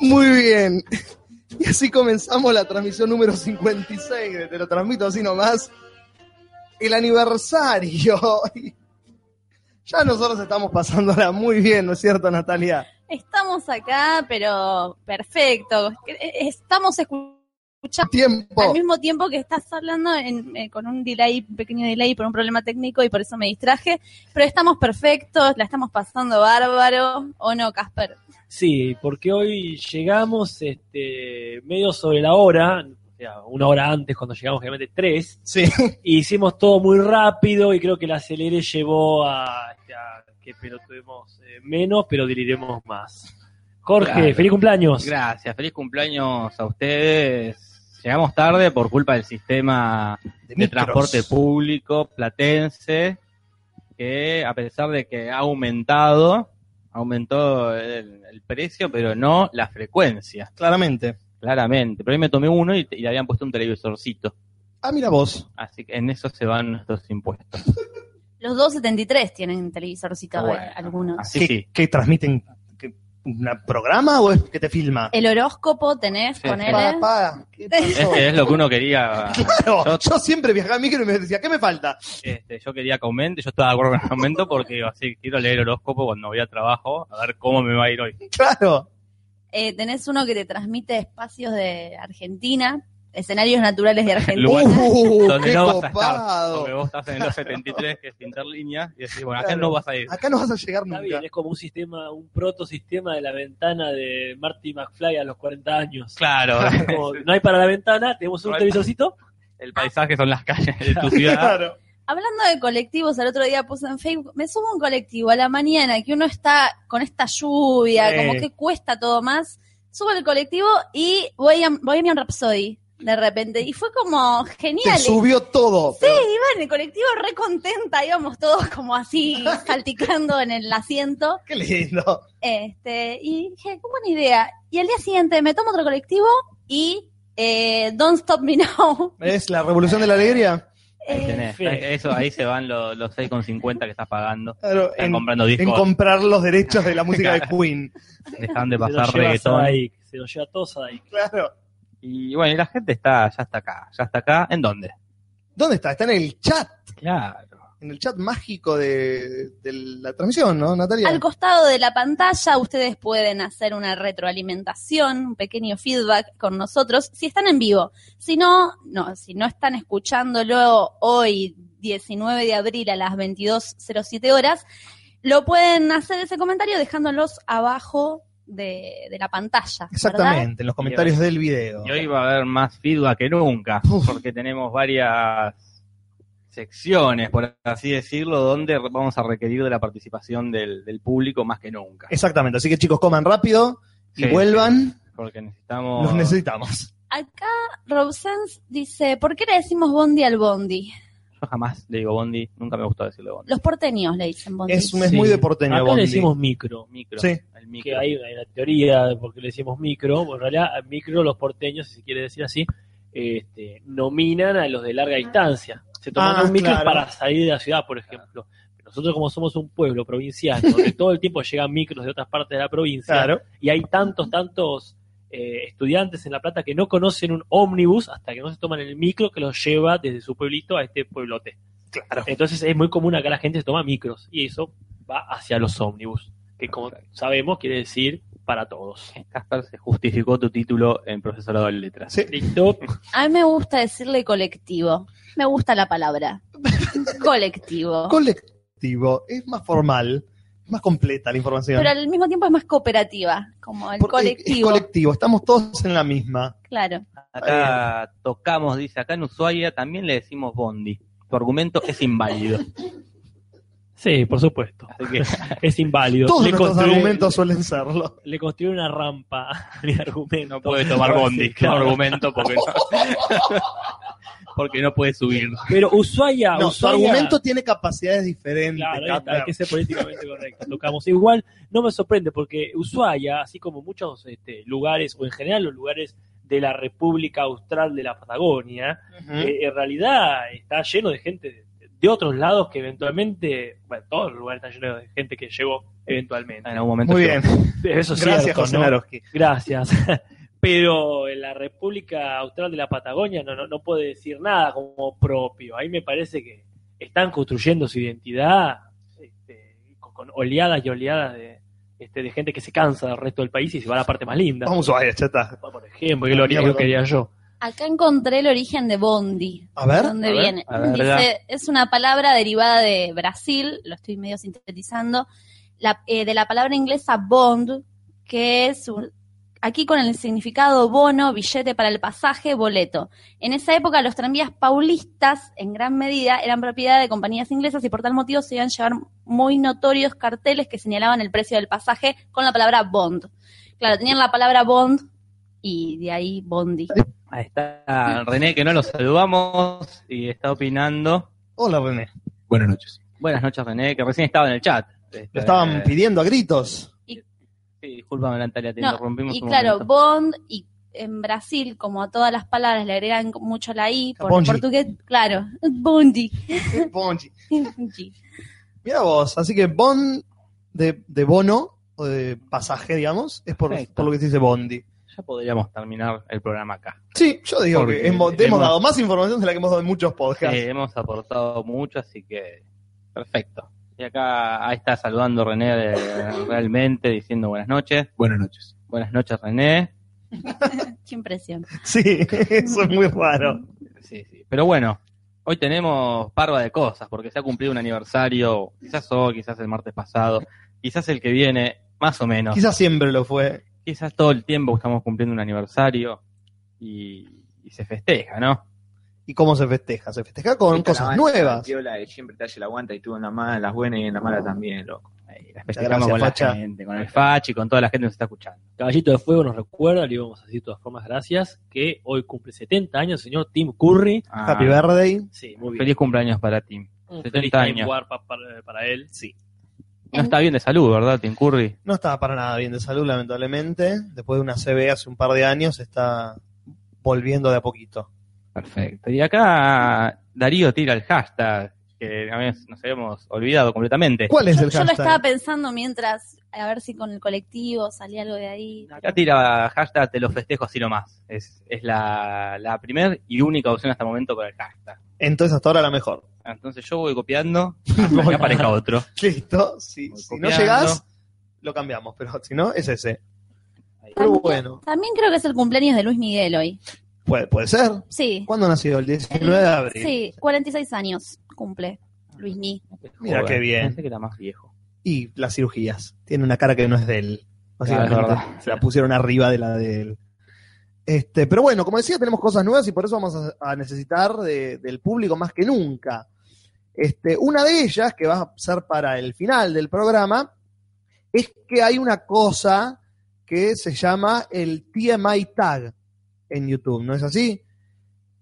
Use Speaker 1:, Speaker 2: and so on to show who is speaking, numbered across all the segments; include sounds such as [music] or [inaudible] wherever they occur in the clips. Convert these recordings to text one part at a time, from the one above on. Speaker 1: Muy bien. [laughs] Y así comenzamos la transmisión número 56 de Te lo transmito así nomás. El aniversario. [laughs] Ya nosotros estamos pasándola muy bien, ¿no es cierto, Natalia?
Speaker 2: Estamos acá, pero perfecto. eh, Estamos escuchando
Speaker 1: Tiempo.
Speaker 2: al mismo tiempo que estás hablando en- eh, con un delay, un pequeño delay por un problema técnico y por eso me distraje. Pero estamos perfectos, la estamos pasando bárbaro. ¿O no, Casper?
Speaker 3: Sí, porque hoy llegamos este, medio sobre la hora, o sea, una hora antes cuando llegamos, generalmente tres,
Speaker 1: Sí.
Speaker 3: y hicimos todo muy rápido y creo que la acelere llevó a, este, a que pelotudemos eh, menos, pero dirigiremos más. Jorge,
Speaker 4: Claro.
Speaker 3: feliz cumpleaños.
Speaker 4: Gracias, feliz cumpleaños a ustedes. Llegamos tarde por culpa del sistema de,
Speaker 1: micros.
Speaker 4: transporte público platense, que a pesar de que ha aumentado, aumentó el, el precio, pero no la frecuencia,
Speaker 1: Claramente.
Speaker 4: claramente. Pero ahí me tomé uno y, y le habían puesto un televisorcito.
Speaker 1: Ah, mira vos.
Speaker 4: Así que en eso se van nuestros impuestos.
Speaker 2: Los 273 tienen televisorcito, eh,
Speaker 4: Bueno.
Speaker 2: algunos.
Speaker 4: Así
Speaker 1: ¿Qué,
Speaker 4: sí.
Speaker 1: qué transmiten? ¿Qué- ¿Un programa o es que te filma?
Speaker 2: El horóscopo tenés
Speaker 4: Sí,
Speaker 2: con
Speaker 4: sí.
Speaker 2: él.
Speaker 1: Paga, paga. ¿Qué
Speaker 4: Es,
Speaker 1: pasó?
Speaker 4: que es lo que uno quería.
Speaker 1: [laughs]
Speaker 4: [laughs]
Speaker 1: Claro,
Speaker 4: eh, Yo-
Speaker 1: yo siempre viajaba a micro y me decía, ¿qué me falta? [laughs]
Speaker 4: Este, yo quería que aumente, yo estaba de acuerdo con el aumento porque digo, así quiero leer el horóscopo cuando voy a trabajo, a ver cómo me va a ir hoy.
Speaker 1: Claro.
Speaker 2: Eh, tenés uno que te transmite espacios de Argentina, escenarios
Speaker 4: [laughs]
Speaker 2: naturales de Argentina.
Speaker 4: Lugar-
Speaker 1: Uh,
Speaker 4: donde
Speaker 1: qué
Speaker 4: no vas a estar,
Speaker 1: copado.
Speaker 4: Porque vos estás en los 73, que es interlínea, y decís, bueno, acá
Speaker 1: Claro.
Speaker 4: no vas a ir.
Speaker 1: Acá no vas a llegar
Speaker 3: Está
Speaker 1: nunca. [laughs]
Speaker 3: bien, es como un sistema, un protosistema de la ventana de Marty McFly a los 40 años.
Speaker 4: Claro,
Speaker 3: Como,
Speaker 4: [laughs]
Speaker 3: no hay para la ventana, tenemos un
Speaker 4: No hay
Speaker 3: televisorcito.
Speaker 4: el paisaje son las calles de tu ciudad.
Speaker 1: Claro.
Speaker 2: Hablando de colectivos, el otro día puse en Facebook, me subo a un colectivo a la mañana que uno está con esta lluvia,
Speaker 3: Sí.
Speaker 2: como que cuesta todo más. Subo al colectivo y voy a, voy a mi Rhapsody de repente. Y fue como
Speaker 1: Te
Speaker 2: genial.
Speaker 1: subió todo.
Speaker 2: Sí, iba en el colectivo re contenta, íbamos todos como así, salticando en el asiento.
Speaker 1: Qué lindo.
Speaker 2: Este, y dije, qué buena idea. Y al día siguiente me tomo otro colectivo y eh, Don't Stop Me Now. [laughs]
Speaker 1: ¿Ves la revolución de la alegría?
Speaker 4: Ahí
Speaker 2: Eh,
Speaker 4: tenés. Eso, ahí se van los, los 6,50 que estás pagando.
Speaker 1: Claro,
Speaker 4: Están
Speaker 1: en,
Speaker 4: comprando
Speaker 1: en
Speaker 4: discos,
Speaker 1: comprar los derechos de la música
Speaker 3: [laughs]
Speaker 1: de Queen.
Speaker 4: dejan de
Speaker 3: Se
Speaker 4: pasar
Speaker 3: nos lleva
Speaker 4: reggaetón.
Speaker 3: Sadaik, se nos lleva todo Sadaik.
Speaker 1: Claro.
Speaker 4: Y bueno, y la gente está, ya está acá, ya está acá. ¿En dónde?
Speaker 1: ¿Dónde está? Está en el chat.
Speaker 4: Claro.
Speaker 1: En el chat mágico de, de la transmisión, ¿no, Natalia?
Speaker 2: Al costado de la pantalla ustedes pueden hacer una retroalimentación, un pequeño feedback con nosotros, si están en vivo. Si no, no, si no están escuchándolo hoy, 19 de abril a las 22.07 horas, lo pueden hacer ese comentario dejándolos abajo de, de la pantalla. ¿verdad?
Speaker 1: Exactamente, en los comentarios del video.
Speaker 4: Y hoy va a haber más feedback que nunca, porque tenemos varias secciones, por así decirlo, donde vamos a requerir de la participación del, del público más que nunca.
Speaker 1: Exactamente, así que chicos, coman rápido y
Speaker 4: Sí,
Speaker 1: vuelvan.
Speaker 4: Porque necesitamos...
Speaker 1: Los necesitamos.
Speaker 2: Acá Robsens dice, ¿por qué le decimos Bondi al Bondi?
Speaker 4: Yo jamás le digo Bondi, nunca me gustó decirle Bondi.
Speaker 2: Los porteños le dicen Bondi.
Speaker 1: Es, un- es muy
Speaker 3: Sí.
Speaker 1: de porteño,
Speaker 3: Acá
Speaker 1: Bondi.
Speaker 3: le decimos micro.
Speaker 4: Micro,
Speaker 1: Sí.
Speaker 4: el micro.
Speaker 3: Que hay, hay una teoría de por qué le decimos micro. Bueno, en realidad, al micro, los porteños, si se quiere decir así, este, nominan a los de larga distancia. Se toman
Speaker 1: Ah,
Speaker 3: un micro
Speaker 1: claro.
Speaker 3: para salir de la ciudad, por ejemplo. Nosotros, como somos un pueblo provincial,
Speaker 1: [laughs]
Speaker 3: donde todo el tiempo llegan micros de otras partes de la provincia,
Speaker 1: Claro.
Speaker 3: y hay tantos, tantos eh, estudiantes en La Plata que no conocen un ómnibus hasta que no se toman el micro que los lleva desde su pueblito a este pueblote.
Speaker 1: Claro.
Speaker 3: Entonces es muy común acá la gente se toma micros y eso va hacia los ómnibus, que como sabemos quiere decir para todos.
Speaker 4: Casper se justificó tu título en profesorado de letras.
Speaker 1: Sí.
Speaker 3: ¿Listo?
Speaker 2: A mí me gusta decirle colectivo. Me gusta la palabra. colectivo.
Speaker 1: Colectivo, es más formal, es más completa la información.
Speaker 2: Pero al mismo tiempo es más cooperativa, como el
Speaker 1: Porque es-
Speaker 2: colectivo.
Speaker 1: Es colectivo, estamos todos en la misma.
Speaker 2: claro.
Speaker 4: Acá tocamos, dice, acá en Ushuaia también le decimos Bondi. Tu argumento es inválido.
Speaker 3: Sí, por supuesto.
Speaker 4: Así que
Speaker 3: Es inválido.
Speaker 1: Todos nuestros
Speaker 3: construí-
Speaker 1: argumentos suelen
Speaker 3: [laughs]
Speaker 1: serlo.
Speaker 3: le construí una rampa a mi argumento. [laughs]
Speaker 4: no puede tomar Bondi
Speaker 3: Claro.
Speaker 4: como argumento porque no, [laughs] porque no puede subir.
Speaker 3: Pero Ushuaia,
Speaker 1: No, su
Speaker 3: Ushuaia-
Speaker 1: argumento tiene capacidades diferentes.
Speaker 3: Claro, ahí está,
Speaker 1: Kaplan.
Speaker 3: hay que ser políticamente correcto. Tocamos igual, no me sorprende porque Ushuaia, así como muchos este, lugares, o en general los lugares de la República Austral de la Patagonia,
Speaker 1: Eh,
Speaker 3: eh, en realidad está lleno de gente de, de otros lados que eventualmente, bueno, todos los lugares están llenos de gente que llegó eventualmente.
Speaker 4: En algún momento.
Speaker 1: Muy
Speaker 4: se-
Speaker 1: bien.
Speaker 3: Eso es
Speaker 1: Gracias,
Speaker 3: cierto,
Speaker 1: José
Speaker 3: ¿no?
Speaker 1: Naroski.
Speaker 3: Gracias. [laughs] Pero en la República Austral de la Patagonia no, no, no puede decir nada como propio. Ahí me parece que están construyendo su identidad este, con, con oleadas y oleadas de, este, de gente que se cansa del resto del país y se va a la parte más linda.
Speaker 1: Vamos a ver, chata.
Speaker 3: Por ejemplo, que lo haría- lo quería yo.
Speaker 2: Acá encontré el origen de Bondi.
Speaker 1: A ver.
Speaker 2: ¿Dónde
Speaker 4: a ver,
Speaker 2: viene?
Speaker 4: a ver,
Speaker 2: Dice,
Speaker 4: da.
Speaker 2: es una palabra derivada de Brasil, lo estoy medio sintetizando, la- eh, de la palabra inglesa bond, que es un- aquí con el significado bono, billete para el pasaje, boleto. En esa época los tranvías paulistas, en gran medida, eran propiedad de compañías inglesas y por tal motivo se iban a llevar muy notorios carteles que señalaban el precio del pasaje con la palabra bond. Claro, tenían la palabra bond y de ahí bondi.
Speaker 4: Ahí está René, que no lo saludamos y está opinando.
Speaker 1: Hola, René.
Speaker 5: Buenas noches.
Speaker 4: Buenas noches, René, que recién estaba en el chat. Este,
Speaker 1: Lo estaban
Speaker 4: pidiendo.
Speaker 1: pidiendo a gritos.
Speaker 4: Disculpame, Natalia, te
Speaker 2: No,
Speaker 4: interrumpimos.
Speaker 2: Y
Speaker 4: un
Speaker 2: claro,
Speaker 4: momento.
Speaker 2: Bond y en Brasil, como a todas las palabras, le agregan mucho la I por
Speaker 1: Bondi.
Speaker 2: portugués, claro, [laughs] Bondi. Bondi.
Speaker 1: Mira vos, así que Bond de, de bono o de pasaje, digamos, es por,
Speaker 4: Perfecto.
Speaker 1: por lo que se dice Bondi.
Speaker 4: ya podríamos terminar el programa acá.
Speaker 1: Sí, yo digo
Speaker 4: Porque
Speaker 1: que hemos, te hemos
Speaker 4: hemos-
Speaker 1: dado más información de la que hemos dado en muchos podcasts.
Speaker 4: Eh, hemos aportado mucho, así que perfecto. Y acá ahí está saludando René de- realmente, diciendo buenas noches.
Speaker 5: Buenas noches.
Speaker 4: Buenas noches, René.
Speaker 2: Qué impresión.
Speaker 1: [laughs] Sí, eso es muy raro.
Speaker 4: Sí, sí. Pero bueno, hoy tenemos parva de cosas, porque se ha cumplido un aniversario, quizás hoy, quizás el martes pasado, quizás el que viene, más o menos.
Speaker 1: Quizás siempre lo fue.
Speaker 4: Quizás todo el tiempo estamos cumpliendo un aniversario y, y se festeja, ¿no?
Speaker 1: ¿Y cómo se festeja? Se festeja con
Speaker 6: Esta
Speaker 1: cosas
Speaker 6: la banda, la
Speaker 1: nuevas.
Speaker 6: piola que siempre te hace la aguanta y tú en la mala, en las buenas y en la mala también, loco.
Speaker 4: Ahí, la festejamos
Speaker 1: gracias,
Speaker 4: con la
Speaker 1: Facha.
Speaker 4: gente, con el Fachi, con toda la gente que nos está escuchando.
Speaker 3: Caballito de Fuego nos recuerda, le íbamos a decir de todas formas gracias, que hoy cumple 70 años, señor Tim Curry.
Speaker 4: Ah,
Speaker 1: Happy birthday.
Speaker 3: Sí, muy bien.
Speaker 4: feliz cumpleaños para Tim.
Speaker 3: Un
Speaker 4: 70
Speaker 3: feliz Time
Speaker 4: años.
Speaker 3: Warp pa- para, para él. Sí.
Speaker 4: No está bien de salud, ¿verdad, Tim Curry?
Speaker 1: No estaba para nada bien de salud, lamentablemente. Después de una CB hace un par de años, está volviendo de a poquito.
Speaker 4: Perfecto. Y acá Darío tira el hashtag, que a veces nos habíamos olvidado completamente.
Speaker 1: ¿Cuál es
Speaker 2: Yo,
Speaker 1: el
Speaker 2: yo lo
Speaker 1: hashtag?
Speaker 2: estaba pensando mientras, a ver si con el colectivo salía algo de ahí.
Speaker 4: Acá tira hashtag te lo festejo así nomás. Es, es la, la primer y única opción hasta el momento para el hashtag.
Speaker 1: Entonces hasta ahora la mejor.
Speaker 4: Entonces yo voy
Speaker 1: [laughs]
Speaker 4: copiando hasta que aparezca otro.
Speaker 1: Listo. Si,
Speaker 4: Voy
Speaker 1: si no
Speaker 4: copiando.
Speaker 1: llegás, lo cambiamos. Pero si no, es ese.
Speaker 4: Ahí.
Speaker 1: Pero bueno,
Speaker 2: También creo que es el cumpleaños de Luis Miguel hoy.
Speaker 1: puede, puede ser.
Speaker 2: Sí.
Speaker 1: ¿Cuándo nació? El 19 de abril.
Speaker 2: Sí, 46 años cumple Luis Miguel.
Speaker 1: Mira
Speaker 4: Joder,
Speaker 1: qué bien.
Speaker 4: Pensé que era más viejo.
Speaker 1: Y las cirugías. Tiene una cara que no es de él. Básicamente,
Speaker 4: Claro, es verdad.
Speaker 1: se la pusieron arriba de la de él. Este, pero bueno, como decía, tenemos cosas nuevas y por eso vamos a, a necesitar de- del público más que nunca. Este, una de ellas, que va a ser para el final del programa, es que hay una cosa que se llama el TMI Tag en YouTube, ¿no es así?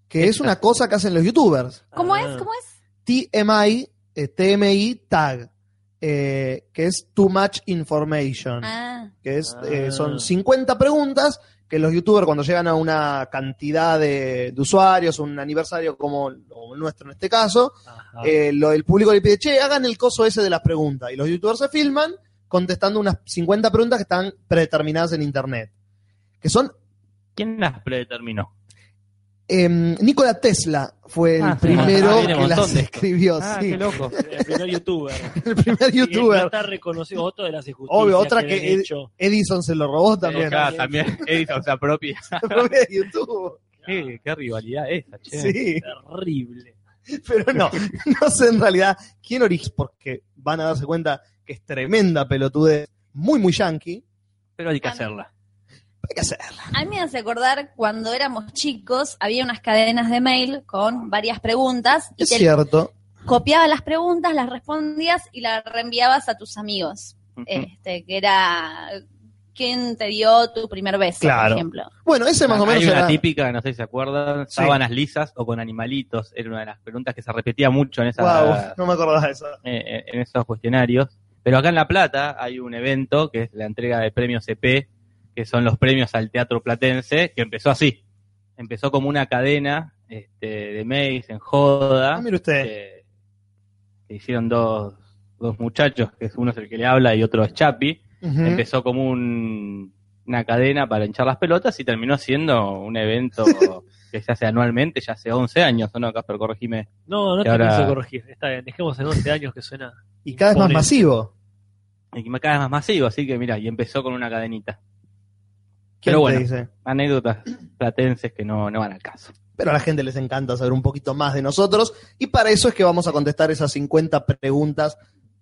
Speaker 1: Que es una cosa que hacen los youtubers.
Speaker 2: ¿Cómo
Speaker 3: Ah.
Speaker 2: es? ¿Cómo es?
Speaker 1: TMI, eh, TMI tag, eh, que es Too Much Information,
Speaker 2: Ah,
Speaker 1: que es,
Speaker 3: Ah.
Speaker 1: eh, son 50 preguntas que los youtubers cuando llegan a una cantidad de, de usuarios, un aniversario como, como el nuestro en este caso,
Speaker 4: Ah.
Speaker 3: Ajá.
Speaker 1: eh, lo- el público le pide, che, hagan el coso ese de las preguntas. Y los youtubers se filman contestando unas 50 preguntas que están predeterminadas en internet, que son
Speaker 4: ¿Quién las predeterminó?
Speaker 1: em, Nikola Tesla fue el
Speaker 4: Ah, sí. Ah,
Speaker 1: primero
Speaker 4: tiene
Speaker 1: que
Speaker 4: un montón
Speaker 1: las
Speaker 4: de-
Speaker 1: escribió,
Speaker 4: Ah,
Speaker 1: sí,
Speaker 4: qué
Speaker 1: [laughs]
Speaker 4: loco.
Speaker 3: El primer youtuber.
Speaker 1: el primer
Speaker 3: Sí, no
Speaker 1: [laughs] youtuber.
Speaker 3: está reconocido otra de las injusticias.
Speaker 1: Obvio, otra que-
Speaker 3: le han hecho.
Speaker 1: Edison se lo robó también.
Speaker 4: También, también Edison se apropia.
Speaker 1: [laughs] Pero ve YouTube.
Speaker 4: qué, qué rivalidad esa, che.
Speaker 1: Sí,
Speaker 3: Terrible.
Speaker 1: pero no, no sé en realidad quién originó, porque van a darse cuenta que es tremenda pelotudez, muy, muy yankee.
Speaker 4: Pero hay que hacerla.
Speaker 1: Hay que hacerla.
Speaker 2: A mí me hace acordar cuando éramos chicos, había unas cadenas de mail con varias preguntas y
Speaker 1: Es
Speaker 2: te
Speaker 1: cierto.
Speaker 2: copiabas las preguntas,
Speaker 4: Mm.
Speaker 2: las respondías y las reenviabas a tus amigos.
Speaker 4: Ujú.
Speaker 2: Este, que era quién te dio tu primer beso,
Speaker 1: Claro.
Speaker 2: por ejemplo.
Speaker 1: Bueno, ese Este más o menos
Speaker 4: Hay una
Speaker 1: era-
Speaker 4: típica, no sé si se acuerdan,
Speaker 1: Sí.
Speaker 4: sábanas lisas o con animalitos, era una de las preguntas que se repetía mucho en, esa,
Speaker 1: Guau, no me acordaba de eso.
Speaker 4: eh, en esos cuestionarios. Pero acá en La Plata hay un evento que es la entrega de premios CP, que son los premios al teatro platense, que empezó así. Empezó como una cadena este, de mails en joda.
Speaker 1: Ah, mire usted.
Speaker 4: que, que hicieron dos, dos muchachos, que uno es el que le habla y otro es Chapi.
Speaker 1: Ujú.
Speaker 4: Empezó como un- una cadena para hinchar las pelotas y terminó siendo
Speaker 1: [laughs]
Speaker 4: un evento que se hace anualmente, ya hace 11 años, ¿o no, Casper? Corregime.
Speaker 3: No, no
Speaker 4: Y
Speaker 3: te
Speaker 4: ahora-
Speaker 3: pienso corregir. Está bien, dejemos en 11 años que suena.
Speaker 1: Y cada vez más
Speaker 3: imponente.
Speaker 1: masivo.
Speaker 4: Y que cada vez más masivo, así que mira, y empezó con una cadenita.
Speaker 1: ¿Quién
Speaker 4: Pero
Speaker 1: te
Speaker 4: bueno.
Speaker 1: dice?
Speaker 4: Anécdotas platenses que no, no van al caso.
Speaker 1: Pero a la gente les encanta saber un poquito más de nosotros y para eso es que vamos a contestar esas 50 preguntas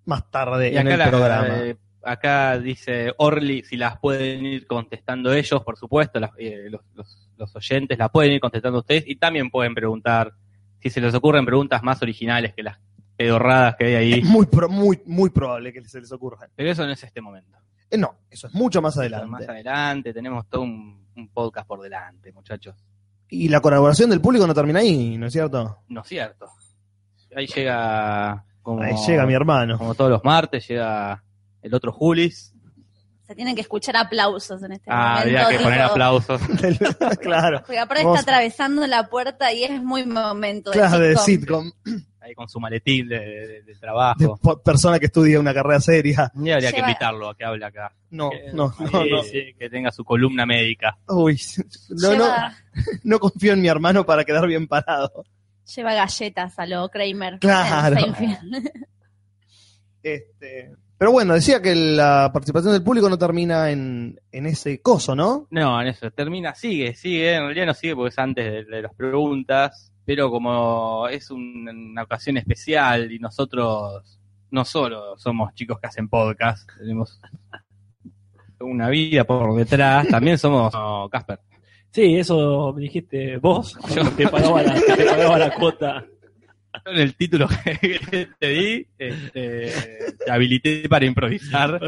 Speaker 1: más tarde
Speaker 4: Y
Speaker 1: en
Speaker 4: acá,
Speaker 1: el
Speaker 4: la-
Speaker 1: programa.
Speaker 4: eh, acá dice Orly si las pueden ir contestando ellos, por supuesto, las- eh, los, los- los oyentes las pueden ir contestando ustedes y también pueden preguntar si se les ocurren preguntas más originales que las pedorradas que hay
Speaker 1: Es
Speaker 4: [coughs] ahí.
Speaker 1: muy, pro- muy, muy probable que se les ocurra.
Speaker 4: Pero eso no es este momento.
Speaker 1: Eh, no, eso es mucho más adelante.
Speaker 4: Más adelante, tenemos todo un, un podcast por delante, muchachos.
Speaker 1: Y la colaboración del público no termina ahí, ¿no es cierto?
Speaker 4: No es cierto. Ahí llega como,
Speaker 1: Ahí llega mi
Speaker 4: [laughs]
Speaker 1: hermano.
Speaker 4: como todos los martes, llega el otro Julis.
Speaker 2: Se tienen que escuchar aplausos en este momento.
Speaker 4: Ah, había que poner
Speaker 2: tipo,
Speaker 4: aplausos.
Speaker 1: [laughs] claro,
Speaker 2: Porque aparte
Speaker 1: Vos-
Speaker 2: está atravesando la puerta y es muy momento de
Speaker 1: claro, de
Speaker 2: sitcom.
Speaker 1: sitcom,
Speaker 4: ahí con su maletín de, de- de
Speaker 1: de
Speaker 4: trabajo.
Speaker 1: po- persona que estudia una carrera seria.
Speaker 4: Un día habría que
Speaker 2: Lleva-
Speaker 4: invitarlo a que hable acá.
Speaker 1: No,
Speaker 3: Eh,
Speaker 1: no,
Speaker 3: sí,
Speaker 1: [laughs] no, no.
Speaker 3: sí.
Speaker 4: Que tenga su columna médica.
Speaker 1: Uy, no, no,
Speaker 2: lleva,
Speaker 1: no confío en mi hermano para quedar bien parado.
Speaker 2: lleva galletas a lo Kramer.
Speaker 1: Claro.
Speaker 2: en Seinfeld.
Speaker 1: Este, pero bueno, decía que la participación del público no termina en, en ese coso, ¿no?
Speaker 4: No, en eso. Termina, sigue, sigue. En realidad no sigue porque es antes de, de las preguntas. Pero como es un- una ocasión especial y nosotros no solo somos chicos que hacen podcast, tenemos una vida por detrás, también somos oh, Casper.
Speaker 3: Sí, eso me dijiste
Speaker 4: [laughs]
Speaker 3: vos. cuando Te pagaba la, te pagaba la cuota.
Speaker 4: Yo En el título que [laughs] te di, este, te habilité para improvisar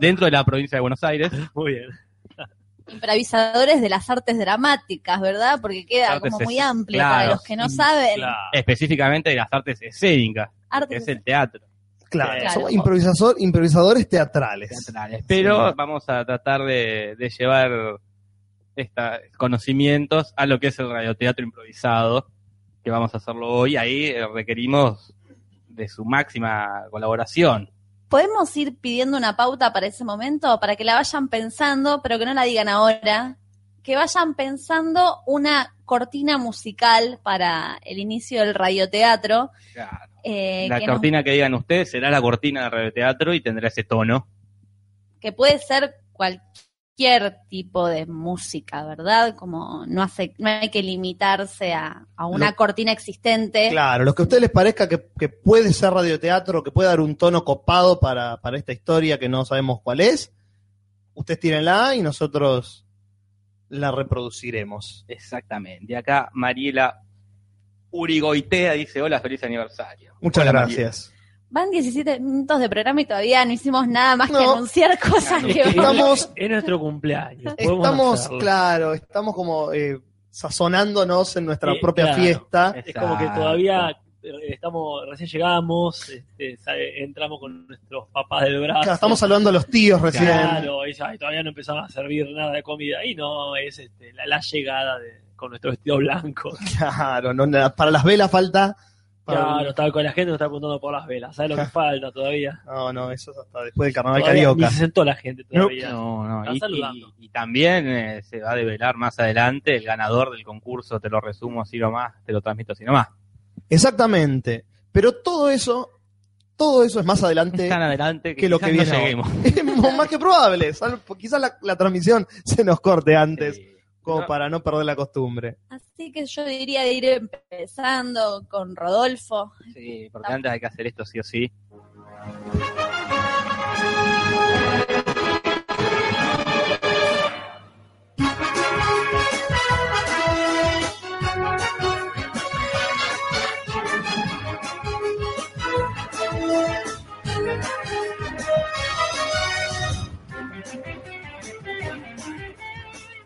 Speaker 4: dentro de la provincia de Buenos Aires.
Speaker 3: Muy bien.
Speaker 2: [laughs] Improvisadores de las artes dramáticas, ¿verdad? Porque queda
Speaker 4: Artes
Speaker 2: como muy
Speaker 4: es-
Speaker 2: amplio
Speaker 4: claro,
Speaker 2: para los que no saben.
Speaker 4: [laughs]
Speaker 3: Claro.
Speaker 4: específicamente de las artes escénicas, que
Speaker 2: Artes
Speaker 4: es el teatro.
Speaker 1: Claro,
Speaker 2: Claro.
Speaker 1: somos improvisador, improvisadores teatrales.
Speaker 4: teatrales. Pero
Speaker 1: Sí.
Speaker 4: vamos a tratar de, de llevar esta, conocimientos a lo que es el radioteatro improvisado, que vamos a hacerlo hoy. Ahí eh, requerimos de su máxima colaboración.
Speaker 2: ¿Podemos ir pidiendo una pauta para ese momento? Para que la vayan pensando, pero que no la digan ahora. Que vayan pensando una cortina musical para el inicio del radioteatro. eh,
Speaker 4: La
Speaker 2: que, nos-
Speaker 4: cortina que digan ustedes será la cortina de radioteatro y tendrá ese tono.
Speaker 2: que puede ser cualquier tipo de música, ¿verdad? Como no, hace, no hay que limitarse a, a una
Speaker 1: Lo-
Speaker 2: cortina existente.
Speaker 1: Claro, los que a ustedes les parezca que, que puede ser radioteatro, que puede dar un tono copado para, para esta historia que no sabemos cuál es, ustedes tírenla y nosotros la reproduciremos.
Speaker 4: Exactamente. Acá Mariela Urigoitea dice, hola, feliz aniversario.
Speaker 1: Muchas
Speaker 4: Hola,
Speaker 1: gracias.
Speaker 2: Van 17 minutos de programa y todavía no hicimos nada más que
Speaker 1: No.
Speaker 2: anunciar cosas
Speaker 4: Claro.
Speaker 2: que
Speaker 3: Es que
Speaker 2: vos-
Speaker 1: Estamos-
Speaker 3: Es nuestro cumpleaños. podemos
Speaker 1: Estamos,
Speaker 3: hacerlo.
Speaker 1: claro, estamos como eh, sazonándonos en nuestra
Speaker 3: Sí,
Speaker 1: propia
Speaker 3: claro.
Speaker 1: fiesta.
Speaker 3: Es como que
Speaker 4: Exacto.
Speaker 3: todavía eh, estamos, recién llegamos, este, sa- entramos con nuestros papás del brazo.
Speaker 1: Claro, estamos saludando a los tíos recién.
Speaker 3: Claro, y ya- y todavía no empezaba a servir nada de comida. Y no, es este, la, la llegada de, con nuestro
Speaker 1: [laughs]
Speaker 3: vestido blanco.
Speaker 1: Claro, no, na- para las velas falta. para-
Speaker 3: Claro, estaba con la gente, nos estaba apuntando por las velas. ¿Sabes lo que falta todavía?
Speaker 1: No, no, eso es hasta después del carnaval
Speaker 3: Todavía ni
Speaker 1: carioca.
Speaker 3: se sentó la gente todavía.
Speaker 4: No, no.
Speaker 3: Están
Speaker 4: Y,
Speaker 3: saludando.
Speaker 4: y- y también eh, se va a develar más adelante el ganador del concurso, te lo resumo así nomás, te lo transmito así nomás.
Speaker 1: Exactamente. Pero todo eso, todo eso es más adelante.
Speaker 4: Están adelante que,
Speaker 1: que lo
Speaker 4: quizás
Speaker 1: que
Speaker 4: no
Speaker 1: viene
Speaker 4: lleguemos.
Speaker 1: Es [laughs] más que probable. sal- Quizás la, la transmisión se nos corte antes,
Speaker 4: Sí.
Speaker 1: como
Speaker 4: No.
Speaker 1: para no perder la costumbre.
Speaker 2: Así que yo diría de ir empezando con Rodolfo.
Speaker 4: Sí, porque antes hay que hacer esto sí o sí.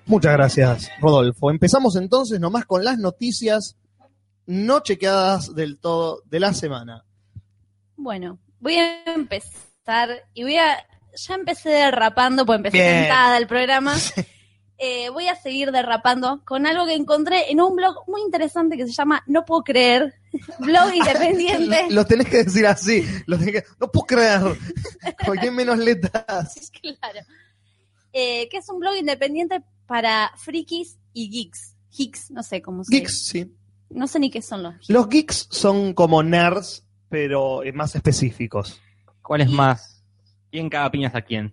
Speaker 1: Muchas gracias, Rodolfo. Empezamos entonces nomás con las noticias no chequeadas del todo de la semana.
Speaker 2: Bueno, voy a empezar y voy a. Ya empecé derrapando, pues empecé
Speaker 1: Bien.
Speaker 2: sentada el
Speaker 1: [laughs]
Speaker 2: programa. Eh, voy a seguir derrapando con algo que encontré en un blog muy interesante que se llama No Puedo Creer, [laughs]
Speaker 1: [laughs]
Speaker 2: blog independiente. [laughs]
Speaker 1: Lo tenés que decir así. Lo tenés que- No puedo creer. ¿Por qué menos letras?
Speaker 2: claro. Eh, que es un blog independiente para frikis y geeks. Geeks, no sé cómo se
Speaker 1: Geeks, sí.
Speaker 2: No sé ni qué son los geeks.
Speaker 1: Los geeks son como nerds, pero eh, más específicos.
Speaker 4: ¿Cuál es más? ¿Quién caga piñas a quién?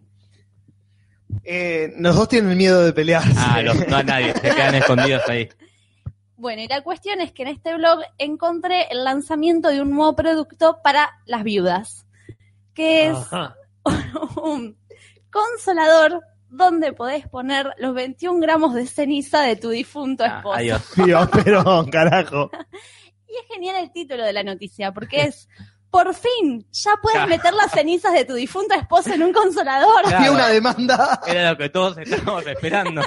Speaker 1: Eh, los dos tienen miedo de pelear.
Speaker 4: Ah, los- no a nadie, se quedan escondidos ahí.
Speaker 2: Bueno, y la cuestión es que en este blog encontré el lanzamiento de un nuevo producto para las viudas, que
Speaker 1: Ah.
Speaker 2: es
Speaker 3: Ajá.
Speaker 2: un consolador donde podés poner los 21 gramos de ceniza de tu difunto
Speaker 4: Ah,
Speaker 2: esposo.
Speaker 4: adiós.
Speaker 1: [laughs] Dios, pero carajo.
Speaker 2: y es genial el título de la noticia,
Speaker 4: [laughs]
Speaker 2: porque es, por fin, ya puedes
Speaker 4: Claro.
Speaker 2: meter las cenizas de tu difunto esposo en un consolador.
Speaker 4: Claro.
Speaker 1: Tiene una demanda.
Speaker 4: Era lo que todos estábamos esperando.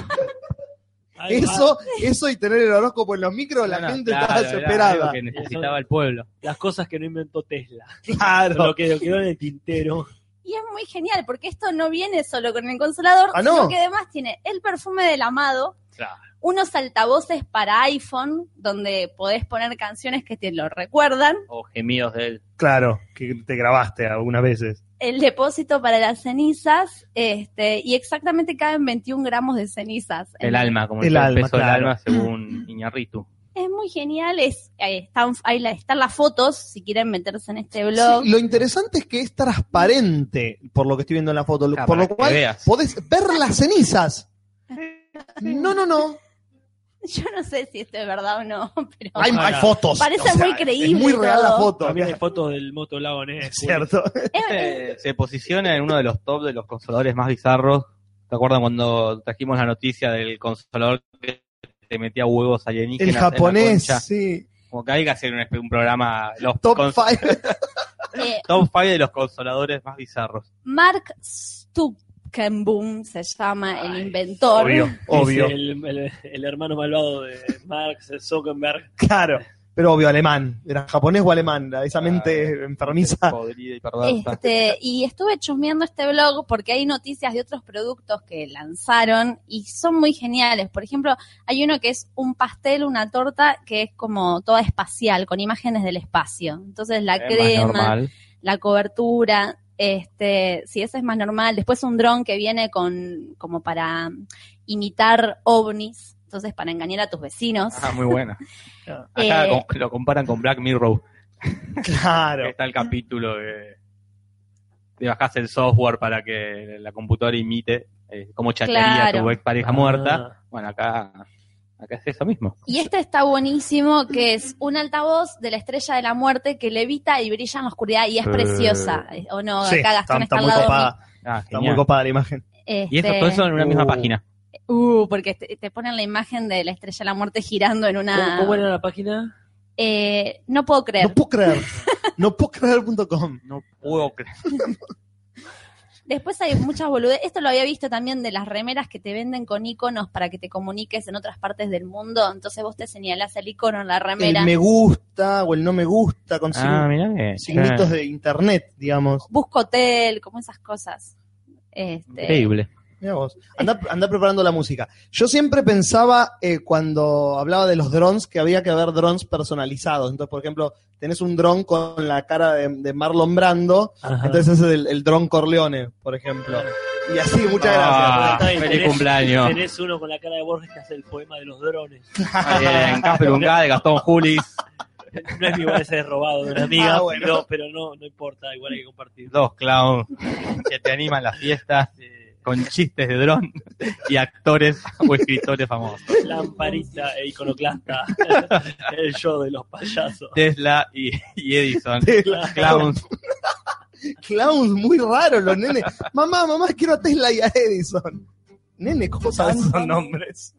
Speaker 3: Ahí va.
Speaker 1: Eso, eso y tener el horóscopo en los micros, [laughs] la
Speaker 4: No, no,
Speaker 1: gente
Speaker 4: claro,
Speaker 1: está
Speaker 4: era
Speaker 1: desesperada.
Speaker 4: algo que necesitaba el pueblo.
Speaker 3: Las cosas que no inventó Tesla.
Speaker 1: [laughs] Claro.
Speaker 3: Lo que lo quedó en
Speaker 1: [laughs]
Speaker 3: el tintero.
Speaker 2: Y es muy genial, porque esto no viene solo con el consolador,
Speaker 1: Ah, ¿no?
Speaker 2: sino que además tiene el perfume del amado,
Speaker 4: Claro.
Speaker 2: unos altavoces para iPhone, donde podés poner canciones que te lo recuerdan,
Speaker 4: O gemidos de él.
Speaker 1: Claro, que te grabaste algunas veces.
Speaker 2: el depósito para las cenizas, este, y exactamente caben 21 gramos de cenizas.
Speaker 4: El alma, como
Speaker 1: El
Speaker 4: el,
Speaker 1: alma,
Speaker 4: peso
Speaker 1: claro. [clears throat]
Speaker 4: del alma según Iñarritu.
Speaker 2: Es muy genial, es, ahí están, ahí la- están las fotos, si quieren meterse en este blog.
Speaker 1: lo interesante es que es transparente, por lo que estoy viendo en la foto,
Speaker 4: Ah,
Speaker 1: por
Speaker 4: para
Speaker 1: lo
Speaker 4: que
Speaker 1: cual
Speaker 4: veas.
Speaker 1: podés ver las cenizas. No, no, no.
Speaker 2: [laughs] Yo no sé si esto es verdad o no, [laughs] pero
Speaker 4: Ah,
Speaker 1: Hay, hay fotos.
Speaker 2: Parece muy creíble
Speaker 1: Es muy real la
Speaker 2: todo.
Speaker 1: foto.
Speaker 3: También hay fotos del Motolago Ness.
Speaker 1: Es cierto.
Speaker 2: es- es-
Speaker 4: Este se posiciona en uno de los top de los consoladores más bizarros. ¿Te acuerdan cuando trajimos la noticia del consolador que te metía huevos alienígenas?
Speaker 1: El
Speaker 4: en la
Speaker 1: japonés,
Speaker 4: concha?
Speaker 1: sí.
Speaker 4: Como que hay que hacer un, espe- un programa. Los
Speaker 1: Top
Speaker 4: cons- [laughs]
Speaker 1: 5.
Speaker 2: eh,
Speaker 4: top five de los consoladores más bizarros.
Speaker 2: Mark Stukenboom se llama el inventor.
Speaker 1: obvio.
Speaker 3: Es el, el- el hermano malvado de Marx Zuckerberg.
Speaker 1: Claro. Pero obvio, alemán. Era japonés o alemán.
Speaker 4: Ah,
Speaker 1: Esa
Speaker 4: eh,
Speaker 1: mente
Speaker 4: [laughs]
Speaker 1: enfermiza.
Speaker 4: Podrida y perversa.
Speaker 2: Este, y estuve chusmeando este blog porque hay noticias de otros productos que lanzaron y son muy geniales. Por ejemplo, hay uno que es un pastel, una torta que es como toda espacial, con imágenes del espacio. Entonces la
Speaker 4: Es más
Speaker 2: crema,
Speaker 4: normal.
Speaker 2: la cobertura, este, si ese es más normal. Después un dron que viene con como para imitar ovnis, entonces para engañar a tus vecinos.
Speaker 4: Ah,
Speaker 1: [laughs]
Speaker 4: muy buena. Acá
Speaker 2: Eh,
Speaker 4: con- lo comparan con Black Mirror. que
Speaker 1: Claro.
Speaker 4: Está el capítulo de. Te bajas el software para que la computadora imite eh, cómo chatearía
Speaker 2: Claro.
Speaker 4: tu ex pareja muerta.
Speaker 1: Ah.
Speaker 4: Bueno, acá, acá es eso mismo.
Speaker 2: Y este está buenísimo, que es un altavoz de la estrella de la muerte que levita y brilla en la oscuridad y es
Speaker 4: Eh.
Speaker 2: preciosa. Eh, O no,
Speaker 1: Sí,
Speaker 2: acá
Speaker 1: está,
Speaker 2: Gastón
Speaker 1: está
Speaker 2: está, al
Speaker 1: muy
Speaker 2: lado
Speaker 1: copada.
Speaker 4: Ah,
Speaker 1: Está
Speaker 4: genial.
Speaker 1: muy copada la imagen.
Speaker 2: mío.
Speaker 4: Y eso,
Speaker 2: Este,
Speaker 4: todo eso en una misma
Speaker 1: Uh.
Speaker 4: página.
Speaker 2: uh, porque te, te ponen la imagen de la estrella de la muerte girando en una...
Speaker 3: Ah. ¿Cómo, cómo era la página?
Speaker 2: Eh, no puedo creer.
Speaker 1: No puedo creer. No puedo creer.com.
Speaker 4: No puedo creer.
Speaker 2: Después hay muchas boludes. Esto lo había visto también de las remeras que te venden con iconos para que te comuniques en otras partes del mundo. Entonces vos te señalás el icono en la remera.
Speaker 1: El me gusta o el no me gusta con
Speaker 4: Ah,
Speaker 1: sign-
Speaker 4: mirá que.
Speaker 1: signitos
Speaker 4: ah,
Speaker 1: de internet, digamos.
Speaker 2: Busco hotel, como esas cosas. Este,
Speaker 4: Increíble.
Speaker 1: Mirá vos. Andá, andá preparando la música. Yo siempre pensaba eh, cuando hablaba de los drones que había que haber drones personalizados. Entonces, por ejemplo, tenés un dron con la cara de, de Marlon Brando,
Speaker 4: Ah.
Speaker 3: Ajá.
Speaker 1: entonces ese es el, el dron Corleone, por ejemplo. Y así, muchas gracias.
Speaker 4: Ah,
Speaker 3: Está bien,
Speaker 4: Feliz cumpleaños.
Speaker 3: Tenés uno con la cara de Borges que hace el poema de los drones.
Speaker 4: Muy bien, Casper Ungal, Gastón Julis.
Speaker 3: No es mi igual ese robado de una
Speaker 1: [laughs]
Speaker 3: amiga,
Speaker 1: Ah, bueno.
Speaker 3: pero, pero no, no importa, igual hay que compartirlo.
Speaker 4: Dos clowns que te animan las fiestas
Speaker 3: Eh,
Speaker 4: con chistes de dron y actores o escritores famosos.
Speaker 3: lamparita e
Speaker 4: [laughs]
Speaker 3: iconoclasta. el show de los payasos.
Speaker 4: Tesla y, y Edison. Clowns.
Speaker 1: Clowns muy raros los nenes. Mamá, mamá, quiero a Tesla y a Edison. Nene, ¿cómo sabes esos nombres?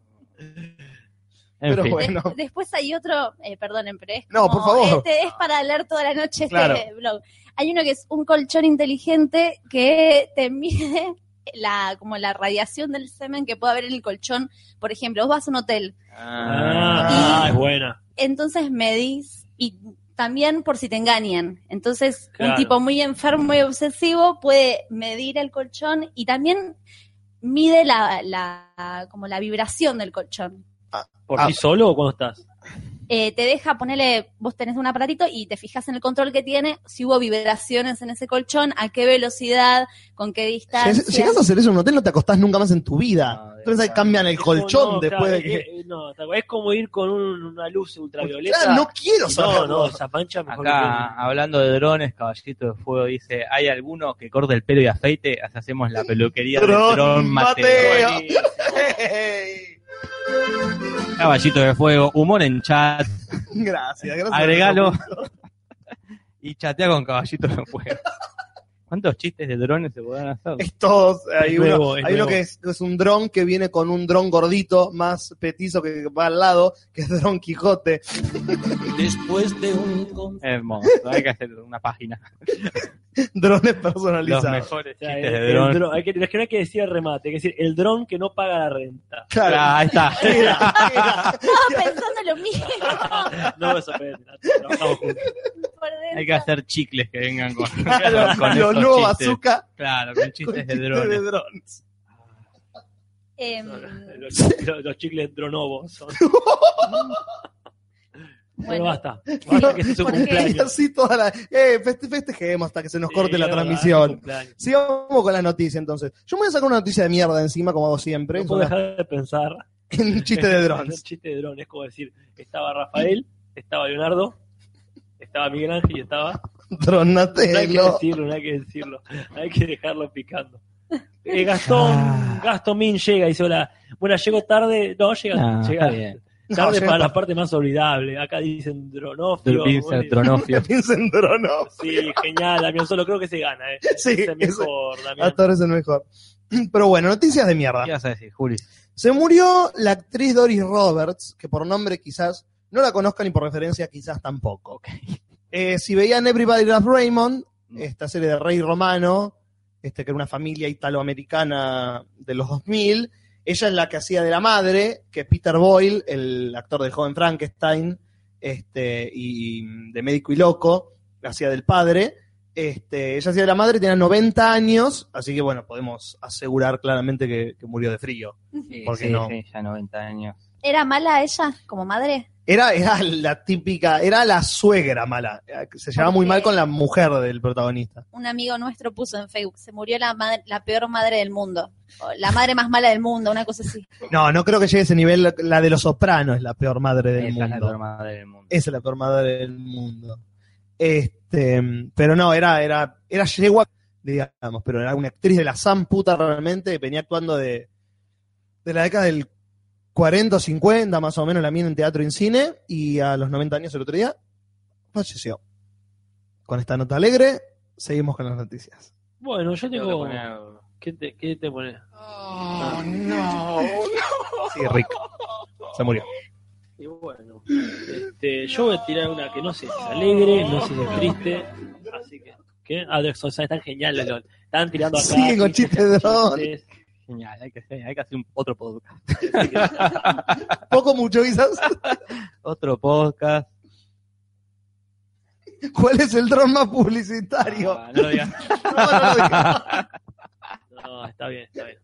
Speaker 4: En
Speaker 1: Pero
Speaker 4: fin.
Speaker 1: bueno.
Speaker 2: De- después hay otro, eh, perdonen, pero es
Speaker 1: No, por
Speaker 2: como-
Speaker 1: favor.
Speaker 2: este es para leer toda la noche
Speaker 1: Claro.
Speaker 2: este blog. Hay uno que es un colchón inteligente que te mide la, como la radiación del semen que puede haber en el colchón. Por ejemplo, vos vas a un hotel,
Speaker 3: Ah, ah, es buena.
Speaker 2: entonces medís y también por si te engañan. Entonces,
Speaker 3: Claro.
Speaker 2: un tipo muy enfermo y obsesivo puede medir el colchón y también mide la, la- como la vibración del colchón.
Speaker 3: ¿Por
Speaker 1: Ah.
Speaker 3: ti solo o cuando estás?
Speaker 2: Eh, te deja ponerle, vos tenés un aparatito y te fijas en el control que tiene, si hubo vibraciones en ese colchón, a qué velocidad, con qué distancia.
Speaker 1: Llegás llegás a hacer eso en un hotel, no te acostás nunca más en tu vida.
Speaker 4: No, de
Speaker 1: Entonces ahí
Speaker 4: verdad.
Speaker 1: cambian el colchón
Speaker 3: Ah, No, no,
Speaker 1: después
Speaker 3: claro,
Speaker 1: de que.
Speaker 3: eh, eh, no, tal cual. es como ir con un- una luz ultravioleta.
Speaker 1: Claro, Ah, no quiero
Speaker 3: Y
Speaker 1: saberlo.
Speaker 3: no, esa mancha mejor
Speaker 4: Acá, hablando de drones, Caballito de Fuego dice, ¿hay alguno que corte el pelo y afeite? Así hacemos la peluquería de
Speaker 1: Dron
Speaker 4: Dron
Speaker 1: Mateo.
Speaker 4: Mateo.
Speaker 3: que prende.
Speaker 4: Caballito de Fuego, humor en chat,
Speaker 1: [laughs] gracias, gracias.
Speaker 4: agregalo [laughs] y chatea con Caballito de Fuego. ¿Cuántos chistes de drones se podrán hacer?
Speaker 1: Estos, hay
Speaker 3: Es
Speaker 1: uno,
Speaker 3: nuevo, es
Speaker 1: hay uno
Speaker 3: nuevo.
Speaker 1: que es, es un dron que viene con un dron gordito, más petizo que va al lado, que es Don Quijote. [laughs]
Speaker 7: Después de un con-
Speaker 4: Hermoso, hay que hacer una página.
Speaker 1: Drones
Speaker 4: Los
Speaker 1: personalizados.
Speaker 4: mejores
Speaker 3: O sea,
Speaker 4: chistes
Speaker 3: el-
Speaker 4: de
Speaker 3: el
Speaker 4: dron.
Speaker 3: dron- hay que, es que no hay que decir el remate, hay que decir el dron que no paga la renta.
Speaker 1: Claro.
Speaker 4: Ah, ahí está.
Speaker 1: Era, era.
Speaker 2: Estaba Ah, pensando lo mismo
Speaker 4: [laughs]
Speaker 3: [laughs] No me sorprende. trabajamos juntos.
Speaker 2: por dentro.
Speaker 4: Hay que hacer chicles que vengan con,
Speaker 1: Claro,
Speaker 4: con
Speaker 1: lo
Speaker 4: esos
Speaker 1: nuevo
Speaker 4: chistes.
Speaker 1: azúcar
Speaker 4: Claro, con chistes
Speaker 1: con
Speaker 4: de
Speaker 1: chiste
Speaker 4: drones.
Speaker 1: de drones.
Speaker 2: Em,
Speaker 3: Los, los- los chicles
Speaker 1: [laughs]
Speaker 3: dronovos. son. Bueno,
Speaker 2: Bueno.
Speaker 3: basta. Basta que se su
Speaker 2: Porque-
Speaker 1: Y
Speaker 3: cumpleaños.
Speaker 1: así toda la. Eh, feste- festejemos hasta que se nos corte
Speaker 3: Sí,
Speaker 1: la
Speaker 3: es verdad, es su
Speaker 1: transmisión.
Speaker 3: cumpleaños.
Speaker 1: Sigamos con la noticia entonces. Yo me voy a sacar una noticia de mierda encima, como hago siempre.
Speaker 3: No puedo
Speaker 1: Es una-
Speaker 3: dejar de pensar.
Speaker 1: [laughs] un chiste de drones.
Speaker 3: [laughs] chiste de drones, es como decir, estaba Rafael, estaba Leonardo, estaba Miguel Ángel y estaba. No hay que
Speaker 1: Dronatelo.
Speaker 3: decirlo, no hay que decirlo. Hay que dejarlo picando. Eh, Gastón,
Speaker 1: Ah.
Speaker 3: Gastón Min llega y dice, hola. Bueno, llego tarde. No, llega,
Speaker 1: Ah,
Speaker 4: No,
Speaker 3: llega
Speaker 4: está Ah, bien.
Speaker 3: tarde
Speaker 1: No,
Speaker 3: para
Speaker 1: ya
Speaker 3: la parte más olvidable. Acá dicen dronófilo.
Speaker 4: Pinza,
Speaker 3: Bueno,
Speaker 1: [laughs]
Speaker 4: tronofio.
Speaker 1: Piensa en drono.
Speaker 3: Sí, genial, Damián Solo creo que se gana, eh.
Speaker 1: Sí,
Speaker 3: Ese es
Speaker 1: ese-
Speaker 3: mejor, Damián.
Speaker 1: Hasta ahora es el mejor. [clears throat] Pero bueno, noticias de mierda.
Speaker 4: ¿Qué vas a decir, Juli?
Speaker 1: Se murió la actriz Doris Roberts, que por nombre quizás no la conozcan y por referencia quizás tampoco. Eh, si veían Everybody Loves Raymond, esta serie de Rey Romano, este, que era una familia italoamericana de los 2000, ella es la que hacía de la madre, que es Peter Boyle, el actor de Joven Frankenstein, este, y de Médico y Loco, hacía del padre. Este, ella hacía de la madre, tenía 90 años, así que bueno, podemos asegurar claramente que- que murió de frío. Porque no.
Speaker 4: ya 90 años.
Speaker 2: ¿Era mala ella como madre?
Speaker 1: Era, era la típica, era la suegra mala. Se llevaba muy mal con la mujer del protagonista.
Speaker 2: Un amigo nuestro puso en Facebook, se murió la, madre- la peor madre del mundo, o la madre más mala del mundo, una cosa así.
Speaker 1: No, no creo que llegue a ese nivel. La- La de los sopranos es la peor madre del
Speaker 4: Esa es la
Speaker 1: mundo.
Speaker 4: peor madre del mundo.
Speaker 1: Esa es la peor madre del mundo. Este, pero no, era, era, era yegua, digamos, pero era una actriz de la san puta realmente, venía actuando de, de la década del 40 o 50, más o menos, la mina en teatro y en cine, y a los 90 años el otro día, falleció. Con esta nota alegre, seguimos con las noticias.
Speaker 3: Bueno, yo
Speaker 4: Tengo que
Speaker 3: tengo.
Speaker 4: poner-
Speaker 3: ¿Qué te, qué te pones?
Speaker 1: Sí, Rick. Se murió.
Speaker 3: Y bueno, este, yo voy a tirar una que no sé si es alegre, no sé si es triste. Así que. ¿Qué? Ah, de- o sea, están geniales. los- Están tirando acá.
Speaker 1: Siguen con chistes de dron.
Speaker 3: chistes.
Speaker 4: Genial, hay que hacer, hay que hacer un- otro podcast.
Speaker 1: Poco mucho quizás.
Speaker 4: Otro podcast.
Speaker 1: ¿Cuál es el dron más publicitario?
Speaker 4: Ah, no lo digas.
Speaker 1: No, no lo digas.
Speaker 3: No, está bien, está bien.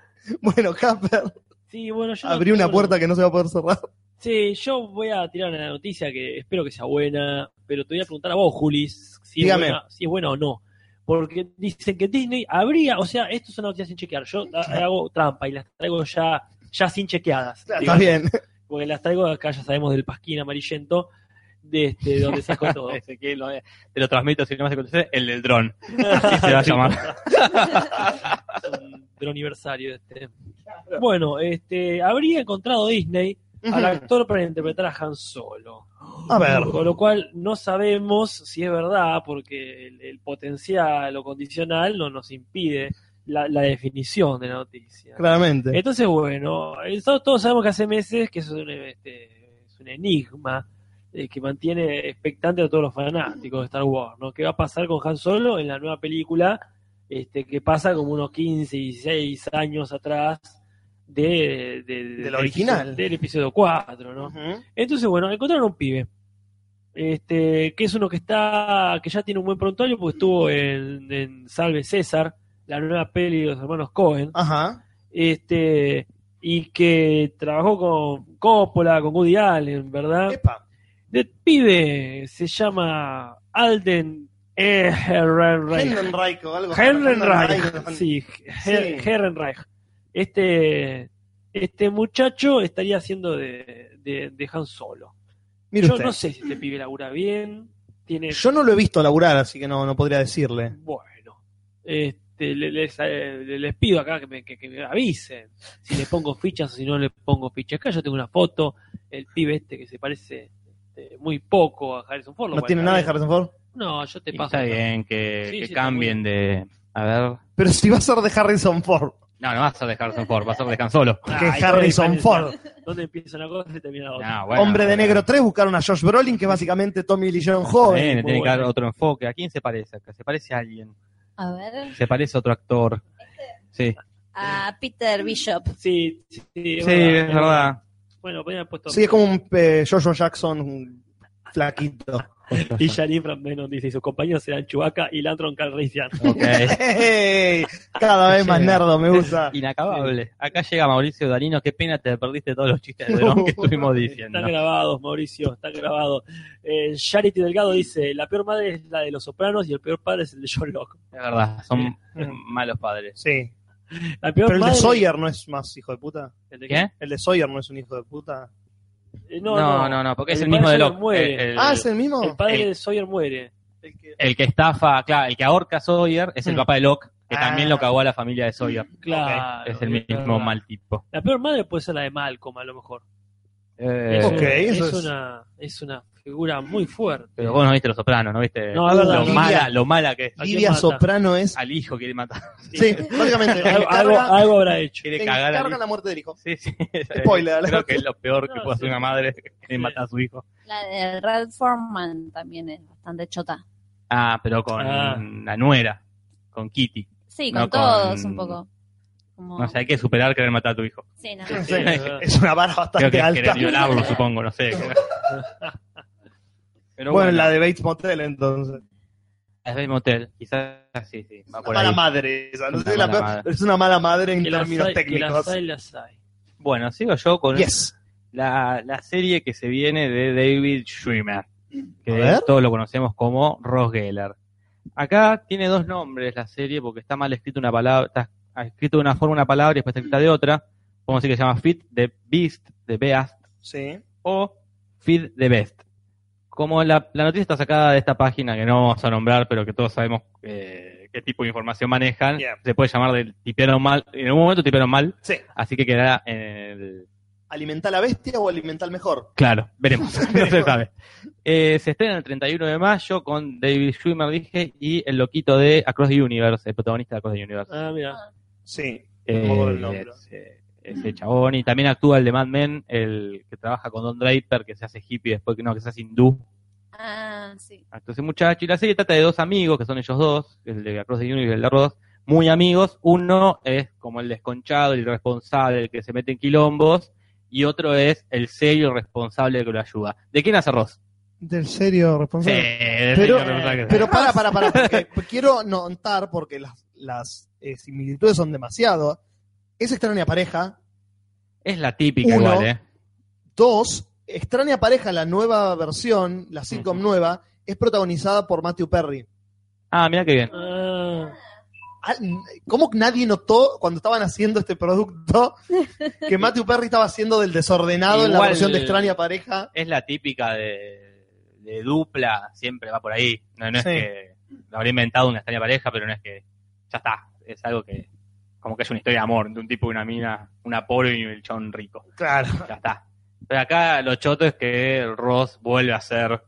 Speaker 1: [laughs] bueno, Casper,
Speaker 3: Sí, bueno, yo. no
Speaker 1: abrió una
Speaker 3: tengo-
Speaker 1: puerta que no se va a poder cerrar.
Speaker 3: Sí, yo voy a tirar una noticia que espero que sea buena, pero te voy a preguntar a vos, Julis, si, es
Speaker 1: Dígame.
Speaker 3: buena, si es buena o no. Porque dicen que Disney habría, o sea, esto es una noticia sin chequear. Yo a- hago trampa y las traigo ya, ya sin chequeadas.
Speaker 1: Está
Speaker 3: digamos,
Speaker 1: bien.
Speaker 3: Porque las traigo acá, ya sabemos del pasquín amarillento, de este, donde saco todo.
Speaker 4: Ezequiel, lo- te lo transmito si no me conocer, el del dron. Así se va a llamar.
Speaker 3: del aniversario. Este. Bueno, este, habría encontrado Disney al actor para interpretar a Han Solo.
Speaker 1: A ver.
Speaker 3: Con lo cual no sabemos si es verdad, porque el, el potencial o condicional no nos impide la, la definición de la noticia.
Speaker 1: Claramente.
Speaker 3: Entonces, bueno, eh, so- todos sabemos que hace meses que eso es un, este, es un enigma eh, que mantiene expectante a todos los fanáticos de Star Wars, ¿no? ¿Qué va a pasar con Han Solo en la nueva película este, que pasa como unos 15, 16 años atrás de, de-
Speaker 1: Del
Speaker 3: del
Speaker 1: original.
Speaker 3: episodio- del episodio 4, ¿no?
Speaker 1: Ujú.
Speaker 3: Entonces, bueno, encontraron un pibe. Este, que es uno que está, que ya tiene un buen prontuario, porque estuvo en, en Salve César, la nueva peli de los hermanos Cohen,
Speaker 1: Ajá.
Speaker 3: este, y que trabajó con Coppola, con Woody Allen, ¿verdad?
Speaker 1: Epa.
Speaker 3: De pibe se llama Alden eh, Ehrenreich.
Speaker 1: Hendenreich o algo.
Speaker 3: Herrenreich. Sí, Her-
Speaker 1: Sí.
Speaker 3: Herrenreich. Este, este muchacho estaría haciendo de, de, de Han Solo.
Speaker 1: Mire
Speaker 3: Yo
Speaker 1: usted.
Speaker 3: no sé si este pibe labura bien. Tiene.
Speaker 1: Yo no lo he visto laburar, así que no, no podría decirle.
Speaker 3: Bueno. Este, le- les, eh, les pido acá que me, que- que me avisen si le pongo fichas o si no le pongo fichas. Acá yo tengo una foto, el pibe este que se parece este, muy poco a Harrison Ford. lo
Speaker 1: No
Speaker 3: cual
Speaker 1: tiene
Speaker 3: está
Speaker 1: nada de
Speaker 3: bien.
Speaker 1: Harrison Ford.
Speaker 3: No, yo te
Speaker 4: Y
Speaker 3: paso.
Speaker 4: está
Speaker 3: acá.
Speaker 4: bien que,
Speaker 3: Sí,
Speaker 4: que
Speaker 3: sí, está
Speaker 4: cambien de. A ver.
Speaker 1: Pero si va a ser de Harrison Ford.
Speaker 4: No, no va a ser de Harrison Ford, va a ser de Han [laughs] Solo.
Speaker 1: Que
Speaker 3: Ah, y
Speaker 1: Harrison
Speaker 3: todo depende
Speaker 1: Ford.
Speaker 3: de ¿Dónde empieza una cosa y termina la otra?
Speaker 4: No, bueno,
Speaker 1: Hombre de
Speaker 4: pero-
Speaker 1: negro 3 buscaron a Josh Brolin, que es básicamente Tommy Lee Jones
Speaker 4: Está
Speaker 1: joven.
Speaker 4: bien,
Speaker 3: muy
Speaker 4: tiene que dar
Speaker 3: bueno.
Speaker 4: otro enfoque. ¿A quién se parece? acá? ¿Se parece a alguien?
Speaker 2: A ver,
Speaker 4: ¿Se parece a otro actor? Sí,
Speaker 2: a Peter Bishop.
Speaker 3: Sí, sí, sí,
Speaker 4: sí es verdad.
Speaker 3: Bueno, podría haber puesto.
Speaker 1: Sí, es como un eh, Joshua Jackson un flaquito. [laughs]
Speaker 3: Y Janine Fran Menon dice: y sus compañeros serán Chewbacca y Landron Calrissian.
Speaker 4: [laughs] Ok.
Speaker 1: Ey, Cada vez más
Speaker 4: Sí.
Speaker 1: nerdo, me
Speaker 4: [laughs]
Speaker 1: gusta.
Speaker 4: Inacabable. Acá llega Mauricio Danino. Qué pena te perdiste todos los chistes de
Speaker 3: [laughs]
Speaker 4: Verón que estuvimos diciendo.
Speaker 3: Están grabados, Mauricio, están grabados. Eh, Charity Delgado dice: La peor madre es la de los sopranos y el peor padre es el de John Locke.
Speaker 4: Es verdad, son malos padres.
Speaker 1: Sí.
Speaker 3: La
Speaker 1: Pero
Speaker 3: peor
Speaker 1: el de
Speaker 3: madre-
Speaker 1: Sawyer no es más hijo de puta.
Speaker 3: ¿El de qué?
Speaker 4: ¿Qué?
Speaker 1: El de Sawyer no es un hijo de puta.
Speaker 3: Eh,
Speaker 4: No, no, no, porque es el
Speaker 3: padre
Speaker 4: mismo de
Speaker 3: Sawyer
Speaker 4: Locke.
Speaker 3: muere.
Speaker 4: El- el-
Speaker 1: ah, es el mismo.
Speaker 3: El padre
Speaker 4: el-
Speaker 3: de Sawyer muere.
Speaker 4: El que estafa, claro, el que ahorca a Sawyer es el
Speaker 1: Mm.
Speaker 4: papá de Locke, que
Speaker 1: Ah.
Speaker 4: también lo cagó a la familia de Sawyer.
Speaker 3: Mm. Claro.
Speaker 4: es el
Speaker 3: verdad.
Speaker 4: mismo mal tipo.
Speaker 3: La peor madre puede ser la de Malcolm, a lo mejor.
Speaker 4: Eh,
Speaker 3: Es,
Speaker 1: Ok, eso
Speaker 3: es
Speaker 1: es-
Speaker 3: una, es una figura muy fuerte.
Speaker 4: Pero vos no viste Los Sopranos, ¿no viste?
Speaker 3: No, es verdad.
Speaker 4: lo,
Speaker 1: Lidia.
Speaker 4: mala, lo mala que es.
Speaker 3: ¿A quién
Speaker 1: Livia
Speaker 3: mata?
Speaker 1: Soprano es.
Speaker 4: Al hijo quiere matar.
Speaker 1: Sí,
Speaker 4: [laughs]
Speaker 1: básicamente.
Speaker 3: algo,
Speaker 1: encarga-
Speaker 3: algo- algo habrá
Speaker 1: [laughs]
Speaker 3: hecho.
Speaker 4: Quiere
Speaker 1: te
Speaker 4: cagar al
Speaker 1: encarga
Speaker 4: hijo.
Speaker 1: la muerte del hijo.
Speaker 4: Sí, sí.
Speaker 1: Spoiler, alert.
Speaker 4: Creo que es lo peor que
Speaker 3: No,
Speaker 4: puede hacer
Speaker 3: sí.
Speaker 4: una madre que matar a su hijo.
Speaker 2: La de Red Foreman también es bastante chota.
Speaker 4: Ah, pero con
Speaker 3: Ah.
Speaker 4: la nuera, con Kitty.
Speaker 2: Sí, con
Speaker 4: No, con-
Speaker 2: todos un poco. Como...
Speaker 4: No sé, hay que superar querer matar a tu hijo.
Speaker 2: Sí, no.
Speaker 1: Sí,
Speaker 3: es verdad.
Speaker 1: [laughs] es una vara
Speaker 4: Creo
Speaker 1: bastante
Speaker 4: que es
Speaker 1: alta.
Speaker 4: querer violarlo, supongo,
Speaker 1: [laughs]
Speaker 4: no sé.
Speaker 1: Bueno,
Speaker 4: Pero bueno,
Speaker 1: la de Bates Motel, entonces.
Speaker 4: la de Motel, quizás ah, sí, sí. Va por
Speaker 1: mala
Speaker 4: ahí.
Speaker 1: madre esa. No
Speaker 4: Una
Speaker 1: sé, la
Speaker 4: mala
Speaker 1: peor-
Speaker 4: madre.
Speaker 1: Es una mala madre en
Speaker 3: Que las
Speaker 1: términos
Speaker 3: hay, que
Speaker 1: técnicos.
Speaker 3: las hay, las hay.
Speaker 4: Bueno, sigo yo con
Speaker 1: Yes.
Speaker 4: la, la serie que se viene de David Schwimmer,
Speaker 1: A
Speaker 4: que
Speaker 1: ver.
Speaker 4: todos lo conocemos como Ross Geller. Acá tiene dos nombres la serie porque está mal escrito una palabra, está escrito de una forma una palabra y después está escrita de otra. Podemos decir que se llama Fit the Beast, the Beast
Speaker 1: Sí.
Speaker 4: o Feed the Best. Como la, la noticia está sacada de esta página que no vamos a nombrar, pero que todos sabemos eh, qué tipo de información manejan,
Speaker 1: Yeah.
Speaker 4: se puede llamar del tipearon mal, en un momento tipearon mal,
Speaker 1: Sí.
Speaker 4: así que quedará en el
Speaker 1: ¿Alimenta a la bestia o alimenta al mejor?
Speaker 4: Claro, veremos, [laughs] no se sabe. Eh, se estrena el 31 de mayo con David Schwimmer, dije, y el loquito de Across the Universe, el protagonista de Across the Universe.
Speaker 3: Ah, mira.
Speaker 1: Sí.
Speaker 4: Eh,
Speaker 1: me acuerdo Oh, el nombre.
Speaker 4: ese, ese chabón, y también actúa el de Mad Men, el que trabaja con Don Draper, que se hace hippie después, que no, que se hace hindú.
Speaker 2: Ah, sí.
Speaker 4: Actúa ese muchacho, y la serie trata de dos amigos, que son ellos dos, el de Across the Universe y el de Ross, muy amigos. Uno es como el desconchado, el irresponsable, el que se mete en quilombos, y otro es el serio responsable que lo ayuda. ¿De quién hace Ross?
Speaker 1: Del serio
Speaker 4: Sí,
Speaker 1: responsable.
Speaker 4: pero,
Speaker 1: Pero para, para, para. porque
Speaker 4: [laughs]
Speaker 1: quiero notar, porque las, las eh, similitudes son demasiado. Es extraña pareja.
Speaker 4: es la típica
Speaker 1: Uno.
Speaker 4: igual, ¿eh?
Speaker 1: Dos, extraña pareja, la nueva versión, la sitcom
Speaker 4: Ujú.
Speaker 1: nueva, es protagonizada por Matthew Perry.
Speaker 4: Ah, mira qué bien.
Speaker 1: [laughs]
Speaker 3: Ah,
Speaker 1: Ah, ¿Cómo nadie notó cuando estaban haciendo este producto que Matthew Perry estaba haciendo del desordenado en la
Speaker 4: Igual-
Speaker 1: versión de extraña pareja?
Speaker 4: Es la típica de, de dupla, siempre va por ahí. No, no es
Speaker 1: Sí.
Speaker 4: que lo habría inventado una extraña pareja, pero no es que ya está. Es algo que como que es una historia de amor, de un tipo y una mina, una pobre y el chon rico.
Speaker 1: Claro.
Speaker 4: Ya está. Pero acá lo choto es que Ross vuelve a ser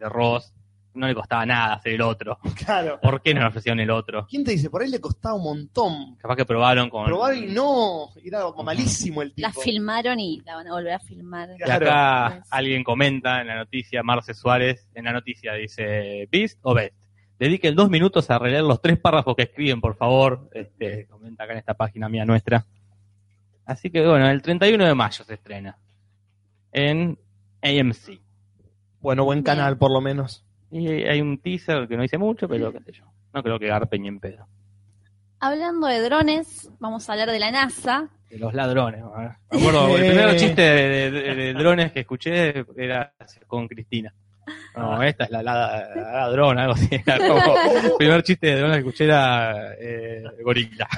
Speaker 4: de Ross. No le costaba nada ser el otro.
Speaker 1: [laughs] Claro.
Speaker 4: ¿Por qué no le ofrecieron el otro?
Speaker 1: ¿Quién te dice? Por ahí le costaba un montón.
Speaker 4: Capaz que probaron con...
Speaker 1: Probar y no. Era malísimo el tipo.
Speaker 2: La filmaron y la van a volver a filmar.
Speaker 4: Y
Speaker 1: Claro.
Speaker 4: acá
Speaker 2: Yes.
Speaker 4: alguien comenta en la noticia, Marce Suárez, en la noticia dice, ¿Beast o Best? Dediquen dos minutos a releer los tres párrafos que escriben, por favor. Este, comenta acá en esta página mía nuestra. Así que bueno, el 31 de mayo se estrena. En AMC.
Speaker 1: Bueno, buen canal, por lo menos.
Speaker 4: Y hay un teaser que no dice mucho, pero qué sé yo. No creo que garpe ni en pedo.
Speaker 2: Hablando de drones, vamos a hablar de la NASA.
Speaker 4: De los ladrones. ¿no? Eh. Me acuerdo, el primer chiste de, de- de drones que escuché era con Cristina. No, esta es la, la- la ladrona, algo así. Era como- el primer chiste de drones que escuché era eh, gorila.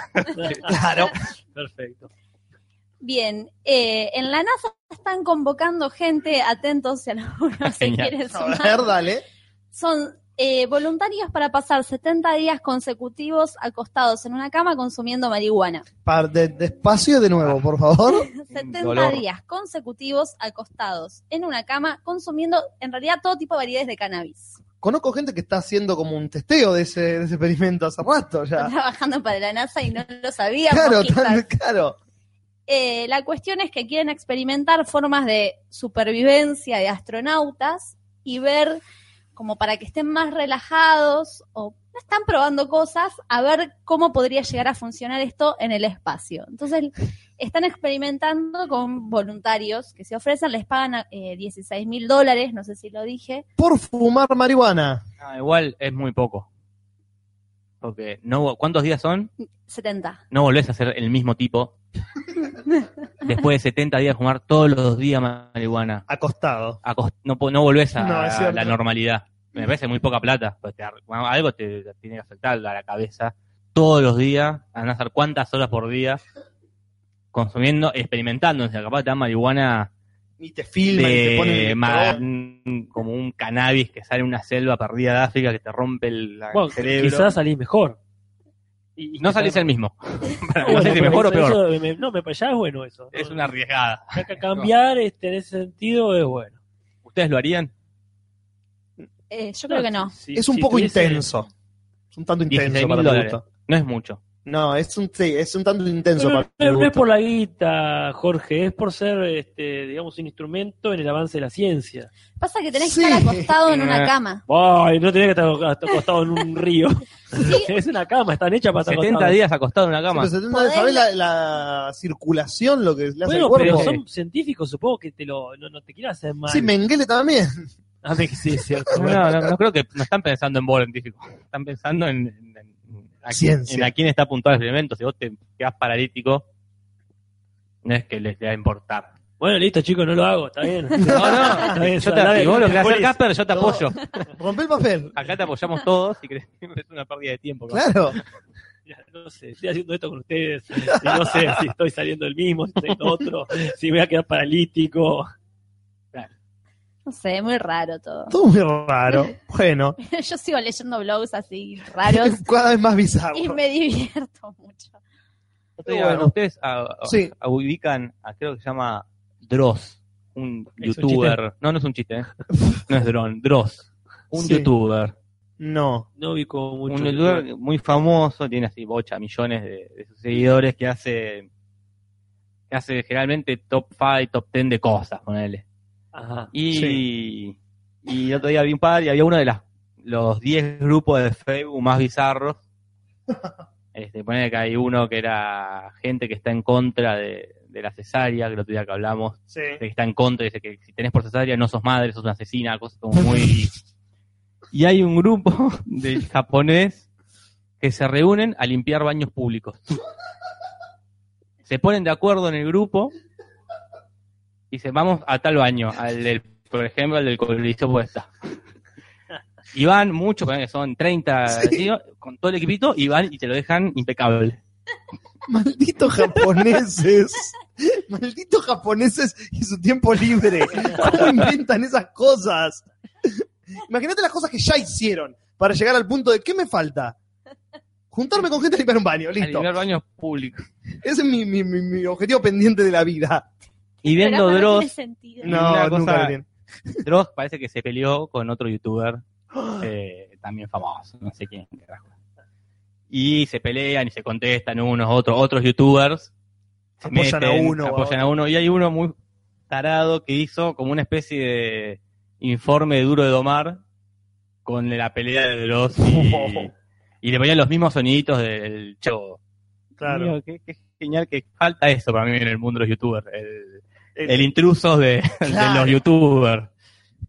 Speaker 3: claro. Perfecto.
Speaker 2: Bien, eh, en la NASA están convocando gente, atentos si alguno se
Speaker 4: Genial.
Speaker 2: quiere
Speaker 8: A
Speaker 2: sumar.
Speaker 8: ver, dale.
Speaker 2: Son eh, voluntarios para pasar 70 días consecutivos acostados en una cama consumiendo marihuana.
Speaker 8: Par- de- despacio de nuevo, por favor.
Speaker 2: 70
Speaker 4: dolor.
Speaker 2: días consecutivos acostados en una cama consumiendo en realidad todo tipo de variedades de cannabis.
Speaker 8: Conozco gente que está haciendo como un testeo de ese, de ese experimento hace rato
Speaker 1: Ah.
Speaker 8: ya.
Speaker 2: Trabajando para la NASA y no lo sabíamos.
Speaker 8: Claro,
Speaker 2: quizás.
Speaker 8: tan, claro.
Speaker 2: Eh, la cuestión es que quieren experimentar formas de supervivencia de astronautas y ver como para que estén más relajados o no están probando cosas a ver cómo podría llegar a funcionar esto en el espacio. Entonces están experimentando con voluntarios que se ofrecen, les pagan eh, 16 mil dólares, no sé si lo dije.
Speaker 1: Por fumar marihuana.
Speaker 4: Ah, igual es muy poco. Porque no, ¿cuántos días son?
Speaker 2: 70.
Speaker 4: No volvés a ser el mismo tipo. [laughs] Después de 70 días de fumar todos los días marihuana.
Speaker 1: Acostado.
Speaker 4: acost- no, po- no volvés a
Speaker 8: No, es cierto.
Speaker 4: la normalidad. Me parece muy poca plata. pues te ar- bueno, algo te, te tiene que afectar a la cabeza todos los días, a no hacer cuántas horas por día, consumiendo, experimentando. O sea, capaz te dan marihuana
Speaker 1: Ni te filma, ni te pone en
Speaker 4: de,
Speaker 1: el
Speaker 4: ma- mm,
Speaker 1: microondas.
Speaker 4: como un cannabis que sale en una selva perdida de África que te rompe el la-
Speaker 3: Bueno,
Speaker 4: el cerebro.
Speaker 3: quizás salís mejor. Y- y
Speaker 4: no
Speaker 3: quizás-
Speaker 4: salís el mismo. no
Speaker 3: [laughs] Bueno,
Speaker 4: sé si
Speaker 3: pero
Speaker 4: mejor o
Speaker 3: eso-
Speaker 4: peor.
Speaker 3: eso me- no, me parece es bueno eso.
Speaker 4: Es
Speaker 3: No,
Speaker 4: una arriesgada.
Speaker 3: ya que cambiar este, en ese sentido es bueno.
Speaker 4: ¿Ustedes lo harían?
Speaker 2: Eh, yo creo que no.
Speaker 3: si-
Speaker 1: Es un
Speaker 3: si
Speaker 1: poco
Speaker 3: tuviese-
Speaker 1: intenso. Es un tanto
Speaker 4: 16.000
Speaker 1: intenso para mi
Speaker 4: dólares.
Speaker 1: gusto.
Speaker 4: No es mucho.
Speaker 1: No, es un, sí, es un tanto intenso
Speaker 3: Pero,
Speaker 1: para mi
Speaker 3: pero no es
Speaker 1: gusto.
Speaker 3: por la guita, Jorge, es por ser, este, digamos, un instrumento en el avance de la ciencia.
Speaker 2: Pasa que tenés
Speaker 8: Sí.
Speaker 2: que estar acostado en una
Speaker 4: Eh.
Speaker 2: cama.
Speaker 3: Ay, no tenés que estar ac- acostado en
Speaker 2: [laughs]
Speaker 3: un río. [laughs] es una cama, están hechas para estar
Speaker 4: 70
Speaker 3: acostado.
Speaker 4: días acostado en una cama.
Speaker 8: Pero 70, ¿Sabés la, la circulación lo que le hace
Speaker 3: Bueno,
Speaker 8: al
Speaker 3: pero
Speaker 8: cuerpo?
Speaker 3: son científicos, supongo que te lo, no, no te quieren hacer mal.
Speaker 8: Sí, Mengele también.
Speaker 3: A ver, sí, es cierto.
Speaker 4: No,
Speaker 3: bueno.
Speaker 4: no, no, no creo que no están pensando en vos, científico. Están pensando en, en- en a, quién,
Speaker 8: Ciencia.
Speaker 4: en a quién está apuntado el elemento. Si vos te quedás paralítico, no es que les va a importar.
Speaker 3: Bueno, listo, chicos, no lo hago, está
Speaker 4: [laughs]
Speaker 3: bien.
Speaker 4: No, no.
Speaker 3: Está bien,
Speaker 4: Yo te,
Speaker 3: dale,
Speaker 4: si vos lo querés hacer,
Speaker 3: Boris.
Speaker 4: Casper, yo te
Speaker 8: No.
Speaker 4: apoyo.
Speaker 8: Rompe el papel.
Speaker 4: Acá te apoyamos todos y crees que es una pérdida de tiempo. ¿no?
Speaker 8: Claro.
Speaker 3: Mira, no sé, estoy haciendo esto con ustedes, y no sé si estoy saliendo del mismo, si estoy en otro, si me voy a quedar paralítico.
Speaker 2: No sé, muy raro todo. [laughs]
Speaker 1: Todo muy raro. Bueno,
Speaker 2: Yo sigo leyendo blogs así
Speaker 1: [laughs]
Speaker 2: raros
Speaker 8: [laughs] Cada vez más bizarro.
Speaker 2: y me divierto mucho.
Speaker 4: Otro día,
Speaker 8: Bueno.
Speaker 4: Ustedes a- a-
Speaker 8: Sí.
Speaker 4: a- ubican a, creo que se llama Dross, un
Speaker 3: ¿Es un
Speaker 4: youtuber. no, no es un chiste. ¿eh? No es Dron, Dross. Un
Speaker 8: Sí.
Speaker 4: youtuber.
Speaker 1: no.
Speaker 3: No vi como mucho.
Speaker 4: un youtuber muy famoso, tiene así bocha, millones de, de sus seguidores que hace que hace generalmente top 5, top 10 de cosas, ponele.
Speaker 3: Ajá.
Speaker 4: Y, y el otro día vi un par y había uno de las, los 10 grupos de Facebook más bizarros. Este, ponele que hay uno que era gente que está en contra de, de la cesárea, que el otro día que hablamos,
Speaker 1: Sí.
Speaker 4: de que está en contra, dice que si tenés por cesárea no sos madre, sos una asesina, cosas como muy... y hay un grupo [laughs] de japonés que se reúnen a limpiar baños públicos. Se ponen de acuerdo en el grupo y dicen, vamos a tal baño, al del, por ejemplo, al del coliseo puesta. [laughs] Y van muchos, ponele que son 30 tío, con todo el equipito, y van y te lo dejan impecable.
Speaker 8: Malditos japoneses. [laughs] Malditos japoneses y su tiempo libre. ¿Cómo inventan esas cosas? Imagínate las cosas que ya hicieron para llegar al punto de ¿qué me falta? Juntarme con gente a limpiar un baño,
Speaker 4: A
Speaker 8: listo.
Speaker 4: limpiar baños públicos.
Speaker 8: Ese es mi, mi- mi- mi objetivo pendiente de la vida.
Speaker 4: Y
Speaker 2: Pero además no
Speaker 4: viendo
Speaker 2: tiene
Speaker 4: Dross,
Speaker 2: sentido.
Speaker 4: No,
Speaker 1: Una
Speaker 4: nunca
Speaker 1: cosa-
Speaker 4: lo tiene. Dross parece que se peleó con otro youtuber eh, también famoso, no sé quién. carajo. Y se pelean y se contestan unos, otros, otros youtubers. se
Speaker 1: Apoyan a uno,
Speaker 4: Apoyan a uno. Y hay uno muy tarado que hizo como una especie de informe duro de domar con la pelea de los y,
Speaker 1: [laughs]
Speaker 4: y le ponían los mismos soniditos del show.
Speaker 1: Claro.
Speaker 4: Digo, qué, qué genial que falta eso para mí en el mundo de los youtubers, el, el intruso de, de
Speaker 8: Claro.
Speaker 4: los youtubers.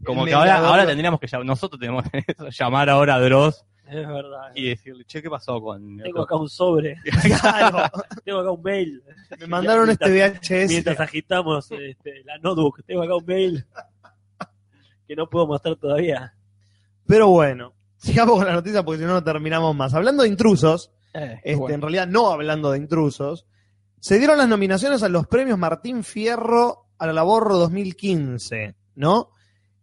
Speaker 4: Como
Speaker 8: El
Speaker 4: que ahora,
Speaker 8: vengador.
Speaker 4: ahora tendríamos que llam- nosotros tenemos [laughs] que llamar ahora a Dross
Speaker 3: Es verdad.
Speaker 4: y decirle, che, ¿qué pasó con
Speaker 3: Tengo acá un
Speaker 4: [laughs]
Speaker 3: sobre,
Speaker 1: Claro.
Speaker 3: tengo acá un mail.
Speaker 1: Me mandaron este VHS.
Speaker 3: Mientras agitamos este, la notebook, tengo acá un mail que no puedo mostrar todavía.
Speaker 1: Pero bueno, [laughs] sigamos con la noticia porque si no, no terminamos más. Hablando de intrusos, este, en
Speaker 4: bueno.
Speaker 1: realidad no hablando de intrusos, se dieron las nominaciones a los premios Martín Fierro al Laborro 2015, ¿no?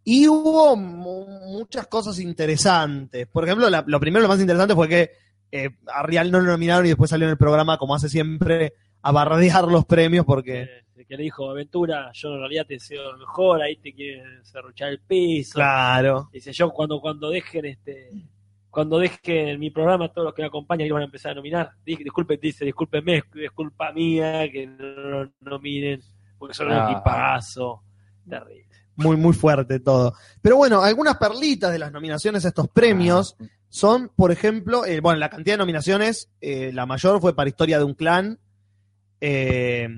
Speaker 1: Y hubo mu- muchas cosas interesantes. Por ejemplo, la- lo primero, lo más interesante fue que eh, a Rial no lo nominaron y después salió en el programa, como hace siempre, a bardear los premios porque...
Speaker 3: Eh, que le dijo, Aventura, yo en realidad te deseo lo mejor, ahí te quieren serruchar el piso.
Speaker 1: Claro.
Speaker 3: Dice yo, cuando, cuando dejen este, cuando dejen mi programa, todos los que me acompañan ahí van a empezar a nominar. Dije, disculpen, dice, discúlpenme, es es culpa mía que no lo nominen, porque son un
Speaker 4: Ah.
Speaker 3: equipazo. Terrible.
Speaker 1: Muy, muy fuerte todo. Pero bueno, algunas perlitas de las nominaciones a estos premios son, por ejemplo, eh, bueno, la cantidad de nominaciones, eh, la mayor fue para Historia de un Clan, eh,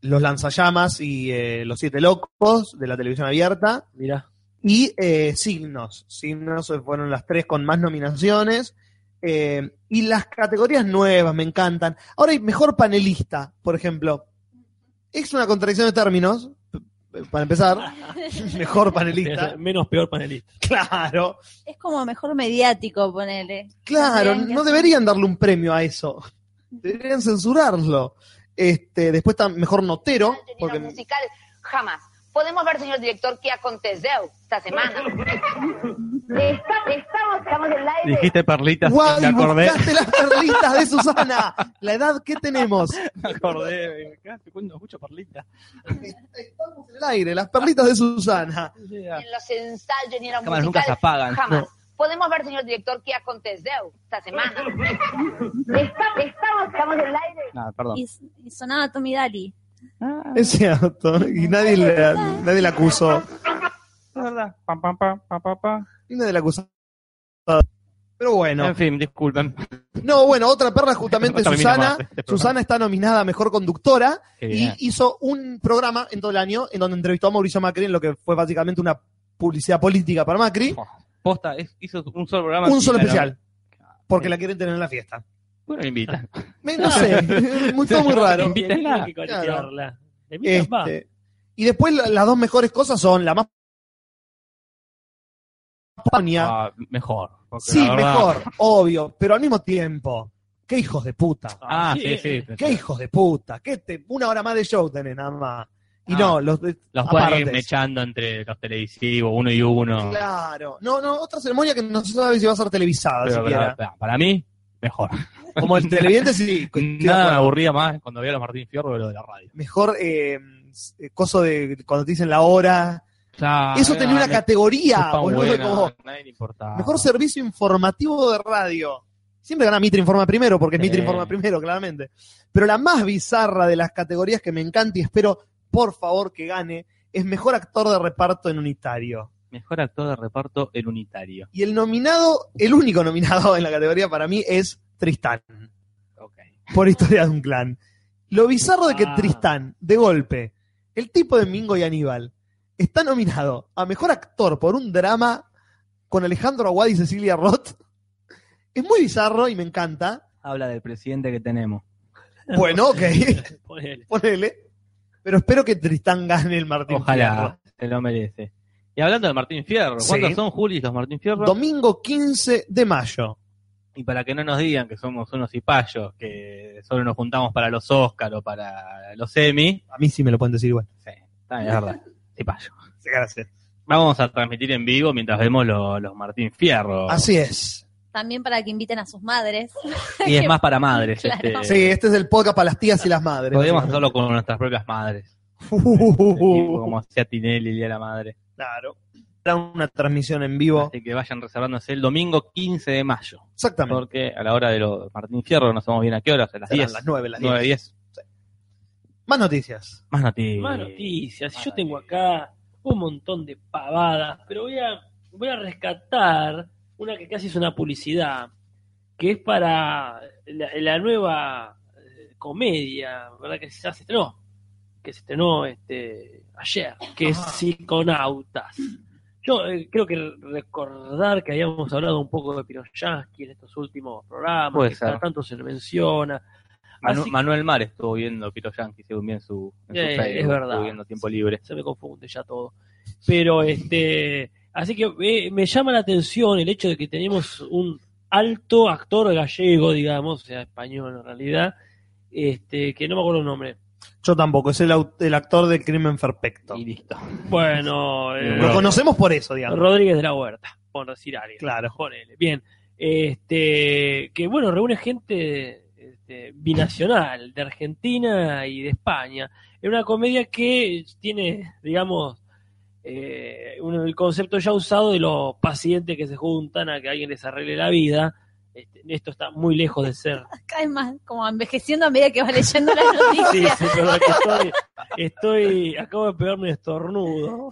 Speaker 1: Los Lanzallamas y eh, Los Siete Locos de la televisión abierta,
Speaker 3: Mirá,
Speaker 1: y eh, Signos. Signos fueron las tres con más nominaciones. eh, y las categorías nuevas me encantan. Ahora hay mejor panelista, por ejemplo. Es una contradicción de términos, p- p- para empezar. [laughs] Mejor
Speaker 3: [laughs]
Speaker 1: panelista.
Speaker 3: menos peor panelista.
Speaker 1: Claro.
Speaker 2: [laughs] Es como mejor mediático, ponele.
Speaker 1: Claro,
Speaker 2: No sé,
Speaker 1: no deberían darle un premio a eso. Deberían censurarlo. Este, después está mejor notero,
Speaker 9: contenidos
Speaker 1: porque
Speaker 9: musicales. Jamás. Podemos ver, señor director, qué aconteceu esta semana. Estamos, [laughs] estamos, estamos en el aire.
Speaker 4: Dijiste perlitas,
Speaker 1: ¡Guay!
Speaker 4: me acordé.
Speaker 1: buscaste las perlitas de Susana. La edad que tenemos.
Speaker 4: [laughs] Me acordé, eh, me cagaste, cuando escucho perlitas.
Speaker 1: Estamos en el aire, las perlitas de Susana.
Speaker 9: En los ensayos ni en los
Speaker 4: Cámaras nunca se
Speaker 9: musicales.
Speaker 4: apagan.
Speaker 9: Jamás. Podemos ver, señor director, qué aconteceu esta semana. Estamos, estamos, estamos en el aire.
Speaker 4: Ah, perdón.
Speaker 2: Y, y sonaba Tommy Daly.
Speaker 1: Es cierto, y nadie la, nadie la acusó.
Speaker 4: Es verdad. Pam, pam, pam, pam, pam, pam.
Speaker 1: Y nadie la acusó. Pero bueno.
Speaker 4: En fin, disculpen.
Speaker 1: No, bueno, otra perla justamente
Speaker 4: No termina
Speaker 1: Susana.
Speaker 4: más este programa.
Speaker 1: Susana está nominada a Mejor Conductora.
Speaker 4: Qué
Speaker 1: y
Speaker 4: bien.
Speaker 1: hizo un programa en todo el año en donde entrevistó a Mauricio Macri en lo que fue básicamente una publicidad política para Macri.
Speaker 4: Posta, es- hizo un solo programa.
Speaker 1: Un solo
Speaker 4: Claro.
Speaker 1: especial. Porque la quieren tener en la fiesta.
Speaker 4: Bueno, invitan.
Speaker 1: Me- No sé, [laughs] muy, fue muy raro.
Speaker 4: Invita
Speaker 3: Tenía
Speaker 4: nada.
Speaker 3: que calificarla. De mí capaz.
Speaker 1: Este, y después la- las dos mejores cosas son la más... Ponia.
Speaker 4: Ah, mejor. Porque
Speaker 1: sí,
Speaker 4: la verdad-
Speaker 1: mejor, obvio, pero al mismo tiempo, qué hijos de puta.
Speaker 4: Ah, sí, sí.
Speaker 1: Qué hijos de puta. ¿Qué te- una hora más de show tenés nada más. Y
Speaker 4: Ah.
Speaker 1: no, los,
Speaker 4: Los
Speaker 1: aparte.
Speaker 4: pueden ir mechando entre los televisivos, uno y uno.
Speaker 1: Claro. No, no, otra ceremonia que no se sabe si va a ser televisada
Speaker 4: Pero,
Speaker 1: siquiera.
Speaker 4: pero, pero, para mí, mejor.
Speaker 1: Como el
Speaker 4: [laughs]
Speaker 1: televidente, sí. estoy de
Speaker 4: Nada me
Speaker 1: acuerdo.
Speaker 4: aburría más cuando veía a los Martín Fierro que lo de la radio.
Speaker 1: Mejor eh, eh, coso de cuando te dicen la hora.
Speaker 4: Ah,
Speaker 1: Eso tenía una categoría, boludo, como
Speaker 4: nadie le importaba.
Speaker 1: mejor servicio informativo de radio. Siempre gana Mitre Informa primero, porque
Speaker 4: Sí.
Speaker 1: Mitre Informa primero, claramente. Pero la más bizarra de las categorías que me encanta y espero, por favor, que gane, es mejor actor de reparto en unitario.
Speaker 4: Mejor actor de reparto el unitario.
Speaker 1: Y el nominado, el único nominado [laughs] en la categoría para mí es Tristán,
Speaker 6: Ah,
Speaker 1: por historia de un clan. Lo bizarro de que
Speaker 3: Ah.
Speaker 1: Tristán, de golpe, el tipo de Mingo y Aníbal, está nominado a mejor actor por un drama con Alejandro Aguad y Cecilia Roth. Es muy bizarro y me
Speaker 4: [laughs]
Speaker 1: encanta.
Speaker 4: Habla del presidente que tenemos.
Speaker 1: Bueno, ok, [laughs]
Speaker 3: Ponele.
Speaker 1: ponele. Pero espero que Tristán gane el Martín.
Speaker 4: Ojalá, se lo merece. Y hablando de Martín Fierro,
Speaker 1: Sí.
Speaker 4: ¿cuántos son Juli los Martín Fierro?
Speaker 1: Fierro. Domingo 15 de mayo.
Speaker 4: y para que no nos digan que somos unos cipayos, que solo nos juntamos para los Oscar o para los Emmy,
Speaker 1: A mí sí me lo pueden decir igual.
Speaker 4: sí, también es verdad, cipayo.
Speaker 1: Gracias.
Speaker 4: Vamos a transmitir en vivo mientras vemos lo- los Martín
Speaker 1: [laughs]
Speaker 4: Fierro.
Speaker 1: Así es.
Speaker 2: También para que inviten a sus madres. [laughs]
Speaker 4: y es más para madres.
Speaker 2: Claro.
Speaker 4: este,
Speaker 1: Sí, este es el podcast para las tías y las madres. Uh, [laughs]
Speaker 4: Podríamos hacerlo con nuestras propias madres. este, Tipo como hacía Tinelli el día de la madre.
Speaker 1: Claro. Era una transmisión en vivo.
Speaker 4: Así que vayan reservándose el domingo 15 de mayo.
Speaker 1: Exactamente.
Speaker 4: Porque a la hora de los Martín Fierro, no sabemos bien a qué hora, a las
Speaker 1: Serán
Speaker 4: 10.
Speaker 1: las 9, las
Speaker 4: 9,
Speaker 1: 10.
Speaker 4: 10.
Speaker 1: Más noticias.
Speaker 4: Más noticias.
Speaker 3: Más noticias. Yo tengo acá un montón de pavadas, pero voy a, voy a rescatar una que casi es una publicidad, que es para la, la nueva eh, comedia, ¿verdad? Que ya se estrenó, que se estrenó este, ayer, que es Psiconautas. Yo eh, creo que recordar que habíamos hablado un poco de Piroyansky en estos últimos programas,
Speaker 4: Puede
Speaker 3: que
Speaker 4: ser.
Speaker 3: cada tanto se le menciona.
Speaker 4: Manu-
Speaker 3: Así-
Speaker 4: Manuel Mar estuvo viendo Piro Yankee, según bien su, en su
Speaker 3: Eh,
Speaker 4: Facebook,
Speaker 3: es verdad.
Speaker 4: estuvo viendo tiempo libre.
Speaker 3: se me confunde ya todo. Pero este, así que eh, me llama la atención el hecho de que tenemos un alto actor gallego, digamos, o sea, español en realidad, este, que no me acuerdo el nombre.
Speaker 1: Yo tampoco, es el, au- el actor del crimen perfecto.
Speaker 4: Y listo.
Speaker 3: Bueno, eh,
Speaker 1: Lo conocemos por eso, digamos.
Speaker 3: Rodríguez de la Huerta, por decir alguien.
Speaker 1: Claro.
Speaker 3: Ponele. Bien. Este, que bueno, reúne gente este, binacional, de Argentina y de España. Es una comedia que tiene, digamos, eh, un- el concepto ya usado de los pacientes que se juntan a que alguien les arregle la vida. Este, esto está muy lejos de ser.
Speaker 2: Acá es más como envejeciendo a medida que va leyendo las noticias.
Speaker 3: Sí, sí, perdón, que estoy, estoy, acabo de pegarme un estornudo.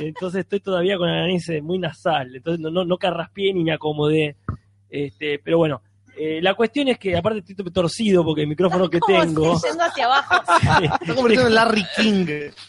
Speaker 3: Entonces estoy todavía con la nariz eh, muy nasal. Entonces no, no, no carraspié ni me acomodé. Este, pero bueno, eh, la cuestión es que aparte estoy torcido porque el micrófono que
Speaker 2: Como
Speaker 3: tengo. [laughs] este,
Speaker 2: si yendo hacia abajo.
Speaker 1: [laughs] Está convertido en Larry
Speaker 4: [laughs]
Speaker 1: King.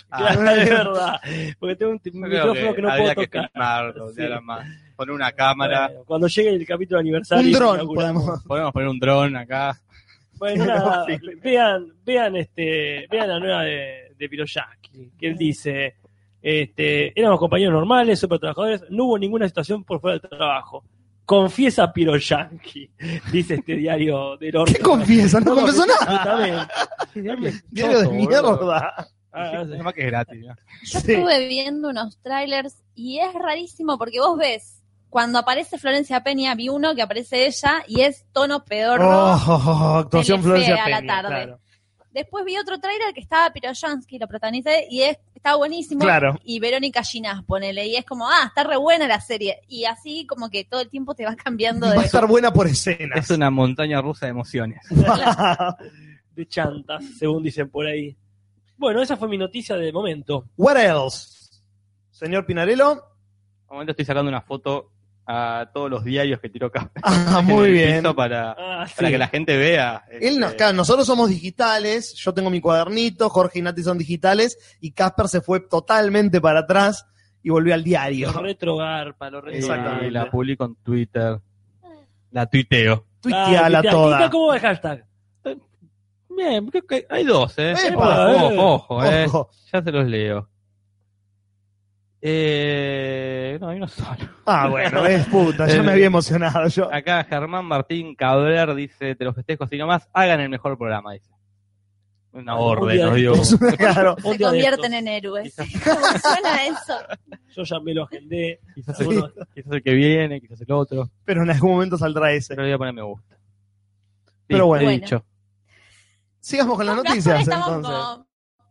Speaker 1: Ah.
Speaker 3: Claro, es verdad. Porque tengo un t-
Speaker 4: Yo
Speaker 3: micrófono que, no puedo
Speaker 4: habría
Speaker 3: tocar.
Speaker 4: que filmarlo,
Speaker 3: Sí.
Speaker 4: ya era más. Poner una cámara,
Speaker 3: Bueno, cuando llegue el capítulo aniversario.
Speaker 1: Un dron,
Speaker 3: inauguramos.
Speaker 1: podemos.
Speaker 4: podemos poner un dron acá.
Speaker 1: [laughs]
Speaker 3: Bueno, nada, vean, vean este, vean la nueva de, de Piroyaski, que él dice, este, éramos compañeros normales, super trabajadores, no hubo ninguna situación por fuera del trabajo. Confiesa Piroyaski, [laughs] dice este diario del orto.
Speaker 1: ¿Qué confiesa? No confesó nada.
Speaker 3: Absolutamente. Sí, diario
Speaker 1: [laughs] Diario de
Speaker 3: choto, boludo.
Speaker 1: mierda.
Speaker 3: Ah, sí.
Speaker 4: Nada más que es gratis. ¿no?
Speaker 2: Yo
Speaker 1: Sí.
Speaker 2: estuve viendo unos trailers y es rarísimo porque vos ves, cuando aparece Florencia Peña, vi uno que aparece ella y es tono peor.
Speaker 1: Oh, oh, oh, actuación
Speaker 2: Telefe
Speaker 1: Florencia
Speaker 2: a la
Speaker 1: Peña,
Speaker 2: tarde.
Speaker 1: claro.
Speaker 2: Después vi otro trailer que estaba Piroyansky, lo protagonista, y es, está buenísimo.
Speaker 1: Claro.
Speaker 2: Y Verónica Ginás, ponele, y es como, ah, está re buena la serie. Y así como que todo el tiempo te vas cambiando
Speaker 1: Va a
Speaker 2: de...
Speaker 1: estar buena por escenas.
Speaker 4: Es una montaña rusa de emociones.
Speaker 3: de chantas, según dicen por ahí. Bueno, esa fue mi noticia de momento.
Speaker 1: [laughs] What else? Señor
Speaker 4: [laughs]
Speaker 1: Pinarello.
Speaker 4: Al momento estoy sacando una foto a todos los diarios que tiró Café.
Speaker 1: Ah,
Speaker 4: en
Speaker 1: muy
Speaker 4: el
Speaker 1: bien.
Speaker 4: piso Para,
Speaker 3: Ah, sí.
Speaker 4: para que la gente vea.
Speaker 1: Él nos-
Speaker 4: este,
Speaker 1: claro, nosotros somos digitales, yo tengo mi cuadernito, Jorge y Nati son digitales, y Casper se fue totalmente para atrás y volvió al diario.
Speaker 4: Ah,
Speaker 3: Los retrogarpa, los
Speaker 1: Eh,
Speaker 3: retrogarpa.
Speaker 4: Y la publico en Twitter. La tuiteo.
Speaker 1: Tuiteala
Speaker 3: tuitea.
Speaker 1: toda.
Speaker 3: ¿Cómo va el hashtag?
Speaker 4: Bien, creo que hay dos, ¿eh?
Speaker 1: Epa,
Speaker 4: ojo,
Speaker 3: eh.
Speaker 4: ojo, ¿eh?
Speaker 1: Ojo.
Speaker 4: Ya se los leo. Eh, no, hay uno solo.
Speaker 1: [laughs] Ah,
Speaker 4: [laughs]
Speaker 1: bueno, es puta, ya me había emocionado yo.
Speaker 4: Acá Germán Martín Cabrer dice, te los festejos y nomás, hagan el mejor programa, dice. Una orden,
Speaker 1: [laughs]
Speaker 4: nos dio.
Speaker 1: Es una- claro.
Speaker 3: Un
Speaker 2: Se
Speaker 3: día de
Speaker 2: convierten
Speaker 3: estos.
Speaker 2: en héroes. ¿Cómo
Speaker 1: [laughs]
Speaker 2: suena eso?
Speaker 3: Yo ya me lo agendé.
Speaker 4: Quizás el,
Speaker 3: [laughs] Algunos-
Speaker 4: quizás el que viene, quizás el otro.
Speaker 1: Pero en algún momento saldrá ese.
Speaker 4: Pero le voy a poner me gusta.
Speaker 1: Pero
Speaker 4: Listo,
Speaker 1: bueno.
Speaker 4: he dicho.
Speaker 1: Sigamos con las
Speaker 2: Gastón,
Speaker 1: noticias
Speaker 2: estamos
Speaker 1: entonces.
Speaker 2: como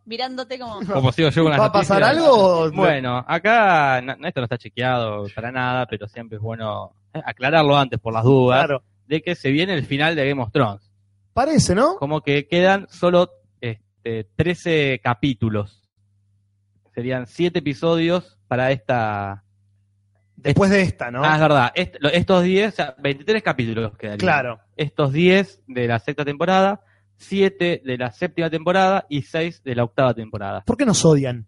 Speaker 2: mirándote como...
Speaker 4: Como sigo yo con las
Speaker 1: ¿Va a pasar
Speaker 4: noticias.
Speaker 1: algo?
Speaker 4: Bueno, acá no- no, esto no está chequeado para nada, pero siempre es bueno aclararlo antes por las dudas
Speaker 1: Claro.
Speaker 4: de que se viene el final de Game of Thrones.
Speaker 1: Parece, ¿no?
Speaker 4: Como que quedan solo este, 13 capítulos. Serían 7 episodios para esta...
Speaker 1: Después de esta, ¿no?
Speaker 4: Ah, es verdad. Est- lo- estos 10, o sea, 23 capítulos quedarían.
Speaker 1: Claro.
Speaker 4: Estos 10 de la sexta temporada, 7 de la séptima temporada y 6 de la octava temporada.
Speaker 1: ¿Por qué nos odian?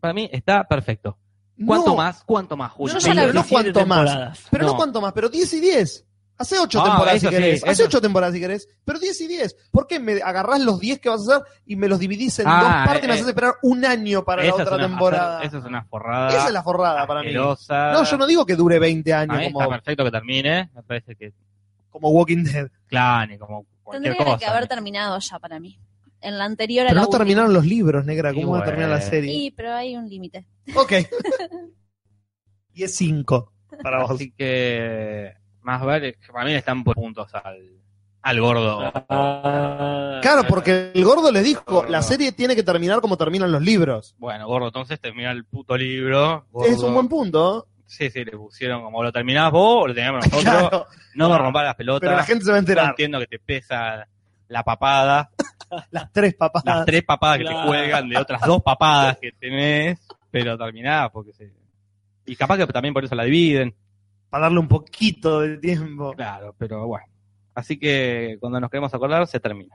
Speaker 4: Para mí está perfecto. ¿Cuánto
Speaker 1: No,
Speaker 4: más? ¿Cuánto más, Julio?
Speaker 1: Yo ya la- no cuanto
Speaker 3: temporadas.
Speaker 1: Pero no.
Speaker 4: No.
Speaker 1: cuánto más, pero 10 y 10. Hace 8
Speaker 4: Ah,
Speaker 1: temporadas si
Speaker 4: eso sí,
Speaker 1: querés. Hace
Speaker 4: eso-
Speaker 1: 8 temporadas si querés. Pero 10 y 10. ¿Por qué me agarrás los 10 que vas a hacer y me los dividís en
Speaker 4: Ah,
Speaker 1: dos partes y me
Speaker 4: eh,
Speaker 1: haces esperar un año para la
Speaker 4: Esa es
Speaker 1: otra
Speaker 4: una-
Speaker 1: temporada?
Speaker 4: hacer- Esa es una forrada.
Speaker 1: Esa es la forrada para mí. No,
Speaker 4: asquerosa.
Speaker 1: yo no digo que dure 20
Speaker 4: A
Speaker 1: años
Speaker 4: mí Está
Speaker 1: como,
Speaker 4: perfecto que termine. Me parece que
Speaker 1: como Walking Dead.
Speaker 4: clane, como cualquier
Speaker 2: Tendría que
Speaker 4: cosa.
Speaker 2: haber terminado ya para mí. En la anterior a
Speaker 1: Pero
Speaker 2: la
Speaker 1: no
Speaker 2: última.
Speaker 1: terminaron los libros, negra.
Speaker 4: Y
Speaker 1: ¿Cómo va a terminar la
Speaker 4: bueno.
Speaker 1: serie?
Speaker 2: Sí, pero hay un límite. [laughs]
Speaker 1: Ok. [laughs] y es 5 para vos.
Speaker 4: Así que más vale, que para mí le están por puntos al, al gordo.
Speaker 3: Ah,
Speaker 1: Claro, porque el gordo les dijo,
Speaker 4: No, no,
Speaker 1: la
Speaker 4: no.
Speaker 1: serie tiene que terminar como terminan los libros.
Speaker 4: Bueno, gordo, entonces termina el puto libro.
Speaker 1: Es
Speaker 4: gordo.
Speaker 1: un buen punto.
Speaker 4: Sí, sí, le pusieron como lo terminás vos o
Speaker 1: [laughs]
Speaker 4: lo terminamos nosotros.
Speaker 1: Claro,
Speaker 4: No me rompas las pelotas.
Speaker 1: pero la gente se va a
Speaker 4: Yo
Speaker 1: enterar.
Speaker 4: entiendo que te pesa la papada,
Speaker 1: Las tres papadas.
Speaker 4: las tres papadas que
Speaker 3: Claro.
Speaker 4: te cuelgan de otras dos papadas que tenés, pero terminás porque se... Y capaz que también por eso la dividen.
Speaker 1: para darle un poquito de tiempo.
Speaker 4: Claro, pero bueno. Así que cuando nos queremos acordar, se termina.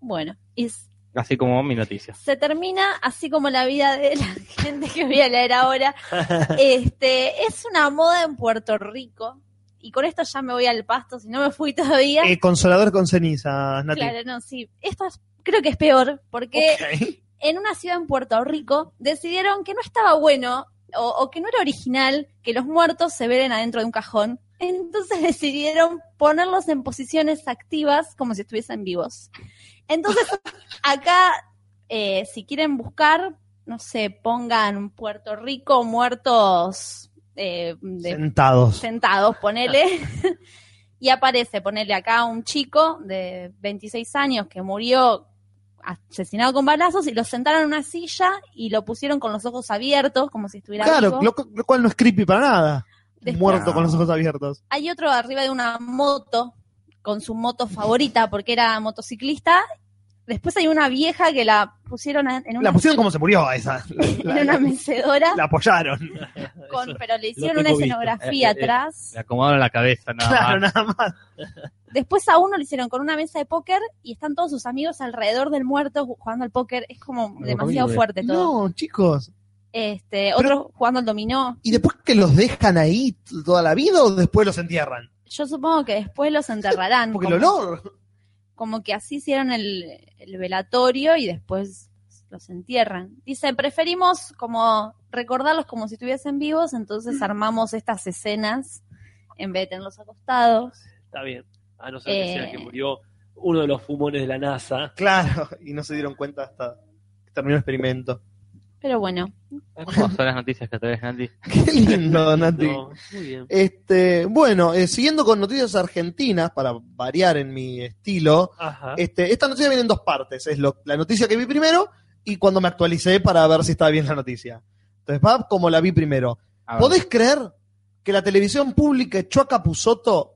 Speaker 2: Bueno, y s-
Speaker 4: Así como mi noticia.
Speaker 2: se termina así como la vida de la [laughs] gente que voy a leer ahora. Este, es una moda en Puerto Rico. Y con esto ya me voy al pasto, si no me fui todavía.
Speaker 1: Eh, consolador con cenizas, Nati.
Speaker 2: Claro, no, sí. Esto es- creo que es peor, porque
Speaker 1: Ok.
Speaker 2: en una ciudad en Puerto Rico decidieron que no estaba bueno o, o que no era original que los muertos se velen adentro de un cajón. Entonces [laughs] decidieron ponerlos en posiciones activas como si estuviesen vivos.
Speaker 1: [laughs]
Speaker 2: Entonces, acá, eh, si quieren buscar, no sé, pongan Puerto Rico muertos eh, de
Speaker 1: Sentados.
Speaker 2: sentados, ponele. [laughs] y aparece, ponele acá un chico de 26 años que murió asesinado con balazos y lo sentaron en una silla y lo pusieron con los ojos abiertos, como si estuviera
Speaker 1: Claro,
Speaker 2: vivo.
Speaker 1: lo, cu- lo cual no es creepy para nada.
Speaker 2: Después-
Speaker 1: Muerto con los ojos abiertos.
Speaker 2: Hay otro arriba de una moto, con su moto favorita, porque era motociclista. Después hay una vieja que la pusieron en en una,
Speaker 1: La pusieron como se murió a
Speaker 2: [laughs]
Speaker 1: esa. La,
Speaker 2: en
Speaker 1: la-
Speaker 2: una mecedora,
Speaker 1: la apoyaron.
Speaker 2: con-
Speaker 3: Eso.
Speaker 2: pero le hicieron
Speaker 3: tengo
Speaker 2: una
Speaker 3: visto.
Speaker 2: escenografía
Speaker 4: Eh, eh, eh,
Speaker 2: atrás.
Speaker 4: Le acomodaron la cabeza nada
Speaker 1: Claro,
Speaker 4: más.
Speaker 1: nada más.
Speaker 2: Después a uno lo hicieron con una mesa de póker y están todos sus amigos alrededor del muerto ju- jugando al póker. Es como demasiado
Speaker 4: horrible.
Speaker 2: fuerte todo.
Speaker 1: No, chicos.
Speaker 2: Este,
Speaker 1: Pero-
Speaker 2: otros jugando al dominó.
Speaker 1: ¿Y después que los dejan ahí t- toda la vida o después los entierran?
Speaker 2: Yo supongo que después los enterrarán.
Speaker 1: Porque
Speaker 2: como,
Speaker 1: el olor.
Speaker 2: como que así hicieron el, el velatorio y después los entierran. Dice, preferimos como recordarlos como si estuviesen vivos, entonces
Speaker 1: Mm.
Speaker 2: armamos estas escenas en vez de tenerlos acostados.
Speaker 3: Está bien. A no ser que sea
Speaker 2: Eh.
Speaker 3: el que murió uno de los fumones de la NASA.
Speaker 1: Claro, y no se dieron cuenta hasta que terminó el experimento.
Speaker 2: Pero bueno,
Speaker 4: Hermosas son las noticias que traes, Nati.
Speaker 1: Qué [laughs] lindo, Nati.
Speaker 3: No, muy bien.
Speaker 1: Este, bueno, eh, siguiendo con noticias argentinas, para variar en mi estilo,
Speaker 4: Ah.
Speaker 3: Ajá.
Speaker 1: este, esta noticia viene en dos partes. Es lo- la noticia que vi primero y cuando me actualicé para ver si estaba bien la noticia. Entonces va como la vi primero.
Speaker 4: A ver.
Speaker 1: ¿Podés creer que la televisión pública echó a Capusotto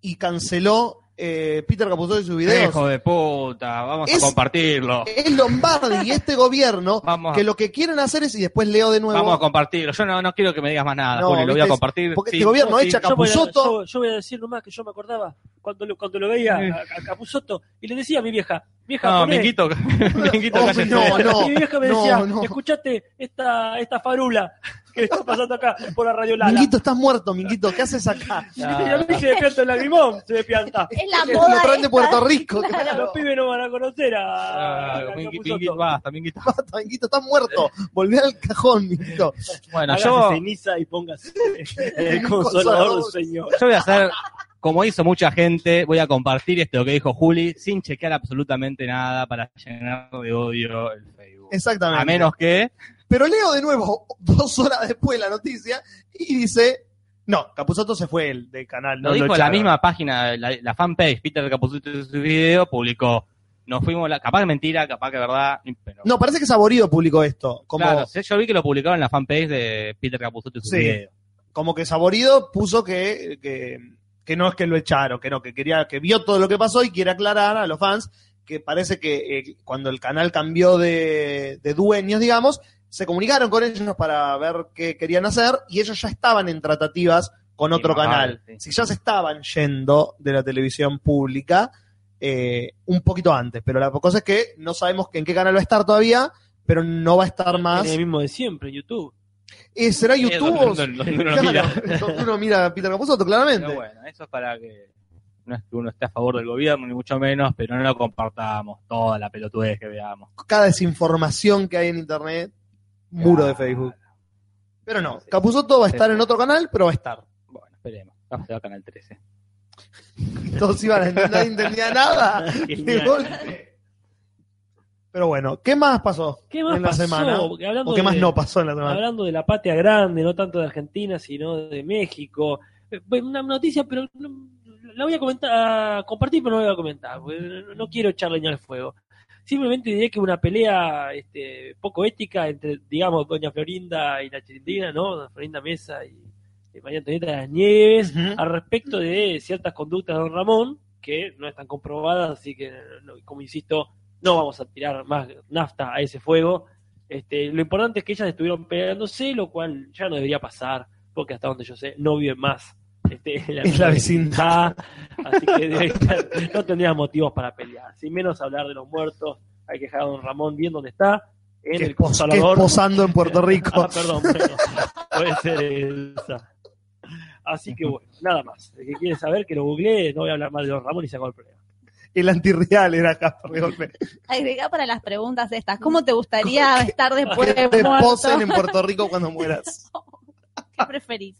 Speaker 1: y canceló eh, Peter Capusotto y sus videos?
Speaker 4: Hijo de puta, vamos
Speaker 1: Es-
Speaker 4: a compartirlo.
Speaker 1: Es Lombardi y este gobierno
Speaker 4: [laughs] Vamos,
Speaker 1: que lo que quieren hacer es, y después leo de nuevo,
Speaker 4: vamos a compartirlo. Yo no, no quiero que me digas más nada,
Speaker 1: No,
Speaker 4: Juli, lo voy a
Speaker 1: viste,
Speaker 4: compartir.
Speaker 1: porque
Speaker 4: Sí,
Speaker 1: este gobierno
Speaker 4: vos sí.
Speaker 1: echa
Speaker 3: Yo voy, a,
Speaker 1: Capusotto.
Speaker 3: yo- yo voy a decir nomás que yo me acordaba cuando lo, cuando lo veía a, a Capusotto y le decía a mi vieja, vieja,
Speaker 4: No,
Speaker 3: poné".
Speaker 4: Minguito, [laughs] Minguito,
Speaker 1: Oh, [laughs]
Speaker 4: cállate.
Speaker 1: no, no.
Speaker 3: [laughs] Y mi vieja me decía,
Speaker 1: No, no.
Speaker 3: escuchate esta, esta farula [laughs] que está pasando acá por la radio Lala.
Speaker 1: Minguito, estás muerto, Minguito, ¿qué haces acá?
Speaker 3: Y a mí se despierta el lagrimón, se despierta.
Speaker 2: es
Speaker 1: [laughs]
Speaker 2: la
Speaker 1: Lo
Speaker 2: moda.
Speaker 1: traen de
Speaker 2: esta.
Speaker 1: Puerto Rico.
Speaker 3: Los
Speaker 1: claro.
Speaker 3: pibes no van a conocer a,
Speaker 4: Ah,
Speaker 3: a Capusotto.
Speaker 4: Minguito, Minguito,
Speaker 1: [laughs]
Speaker 4: basta, Minguito.
Speaker 1: Basta, Minguito, estás muerto. Volvé al cajón, Minguito.
Speaker 4: Bueno,
Speaker 3: Hágase
Speaker 4: yo,
Speaker 3: ceniza y
Speaker 4: [laughs]
Speaker 3: póngase el [laughs] consolador, señor.
Speaker 4: yo voy a hacer, como hizo mucha gente, voy a compartir esto que dijo Juli sin chequear absolutamente nada para llenar de odio el Facebook.
Speaker 1: Exactamente.
Speaker 4: A menos que.
Speaker 1: Pero leo de nuevo, dos horas después, la noticia y dice: No, Capusotto se fue el del canal.
Speaker 4: Lo
Speaker 1: no
Speaker 4: dijo la
Speaker 1: echaron.
Speaker 4: misma página, la, la fanpage, Peter Capuzito en su video, publicó. Nos fuimos, la, capaz que mentira, capaz que verdad, pero.
Speaker 1: No, parece que Saborido publicó esto. Como,
Speaker 4: Claro, sí, yo vi que lo publicaron en la fanpage de Peter Capuzotto y su
Speaker 1: Sí.
Speaker 4: video.
Speaker 1: como que Saborido puso que, que, que no es que lo echaron, que no, que quería, que vio todo lo que pasó y quiere aclarar a los fans que parece que eh, cuando el canal cambió de, de dueños, digamos, se comunicaron con ellos para ver qué querían hacer y ellos ya estaban en tratativas con
Speaker 4: Y
Speaker 1: otro
Speaker 4: más
Speaker 1: canal.
Speaker 4: vale,
Speaker 1: Si ya se estaban yendo de la televisión pública eh, un poquito antes, pero la cosa es que no sabemos que en qué canal va a estar todavía, pero no va a estar más.
Speaker 3: Tiene el mismo de siempre, YouTube.
Speaker 1: Eh, ¿Será YouTube? o-
Speaker 4: donde- donde uno
Speaker 1: Claro,
Speaker 4: lo mira.
Speaker 1: donde uno mira a Peter Capusotto, claramente.
Speaker 4: Pero bueno, eso es para que. No es que uno esté a favor del gobierno, ni mucho menos, pero no lo compartamos toda la pelotudez que veamos.
Speaker 1: Cada desinformación que hay en internet, muro de
Speaker 4: Claro.
Speaker 1: Facebook. Pero no, Capusotto va a estar en otro canal, pero va a estar.
Speaker 4: Bueno, esperemos. Vamos a Canal 13.
Speaker 1: Todos iban a entender, nadie entendía
Speaker 4: [laughs]
Speaker 1: nada. De golpe. Pero bueno, ¿qué más pasó
Speaker 3: ¿Qué más
Speaker 1: en la
Speaker 3: pasó?
Speaker 1: semana?
Speaker 3: Porque hablando
Speaker 1: ¿O qué más
Speaker 3: de-
Speaker 1: no pasó en la semana?
Speaker 3: Hablando de la patria grande, no tanto de Argentina, sino de México. Eh, bueno, Una noticia, pero no- la voy a comentar, a compartir, pero no la voy a comentar. porque no- No quiero echar leña al fuego. Simplemente diré que una pelea este, poco ética entre, digamos, Doña Florinda y la Chilindrina, ¿no? Doña Florinda Mesa y eh, María Antonieta de las Nieves,
Speaker 1: Ujú.
Speaker 3: al respecto de ciertas conductas de Don Ramón, que no están comprobadas, así que, no- como insisto, no vamos a tirar más nafta a ese fuego. Este, lo importante es que ellas estuvieron peleándose, lo cual ya no debería pasar. porque hasta donde yo sé, no viven más este,
Speaker 1: [laughs]
Speaker 3: en la,
Speaker 1: Es la vecindad.
Speaker 3: Así que debe estar- no tendría motivos para pelear. Sin menos hablar de los muertos, hay que dejar a don Ramón bien donde está, en
Speaker 1: que,
Speaker 3: el
Speaker 1: pos- que
Speaker 3: consolador.
Speaker 1: posando en
Speaker 3: [laughs]
Speaker 1: Puerto Rico.
Speaker 3: Ah, perdón, bueno, puede ser esa. Así que bueno, nada más. El que quiere saber, que lo googleé, no voy a hablar mal de don Ramón y se acabó el problema.
Speaker 1: El antirreal era acá. perdón.
Speaker 2: Agregá para las preguntas estas. ¿Cómo
Speaker 1: [laughs]
Speaker 2: te gustaría estar después
Speaker 1: Que
Speaker 2: de
Speaker 1: te
Speaker 2: muerto?
Speaker 1: posen en Puerto Rico cuando mueras.
Speaker 2: ¿Qué preferís?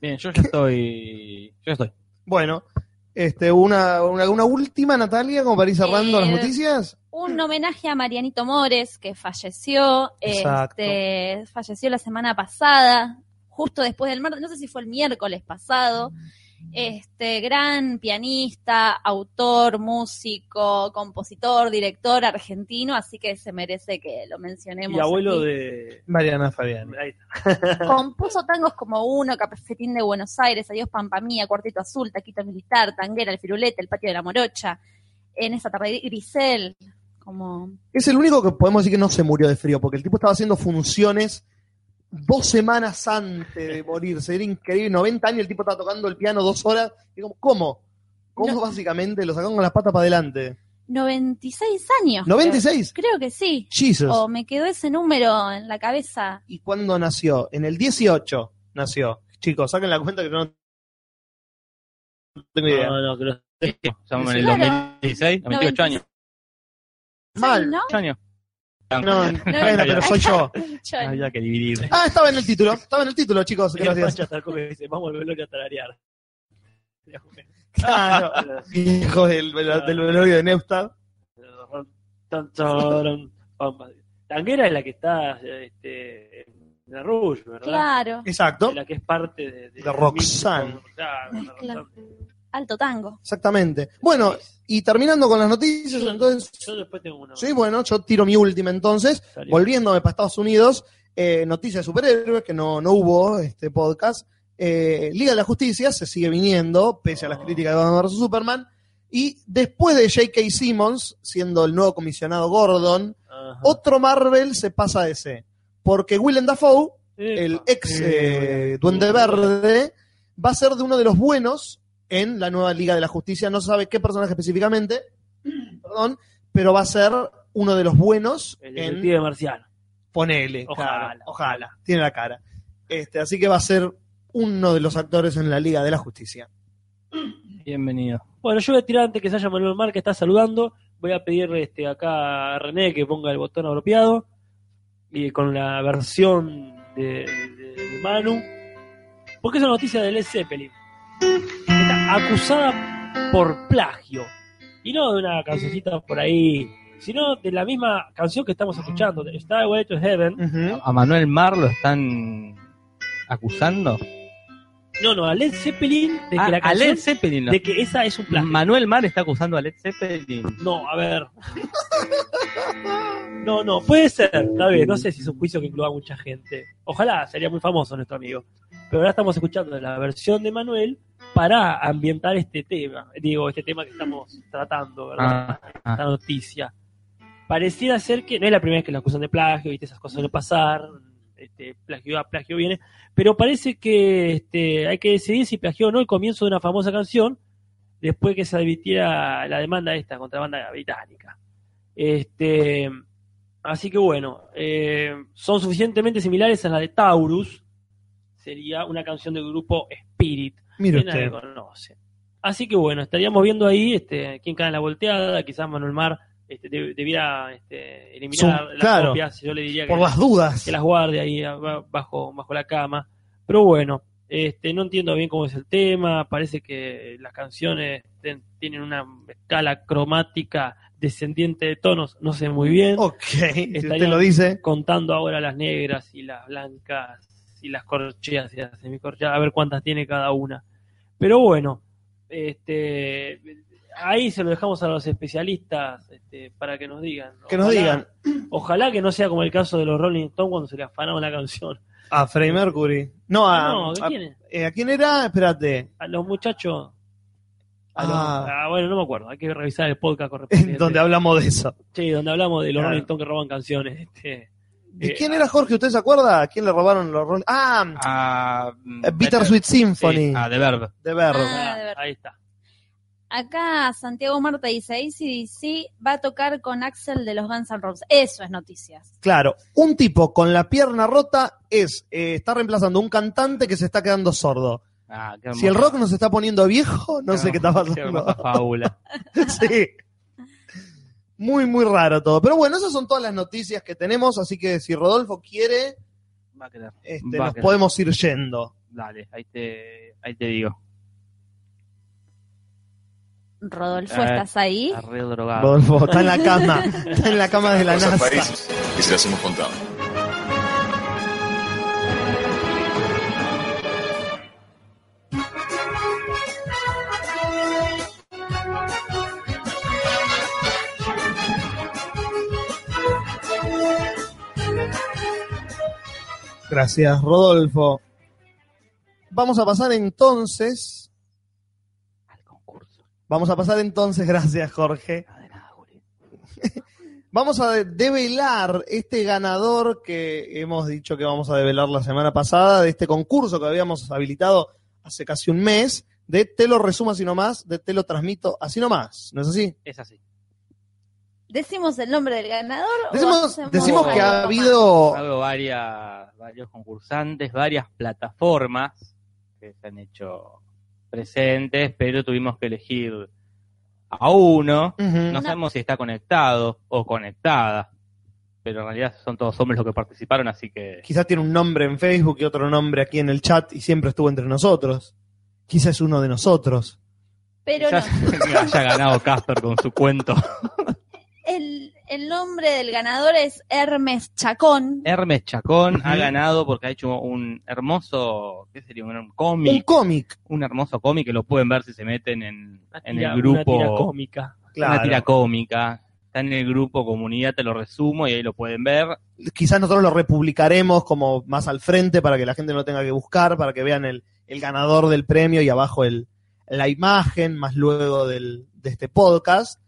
Speaker 4: Bien, yo ya estoy. Yo ya estoy.
Speaker 1: Bueno, este, una, una, una última, Natalia, como para ir cerrando las
Speaker 2: Eh,
Speaker 1: noticias.
Speaker 2: un homenaje a Marianito Mores, que falleció,
Speaker 1: Exacto.
Speaker 2: este, falleció la semana pasada, justo después del martes, no sé si fue el miércoles pasado.
Speaker 1: Mm.
Speaker 2: Este gran pianista, autor, músico, compositor, director argentino, así que se merece que lo mencionemos.
Speaker 3: Y abuelo
Speaker 2: aquí.
Speaker 3: de.
Speaker 1: Mariana Fabián.
Speaker 3: ahí está.
Speaker 2: Compuso tangos como Uno, Cafetín de Buenos Aires, Adiós Pampa Mía, Cuarteto Azul, Taquito Militar, Tanguera, El Firulete, El Patio de la Morocha, En esa tarde, Grisel, como
Speaker 1: Es el único que podemos decir que no se murió de frío, porque el tipo estaba haciendo funciones dos semanas antes de morirse. Era increíble, 90 años, el tipo estaba tocando el piano dos horas. Y como, ¿Cómo? ¿Cómo
Speaker 2: No.
Speaker 1: básicamente lo sacaron con las patas para adelante?
Speaker 2: 96 años.
Speaker 1: ¿96?
Speaker 2: Creo, Creo que sí.
Speaker 1: Jesus.
Speaker 2: O me quedó ese número en la cabeza.
Speaker 1: ¿Y cuándo nació? En el 18 nació. Chicos, saquen la cuenta que yo no tengo idea.
Speaker 3: No, no, que lo-
Speaker 4: Estamos en el
Speaker 2: Claro.
Speaker 4: 2016, 98 años.
Speaker 2: 96,
Speaker 1: Mal.
Speaker 2: ¿no?
Speaker 4: 8 años.
Speaker 1: No, bueno, pero soy yo.
Speaker 2: Chon.
Speaker 4: Había que dividir.
Speaker 1: Ah, estaba en el título. Estaba en el título, chicos.
Speaker 3: Y el
Speaker 1: Gracias.
Speaker 3: Pancha Tarco que dice, vamos al velorio a tararear.
Speaker 1: Claro. Ah, Hijo del, velo- del velorio de Neustadt.
Speaker 3: Tan, taran, pam, pam. Tanguera es la que está este, en la Rouge, ¿verdad?
Speaker 2: Claro.
Speaker 1: Exacto.
Speaker 3: La que es parte de...
Speaker 1: De Roxanne.
Speaker 3: Claro, de Roxanne.
Speaker 2: Claro. Alto tango.
Speaker 1: Exactamente. Bueno, y terminando con las noticias, entonces.
Speaker 3: Yo después tengo una.
Speaker 1: Sí, bueno, yo tiro mi última entonces.
Speaker 3: Salió.
Speaker 1: Volviéndome para Estados Unidos, eh, noticias de superhéroes, que no, no hubo este podcast. Eh, Liga de la Justicia se sigue viniendo, pese a las
Speaker 3: Oh.
Speaker 1: críticas de Batman vs. Superman. Y después de J.K. Simmons, siendo el nuevo comisionado Gordon,
Speaker 3: Ajá.
Speaker 1: otro Marvel se pasa a DC. Porque Willem Dafoe, el
Speaker 3: Epa.
Speaker 1: ex eh, Duende Verde, va a ser de uno de los buenos en la nueva Liga de la Justicia. No se sabe qué personaje específicamente, perdón, pero va a ser uno de los buenos
Speaker 3: El
Speaker 1: en
Speaker 3: detective marciano.
Speaker 1: Ponele.
Speaker 3: Ojalá.
Speaker 1: claro, ojalá. Tiene la cara. Este, así que va a ser uno de los actores en la Liga de la Justicia.
Speaker 4: Bienvenido.
Speaker 3: Bueno, yo voy a tirar antes que se haya Manuel Mar, que está saludando. Voy a pedir este, acá a René que ponga el botón apropiado. Y con la versión de, de- de Manu. Porque es una noticia de Led Zeppelin. Está acusada por plagio. Y no de una cancioncita por ahí, sino de la misma canción que estamos escuchando. Está Way to Heaven.
Speaker 4: ¿A Manuel Mar lo están acusando?
Speaker 3: No, no, a Led Zeppelin de que
Speaker 4: Ah,
Speaker 3: la
Speaker 4: a
Speaker 3: canción.
Speaker 4: Led Zeppelin. lo-
Speaker 3: De que esa es un plagio.
Speaker 4: Manuel Mar está acusando a Led Zeppelin.
Speaker 3: No, a ver. No, no, puede ser, tal vez. No sé si es un juicio que incluya a mucha gente. Ojalá, sería muy famoso nuestro amigo. Pero ahora estamos escuchando la versión de Manuel para ambientar este tema. Digo, este tema que estamos tratando, ¿verdad?
Speaker 4: Ah,
Speaker 3: Esta noticia. Pareciera ser que no es la primera vez que la acusan de plagio, viste, esas cosas suelen pasar. Este, plagio va, plagio viene. Pero parece que este, hay que decidir si plagió o no el comienzo de una famosa canción después que se advirtiera la demanda esta contra la banda británica. Este, así que bueno, eh, son suficientemente similares a la de Taurus, sería una canción del grupo Spirit,
Speaker 1: Mire
Speaker 3: que nadie
Speaker 1: usted.
Speaker 3: conoce. Así que bueno, estaríamos viendo ahí este, quién cae en la volteada, quizás Manuel Mar este, deb- debiera este, eliminar
Speaker 1: Son-
Speaker 3: las
Speaker 1: claro.
Speaker 3: copias, yo le diría
Speaker 1: Por
Speaker 3: que
Speaker 1: las dudas.
Speaker 3: que las guarde ahí ab- bajo, bajo la cama. Pero bueno, este, no entiendo bien cómo es el tema. Parece que las canciones ten- tienen una escala cromática descendiente de tonos, no sé muy bien.
Speaker 1: Ok, si usted
Speaker 3: Estaría-
Speaker 1: lo dice.
Speaker 3: Contando ahora las negras y las blancas y las corcheas y las semicorcheas, a ver cuántas tiene cada una. Pero bueno, este, ahí se lo dejamos a los especialistas este, para que nos digan.
Speaker 1: Que nos
Speaker 3: Ojalá-
Speaker 1: digan.
Speaker 3: Ojalá que no sea como el caso de los Rolling Stones cuando se le afanaron la canción.
Speaker 1: A Freddie Mercury. No, a,
Speaker 3: no, ¿de
Speaker 1: a-
Speaker 3: quién es?
Speaker 1: eh, ¿a quién era? Espérate.
Speaker 3: A los muchachos. A los-
Speaker 1: [laughs] Ah.
Speaker 3: ah, bueno, no me acuerdo. Hay que revisar el podcast correspondiente.
Speaker 1: [laughs] Donde hablamos de eso.
Speaker 3: Sí, donde hablamos de los
Speaker 1: Claro.
Speaker 3: Rolling Stones que roban canciones. este.
Speaker 1: ¿De
Speaker 3: Eh,
Speaker 1: quién era Jorge? ¿Usted se acuerda? ¿A quién le robaron los Rolling Ah,
Speaker 4: A,
Speaker 1: eh, Bittersweet Symphony.
Speaker 4: Sí, ah. a The Verb.
Speaker 1: de Verde.
Speaker 2: Ah, de verdad.
Speaker 3: Ahí está.
Speaker 2: Acá Santiago Marta dice, ACDC va a tocar con Axel de los Guns N' Roses. Eso es noticias.
Speaker 1: Claro, un tipo con la pierna rota es eh, está reemplazando a un cantante que se está quedando sordo.
Speaker 4: Ah, qué
Speaker 1: Si el
Speaker 4: hermosa-
Speaker 1: rock nos está poniendo viejo, no sé qué está
Speaker 4: hermosa
Speaker 1: pasando.
Speaker 3: [laughs]
Speaker 4: fábula.
Speaker 1: [laughs] Sí. Muy, muy raro todo. Pero bueno, esas son todas las noticias que tenemos, así que si Rodolfo quiere,
Speaker 4: Va a quedar.
Speaker 1: este,
Speaker 4: Va,
Speaker 1: nos
Speaker 4: que-
Speaker 1: podemos ir yendo.
Speaker 4: Dale, ahí te, ahí te digo.
Speaker 2: Rodolfo,
Speaker 4: Ah,
Speaker 2: ¿estás ahí?
Speaker 4: Está re drogado.
Speaker 1: Rodolfo, está en la cama, está en la cama de la
Speaker 10: Cosas
Speaker 1: NASA.
Speaker 10: París que se las hemos
Speaker 8: [laughs]
Speaker 10: contado.
Speaker 1: Gracias, Rodolfo. Vamos a pasar entonces.
Speaker 4: Al concurso.
Speaker 1: Vamos a pasar entonces, [laughs] gracias, Jorge.
Speaker 4: Nada de nada, Juli.
Speaker 1: Vamos a de- develar este ganador que hemos dicho que vamos a develar la semana pasada de este concurso que habíamos habilitado hace casi un mes de te lo resumo así nomás, de te lo transmito así nomás, ¿no es así?
Speaker 4: Es así.
Speaker 2: ¿Decimos el nombre del ganador? o
Speaker 1: Decimos,
Speaker 2: hacemos
Speaker 1: decimos que ha
Speaker 2: algo más?
Speaker 1: habido...
Speaker 4: Ha habido varias, varios concursantes, varias plataformas que se han hecho presentes, pero tuvimos que elegir a uno. No
Speaker 1: Ujú.
Speaker 4: sabemos si está conectado o conectada, pero en realidad son todos hombres los que participaron, así que
Speaker 1: Quizás tiene un nombre en Facebook y otro nombre aquí en el chat y siempre estuvo entre nosotros. Quizás es uno de nosotros.
Speaker 2: Pero no,
Speaker 4: quizás que haya ganado Casper con su cuento.
Speaker 2: el, el nombre del ganador es Hermes Chacón.
Speaker 4: Hermes Chacón ha
Speaker 1: Ujú.
Speaker 4: ganado porque ha hecho un hermoso, ¿qué sería? Un
Speaker 1: Un
Speaker 4: cómic,
Speaker 1: cómic,
Speaker 4: un hermoso cómic que lo pueden ver si se meten en,
Speaker 3: Una
Speaker 4: en
Speaker 3: tira-
Speaker 4: el grupo.
Speaker 3: Una tira cómica.
Speaker 1: claro.
Speaker 4: Una tira cómica. Está en el grupo Comunidad, te lo resumo y ahí lo pueden ver.
Speaker 1: quizás nosotros lo republicaremos como más al frente para que la gente no lo tenga que buscar, para que vean el, el ganador del premio y abajo el, la imagen, más luego del, de este podcast.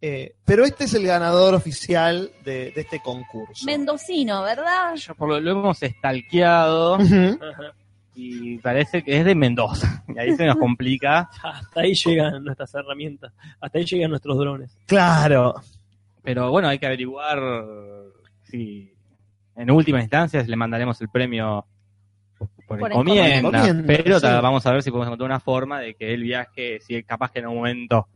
Speaker 1: Eh, pero este es el ganador oficial de, de este concurso.
Speaker 2: Mendocino, ¿verdad?
Speaker 4: Yo por lo, lo hemos estalqueado
Speaker 1: Ujú.
Speaker 3: Ajá.
Speaker 4: y parece que es de Mendoza. [laughs] Y ahí se nos complica.
Speaker 3: Hasta ahí llegan nuestras herramientas. Hasta ahí llegan nuestros drones.
Speaker 1: Claro.
Speaker 4: Pero bueno, hay que averiguar si en última instancia le mandaremos el premio por,
Speaker 2: Por
Speaker 4: encomienda.
Speaker 1: encomienda,
Speaker 4: Pero
Speaker 1: sí.
Speaker 4: ta- vamos a ver si podemos encontrar una forma de que él viaje, si es capaz que en un momento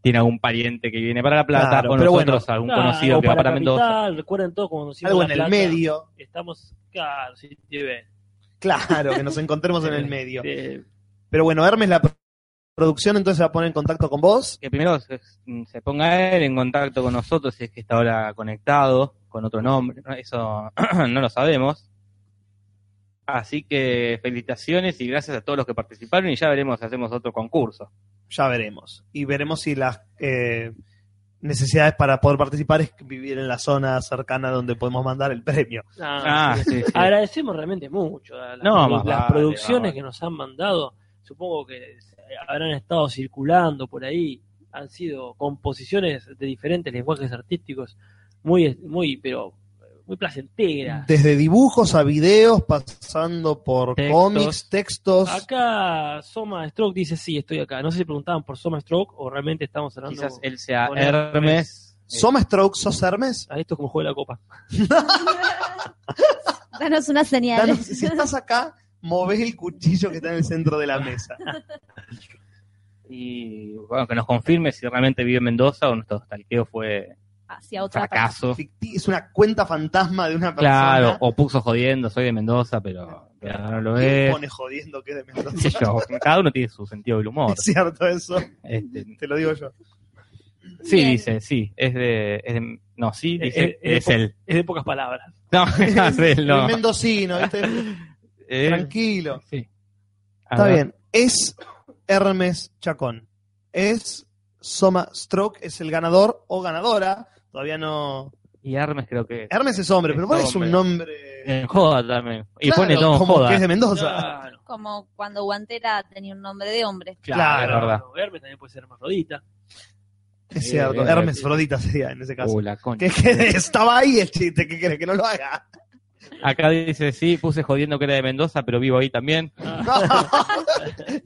Speaker 4: tiene algún pariente que viene para La Plata,
Speaker 1: Claro,
Speaker 4: o
Speaker 1: pero
Speaker 4: nosotros algún
Speaker 3: Claro,
Speaker 4: conocido
Speaker 3: o
Speaker 4: que va para
Speaker 3: Capital,
Speaker 4: Mendoza.
Speaker 3: Recuerden todo cuando nos
Speaker 1: Algo
Speaker 3: íbamos
Speaker 1: en
Speaker 3: a
Speaker 1: el
Speaker 3: La Plata,
Speaker 1: medio.
Speaker 3: Estamos, claro, sí, te ven.
Speaker 1: Claro, que nos encontremos en el medio.
Speaker 4: Eh,
Speaker 1: Pero bueno, Hermes, la pro- producción entonces se va a poner en contacto con vos.
Speaker 4: que primero se, se ponga él en contacto con nosotros si es que está ahora conectado con otro nombre, ¿no? eso [clears throat] no lo sabemos. Así que felicitaciones y gracias a todos los que participaron y ya veremos si hacemos otro concurso.
Speaker 1: Ya veremos. Y veremos si las eh, necesidades para poder participar es vivir en la zona cercana donde podemos mandar el premio.
Speaker 4: Ah, sí, sí.
Speaker 3: Agradecemos realmente mucho a las,
Speaker 4: No,
Speaker 3: produ-
Speaker 4: más
Speaker 3: las
Speaker 4: vale, más
Speaker 3: producciones
Speaker 4: vale.
Speaker 3: que nos han mandado. Supongo que se- habrán estado circulando por ahí. Han sido composiciones de diferentes lenguajes artísticos muy, muy, pero muy placenteras.
Speaker 1: Desde dibujos a videos, pasando por
Speaker 4: Textos. Ah,
Speaker 1: cómics, textos.
Speaker 3: Acá Soma Stroke dice sí, estoy acá. No sé si preguntaban por Soma Stroke o realmente estamos hablando.
Speaker 4: Quizás él sea
Speaker 3: con
Speaker 4: Hermes.
Speaker 1: ¿Soma Stroke, sos Hermes?
Speaker 3: A esto es como juego de la copa.
Speaker 2: Danos una señal.
Speaker 1: Danos- si estás acá, movés el cuchillo que está en el centro de la
Speaker 4: [laughs]
Speaker 1: mesa.
Speaker 4: Y bueno, que nos confirme si realmente vive en Mendoza o nuestro stalkeo fue
Speaker 2: Hacia otra parte.
Speaker 4: fracaso.
Speaker 1: Ficti- Es una cuenta fantasma de una persona.
Speaker 4: Claro, o puso jodiendo, soy de Mendoza, pero, pero no lo
Speaker 1: ¿Quién
Speaker 4: es.
Speaker 1: pone jodiendo que es de
Speaker 4: [laughs] Qué
Speaker 1: Mendoza? [laughs]
Speaker 4: sé yo, Cada uno tiene su sentido del humor.
Speaker 1: Es cierto eso,
Speaker 4: Este,
Speaker 1: te lo digo yo.
Speaker 4: Sí,
Speaker 2: Bien.
Speaker 4: dice, sí, es de, es de- No, sí,
Speaker 3: Eh,
Speaker 4: dice,
Speaker 3: eh,
Speaker 1: [laughs]
Speaker 4: es él.
Speaker 3: Es de pocas palabras.
Speaker 4: No, [laughs] es él, no.
Speaker 1: El mendocino, ¿viste?
Speaker 4: Eh,
Speaker 1: tranquilo.
Speaker 4: sí. A
Speaker 1: Está
Speaker 4: ver,
Speaker 1: bien. Es Hermes Chacón. Es Soma Stroke, es el ganador o ganadora. Todavía no.
Speaker 4: Y Hermes creo que es.
Speaker 1: Hermes es hombre, pero
Speaker 4: Es
Speaker 1: ¿cuál es un
Speaker 4: hombre.
Speaker 1: nombre?
Speaker 4: En joda también. Y
Speaker 1: Claro,
Speaker 4: pone todo en
Speaker 1: como
Speaker 4: joda. Ah.
Speaker 1: que es de Mendoza.
Speaker 3: Claro,
Speaker 2: Como cuando Guantera tenía un nombre de hombre.
Speaker 4: Claro,
Speaker 1: claro.
Speaker 4: es verdad.
Speaker 3: Hermes también puede ser hermafrodita.
Speaker 1: Es
Speaker 10: Eh,
Speaker 1: cierto,
Speaker 10: eh,
Speaker 1: Hermes
Speaker 10: eh.
Speaker 1: Frodita sería en ese caso.
Speaker 10: Uh, la concha.
Speaker 1: Que, que estaba ahí el chiste, ¿qué querés que no lo haga?
Speaker 4: Acá dice, sí, puse jodiendo que era de Mendoza, pero vivo ahí también. [laughs]
Speaker 1: No, [laughs] no tiene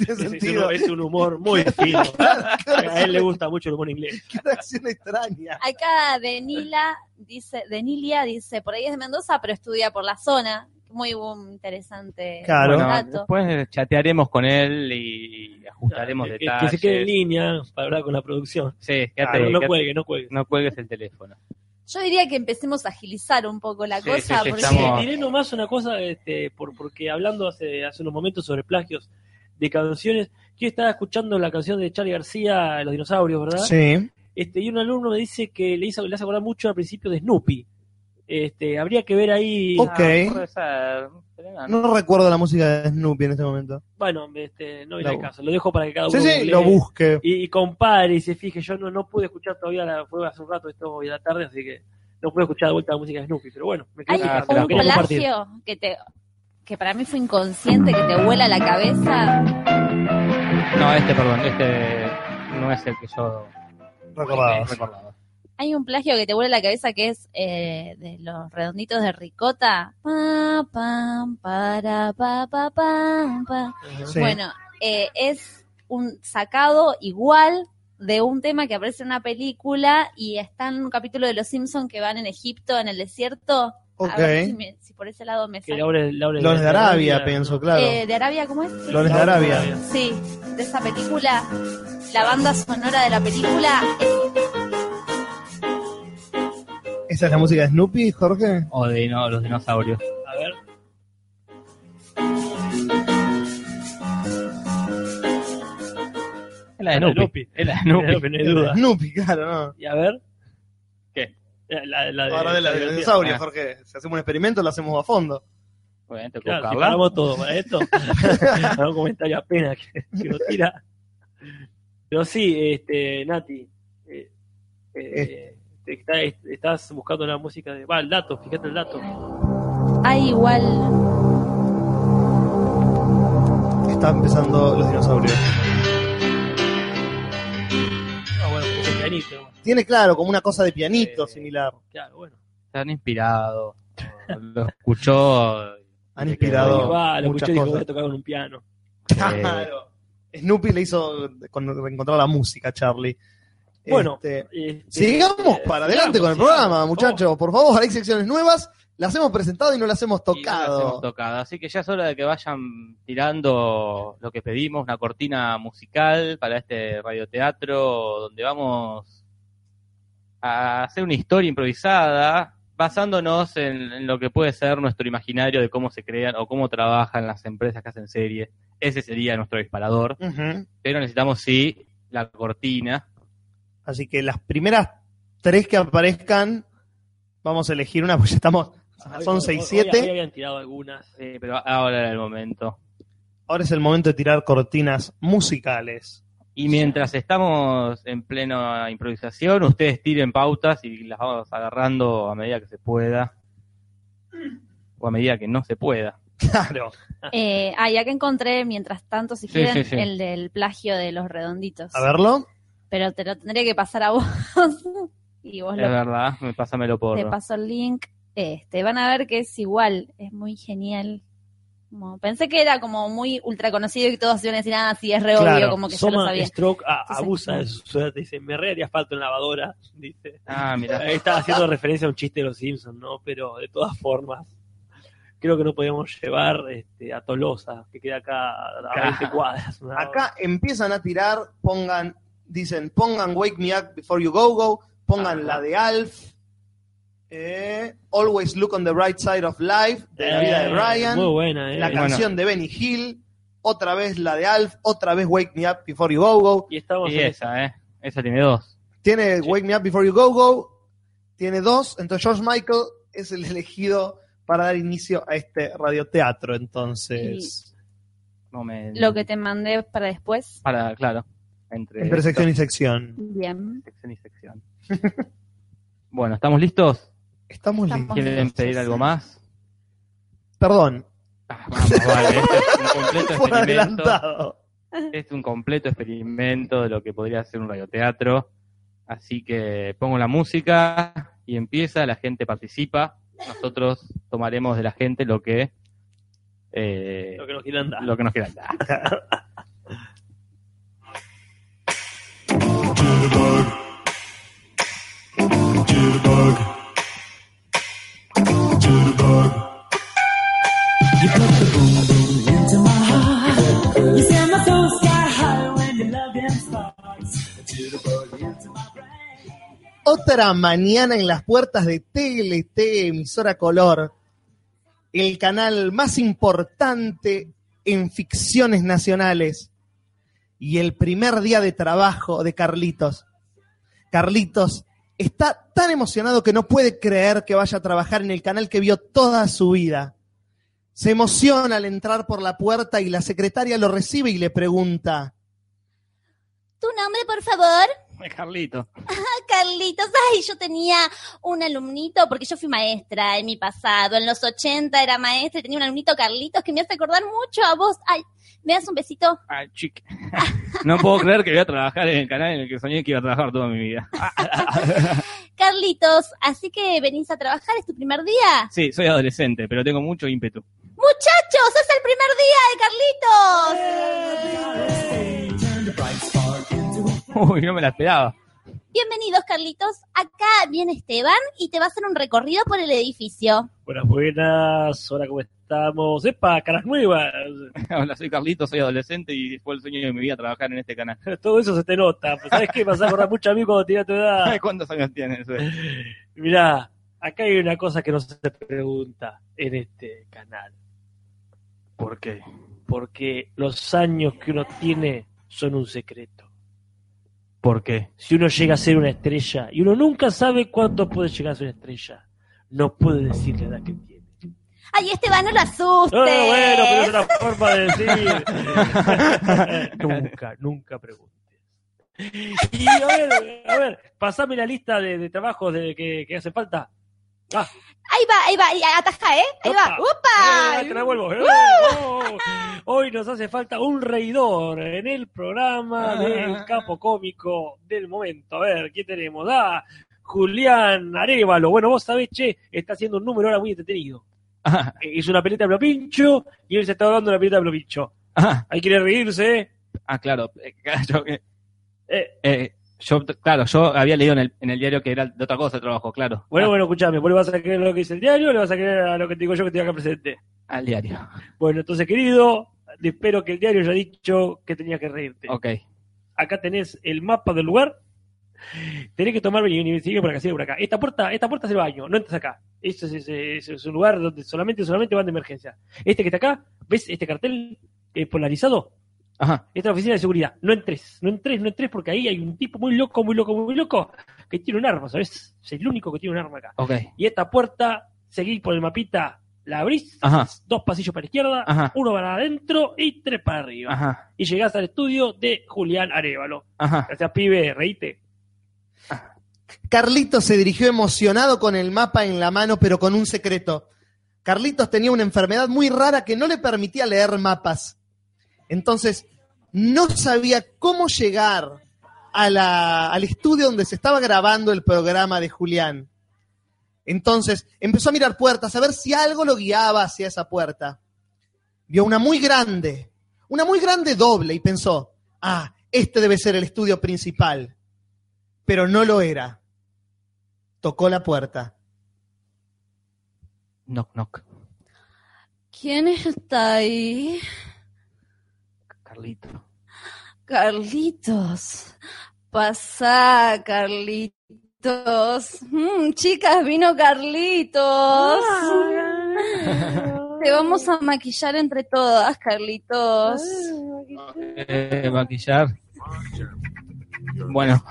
Speaker 3: Es, es
Speaker 1: sentido.
Speaker 3: un, es un
Speaker 4: [laughs]
Speaker 3: humor muy fino. A él le gusta mucho el humor inglés.
Speaker 1: Qué acción extraña.
Speaker 2: Acá Denila dice, Denilia dice, por ahí es de Mendoza, pero estudia por la zona. Muy um, interesante
Speaker 1: Claro.
Speaker 4: Bueno,
Speaker 2: dato.
Speaker 4: después chatearemos con él y ajustaremos
Speaker 3: que, que
Speaker 4: detalles.
Speaker 3: se quede en línea para hablar con la producción.
Speaker 4: Sí, quédate,
Speaker 3: Pero no
Speaker 4: quédate-
Speaker 3: cuelgue, no cuelgue.
Speaker 4: no cuelgues el teléfono.
Speaker 2: Yo diría que empecemos a agilizar un poco la
Speaker 4: Sí,
Speaker 2: cosa,
Speaker 4: sí, sí,
Speaker 2: porque
Speaker 4: estamos-
Speaker 3: Diré nomás una cosa, este, por, porque hablando hace, hace unos momentos sobre plagios de canciones, yo estaba escuchando la canción de Charlie García, Los Dinosaurios, ¿verdad?
Speaker 1: Sí.
Speaker 3: Este, y un alumno me dice que le hizo, le hace acordar mucho al principio de Snoopy. Este, habría que ver ahí.
Speaker 1: Ok.
Speaker 4: puede ser, pero no,
Speaker 1: No recuerdo la música de Snoopy en este momento.
Speaker 3: Bueno, este, no viene
Speaker 1: La-
Speaker 3: el caso. Lo dejo para que cada uno
Speaker 1: Sí, sí,
Speaker 3: googlee
Speaker 1: lo busque.
Speaker 3: y, y compare y se fije. Yo no, no pude escuchar todavía la fue hace un rato, esto hoy de la tarde, así que no pude escuchar de vuelta la música de Snoopy. Pero bueno, me quedé
Speaker 2: Hay
Speaker 3: con
Speaker 4: Ah,
Speaker 3: la-
Speaker 4: te la
Speaker 2: un
Speaker 3: quería compartir.
Speaker 2: plagio que te que para mí fue inconsciente, que te vuela la cabeza.
Speaker 4: No, este, perdón, este no es el que yo este,
Speaker 1: Recordaba.
Speaker 4: recordaba.
Speaker 2: Hay un plagio que te vuela la cabeza que es eh, de los redonditos de ricota. Pa, pam, para, pa, pa, pam, pa.
Speaker 1: Sí.
Speaker 2: Bueno, eh, es un sacado igual de un tema que aparece en una película y está en un capítulo de Los Simpsons que van en Egipto, en el desierto. A
Speaker 1: Ok.
Speaker 2: ver si, me- si por ese lado me
Speaker 3: Que
Speaker 2: sale.
Speaker 3: Laura- Laura-
Speaker 1: Los de Arabia,
Speaker 3: ¿no?
Speaker 1: pienso, claro.
Speaker 2: Eh, ¿De Arabia cómo es?
Speaker 1: Los de Arabia.
Speaker 2: Sí, de esa película, la banda sonora de la película es
Speaker 1: ¿Esa es la música de Snoopy, Jorge?
Speaker 4: O de no, los dinosaurios.
Speaker 3: A ver.
Speaker 4: Es la de
Speaker 3: La de
Speaker 4: Ah, Snoopy.
Speaker 3: Lupi.
Speaker 4: Es la de
Speaker 3: No,
Speaker 4: Snoopy.
Speaker 3: no hay duda.
Speaker 1: Snoopy, claro, no.
Speaker 3: [laughs] Y a ver.
Speaker 4: ¿Qué?
Speaker 3: La, la Ah. de,
Speaker 1: Ahora de la de dinosaurio, Jorge. Si hacemos un experimento, lo hacemos a fondo.
Speaker 4: Bueno, tengo que
Speaker 3: Claro, si
Speaker 4: buscarla.
Speaker 3: paramos todo para esto. [laughs] Hago un comentario apenas que, [laughs] que lo tira. Pero sí, este, Nati. eh, eh, te está- estás buscando la música de. Va, el dato, fíjate el dato. Ah,
Speaker 2: hay igual.
Speaker 1: Está empezando los dinosaurios.
Speaker 3: No, bueno, es el pianito, bueno,
Speaker 1: Tiene, claro, como una cosa de pianito
Speaker 4: Sí.
Speaker 1: similar.
Speaker 3: claro, bueno.
Speaker 4: Están inspirados.
Speaker 1: [laughs]
Speaker 4: Lo escuchó.
Speaker 1: Han
Speaker 4: y se quedó
Speaker 1: inspirado.
Speaker 3: Y va, lo
Speaker 1: muchas
Speaker 3: escuché y dijo,
Speaker 1: cosas.
Speaker 3: voy a tocar con un piano.
Speaker 4: ahí.
Speaker 1: [laughs]
Speaker 4: Eh,
Speaker 1: Claro. Snoopy le hizo con- encontrar la música, Charlie.
Speaker 3: Bueno,
Speaker 1: Este,
Speaker 3: Este,
Speaker 1: sigamos
Speaker 3: eh,
Speaker 1: para adelante
Speaker 3: sigamos,
Speaker 1: con el
Speaker 3: sigamos,
Speaker 1: programa,
Speaker 3: por favor.
Speaker 1: muchachos. Por favor, hay secciones nuevas. Las hemos presentado y no las hemos
Speaker 4: y no las hemos
Speaker 1: tocado.
Speaker 4: tocado. Así que ya es hora de que vayan tirando lo que pedimos, una cortina musical para este radioteatro donde vamos a hacer una historia improvisada basándonos en, en lo que puede ser nuestro imaginario de cómo se crean o cómo trabajan las empresas que hacen series. Ese sería nuestro disparador,
Speaker 1: Ujú.
Speaker 4: pero necesitamos sí la cortina.
Speaker 1: Así que las primeras tres que aparezcan, vamos a elegir una, [laughs] porque ya estamos. Son
Speaker 3: Hoy-
Speaker 1: 6,
Speaker 3: hoy- hoy
Speaker 1: 7.
Speaker 3: habían tirado algunas.
Speaker 4: Sí, Eh, pero ahora era el momento.
Speaker 1: Ahora es el momento de tirar cortinas musicales.
Speaker 4: Y mientras estamos en plena improvisación, ustedes tiren pautas y las vamos agarrando a medida que se pueda. O a medida que no se pueda.
Speaker 1: Claro.
Speaker 2: Eh, ah, y acá encontré, mientras tanto, si
Speaker 4: Sí,
Speaker 2: quieren,
Speaker 4: sí, sí.
Speaker 2: el del plagio de los redonditos.
Speaker 1: A verlo.
Speaker 2: Pero te lo tendría que pasar a vos. [laughs] y vos
Speaker 4: Es
Speaker 2: lo,
Speaker 4: verdad, me- pásamelo por.
Speaker 2: te paso el link. Este, van a ver que es igual, es muy genial. Como- pensé que era como muy ultra conocido y que todos iban a decir, ah, sí, es re
Speaker 1: Claro,
Speaker 2: obvio, como que yo lo
Speaker 3: Soma
Speaker 2: sabía.
Speaker 3: Stroke ah,
Speaker 2: Sí, sí.
Speaker 3: abusa de su ciudad, dice, me re haría falta en lavadora, [laughs] dice.
Speaker 4: Ah, mira.
Speaker 3: Ahí Estaba haciendo referencia a un chiste de los Simpsons, ¿no? Pero de todas formas, creo que no podíamos llevar este, a Tolosa, que queda acá a 20 cuadras. ¿no?
Speaker 1: Acá empiezan a tirar, pongan, dicen, pongan Wake Me Up Before You Go Go, pongan
Speaker 3: Ajá.
Speaker 1: la de Alf, eh, Always Look on the Bright Side of Life, de la vida de
Speaker 3: Eh,
Speaker 1: Ryan,
Speaker 3: Muy buena, ¿eh?
Speaker 1: la
Speaker 4: bueno.
Speaker 1: canción de Benny Hill, otra vez la de Alf, otra vez Wake Me Up Before You Go Go,
Speaker 3: Y estamos
Speaker 4: Y
Speaker 3: en
Speaker 4: esa, ¿eh? Esa tiene dos.
Speaker 1: tiene
Speaker 3: Sí.
Speaker 1: Wake Me Up Before You Go Go, tiene dos, entonces George Michael es el [laughs] elegido para dar inicio a este radioteatro, entonces,
Speaker 4: Momento.
Speaker 2: Lo que te mandé para después.
Speaker 4: Para, claro. Entre,
Speaker 1: entre sección y sección.
Speaker 2: Bien.
Speaker 4: sección y sección. bueno, ¿estamos listos?
Speaker 1: Estamos
Speaker 2: Estamos
Speaker 1: listos.
Speaker 4: ¿Quieren pedir algo más?
Speaker 1: Perdón,
Speaker 4: Ah, vamos, vale. Esto es un
Speaker 1: [laughs] por
Speaker 4: completo experimento.
Speaker 1: adelantado.
Speaker 4: es un completo experimento de lo que podría ser un radioteatro. Así que pongo la música y empieza, la gente participa. Nosotros tomaremos de la gente lo que, eh,
Speaker 3: Lo que nos quieran dar.
Speaker 4: [laughs] lo que nos quieran dar.
Speaker 10: Jitterbug. Jitterbug. Jitterbug.
Speaker 11: You put the boom boom into my heart. You set my soul sky high when your loving sparks. A jitterbug into my brain.
Speaker 1: Otra mañana en las puertas de TLT, emisora color, el canal más importante en ficciones nacionales y el primer día de trabajo de Carlitos. Carlitos está tan emocionado que no puede creer que vaya a trabajar en el canal que vio toda su vida. Se emociona al entrar por la puerta y la secretaria lo recibe y le pregunta,
Speaker 2: ¿Tu nombre, por favor? Ah,
Speaker 4: Carlito.
Speaker 2: Carlitos, ay, yo tenía un alumnito, porque yo fui maestra en mi pasado, en los 80 era maestra y tenía un alumnito Carlitos que me hace acordar mucho a vos. Ay, ¿me das un besito?
Speaker 4: Ay, Ah, chic. [laughs] No puedo creer que voy a trabajar en el canal en el que soñé que iba a trabajar toda mi vida.
Speaker 2: Carlitos, así que venís a trabajar, es tu primer día.
Speaker 4: Sí, soy adolescente, pero tengo mucho ímpetu. [laughs]
Speaker 2: Muchachos, es el primer día de Carlitos.
Speaker 4: Uy, no me la esperaba. [laughs]
Speaker 2: Bienvenidos, Carlitos. Acá viene Esteban y te va a hacer un recorrido por el edificio.
Speaker 3: Buenas, buenas. Hola, ¿cómo estamos? ¡Epa, caras nuevas! [laughs]
Speaker 4: Hola, soy Carlito, soy adolescente y fue el sueño de mi vida trabajar en este canal.
Speaker 3: Todo eso se te nota. pues, ¿Sabes qué? Vas a acordar mucho a mí cuando tenía tu edad.
Speaker 4: Ay, [laughs] ¿Cuántos años tienes? eh?
Speaker 3: Mirá, acá hay una cosa que no se pregunta en este canal.
Speaker 4: ¿Por qué?
Speaker 3: Porque los años que uno tiene son un secreto.
Speaker 4: ¿Por qué?
Speaker 3: Si uno llega a ser una estrella, y uno nunca sabe cuánto puede llegar a ser una estrella, no puede decir la edad que tiene.
Speaker 2: Ay, Esteban, no lo asustes.
Speaker 3: No, no, Ah, bueno, pero es una forma de decir. [laughs] nunca, nunca preguntes. Y a ver, a ver, pasame la lista de, de trabajos de, que, que hace falta. Ah,
Speaker 2: Ahí va, ahí va, ahí ataja, ¿eh? Ahí va.
Speaker 3: Opa.
Speaker 2: ¡Upa!
Speaker 3: Eh, te la vuelvo. Eh, oh. Hoy nos hace falta un reidor en el programa del capo cómico del momento. A ver, ¿quién tenemos? Ah, Julián Arevalo. Bueno, vos sabés, che, está haciendo un número ahora muy entretenido.
Speaker 4: Ah,
Speaker 3: Eh, Hizo una peleta de Blopincho y él se está dando una peleta de Blopincho.
Speaker 4: ah,
Speaker 3: Ahí quiere reírse, ¿eh?
Speaker 4: ah, claro. eh, [laughs] Yo, eh,
Speaker 3: Eh,
Speaker 4: eh, yo, claro, yo había leído en el, en el diario que era de otra cosa el trabajo, claro.
Speaker 3: Bueno,
Speaker 4: Ah,
Speaker 3: bueno, escuchame, vos le vas a creer lo que dice el diario o le vas a creer a lo que te digo yo que estoy acá presente.
Speaker 4: Al diario.
Speaker 3: Bueno, entonces, querido, espero que el diario haya dicho que tenía que reírte.
Speaker 4: Ok.
Speaker 3: acá tenés el mapa del lugar. Tenés que tomar y venir, sigue por acá, sigue por acá. Esta puerta, esta puerta es el baño, no entras acá. Eso es, es- es- es un lugar donde solamente, solamente van de emergencia. Este que está acá, ¿ves este cartel eh, polarizado?
Speaker 4: Ajá.
Speaker 3: Esta es la oficina de seguridad. No entres, no entres, no entres, porque ahí hay un tipo muy loco, muy loco, muy loco, que tiene un arma, ¿sabes? Es el único que tiene un arma acá.
Speaker 4: Ok.
Speaker 3: Y esta puerta, seguí por el mapita, la abrís,
Speaker 4: Ajá.
Speaker 3: dos pasillos para la izquierda,
Speaker 4: Ajá.
Speaker 3: uno para adentro y tres para arriba.
Speaker 4: Ajá.
Speaker 3: Y llegás al estudio de Julián Arevalo.
Speaker 4: Ajá.
Speaker 3: Gracias, pibe, reíte.
Speaker 1: Carlitos se dirigió emocionado con el mapa en la mano, pero con un secreto. Carlitos tenía una enfermedad muy rara que no le permitía leer mapas. Entonces, no sabía cómo llegar a la- al estudio donde se estaba grabando el programa de Julián. Entonces, empezó a mirar puertas, a ver si algo lo guiaba hacia esa puerta. Vio una muy grande, una muy grande doble y pensó, ah, este debe ser el estudio principal pero no lo era. Tocó la puerta.
Speaker 4: Knock, knock.
Speaker 2: ¿Quién está ahí?
Speaker 4: Carlito.
Speaker 2: Carlitos. Pasá, Carlitos. Mm, chicas, vino Carlitos. Te vamos a maquillar entre todas, Carlitos.
Speaker 4: Eh, maquillar. Bueno,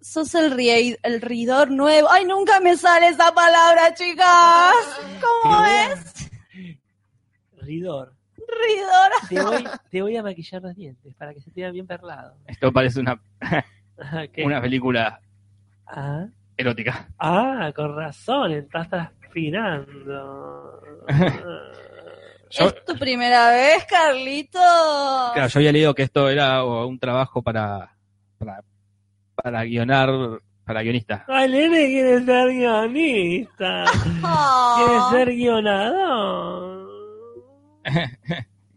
Speaker 2: Sos el, riei- el ridor nuevo. Ay, nunca me sale esa palabra, chicas. ¿Cómo es?
Speaker 3: Ridor,
Speaker 2: Ridor.
Speaker 3: te voy, te voy a maquillar los dientes para que se te vean bien perlado. [laughs]
Speaker 4: esto parece una,
Speaker 3: Ajá, ¿qué?
Speaker 4: una película
Speaker 3: Ah,
Speaker 4: erótica.
Speaker 3: ah, con razón, estás transpirando.
Speaker 4: Yo-
Speaker 2: ¿Es tu primera vez, Carlitos?
Speaker 4: Claro, yo había leído que esto era o, un trabajo para, para para guionar, para guionista.
Speaker 3: Ay, nene quiere ser guionista. Quiere
Speaker 2: Oh.
Speaker 3: ser guionador.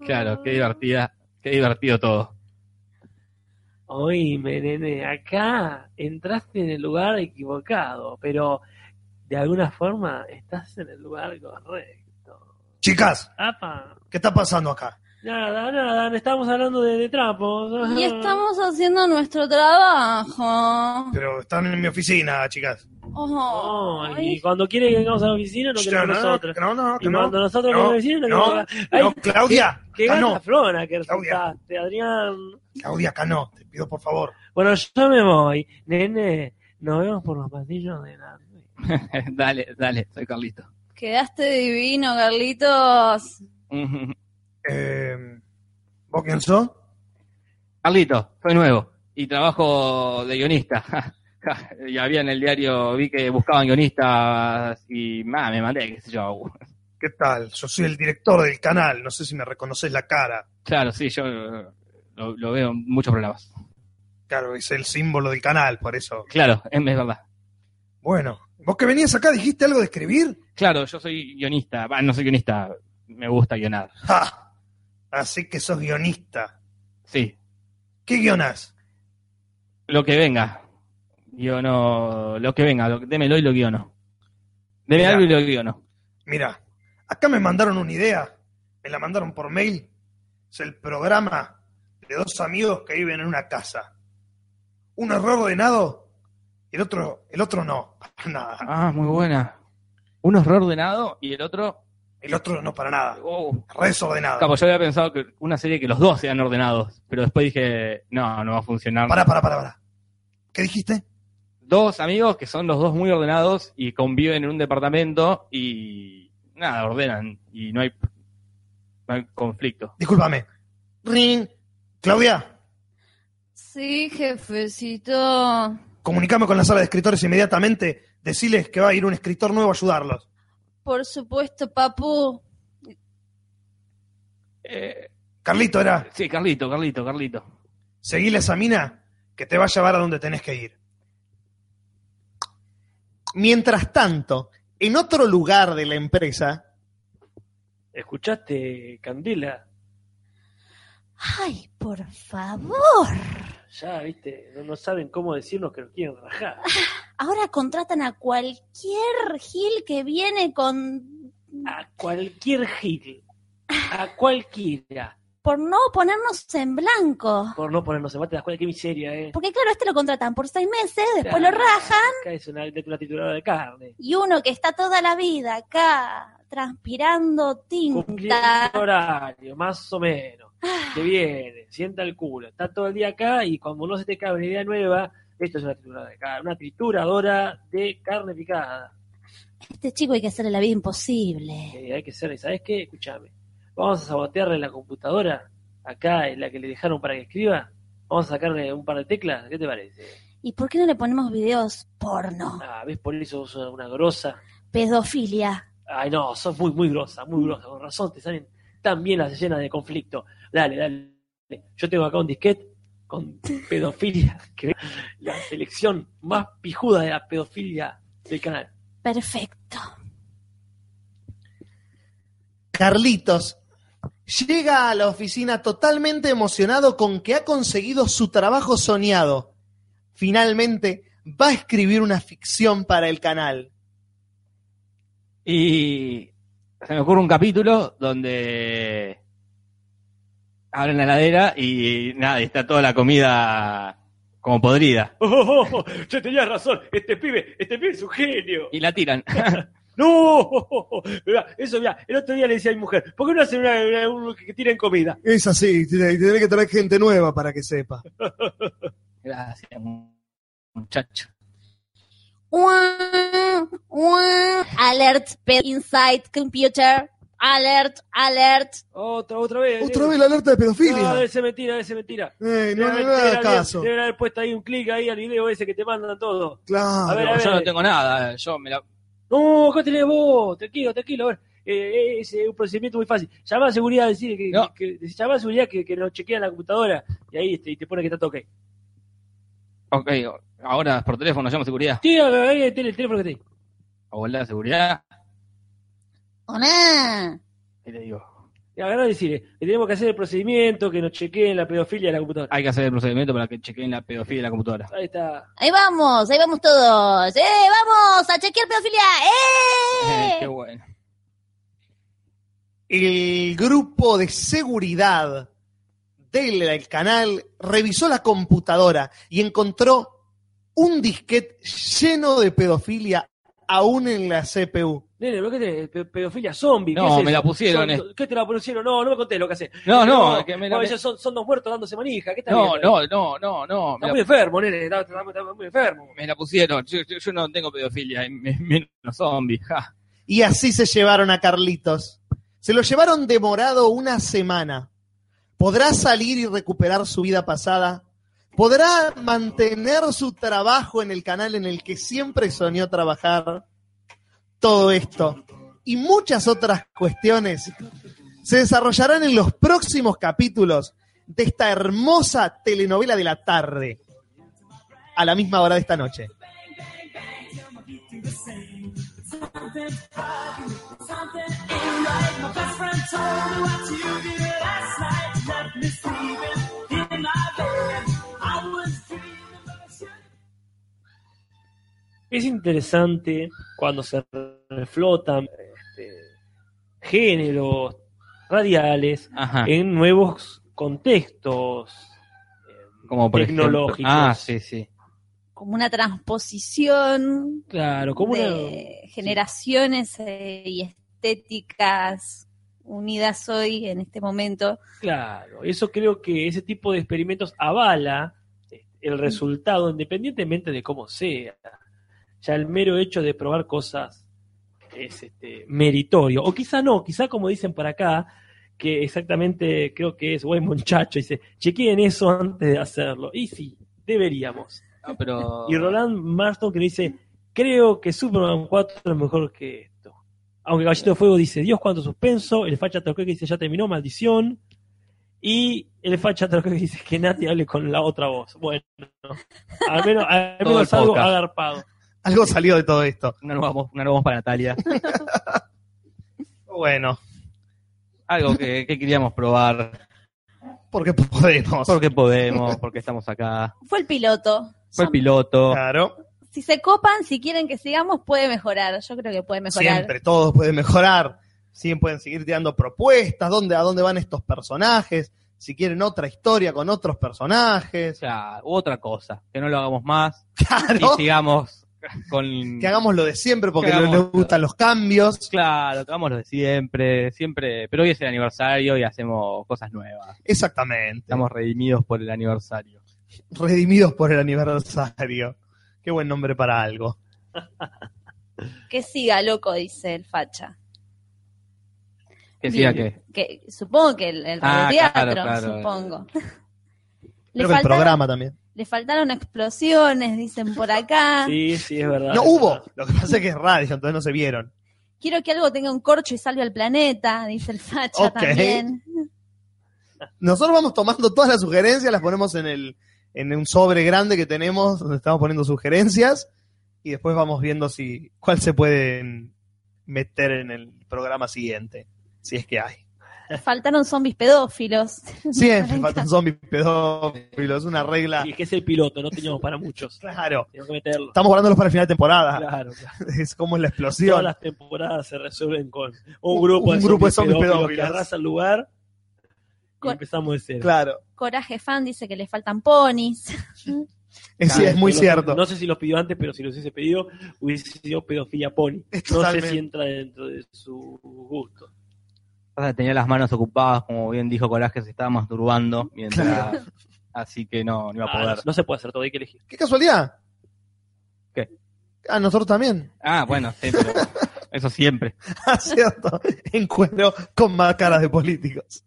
Speaker 4: Claro,
Speaker 2: Mm.
Speaker 4: qué divertida, qué divertido todo. [laughs]
Speaker 3: Oíme, nene, acá entraste en el lugar equivocado, pero de alguna forma estás en el lugar correcto.
Speaker 1: Chicas,
Speaker 3: Apa,
Speaker 1: ¿qué está pasando acá?
Speaker 3: nada, nada, estamos hablando de, de trapos.
Speaker 2: Y estamos haciendo nuestro trabajo.
Speaker 1: Pero están en mi oficina, chicas.
Speaker 2: Oh,
Speaker 3: [laughs] No,
Speaker 2: ay.
Speaker 3: y cuando quiere que vengamos a la oficina, no queremos nosotros.
Speaker 1: no, no,
Speaker 3: Y
Speaker 1: que no.
Speaker 3: cuando nosotros
Speaker 1: no,
Speaker 3: queremos a la oficina, no,
Speaker 1: no,
Speaker 3: queremos- Ay,
Speaker 1: No, Claudia,
Speaker 3: Qué
Speaker 1: acá
Speaker 3: gata
Speaker 1: no.
Speaker 3: flona que
Speaker 1: Claudia.
Speaker 3: resultaste, Adrián.
Speaker 1: Claudia, acá no. Te pido por favor.
Speaker 3: Bueno, yo me voy. Nene, nos vemos por los pasillos de la...
Speaker 4: dale, dale, soy Carlito.
Speaker 2: Quedaste divino, Carlitos.
Speaker 1: Eh, ¿Vos quién sos?
Speaker 4: Carlito, soy nuevo y trabajo de guionista. [laughs] y había en el diario, vi que buscaban guionistas y ma, me mandé, qué sé yo.
Speaker 1: ¿Qué tal? Yo soy el director del canal. No sé si me reconoces la cara.
Speaker 4: Claro, sí, yo eh, lo, lo veo en muchos programas.
Speaker 1: Claro, es el símbolo del canal, por eso.
Speaker 4: Claro, es, es verdad.
Speaker 1: Bueno, vos que venías acá dijiste algo de escribir. [laughs]
Speaker 4: Claro, yo soy guionista, va, no soy guionista, me gusta guionar.
Speaker 1: ¡Ja! Así que sos guionista.
Speaker 4: Sí,
Speaker 1: ¿Qué guionás?
Speaker 4: lo que venga. Guiono, lo que venga, lo, démelo y lo guiono. Deme
Speaker 1: Mirá.
Speaker 4: algo y lo guiono.
Speaker 1: Mira, acá me mandaron una idea. Me la mandaron por mail. Es el programa de dos amigos que viven en una casa. Uno es re ordenado y el otro, el otro no, para nada.
Speaker 4: Ah, muy buena. Uno es reordenado y el otro.
Speaker 1: El otro no para nada.
Speaker 4: Oh.
Speaker 1: Re desordenado.
Speaker 4: Capo, yo había pensado que una serie que los dos sean ordenados, pero después dije, no, no va a funcionar.
Speaker 1: Pará, pará, pará, pará. ¿Qué dijiste?
Speaker 4: Dos amigos que son los dos muy ordenados y conviven en un departamento y nada, ordenan y no hay, no hay conflicto.
Speaker 1: Discúlpame. Ring. Claudia,
Speaker 2: Sí, jefecito.
Speaker 1: comunicame con la sala de escritores inmediatamente. Deciles que va a ir un escritor nuevo a ayudarlos.
Speaker 2: Por supuesto, papu.
Speaker 4: Eh,
Speaker 1: Carlito, era.
Speaker 4: sí, Carlito, Carlito, Carlito.
Speaker 1: Seguile esa mina que te va a llevar a donde tenés que ir. Mientras tanto, en otro lugar de la empresa,
Speaker 3: ¿Escuchaste, Candela?
Speaker 2: Ay, por favor.
Speaker 3: Ya, viste, no, no saben cómo decirnos que nos quieren rajar.
Speaker 2: Ahora contratan a cualquier gil que viene con...
Speaker 3: A cualquier gil, a cualquiera,
Speaker 2: por no ponernos en blanco.
Speaker 3: por no ponernos en bate de la escuela, qué miseria, ¿eh?
Speaker 2: Porque claro, este lo contratan por seis meses, después lo
Speaker 3: Claro.
Speaker 2: rajan,
Speaker 3: Acá es una, una tituladora de carne.
Speaker 2: y uno que está toda la vida acá transpirando
Speaker 3: Cumpliendo
Speaker 2: tinta.
Speaker 3: horario, más o menos.
Speaker 2: Ah.
Speaker 3: Que viene, sienta el culo, está todo el día acá y cuando no se te cabe una idea nueva, esto es una trituradora de carne, una trituradora de carne picada.
Speaker 2: Este chico hay que hacerle la vida imposible.
Speaker 3: Eh, hay que ser, ¿sabes qué? Escúchame, vamos a sabotearle la computadora, acá en la que le dejaron para que escriba, vamos a sacarle un par de teclas, ¿qué te parece?
Speaker 2: ¿Y por qué no le ponemos videos porno?
Speaker 3: Ah, ¿ves? Por eso sos una grosa.
Speaker 2: Pedofilia.
Speaker 3: Ay, no, sos muy, muy grosa, muy grosa. Con razón te salen tan bien las escenas de conflicto. Dale, dale. Yo tengo acá un disquete
Speaker 1: [laughs]
Speaker 3: con pedofilia, que es la selección más pijuda de la pedofilia del canal.
Speaker 2: Perfecto.
Speaker 1: Carlitos llega a la oficina totalmente emocionado con que ha conseguido su trabajo soñado. Finalmente va a escribir una ficción para el canal.
Speaker 4: Y se me ocurre un capítulo donde abren la heladera y nada, y está toda la comida como podrida.
Speaker 3: [laughs] Oh, oh, oh, yo tenía razón, este pibe, este pibe es un genio.
Speaker 4: Y la tiran.
Speaker 3: No, oh, Mirá, eso mirá, el otro día le decía a mi mujer, ¿por qué no hacen una, una- un- que tiren comida?
Speaker 1: Es así, tiene que traer gente nueva para que sepa.
Speaker 4: Gracias, muchacho.
Speaker 2: Uah, uah. Alert, ped inside computer. Alert, alert.
Speaker 3: Otra, otra vez. eh.
Speaker 1: Otra vez la alerta de
Speaker 3: No,
Speaker 1: pedofilia.
Speaker 3: debe ser mentira, debe ser mentira.
Speaker 1: Eh, no le
Speaker 3: Deben haber-
Speaker 1: hagas
Speaker 3: deben haber-
Speaker 1: caso.
Speaker 3: deben haber puesto ahí un clic ahí al video ese que te mandan todo. A
Speaker 1: Claro.
Speaker 3: ver, a ver.
Speaker 4: yo no tengo nada, yo me la...
Speaker 3: No, acá tenés vos, tranquilo, tranquilo, a ver. Eh, eh, es eh, un procedimiento muy fácil. Llama a seguridad, decir que,
Speaker 4: No.
Speaker 3: que- que- llamá a seguridad que, que nos chequean la computadora y ahí este, y te pone que está todo ok.
Speaker 4: Ok, ahora por teléfono llamo a seguridad.
Speaker 3: Tío, ahí tiene el teléfono que tenés.
Speaker 4: Hola, seguridad.
Speaker 2: Hola.
Speaker 4: Y le digo,
Speaker 3: Y agarrar y decirle que tenemos que hacer el procedimiento, que nos chequeen la pedofilia de la computadora.
Speaker 4: hay que hacer el procedimiento para que chequeen la pedofilia de la computadora.
Speaker 3: Ahí está.
Speaker 2: Ahí vamos, ahí vamos todos. ¡Eh, vamos! ¡A chequear pedofilia!
Speaker 4: Eh,
Speaker 2: ¡Eh!
Speaker 4: [laughs] qué bueno.
Speaker 1: el grupo de seguridad del canal revisó la computadora y encontró un disquete lleno de pedofilia aún en la CPU.
Speaker 3: Nene, ¿pero qué tenés? Pe- Pedofilia zombie. ¿qué
Speaker 4: No,
Speaker 3: es eso?
Speaker 4: me la pusieron,
Speaker 3: Son- ¿Qué te la pusieron? No, no me contés lo que haces.
Speaker 4: No, no, que me la-
Speaker 3: no, ellos son, son dos muertos dándose manija. ¿Qué estás
Speaker 4: no,
Speaker 3: viendo?
Speaker 4: no, no, no, no.
Speaker 3: Está
Speaker 4: Me
Speaker 3: muy
Speaker 4: la,
Speaker 3: enfermo, nene. Está, está- está muy enfermo.
Speaker 4: me la pusieron. Yo, yo- yo no tengo pedofilia, y me- menos zombie. ja.
Speaker 1: Y así se llevaron a Carlitos. Se lo llevaron demorado una semana. ¿Podrá salir y recuperar su vida pasada? ¿Podrá mantener su trabajo en el canal en el que siempre soñó trabajar? Todo esto y muchas otras cuestiones se desarrollarán en los próximos capítulos de esta hermosa telenovela de la tarde, a la misma hora de esta noche.
Speaker 3: Es interesante cuando se reflotan este, géneros radiales
Speaker 4: Ajá.
Speaker 3: en nuevos contextos. eh,
Speaker 4: Como por ejemplo-
Speaker 3: tecnológicos.
Speaker 4: Ah, sí, sí.
Speaker 2: Como una transposición
Speaker 3: Claro, como una-
Speaker 2: de generaciones eh, y estéticas unidas hoy en este momento.
Speaker 3: Claro, eso creo que ese tipo de experimentos avala eh, el resultado independientemente de cómo sea. Ya el mero hecho de probar cosas es este, meritorio. O quizá no, quizá como dicen por acá, que exactamente creo que es buen muchacho, dice, chequeen eso antes de hacerlo. Y sí, deberíamos.
Speaker 4: No, pero...
Speaker 3: Y Roland Marston que dice, creo que Superman 4 es mejor que esto. Aunque Gallito de Fuego dice, Dios, cuánto suspenso. El facha Troque que dice, ya terminó, maldición. Y el facha Troque que dice, que Nati hable con la otra voz. Bueno, al menos, al
Speaker 4: Todo
Speaker 3: menos
Speaker 4: el
Speaker 3: algo
Speaker 4: podcast.
Speaker 3: agarpado.
Speaker 1: Algo salió de todo esto.
Speaker 4: Una nueva voz, una nueva voz para Natalia.
Speaker 1: Bueno,
Speaker 4: [laughs] Algo que, que queríamos probar.
Speaker 1: porque podemos.
Speaker 4: Porque podemos, porque estamos acá.
Speaker 2: Fue el piloto.
Speaker 4: Fue el piloto.
Speaker 1: Claro.
Speaker 2: Si se copan, si quieren que sigamos, puede mejorar. Yo creo que puede mejorar.
Speaker 1: Siempre, todos pueden mejorar. Siempre pueden seguir tirando propuestas, dónde, a dónde van estos personajes, si quieren otra historia con otros
Speaker 4: O [laughs]
Speaker 1: personajes.
Speaker 4: sea, u otra cosa. Que no lo hagamos más.
Speaker 1: Claro, [laughs]
Speaker 4: Y sigamos con...
Speaker 1: ¿Ah, que hagamos lo de siempre porque
Speaker 4: Que hagamos-
Speaker 1: les gustan los cambios.
Speaker 4: Claro, tomamos lo de siempre, siempre. Pero hoy es el aniversario y hacemos cosas nuevas.
Speaker 1: Exactamente.
Speaker 4: Estamos redimidos por el aniversario.
Speaker 1: redimidos por el aniversario. Qué buen nombre para algo.
Speaker 2: Que siga, loco, dice el facha.
Speaker 4: Que
Speaker 2: Bien.
Speaker 4: siga que.
Speaker 2: Que supongo que el, el
Speaker 4: Ah,
Speaker 2: radioteatro,
Speaker 4: claro, claro.
Speaker 2: supongo. [laughs] Le
Speaker 1: Creo que el
Speaker 2: faltaron,
Speaker 1: programa también.
Speaker 2: le faltaron explosiones, dicen por acá.
Speaker 3: [laughs] Sí, sí, es verdad.
Speaker 1: No
Speaker 3: Ah, Es
Speaker 1: hubo.
Speaker 3: verdad.
Speaker 1: Lo que pasa es que es radio, entonces no se vieron.
Speaker 2: Quiero que algo tenga un corcho y salve al planeta, dice el facha
Speaker 1: Ok.
Speaker 2: también.
Speaker 1: Nosotros vamos tomando todas las sugerencias, las ponemos en el en un sobre grande que tenemos donde estamos poniendo sugerencias y después vamos viendo si cuál se pueden meter en el programa siguiente, si es que hay.
Speaker 2: Faltaron zombies pedófilos.
Speaker 1: Siempre faltan zombies pedófilos, es una regla.
Speaker 3: Y es que es el piloto, no teníamos para muchos.
Speaker 1: Claro, Ah.
Speaker 3: Tengo que meterlo.
Speaker 1: estamos guardándolos para el final de temporada,
Speaker 3: Claro, claro.
Speaker 1: [laughs] es como es la
Speaker 3: Todas
Speaker 1: explosión.
Speaker 3: las temporadas se resuelven con un grupo,
Speaker 1: Un grupo de zombies
Speaker 3: que
Speaker 1: pedófilos.
Speaker 3: arrasa el lugar y
Speaker 2: Con-
Speaker 3: empezamos de cero.
Speaker 1: Claro,
Speaker 2: Coraje fan dice que le faltan ponis. [laughs]
Speaker 1: Eh, es,
Speaker 3: Claro,
Speaker 1: es muy
Speaker 3: no sé-
Speaker 1: cierto.
Speaker 3: No sé si los pidió antes, pero si los hubiese pedido, hubiese sido pedofilia pony. No sé
Speaker 1: Totalmente.
Speaker 3: si entra dentro de su gusto.
Speaker 4: Pasa que Tenía las manos ocupadas, como bien dijo Coraje, se estaba masturbando mientras.
Speaker 1: Claro.
Speaker 4: Así que no, no iba a
Speaker 3: Ah,
Speaker 4: poder.
Speaker 3: no, no se puede hacer todo, hay que elegir.
Speaker 1: Qué casualidad.
Speaker 4: ¿Qué?
Speaker 1: A nosotros también. [laughs]
Speaker 4: Ah, bueno, sí, pero eso siempre.
Speaker 1: Ah, cierto. En cuero con más caras de políticos.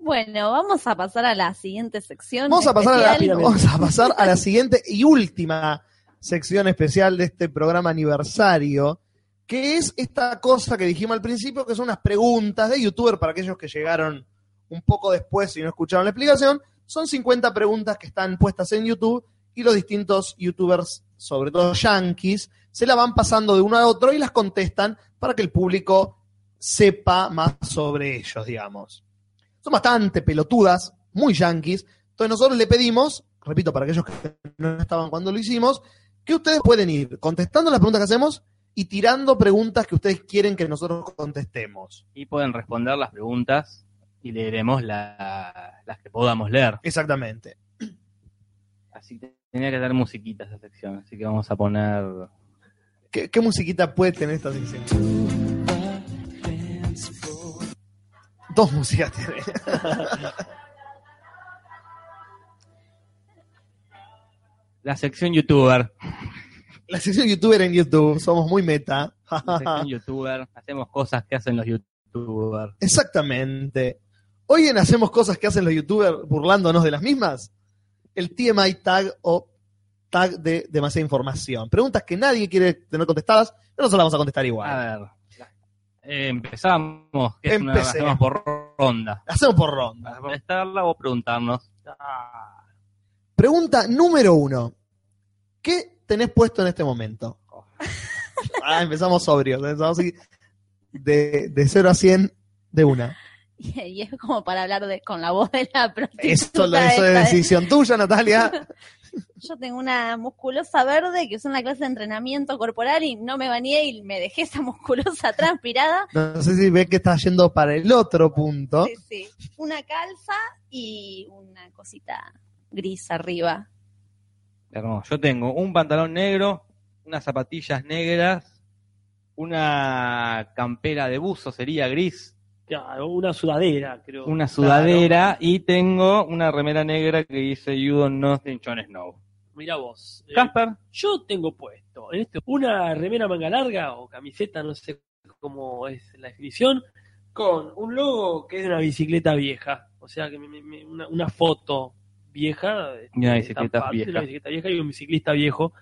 Speaker 2: Bueno, vamos a pasar a la siguiente sección. Este,
Speaker 1: Vamos a, pasar a la,
Speaker 2: especial.
Speaker 1: vamos a pasar a la siguiente y última sección especial de este programa aniversario, que es esta cosa que dijimos al principio, que son unas preguntas de youtuber para aquellos que llegaron un poco después y no escucharon la explicación, Son 50 preguntas que están puestas en YouTube y los distintos youtubers, sobre todo yankees, se la van pasando de uno a otro y las contestan para que el público sepa más sobre ellos, digamos. Son bastante pelotudas, muy yankees. Entonces nosotros le pedimos, repito, para aquellos que no estaban cuando lo hicimos, que ustedes pueden ir contestando las preguntas que hacemos y tirando preguntas que ustedes quieren que nosotros contestemos.
Speaker 4: Y pueden responder las preguntas y leeremos la- las que podamos leer.
Speaker 1: Exactamente.
Speaker 4: Así que tenía que dar musiquita esa sección, así que vamos a poner.
Speaker 1: ¿Qué, qué musiquita puede tener esta sección? Dos [laughs] músicas tiene.
Speaker 4: La sección youtuber.
Speaker 1: La sección youtuber en YouTube, somos muy meta.
Speaker 4: La [laughs] sección youtuber. Hacemos cosas que hacen los youtubers.
Speaker 1: Exactamente. Hoy en hacemos cosas que hacen los youtubers burlándonos de las mismas. El TMI tag o tag de demasiada información. Preguntas que nadie quiere tener contestadas, pero nosotros las vamos a contestar igual.
Speaker 4: A ver. eh, empezamos. Que es una,
Speaker 1: Empecemos.
Speaker 4: hacemos por ronda.
Speaker 1: Hacemos por ronda.
Speaker 4: Para contestarla o preguntarnos.
Speaker 3: Ah,
Speaker 1: Pregunta número uno. ¿Qué tenés puesto en este momento? Ah, empezamos sobrios. Empezamos así de, de 0 a 100 de una.
Speaker 2: Y, [laughs] y es como para hablar de, con la voz de la [laughs] prostituta.
Speaker 1: Eso, lo- eso es
Speaker 2: esta, ¿eh?
Speaker 1: decisión tuya, Natalia.
Speaker 2: Yo tengo una musculosa verde que es una clase de entrenamiento corporal y no me bañé y me dejé esa musculosa [laughs] transpirada.
Speaker 1: No sé si ves que estás yendo para el otro punto.
Speaker 2: Sí, sí. Una calza y una cosita gris arriba.
Speaker 4: Hermoso. Yo tengo un pantalón negro, unas zapatillas negras, una campera de buzo sería gris,
Speaker 3: Claro, una sudadera, creo.
Speaker 4: una sudadera y tengo una remera negra que dice You don't know John Snow.
Speaker 3: Mira vos. Eh,
Speaker 4: Casper,
Speaker 3: yo tengo puesto en este, una remera manga larga o camiseta, no sé cómo es la descripción, con un logo que es de una bicicleta vieja. O sea, que me- me- me- una, una foto vieja.
Speaker 4: Y una
Speaker 3: eh,
Speaker 4: bicicleta
Speaker 3: estampada,
Speaker 4: vieja.
Speaker 3: Una bicicleta vieja y un ciclista viejo.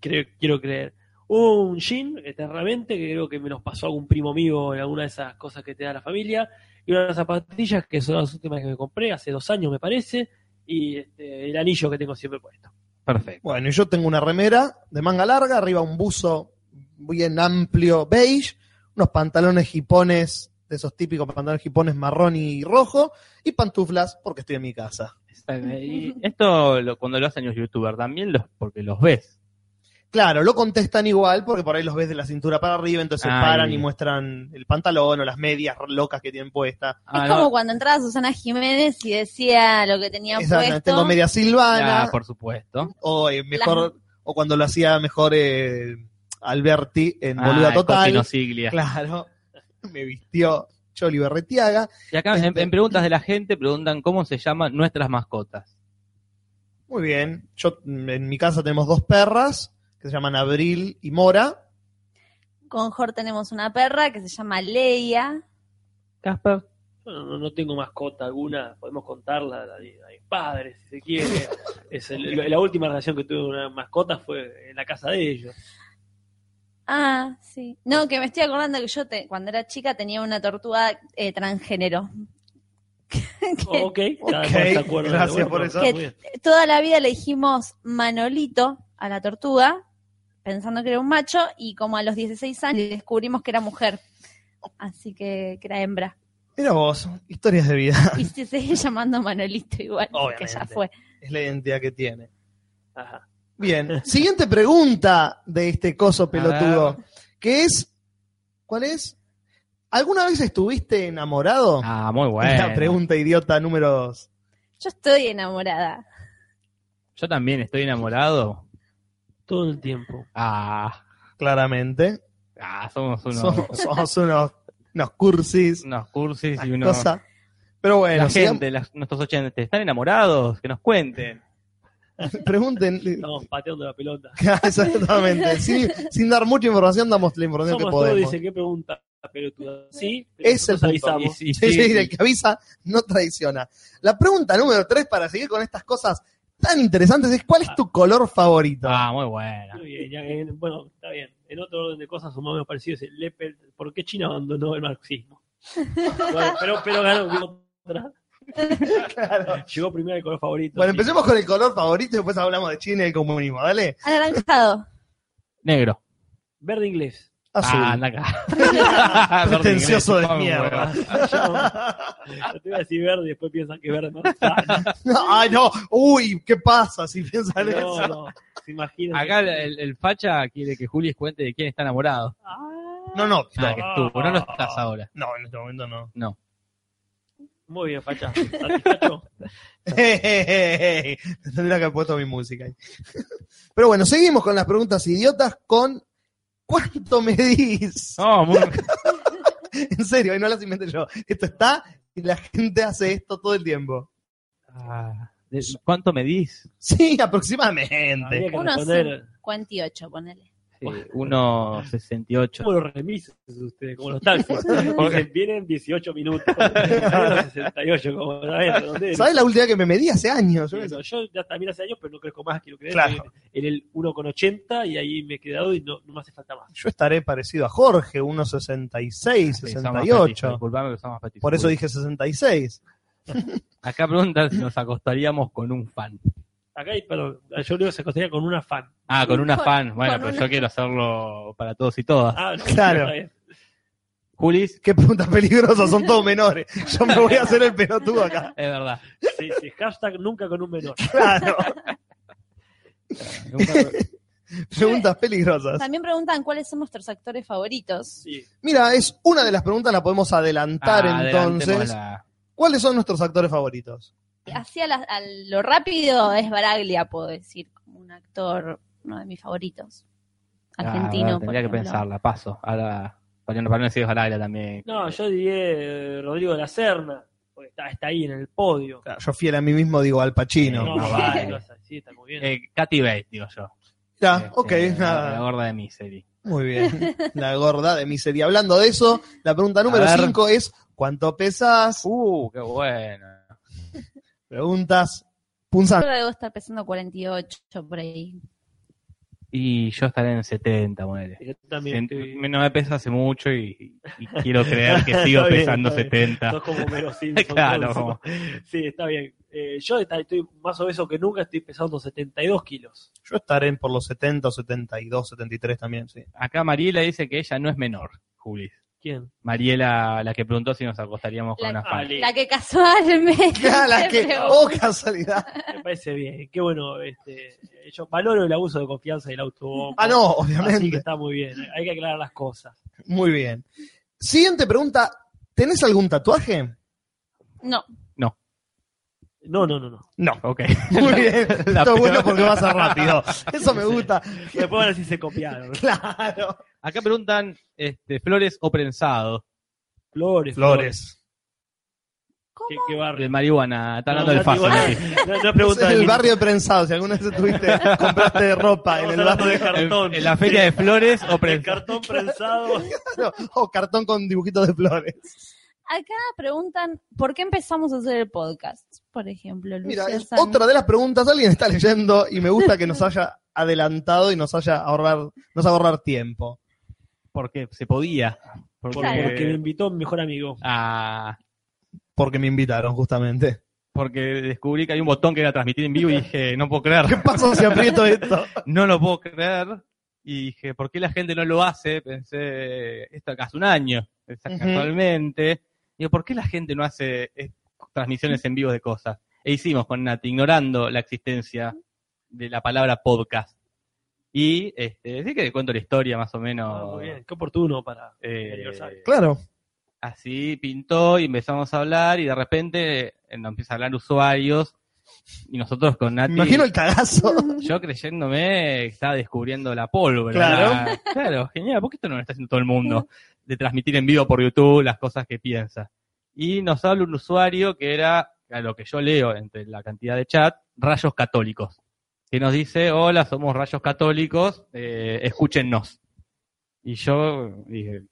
Speaker 3: Creo, quiero creer. Un jean, eternamente, que creo que me los pasó algún primo mío en alguna de esas cosas que te da la familia. Y unas zapatillas que son las últimas que me compré, hace dos años me parece. Y este, el anillo que tengo siempre puesto.
Speaker 4: perfecto.
Speaker 1: Bueno, y yo tengo una remera de manga larga, arriba un buzo bien amplio beige, unos pantalones jipones, de esos típicos pantalones jipones marrón y rojo, y pantuflas porque estoy en mi casa.
Speaker 4: Está bien. Y esto lo- cuando lo hacen los youtubers también los porque los ves.
Speaker 1: Claro, lo contestan igual porque por ahí los ves de la cintura para arriba, entonces
Speaker 4: Ay.
Speaker 1: paran y muestran el pantalón o las medias locas que tienen puesta.
Speaker 4: Ah,
Speaker 2: es
Speaker 4: no.
Speaker 2: como cuando entraba Susana Jiménez y decía lo que tenía
Speaker 1: Exacto,
Speaker 2: puesto.
Speaker 1: tengo media silvana,
Speaker 4: Ah, por supuesto.
Speaker 1: o eh, mejor, o cuando lo hacía mejor eh, Alberti en Boluda
Speaker 4: Ah,
Speaker 1: Total.
Speaker 4: Cotino Siglia.
Speaker 1: Claro, me vistió Choli Berretiaga.
Speaker 4: Y acá en,
Speaker 1: Este-
Speaker 4: en preguntas de la gente preguntan cómo se llaman nuestras mascotas.
Speaker 1: Muy bien. Yo mm, en mi casa tenemos dos perras que se llaman Abril y Mora.
Speaker 2: Con Jor tenemos una perra que se llama Leia.
Speaker 4: Casper,
Speaker 3: Bueno, no, no tengo mascota alguna, podemos contarla a, a mis padres si
Speaker 1: [laughs]
Speaker 3: se quiere. Es el- la- la última relación que tuve con una mascota fue en la casa de ellos.
Speaker 2: Ah, sí. No, que me estoy acordando que yo te- cuando era chica tenía una tortuga eh, transgénero.
Speaker 3: Ok, cada
Speaker 1: Ok,
Speaker 3: cual se acuerda de-
Speaker 1: gracias
Speaker 3: bueno,
Speaker 1: por eso.
Speaker 3: muy bien.
Speaker 2: Toda la vida le dijimos Manolito a la tortuga, pensando que era un macho, y como a los 16 años descubrimos que era mujer. Así que, que era hembra.
Speaker 1: Mira vos, historias de vida. [laughs]
Speaker 2: Y se sigue [laughs] llamando Manolito igual, porque
Speaker 1: Obviamente.
Speaker 2: ya fue.
Speaker 1: Es la identidad que tiene.
Speaker 3: Ajá.
Speaker 1: Bien. Siguiente pregunta de este coso
Speaker 4: A
Speaker 1: pelotudo. Que es. ¿Cuál es? ¿Alguna vez estuviste enamorado?
Speaker 4: Ah,
Speaker 1: [laughs]
Speaker 4: muy
Speaker 1: Es
Speaker 4: bueno.
Speaker 1: La pregunta idiota número dos.
Speaker 2: Yo estoy enamorada.
Speaker 4: Yo también estoy enamorado.
Speaker 3: Todo el tiempo.
Speaker 4: Ah,
Speaker 1: Claramente.
Speaker 4: ah, somos unos,
Speaker 1: Somos, somos unos, unos cursis.
Speaker 4: unos cursis
Speaker 1: unas
Speaker 4: y unos.
Speaker 1: cosas. Pero bueno,
Speaker 4: La
Speaker 1: sigan-
Speaker 4: gente, las- nuestros oyentes, ¿están enamorados? Que nos cuenten.
Speaker 1: [laughs] pregunten,
Speaker 3: Estamos pateando la pelota.
Speaker 1: [laughs] Exactamente. Sin, sin dar mucha información, damos la información que
Speaker 3: Somos todos,
Speaker 1: podemos.
Speaker 3: dice, ¿qué pregunta? Pelotuda. Sí, pero
Speaker 1: Es el
Speaker 3: nosotros
Speaker 1: punto.
Speaker 3: avisamos.
Speaker 4: Y- y-
Speaker 1: Sí, sí,
Speaker 4: sí,
Speaker 1: el que avisa no traiciona. La pregunta número tres, para seguir con estas cosas tan interesantes, es ¿cuál es tu color favorito?
Speaker 4: Ah, muy buena.
Speaker 3: Muy bien, ya que- bueno, está bien. En otro orden de cosas, un menos parecido es
Speaker 1: [laughs]
Speaker 3: el Lepel. ¿Por qué China abandonó el marxismo? Bueno, pero, pero ganó otra.
Speaker 1: Claro.
Speaker 3: [laughs] Llegó primero el color favorito.
Speaker 1: Bueno,
Speaker 3: sí.
Speaker 1: empecemos con el color favorito y después hablamos de China y el comunismo, dale.
Speaker 2: Anaranjado.
Speaker 4: Negro.
Speaker 3: Verde inglés.
Speaker 1: [laughs] Azul.
Speaker 4: Ah, anda [laughs] acá.
Speaker 1: Pretencioso de
Speaker 4: Perdón,
Speaker 1: mierda.
Speaker 4: huevo.
Speaker 3: Yo te voy a decir verde y después piensan que es verde.
Speaker 1: [laughs]
Speaker 3: No, Ah, no,
Speaker 1: Ay, no. Uy, ¿qué pasa si piensan eso?
Speaker 3: no, no. Se imaginan.
Speaker 4: Acá el, el facha quiere que Julis cuente de quién está enamorado.
Speaker 1: No, no.
Speaker 4: Ah,
Speaker 1: No,
Speaker 4: que estuvo. No lo estás ahora.
Speaker 1: no, en este momento no.
Speaker 3: Muy bien, facha. Satisfacho.
Speaker 1: [laughs] Tendría que haber puesto mi música ahí. Pero bueno, seguimos con las preguntas idiotas con ¿cuánto medís?
Speaker 4: [laughs] No, muy-
Speaker 1: En serio, y no las inventé yo. Esto está y la gente hace esto todo el tiempo.
Speaker 4: Ah, de- ¿Cuánto medís?
Speaker 1: Sí,
Speaker 3: Habría
Speaker 1: aproximadamente.
Speaker 3: que
Speaker 2: Uno
Speaker 3: responder.
Speaker 2: 58, ponele.
Speaker 4: Eh, 1.68.
Speaker 3: ¿Cómo los remises ustedes? Como los taxis. Porque vienen 18 minutos. [laughs] Vienen 68, como ¿sabes? ¿Dónde eres?
Speaker 1: ¿Sabes la última que me medí hace años? Yo
Speaker 3: Sí,
Speaker 1: qué sé.
Speaker 3: no, Yo ya también hace años, pero no crezco más, quiero creer.
Speaker 1: Claro.
Speaker 3: En el 1,80 y ahí me he quedado y no, no me hace falta más.
Speaker 1: Yo estaré parecido a Jorge, unos 66, 68.
Speaker 4: Disculpame que somos petizos.
Speaker 1: Por eso dije 66.
Speaker 4: Acá preguntan si nos acostaríamos con un fan.
Speaker 3: Acá hay, perdón, yo creo que se acostaría con una fan.
Speaker 4: Ah, con una
Speaker 2: Con-
Speaker 4: fan. Bueno,
Speaker 2: con
Speaker 4: pero
Speaker 2: una-
Speaker 4: yo quiero hacerlo para todos y todas.
Speaker 3: Ah, [laughs] no,
Speaker 1: Claro.
Speaker 3: está bien.
Speaker 4: Julis,
Speaker 1: Qué preguntas peligrosas, son todos menores. Yo me voy a hacer el pelotudo
Speaker 4: [laughs]
Speaker 1: acá.
Speaker 4: es verdad.
Speaker 3: Sí, sí, hashtag nunca con un menor.
Speaker 1: Claro.
Speaker 4: Nunca-
Speaker 1: Preguntas peligrosas.
Speaker 2: También preguntan cuáles son nuestros actores favoritos.
Speaker 3: Sí.
Speaker 1: Mira, es una de las preguntas, la podemos adelantar
Speaker 4: Ah,
Speaker 1: entonces.
Speaker 4: adelantémosla.
Speaker 1: ¿Cuáles son nuestros actores favoritos?
Speaker 2: Así a, la- a lo rápido es Baraglia, puedo decir, como un actor, uno de mis favoritos.
Speaker 4: Ah,
Speaker 2: Argentino.
Speaker 4: bueno,
Speaker 2: por
Speaker 4: tendría que
Speaker 2: ejemplo.
Speaker 4: pensarla, paso. Ahora, para no, para no decir Jalaila también.
Speaker 3: No, yo diría eh, Rodrigo de la Serna, porque está, está ahí en el podio.
Speaker 1: Ah, Yo fiel a mí mismo digo Al Pacino. Ah,
Speaker 3: no,
Speaker 4: Eh, no,
Speaker 3: vale,
Speaker 4: vale.
Speaker 3: no es así, está muy bien.
Speaker 4: Eh, Katy Bates, digo yo.
Speaker 1: Ya,
Speaker 4: Este,
Speaker 1: ok,
Speaker 4: la- La
Speaker 1: nada.
Speaker 4: gorda de Misery.
Speaker 1: Muy bien. La gorda de miseria. Hablando de eso, la pregunta número
Speaker 4: ver.
Speaker 1: 5 es: ¿cuánto pesas?
Speaker 4: Uh, qué bueno.
Speaker 1: Preguntas
Speaker 2: Yo
Speaker 1: punzantes.
Speaker 2: debo estar pesando 48 por ahí.
Speaker 4: Y yo estaré en 70, muere.
Speaker 3: Yo también estoy-
Speaker 4: No me pesa hace mucho y, y
Speaker 3: [laughs]
Speaker 4: quiero creer que sigo
Speaker 3: Está bien,
Speaker 4: pesando
Speaker 3: está bien.
Speaker 4: 70.
Speaker 3: Sos como Homero Simpson.
Speaker 4: Claro,
Speaker 3: ¿no? Sí, está bien. Eh, yo está- estoy más obeso que nunca, estoy pesando 72 kilos.
Speaker 1: Yo estaré por los 70, 72, 73 también, sí.
Speaker 4: Acá Mariela dice que ella no es menor, Julis.
Speaker 3: ¿Quién?
Speaker 4: Mariela, la que preguntó si nos acostaríamos con
Speaker 2: La-
Speaker 4: una fan.
Speaker 3: Ale.
Speaker 2: La que casualmente.
Speaker 1: [laughs] [laughs] Ya, la
Speaker 2: [laughs]
Speaker 1: que-
Speaker 2: preguntó.
Speaker 1: ¡Oh, casualidad!
Speaker 3: Me parece bien. Qué bueno. Este, yo valoro el abuso de confianza del autobombo.
Speaker 1: Ah, no,
Speaker 3: Así que
Speaker 1: obviamente.
Speaker 3: está muy bien. Hay que aclarar las cosas.
Speaker 1: Muy bien. Siguiente pregunta: ¿tenés algún tatuaje?
Speaker 2: No,
Speaker 3: No, no, no, no.
Speaker 1: No.
Speaker 2: Ah,
Speaker 4: Ok.
Speaker 1: Muy bien.
Speaker 4: La
Speaker 1: Esto es bueno
Speaker 4: peor.
Speaker 1: porque vas a rápido. Eso me gusta.
Speaker 3: Después van a decir se copiaron.
Speaker 1: Claro.
Speaker 4: [laughs] Acá preguntan este, flores o prensado.
Speaker 3: Flores.
Speaker 1: Flores.
Speaker 3: Qué, qué barrio.
Speaker 4: El marihuana, está hablando
Speaker 3: No,
Speaker 4: del faso.
Speaker 3: no,
Speaker 4: ahí.
Speaker 3: No, no, no pregunta
Speaker 1: es
Speaker 3: de
Speaker 1: el
Speaker 3: mí.
Speaker 1: barrio de prensado. Si alguna vez estuviste, compraste ropa en
Speaker 3: Estamos
Speaker 1: el
Speaker 3: hablando
Speaker 1: barrio
Speaker 3: de
Speaker 1: de
Speaker 3: cartón.
Speaker 4: En, en la feria de flores o
Speaker 3: El
Speaker 4: prensado.
Speaker 3: cartón
Speaker 1: [laughs]
Speaker 3: prensado.
Speaker 1: Cartón o cartón con dibujitos de flores.
Speaker 2: acá preguntan por qué empezamos a hacer el podcast, por ejemplo.
Speaker 1: Mira,
Speaker 2: Lucía
Speaker 1: es
Speaker 2: San-
Speaker 1: otra de las preguntas. Alguien está leyendo y me gusta que nos haya adelantado y nos haya ahorrar, nos ahorrar tiempo.
Speaker 4: Porque se podía. Porque,
Speaker 2: Claro.
Speaker 3: Porque me invitó mi mejor amigo.
Speaker 4: Ah,
Speaker 1: Porque me invitaron justamente.
Speaker 4: porque descubrí que hay un botón que era transmitir en
Speaker 3: [laughs]
Speaker 4: vivo y dije, no puedo creer.
Speaker 1: ¿Qué pasa si aprieto esto?
Speaker 4: no lo puedo creer. Y dije, ¿por qué la gente no lo hace? Pensé, esto acá hace un año, está
Speaker 1: Ujú.
Speaker 4: casualmente. Digo, ¿por qué la gente no hace eh, transmisiones en vivo de cosas? E hicimos con Nati, ignorando la existencia de la palabra podcast. Y este, sí que te cuento la historia más o
Speaker 3: Ah,
Speaker 4: menos.
Speaker 3: muy bien. Qué oportuno para
Speaker 4: eh,
Speaker 3: el aniversario.
Speaker 1: Claro.
Speaker 4: así pintó y empezamos a hablar y de repente eh, nos empieza a hablar usuarios y nosotros con Nati...
Speaker 1: Me imagino el cagazo.
Speaker 4: Yo creyéndome que estaba descubriendo la pólvora.
Speaker 1: Claro.
Speaker 4: La- claro, genial. ¿Por qué esto no lo está haciendo todo el mundo? De transmitir en vivo por YouTube las cosas que piensa. Y nos habla un usuario que era, a lo que yo leo entre la cantidad de chat, Rayos Católicos. Que nos dice, hola, somos Rayos Católicos, eh, escúchennos. Y yo dije,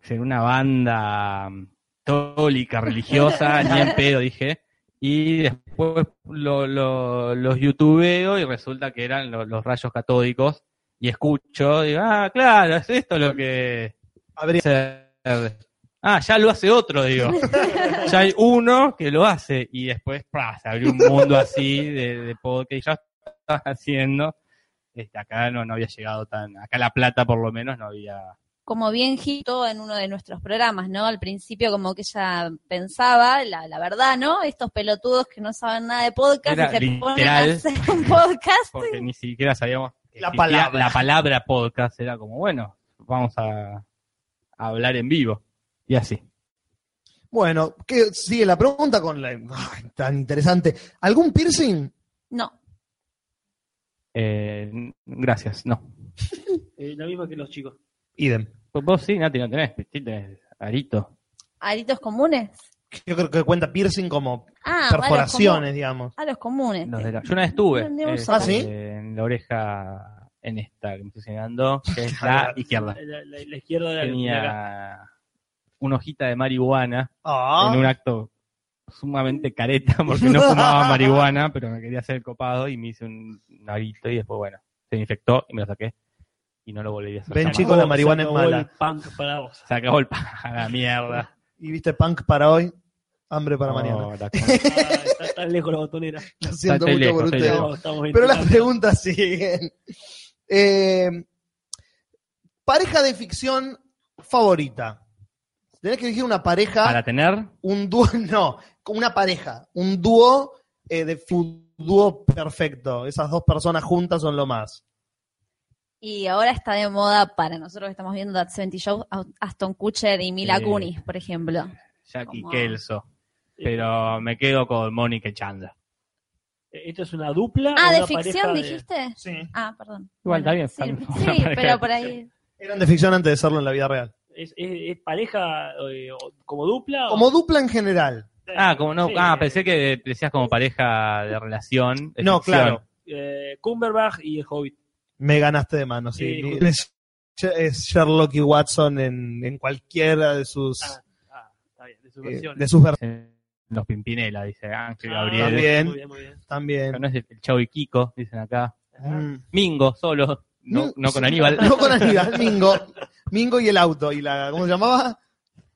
Speaker 4: ser una banda mm, católica, religiosa, ni en pedo, dije. Y después lo- lo- los youtubeo y resulta que eran lo- los rayos catódicos. Y escucho, digo, ah, claro, es esto lo que
Speaker 1: Habría-
Speaker 4: hacer. Ah, ya lo hace otro, digo. ya hay uno que lo hace y después ¡pra! se abrió un mundo así de, de podcast. Ya estás haciendo. Este, acá no, no había llegado tan. Acá La Plata, por lo menos, no había.
Speaker 2: como bien Gito en uno de nuestros programas, ¿no? Al principio como que ella pensaba, la, la verdad, ¿no? Estos pelotudos que no saben nada de podcast
Speaker 4: Era
Speaker 2: y se ponen a
Speaker 4: literal.
Speaker 2: hacer un podcast.
Speaker 4: Porque ni siquiera sabíamos. que
Speaker 1: La
Speaker 4: existía
Speaker 1: palabra.
Speaker 4: La palabra podcast era como, bueno, vamos a, a hablar en vivo. Y así.
Speaker 1: Bueno, que sigue la pregunta con la. Ay, tan interesante. ¿Algún piercing?
Speaker 2: No,
Speaker 4: Eh, gracias, no.
Speaker 3: Eh, lo mismo que los chicos.
Speaker 1: Idem.
Speaker 4: Pues vos sí, Nati, no tenés, sí tenés arito.
Speaker 2: aritos comunes.
Speaker 1: Yo creo que cuenta piercing como
Speaker 2: Ah,
Speaker 1: perforaciones, digamos.
Speaker 2: A los comunes.
Speaker 4: Los de la- Yo una vez tuve
Speaker 2: No, ni un
Speaker 4: eh,
Speaker 2: solo.
Speaker 1: Ah, ¿sí?
Speaker 4: en la oreja, en esta que me estoy señalando, que es la izquierda.
Speaker 3: La, la- la izquierda de la de acá.
Speaker 4: Tenía una hojita de marihuana
Speaker 1: Ah,
Speaker 4: en un acto sumamente careta [laughs] porque no fumaba marihuana, pero me quería hacer copado y me hice un narito y después, bueno, se me infectó y me lo saqué y no lo volví a hacer.
Speaker 1: Ven,
Speaker 4: jamás.
Speaker 1: chicos, la marihuana
Speaker 3: Se
Speaker 1: es
Speaker 3: acabó
Speaker 1: mala.
Speaker 3: el punk para vos.
Speaker 4: Se acabó el pan a [laughs] la mierda.
Speaker 1: Y viste punk para hoy, hambre para
Speaker 4: No,
Speaker 1: mañana. [laughs]
Speaker 4: la-
Speaker 3: Ah, está tan lejos la botonera.
Speaker 1: Lo siento
Speaker 4: estoy
Speaker 1: mucho
Speaker 4: lejos,
Speaker 1: por
Speaker 4: estoy
Speaker 1: ustedes.
Speaker 4: lejos.
Speaker 3: No, estamos
Speaker 1: Pero las
Speaker 3: ventilando.
Speaker 1: preguntas siguen. Eh, pareja de ficción favorita. Tenés que elegir una pareja,
Speaker 4: Para tener
Speaker 1: un dúo, [laughs] no, una pareja, un dúo eh, de un dúo perfecto. Esas dos personas juntas son lo más.
Speaker 2: Y ahora está de moda para nosotros que estamos viendo That 70 Show, Aston Kutcher y Mila
Speaker 4: Sí.
Speaker 2: Kunis, por ejemplo.
Speaker 4: Jackie
Speaker 2: Como-
Speaker 4: Kelso, pero me quedo con Mónica y Chandler.
Speaker 3: E, ¿Esto es una dupla? o
Speaker 2: Ah, de
Speaker 3: una pareja
Speaker 2: ficción dijiste.
Speaker 1: Sí.
Speaker 2: Ah, perdón.
Speaker 4: Igual, está bien,
Speaker 2: Sí,
Speaker 4: está
Speaker 2: sí,
Speaker 4: bien. [laughs] Una pareja
Speaker 2: pero por
Speaker 4: de
Speaker 2: ahí.
Speaker 1: Eran de ficción antes de serlo en la vida real.
Speaker 3: ¿Es, es- es pareja eh, o- como dupla? o-
Speaker 1: Como dupla en general.
Speaker 4: Ah, como no,
Speaker 3: Sí.
Speaker 4: ah, pensé que decías como pareja de relación. de
Speaker 1: No,
Speaker 4: ficción.
Speaker 1: claro.
Speaker 3: Eh, Cumberbatch y el Hobbit.
Speaker 1: Me ganaste de mano, sí.
Speaker 3: Sí.
Speaker 1: Es, es Sherlock y Watson en, en cualquiera de sus,
Speaker 3: Ah, ah, está bien, de sus
Speaker 1: eh,
Speaker 3: versiones.
Speaker 1: de sus versiones
Speaker 4: Dicen Los Pimpinela, dice Ángel
Speaker 3: Ah,
Speaker 4: Gabriel.
Speaker 1: también.
Speaker 3: Muy bien, muy bien.
Speaker 1: también.
Speaker 4: No es el Chavo y Kiko, dicen acá.
Speaker 1: Mm.
Speaker 4: Mingo, solo. No,
Speaker 1: Mm.
Speaker 4: no con Aníbal.
Speaker 1: [laughs] No con Aníbal, Mingo. Mingo y el auto. ¿Y la, cómo se llamaba?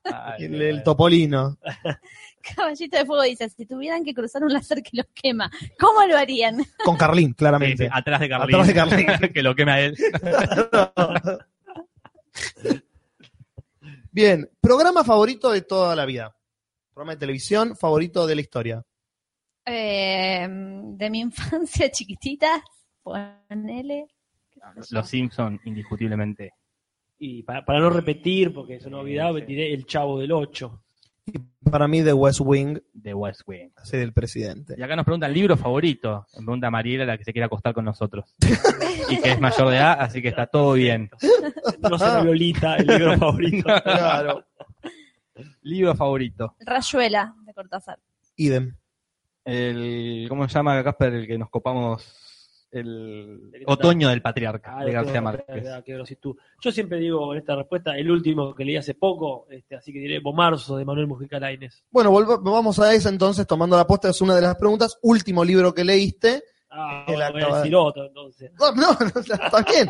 Speaker 4: Ay,
Speaker 1: El,
Speaker 4: no,
Speaker 1: el
Speaker 4: no.
Speaker 1: Topolino.
Speaker 2: [laughs] Caballito de Fuego dice, si tuvieran que cruzar un láser que los quema, ¿cómo lo harían?
Speaker 1: Con Carlín,
Speaker 4: Sí, sí, Ah.
Speaker 1: claramente.
Speaker 4: atrás de Carlín.
Speaker 1: Atrás de Carlín.
Speaker 4: [laughs] que lo queme a él.
Speaker 1: Bien, programa favorito de toda la vida. Programa de televisión favorito de la historia.
Speaker 2: Eh, de mi infancia [laughs] chiquitita, ponele. qué sé yo.
Speaker 4: Los Simpson, indiscutiblemente.
Speaker 3: Y para, para no repetir, porque es una olvidaba,
Speaker 4: Sí,
Speaker 3: me
Speaker 4: sí.
Speaker 3: tiré El Chavo del 8.
Speaker 1: Para mí, de West Wing,
Speaker 4: De West Wing.
Speaker 1: así del presidente.
Speaker 4: Y acá nos preguntan libro favorito. Me pregunta Mariela, la que se quiere acostar
Speaker 1: [laughs]
Speaker 4: con nosotros. y que es mayor de edad, así que está todo bien.
Speaker 3: No será Lolita, el libro favorito.
Speaker 1: Claro.
Speaker 4: Libro favorito.
Speaker 2: Rayuela de Cortázar.
Speaker 1: Idem.
Speaker 4: El, ¿Cómo se llama, Casper, el que nos copamos? El
Speaker 3: El-
Speaker 4: Otoño del Patriarca,
Speaker 3: Ah,
Speaker 4: de
Speaker 3: lo
Speaker 4: García
Speaker 3: tengo,
Speaker 4: Márquez.
Speaker 3: verdad, qué grositud. Yo siempre digo en esta respuesta, el último que leí hace poco, este, así que diré Bomarzo de Manuel Mujica Lainez.
Speaker 1: Bueno, volv- vamos a eso entonces, tomando la posta, es una de las preguntas. Último libro que leíste.
Speaker 3: Ah,
Speaker 1: El
Speaker 3: bueno, voy
Speaker 1: acaba-
Speaker 3: a decir otro entonces.
Speaker 1: No, Oh, no, [laughs] no, está bien.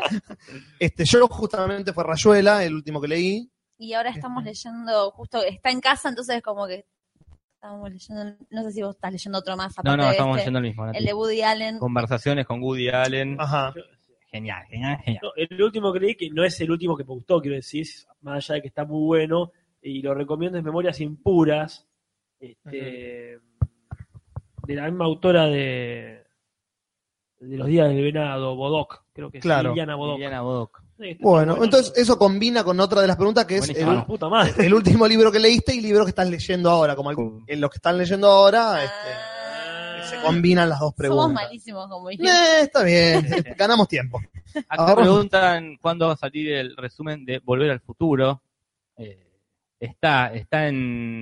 Speaker 1: Este, yo justamente fue Rayuela, el último que leí.
Speaker 2: Y ahora estamos leyendo, justo está en casa, entonces como que estamos leyendo, no sé si vos estás leyendo otro más
Speaker 4: No,
Speaker 2: aparte
Speaker 4: no,
Speaker 2: de
Speaker 4: estamos
Speaker 2: este,
Speaker 4: leyendo el mismo. Nati.
Speaker 2: el de Woody Allen.
Speaker 4: Conversaciones con Woody Allen.
Speaker 1: Ajá.
Speaker 3: Yo-
Speaker 4: Genial, genial, genial.
Speaker 3: No, el último que leí, que no es el último que me gustó, quiero decir, más allá de que está muy bueno, y lo recomiendo es Memorias Impuras, este, de la misma autora de, de Los Días del Venado, Bodoc, creo que es
Speaker 1: Claro,
Speaker 3: Liliana Bodoc.
Speaker 4: Liliana Bodoc.
Speaker 3: Sí, está
Speaker 1: Bueno, entonces eso combina con otra de las preguntas que es el,
Speaker 4: Buenísimo.
Speaker 3: Ah, puta madre.
Speaker 1: el último libro que leíste y libro que estás leyendo ahora. Como
Speaker 4: Uh.
Speaker 1: algún- en los que están leyendo ahora, este,
Speaker 2: Ah,
Speaker 1: se combinan las dos
Speaker 2: somos
Speaker 1: preguntas.
Speaker 2: malísimos como dijimos.
Speaker 1: Eh, está bien,
Speaker 2: [laughs]
Speaker 1: ganamos tiempo.
Speaker 4: Acá
Speaker 1: Ahora-
Speaker 4: preguntan cuándo va a salir el resumen de Volver al Futuro. Eh, está, está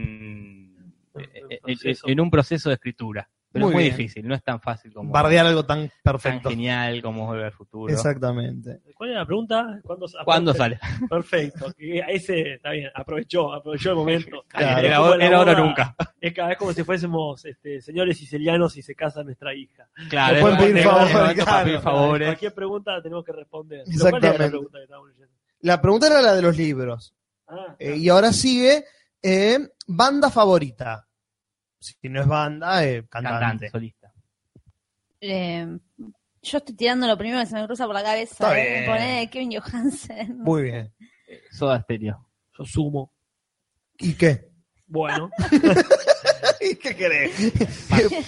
Speaker 4: en,
Speaker 3: En
Speaker 4: en,
Speaker 3: proceso.
Speaker 4: en un proceso de escritura. Pero
Speaker 1: Muy
Speaker 4: es muy
Speaker 1: bien.
Speaker 4: difícil, no es tan fácil como
Speaker 1: Bardear algo tan
Speaker 4: tan
Speaker 1: perfecto.
Speaker 4: genial como Volver al Futuro.
Speaker 1: Exactamente.
Speaker 3: ¿Cuál era la pregunta? ¿Cuándo,
Speaker 4: ¿Cuándo
Speaker 3: aparte-
Speaker 4: sale?
Speaker 3: Perfecto. Y Ese está bien, aprovechó, aprovechó el
Speaker 4: [laughs]
Speaker 3: momento.
Speaker 1: [laughs] Claro.
Speaker 4: Era,
Speaker 3: Como la
Speaker 4: era ahora o
Speaker 3: boda,
Speaker 4: nunca.
Speaker 3: Es cada vez como si fuésemos este, señores sicilianos y se casa nuestra hija.
Speaker 4: Claro,
Speaker 1: pueden
Speaker 4: es-
Speaker 1: pedir
Speaker 4: es-
Speaker 1: favores,
Speaker 4: es momento para
Speaker 1: claro.
Speaker 4: pedir favores.
Speaker 3: Cualquier pregunta la tenemos que responder. Pero
Speaker 1: Exactamente.
Speaker 3: ¿cuál era la pregunta que estábamos leyendo?
Speaker 1: La pregunta era la de los libros.
Speaker 3: Ah,
Speaker 1: Eh, y ahora sigue Eh, banda favorita. Si no es banda, eh, cantante.
Speaker 4: Cantante, solista.
Speaker 2: Eh, yo estoy tirando lo primero que se me cruza por la cabeza.
Speaker 1: Está
Speaker 2: eh,
Speaker 1: bien.
Speaker 2: poné Kevin
Speaker 1: [laughs]
Speaker 2: Johansen.
Speaker 1: Muy bien.
Speaker 4: Soda Stereo.
Speaker 3: Yo sumo.
Speaker 1: ¿Y qué?
Speaker 3: Bueno,
Speaker 1: [laughs] ¿Y qué querés?
Speaker 3: eh,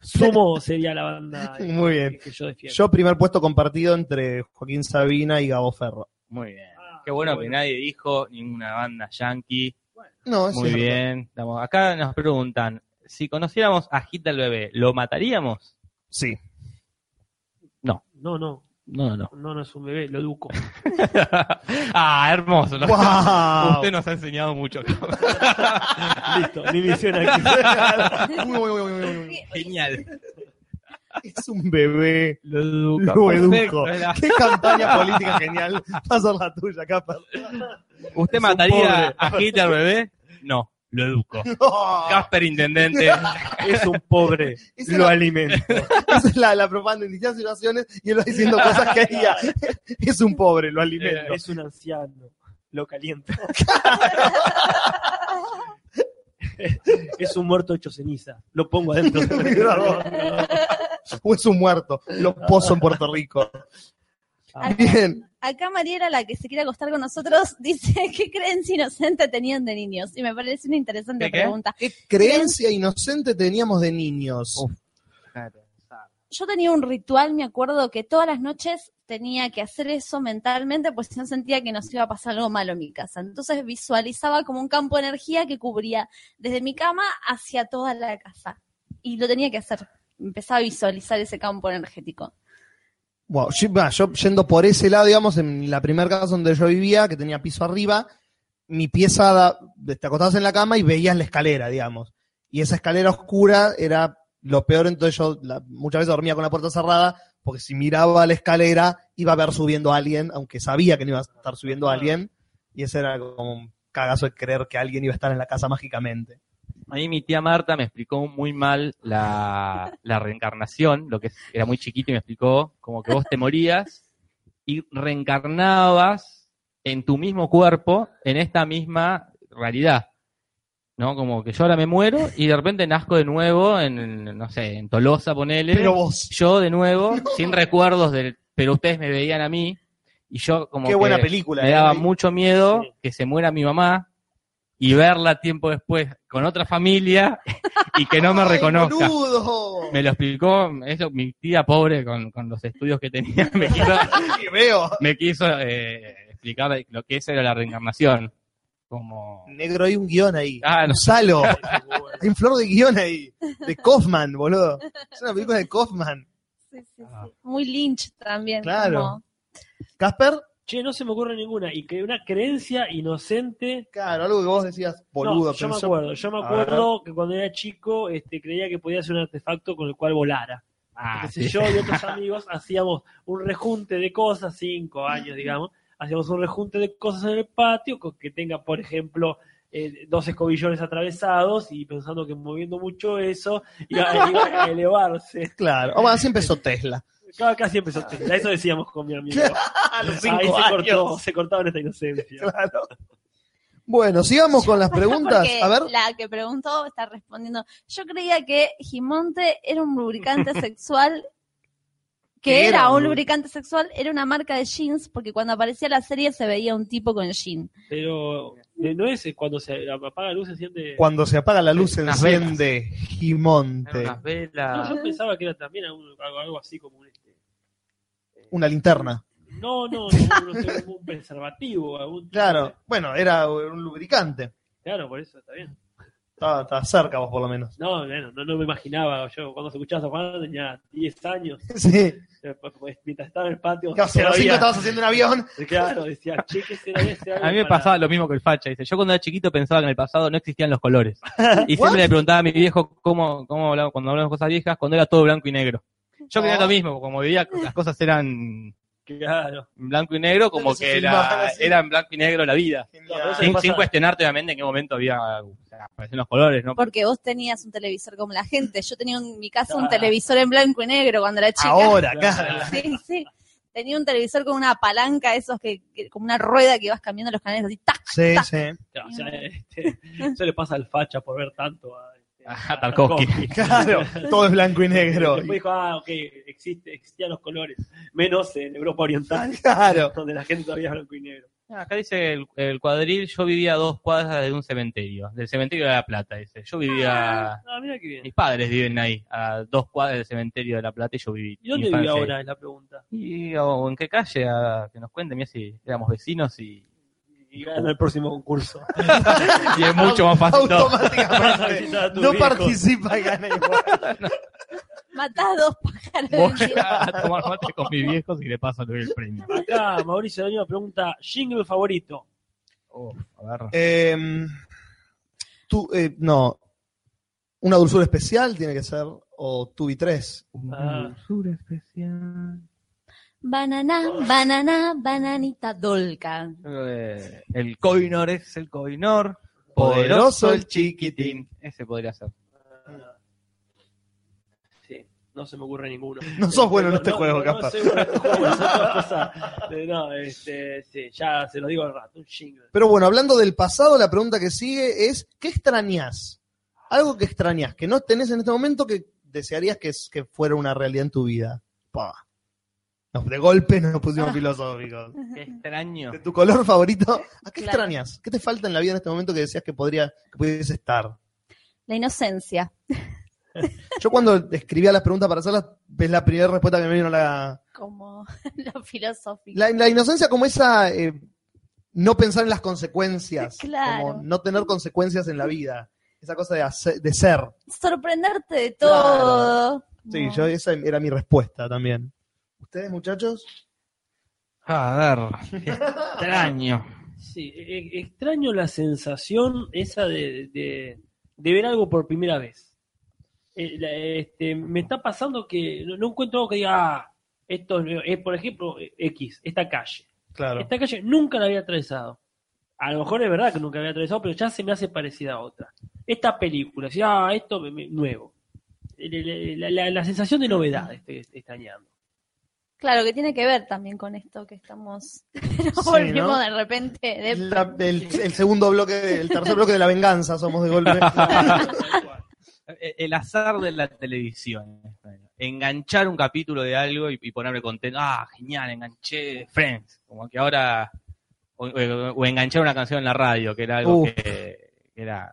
Speaker 3: sumo sería la banda que-
Speaker 1: Muy bien.
Speaker 3: que yo defiendo.
Speaker 1: Yo primer puesto compartido entre Joaquín Sabina y Gabo Ferro.
Speaker 4: Muy bien.
Speaker 3: Ah,
Speaker 4: Qué bueno que nadie dijo ninguna banda yankee.
Speaker 1: No, es
Speaker 4: Muy
Speaker 1: Ah, cierto.
Speaker 4: bien. Estamos- acá nos preguntan, si conociéramos a Hit del Bebé, ¿lo mataríamos?
Speaker 1: Sí.
Speaker 4: [laughs]
Speaker 3: No, no,
Speaker 4: No, no.
Speaker 3: no, no es un bebé, lo educo. [laughs]
Speaker 4: ah, hermoso. ¿no?
Speaker 1: ¡Wow!
Speaker 4: [laughs] Usted nos ha
Speaker 1: [laughs]
Speaker 4: enseñado mucho.
Speaker 3: Listo, mi misión aquí. [laughs]
Speaker 1: Uy, uy, uy, uy, uy.
Speaker 4: Genial.
Speaker 1: Es un bebé.
Speaker 4: Lo
Speaker 1: Lo educo.
Speaker 4: Perfecto, era-
Speaker 1: Qué campaña política genial. Va a ser la tuya, capa.
Speaker 4: ¿Usted
Speaker 1: un
Speaker 4: mataría
Speaker 1: pobre. Ah.
Speaker 4: a Hit al Bebé? No, lo educo.
Speaker 1: No.
Speaker 4: Casper Intendente.
Speaker 3: Es un pobre.
Speaker 1: Esa es la- [laughs] Esa es la, la propaganda en distintas situaciones y él va diciendo cosas que haría. [laughs] Es un pobre, lo alimento.
Speaker 4: Eh,
Speaker 3: Es un anciano. Lo
Speaker 4: [laughs]
Speaker 3: calienta. [laughs] es un muerto hecho ceniza. Lo
Speaker 1: [laughs]
Speaker 3: pongo adentro.
Speaker 1: o es un muerto. Lo pozo en Puerto [laughs] Rico.
Speaker 2: Ah.
Speaker 1: Bien.
Speaker 2: Acá Mariela, la que se quiere acostar con nosotros, [laughs] dice ¿qué creencia inocente tenían de niños? Y me parece una interesante
Speaker 4: ¿Qué qué?
Speaker 2: pregunta.
Speaker 1: Creencia inocente teníamos de niños.
Speaker 4: Uf.
Speaker 2: Yo tenía un ritual, me acuerdo que todas las noches tenía que hacer eso mentalmente, pues yo sentía que nos iba a pasar algo malo en mi casa. Entonces visualizaba como un campo de energía que cubría desde mi cama hacia toda la casa. Y lo tenía que hacer. Empezaba a visualizar ese campo energético.
Speaker 1: Wow, yo, va, yo yendo por ese lado, digamos, en la primera casa donde yo vivía, que tenía piso arriba, mi pieza, da- te acostabas en la cama y veías la escalera, digamos. Y esa escalera oscura era lo peor, entonces yo la- muchas veces dormía con la puerta cerrada, porque si miraba la escalera iba a ver subiendo a alguien, aunque sabía que no iba a estar subiendo a alguien, y ese era como un cagazo de creer que alguien iba a estar en la casa mágicamente.
Speaker 4: Ahí mi tía Marta me explicó muy mal la, la reencarnación, lo que es- era muy chiquito y me explicó como que vos te morías y reencarnabas en tu mismo cuerpo, en esta misma realidad. ¿No? Como que yo ahora me muero y de repente nazco de nuevo en, no sé, en Tolosa, ponele.
Speaker 1: Pero vos,
Speaker 4: yo
Speaker 1: [laughs]
Speaker 4: de nuevo, sin recuerdos del, pero ustedes me veían a mí, y yo como
Speaker 1: qué
Speaker 4: que
Speaker 1: buena película.
Speaker 4: me
Speaker 1: ¿eh?
Speaker 4: daba mucho miedo
Speaker 3: Sí.
Speaker 4: que se muera mi mamá y verla tiempo después con otra familia y que no
Speaker 1: [laughs]
Speaker 4: me
Speaker 1: ¡Ay,
Speaker 4: reconozca.
Speaker 1: boludo!
Speaker 4: Me lo explicó, eso, mi tía pobre con, con los estudios que tenía [laughs] me quiso,
Speaker 1: Que veo.
Speaker 4: me quiso eh, explicar lo que es era la reencarnación. Como
Speaker 1: Negro, hay un guión ahí.
Speaker 4: ah, no,
Speaker 1: Salo.
Speaker 4: [laughs]
Speaker 1: Hay un flor de guión ahí. De Kaufman, boludo. Es una película de Kaufman.
Speaker 2: Sí, sí,
Speaker 4: Ah.
Speaker 2: sí. Muy Lynch también.
Speaker 1: Claro.
Speaker 2: como-
Speaker 1: ¿Casper?
Speaker 3: Che, no se me ocurre ninguna. Y que una creencia inocente
Speaker 1: Claro, algo que vos decías, boludo.
Speaker 3: No, yo
Speaker 1: pero
Speaker 3: me
Speaker 1: yo-
Speaker 3: acuerdo, yo me
Speaker 1: A
Speaker 3: acuerdo que cuando era chico este, creía que podía hacer un artefacto con el cual volara.
Speaker 4: ah,
Speaker 3: Entonces
Speaker 4: sí.
Speaker 3: yo y otros [laughs] amigos hacíamos un rejunte de cosas, cinco años, digamos, hacíamos un rejunte de cosas en el patio con que tenga, por ejemplo, eh, dos escobillones atravesados y pensando que moviendo mucho eso iba,
Speaker 1: [laughs]
Speaker 3: iba a elevarse.
Speaker 1: Claro. O bueno, así empezó Tesla.
Speaker 3: Claro, casi empezó Tesla, eso decíamos con mi amigo.
Speaker 1: [laughs] A los
Speaker 3: Ahí
Speaker 1: cinco
Speaker 3: se cortó,
Speaker 1: años.
Speaker 3: se cortaba nuestra inocencia.
Speaker 1: Claro. Bueno, sigamos con las preguntas.
Speaker 2: [laughs] Porque
Speaker 1: A ver.
Speaker 2: La que preguntó está respondiendo. Yo creía que Gimonte era
Speaker 1: [laughs]
Speaker 2: un lubricante sexual. Que
Speaker 1: Que
Speaker 2: era,
Speaker 1: era un
Speaker 2: un
Speaker 1: lubri-
Speaker 2: lubricante sexual, era una marca de jeans, porque cuando aparecía la serie se veía un tipo con jean.
Speaker 3: Pero eh, no es cuando se apaga la luz, se enciende...
Speaker 1: Cuando se apaga la luz, se
Speaker 4: Unas
Speaker 1: enciende
Speaker 4: Eran
Speaker 1: Gimonte.
Speaker 4: unas velas.
Speaker 3: No, yo pensaba que era también algún- algo, algo así como un este.
Speaker 1: Una linterna.
Speaker 3: No, no, no, no sé, como un preservativo, algún tipo de-
Speaker 1: Claro. Bueno, era un lubricante.
Speaker 3: claro, por eso está bien.
Speaker 1: Estaba, estaba cerca vos, por lo menos. [laughs]
Speaker 3: No, bueno, no, no me imaginaba. Yo cuando se escuchaba esa Juan tenía 10 años.
Speaker 1: Sí.
Speaker 3: Eh, pues, Mientras estaba en el patio.
Speaker 1: Que, o sea, a los cinco
Speaker 3: todavía-
Speaker 1: estabas haciendo un avión.
Speaker 3: Claro, decía, che, ¿qué será este ese?
Speaker 4: [laughs] A mí me pasaba lo mismo que el facha. Dice, yo cuando era chiquito pensaba que en el pasado no existían los [laughs] colores. Y
Speaker 1: What?
Speaker 4: siempre le preguntaba a mi viejo cómo, cómo hablaba, cuando hablábamos cosas viejas, cuando era todo blanco y negro. Yo creía
Speaker 1: No.
Speaker 4: lo mismo, como vivía, las cosas eran
Speaker 3: Claro.
Speaker 4: blanco y negro, como
Speaker 1: Se
Speaker 4: que
Speaker 1: filmaban
Speaker 4: era,
Speaker 1: así.
Speaker 4: era en blanco y negro la vida.
Speaker 3: Genial.
Speaker 4: Sin,
Speaker 3: pasa-
Speaker 4: sin cuestionarte, obviamente, en qué momento había o sea, aparecían los colores, ¿no?
Speaker 2: Porque vos tenías un televisor como la gente. Yo tenía en mi casa un
Speaker 3: Ah.
Speaker 2: televisor en blanco y negro cuando era chica.
Speaker 1: Ahora,
Speaker 3: Claro.
Speaker 1: claro.
Speaker 2: Sí, sí. Tenía un televisor con una palanca, esos que, que- como una rueda que vas cambiando los canales así, ¡tac!
Speaker 1: Sí,
Speaker 2: tac.
Speaker 1: sí.
Speaker 3: [laughs]
Speaker 1: [laughs]
Speaker 3: O sea, este, eso le pasa al facha por ver tanto a, este,
Speaker 4: A Tarkovsky.
Speaker 1: Claro,
Speaker 3: [laughs]
Speaker 1: todo es blanco y negro.
Speaker 3: Después dijo, ah, ok, existe, existían los colores. Menos en Europa Oriental,
Speaker 1: Claro.
Speaker 3: donde la gente todavía es blanco y negro.
Speaker 4: Ah, Acá dice el, el cuadril, yo vivía a dos cuadras de un cementerio, del cementerio de La Plata, dice. Yo vivía...
Speaker 3: Ah, mira qué bien.
Speaker 4: Mis padres viven ahí, a dos cuadras del cementerio de La Plata y yo viví.
Speaker 3: ¿Y dónde
Speaker 4: mi
Speaker 3: vive
Speaker 4: infancia ahí.
Speaker 3: ahora? Es la pregunta.
Speaker 4: ¿Y o en qué calle? A- que nos cuenten, mira si éramos vecinos y,
Speaker 3: Y gana el próximo concurso.
Speaker 4: y es mucho más fácil. todo. [laughs]
Speaker 3: [laughs]
Speaker 1: Automáticamente.
Speaker 3: Felicitar a tu
Speaker 1: No
Speaker 3: viejo.
Speaker 1: participa y gana [laughs] igual.
Speaker 2: Matás dos pájaros de un [laughs]
Speaker 4: Voy
Speaker 2: tiro.
Speaker 4: a tomar mate con mis viejos y le paso el premio.
Speaker 3: Acá Mauricio Daño pregunta, jingle favorito.
Speaker 4: Oh, a ver.
Speaker 1: Eh, tú, eh, no. Una dulzura especial tiene que ser. O Tubi 3.
Speaker 3: Ah,
Speaker 2: Banana, banana, bananita dolca.
Speaker 4: Eh, el coinor es el coinor.
Speaker 1: Poderoso
Speaker 4: Poderoso
Speaker 1: el
Speaker 4: el chiquitín. Ese podría ser.
Speaker 3: sí, no se me ocurre ninguno.
Speaker 1: No sos bueno en este
Speaker 3: no,
Speaker 1: juego,
Speaker 3: no,
Speaker 1: capaz.
Speaker 3: No, soy bueno en este juego, son todas cosas de- No, este, sí, ya se los digo al rato, un jingle.
Speaker 1: Pero bueno, hablando del pasado, la pregunta que sigue es: ¿qué extrañas? Algo que extrañas, que no tenés en este momento, que desearías que, que fuera una realidad en tu vida. Pa. Nos- de golpe nos [laughs] pusimos filosóficos.
Speaker 4: Qué extraño.
Speaker 1: De tu color favorito, ¿a qué
Speaker 2: Claro.
Speaker 1: extrañas? ¿Qué te falta en la vida en este momento que decías que podría, que pudiese estar?
Speaker 2: La inocencia.
Speaker 1: Yo cuando escribía las preguntas para hacerlas, ves la primera respuesta que me vino a la,
Speaker 2: Como [laughs] lo filosófico.
Speaker 1: la... la inocencia como esa, eh, no pensar en las consecuencias,
Speaker 3: [laughs]
Speaker 2: Claro.
Speaker 1: como no tener consecuencias en la vida, esa cosa de, hacer- de ser.
Speaker 2: Sorprenderte de todo.
Speaker 1: Sí,
Speaker 2: Como-
Speaker 1: yo esa era mi respuesta también. ¿Ustedes, muchachos?
Speaker 4: Ah, A ver, qué extraño.
Speaker 3: Sí, e- e- extraño la sensación esa de, de- de ver algo por primera vez. Eh, la- este, me está pasando que no, no encuentro algo que diga, ah, esto es, eh, por ejemplo, eh, X, esta calle.
Speaker 1: Claro.
Speaker 3: Esta calle nunca la había atravesado. A lo mejor es verdad que nunca la había atravesado, pero ya se me hace parecida a otra. Esta película, si, ah, esto me- me- nuevo. El- el- La, la- la sensación de novedad estoy estoy extrañando.
Speaker 2: Claro, que tiene que ver también con esto que estamos. [laughs]
Speaker 1: Sí,
Speaker 2: Nos volvimos
Speaker 1: ¿no?
Speaker 2: de repente. de-
Speaker 1: La- el, el segundo bloque, el tercer bloque de la venganza somos de [laughs] golpe.
Speaker 4: Eh, El azar de la televisión. Enganchar un capítulo de algo y, y ponerme contento. Ah, genial, enganché Friends. Como que ahora. O, o- o enganchar una canción en la radio, que era algo
Speaker 1: Uf.
Speaker 4: que, que era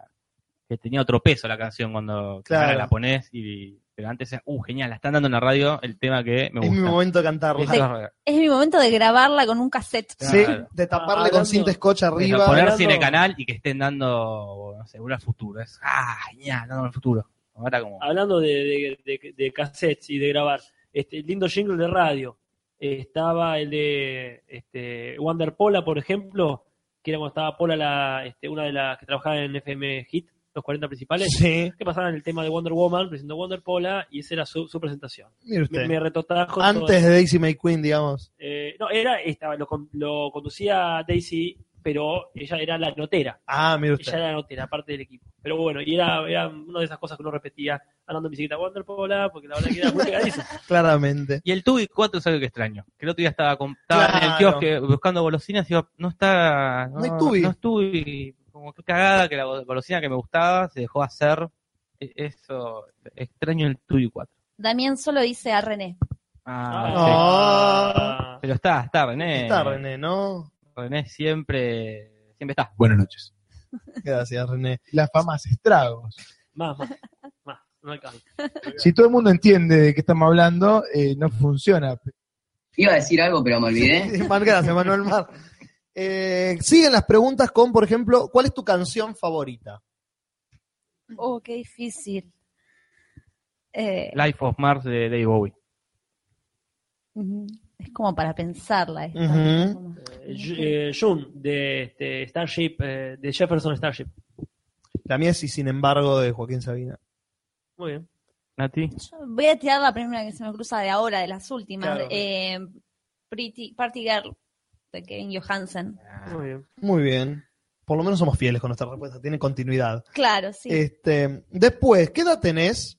Speaker 4: que tenía otro peso la canción cuando que ahora
Speaker 1: Claro.
Speaker 4: la pones. Y, pero antes era, uh, genial, la están dando en la radio el tema que me
Speaker 1: es mi
Speaker 4: gusta.
Speaker 1: momento de cantarla.
Speaker 2: Sí. Es mi momento de grabarla con un cassette.
Speaker 1: Sí,
Speaker 4: Claro.
Speaker 1: de
Speaker 3: Ah,
Speaker 1: taparle
Speaker 3: hablando-
Speaker 1: con cinta scotch
Speaker 4: Arriba,
Speaker 1: arriba.
Speaker 4: poner
Speaker 3: hablando-
Speaker 4: cine canal y que estén dando, no sé, Volver al futuro. Es, ah, genial, dando al futuro. Ahora como.
Speaker 3: hablando de, de- de- de cassettes y de grabar, este lindo jingle de radio. Estaba el de este, Wander Pola, por ejemplo, que era cuando estaba Pola, la, este, una de las que trabajaba en FM Hit, los 40 principales,
Speaker 1: Sí,
Speaker 3: que pasaban el tema de Wonder Woman, presentó Wonder Pola, y esa era su, su presentación.
Speaker 1: mire
Speaker 3: Me,
Speaker 1: usted.
Speaker 3: me retotrajo. todo.
Speaker 1: Antes de Daisy May Queen, digamos.
Speaker 3: Eh, no, era, estaba, lo, con- lo conducía Daisy, pero ella era la notera.
Speaker 1: Ah, mire
Speaker 3: Ella
Speaker 1: usted.
Speaker 3: era notera, parte del equipo. Pero bueno, y era, era una de esas cosas que uno repetía andando en bicicleta Wonderpola, porque la verdad que
Speaker 1: [laughs]
Speaker 3: era muy pegadizo.
Speaker 1: Claramente.
Speaker 4: Y el Tubi 4 es algo que extraño. Que el otro día estaba, con- estaba en el
Speaker 1: Claro.
Speaker 4: kiosque buscando golosinas y digo, no está.
Speaker 1: No hay Tubi.
Speaker 4: No es Tubi. Como que cagada que la go- golosina que me gustaba se dejó hacer. E- Eso, extraño el Tubi 4.
Speaker 2: Damián solo dice a René.
Speaker 4: Ah, sí.
Speaker 1: Ah.
Speaker 3: Ah,
Speaker 4: Pero está, está René.
Speaker 1: Está René, ¿no?
Speaker 4: René siempre, siempre está.
Speaker 12: Buenas noches.
Speaker 1: Gracias, René.
Speaker 12: La fama hace estragos.
Speaker 3: Más, más, más. No alcanza.
Speaker 12: Si todo el mundo entiende de qué estamos hablando, eh, no funciona.
Speaker 13: Iba a decir algo, pero me olvidé.
Speaker 1: Sí, man- [laughs] Gracias, Manuel Mar. Eh, siguen las preguntas con, por ejemplo, ¿cuál es tu canción favorita?
Speaker 2: Oh, qué difícil. Eh,
Speaker 4: Life of Mars de Dave Bowie.
Speaker 2: ujú. Es como para pensarla. esta,
Speaker 1: Ujú.
Speaker 2: como-
Speaker 3: Eh, Ju- eh, June, de este, Starship, eh, de Jefferson Starship.
Speaker 1: La mía es y sin embargo de Joaquín Sabina.
Speaker 3: Muy bien.
Speaker 4: Nati.
Speaker 2: Yo voy a tirar la primera que se me cruza de ahora, de las últimas.
Speaker 1: Claro.
Speaker 2: Eh, Pretty, Party Girl, de Kevin Johansen.
Speaker 1: Ah.
Speaker 6: Ah.
Speaker 3: Muy bien.
Speaker 1: Muy bien. Por lo menos somos fieles con nuestra respuesta, tiene continuidad.
Speaker 2: Claro, sí.
Speaker 1: Este, después, ¿qué edad tenés?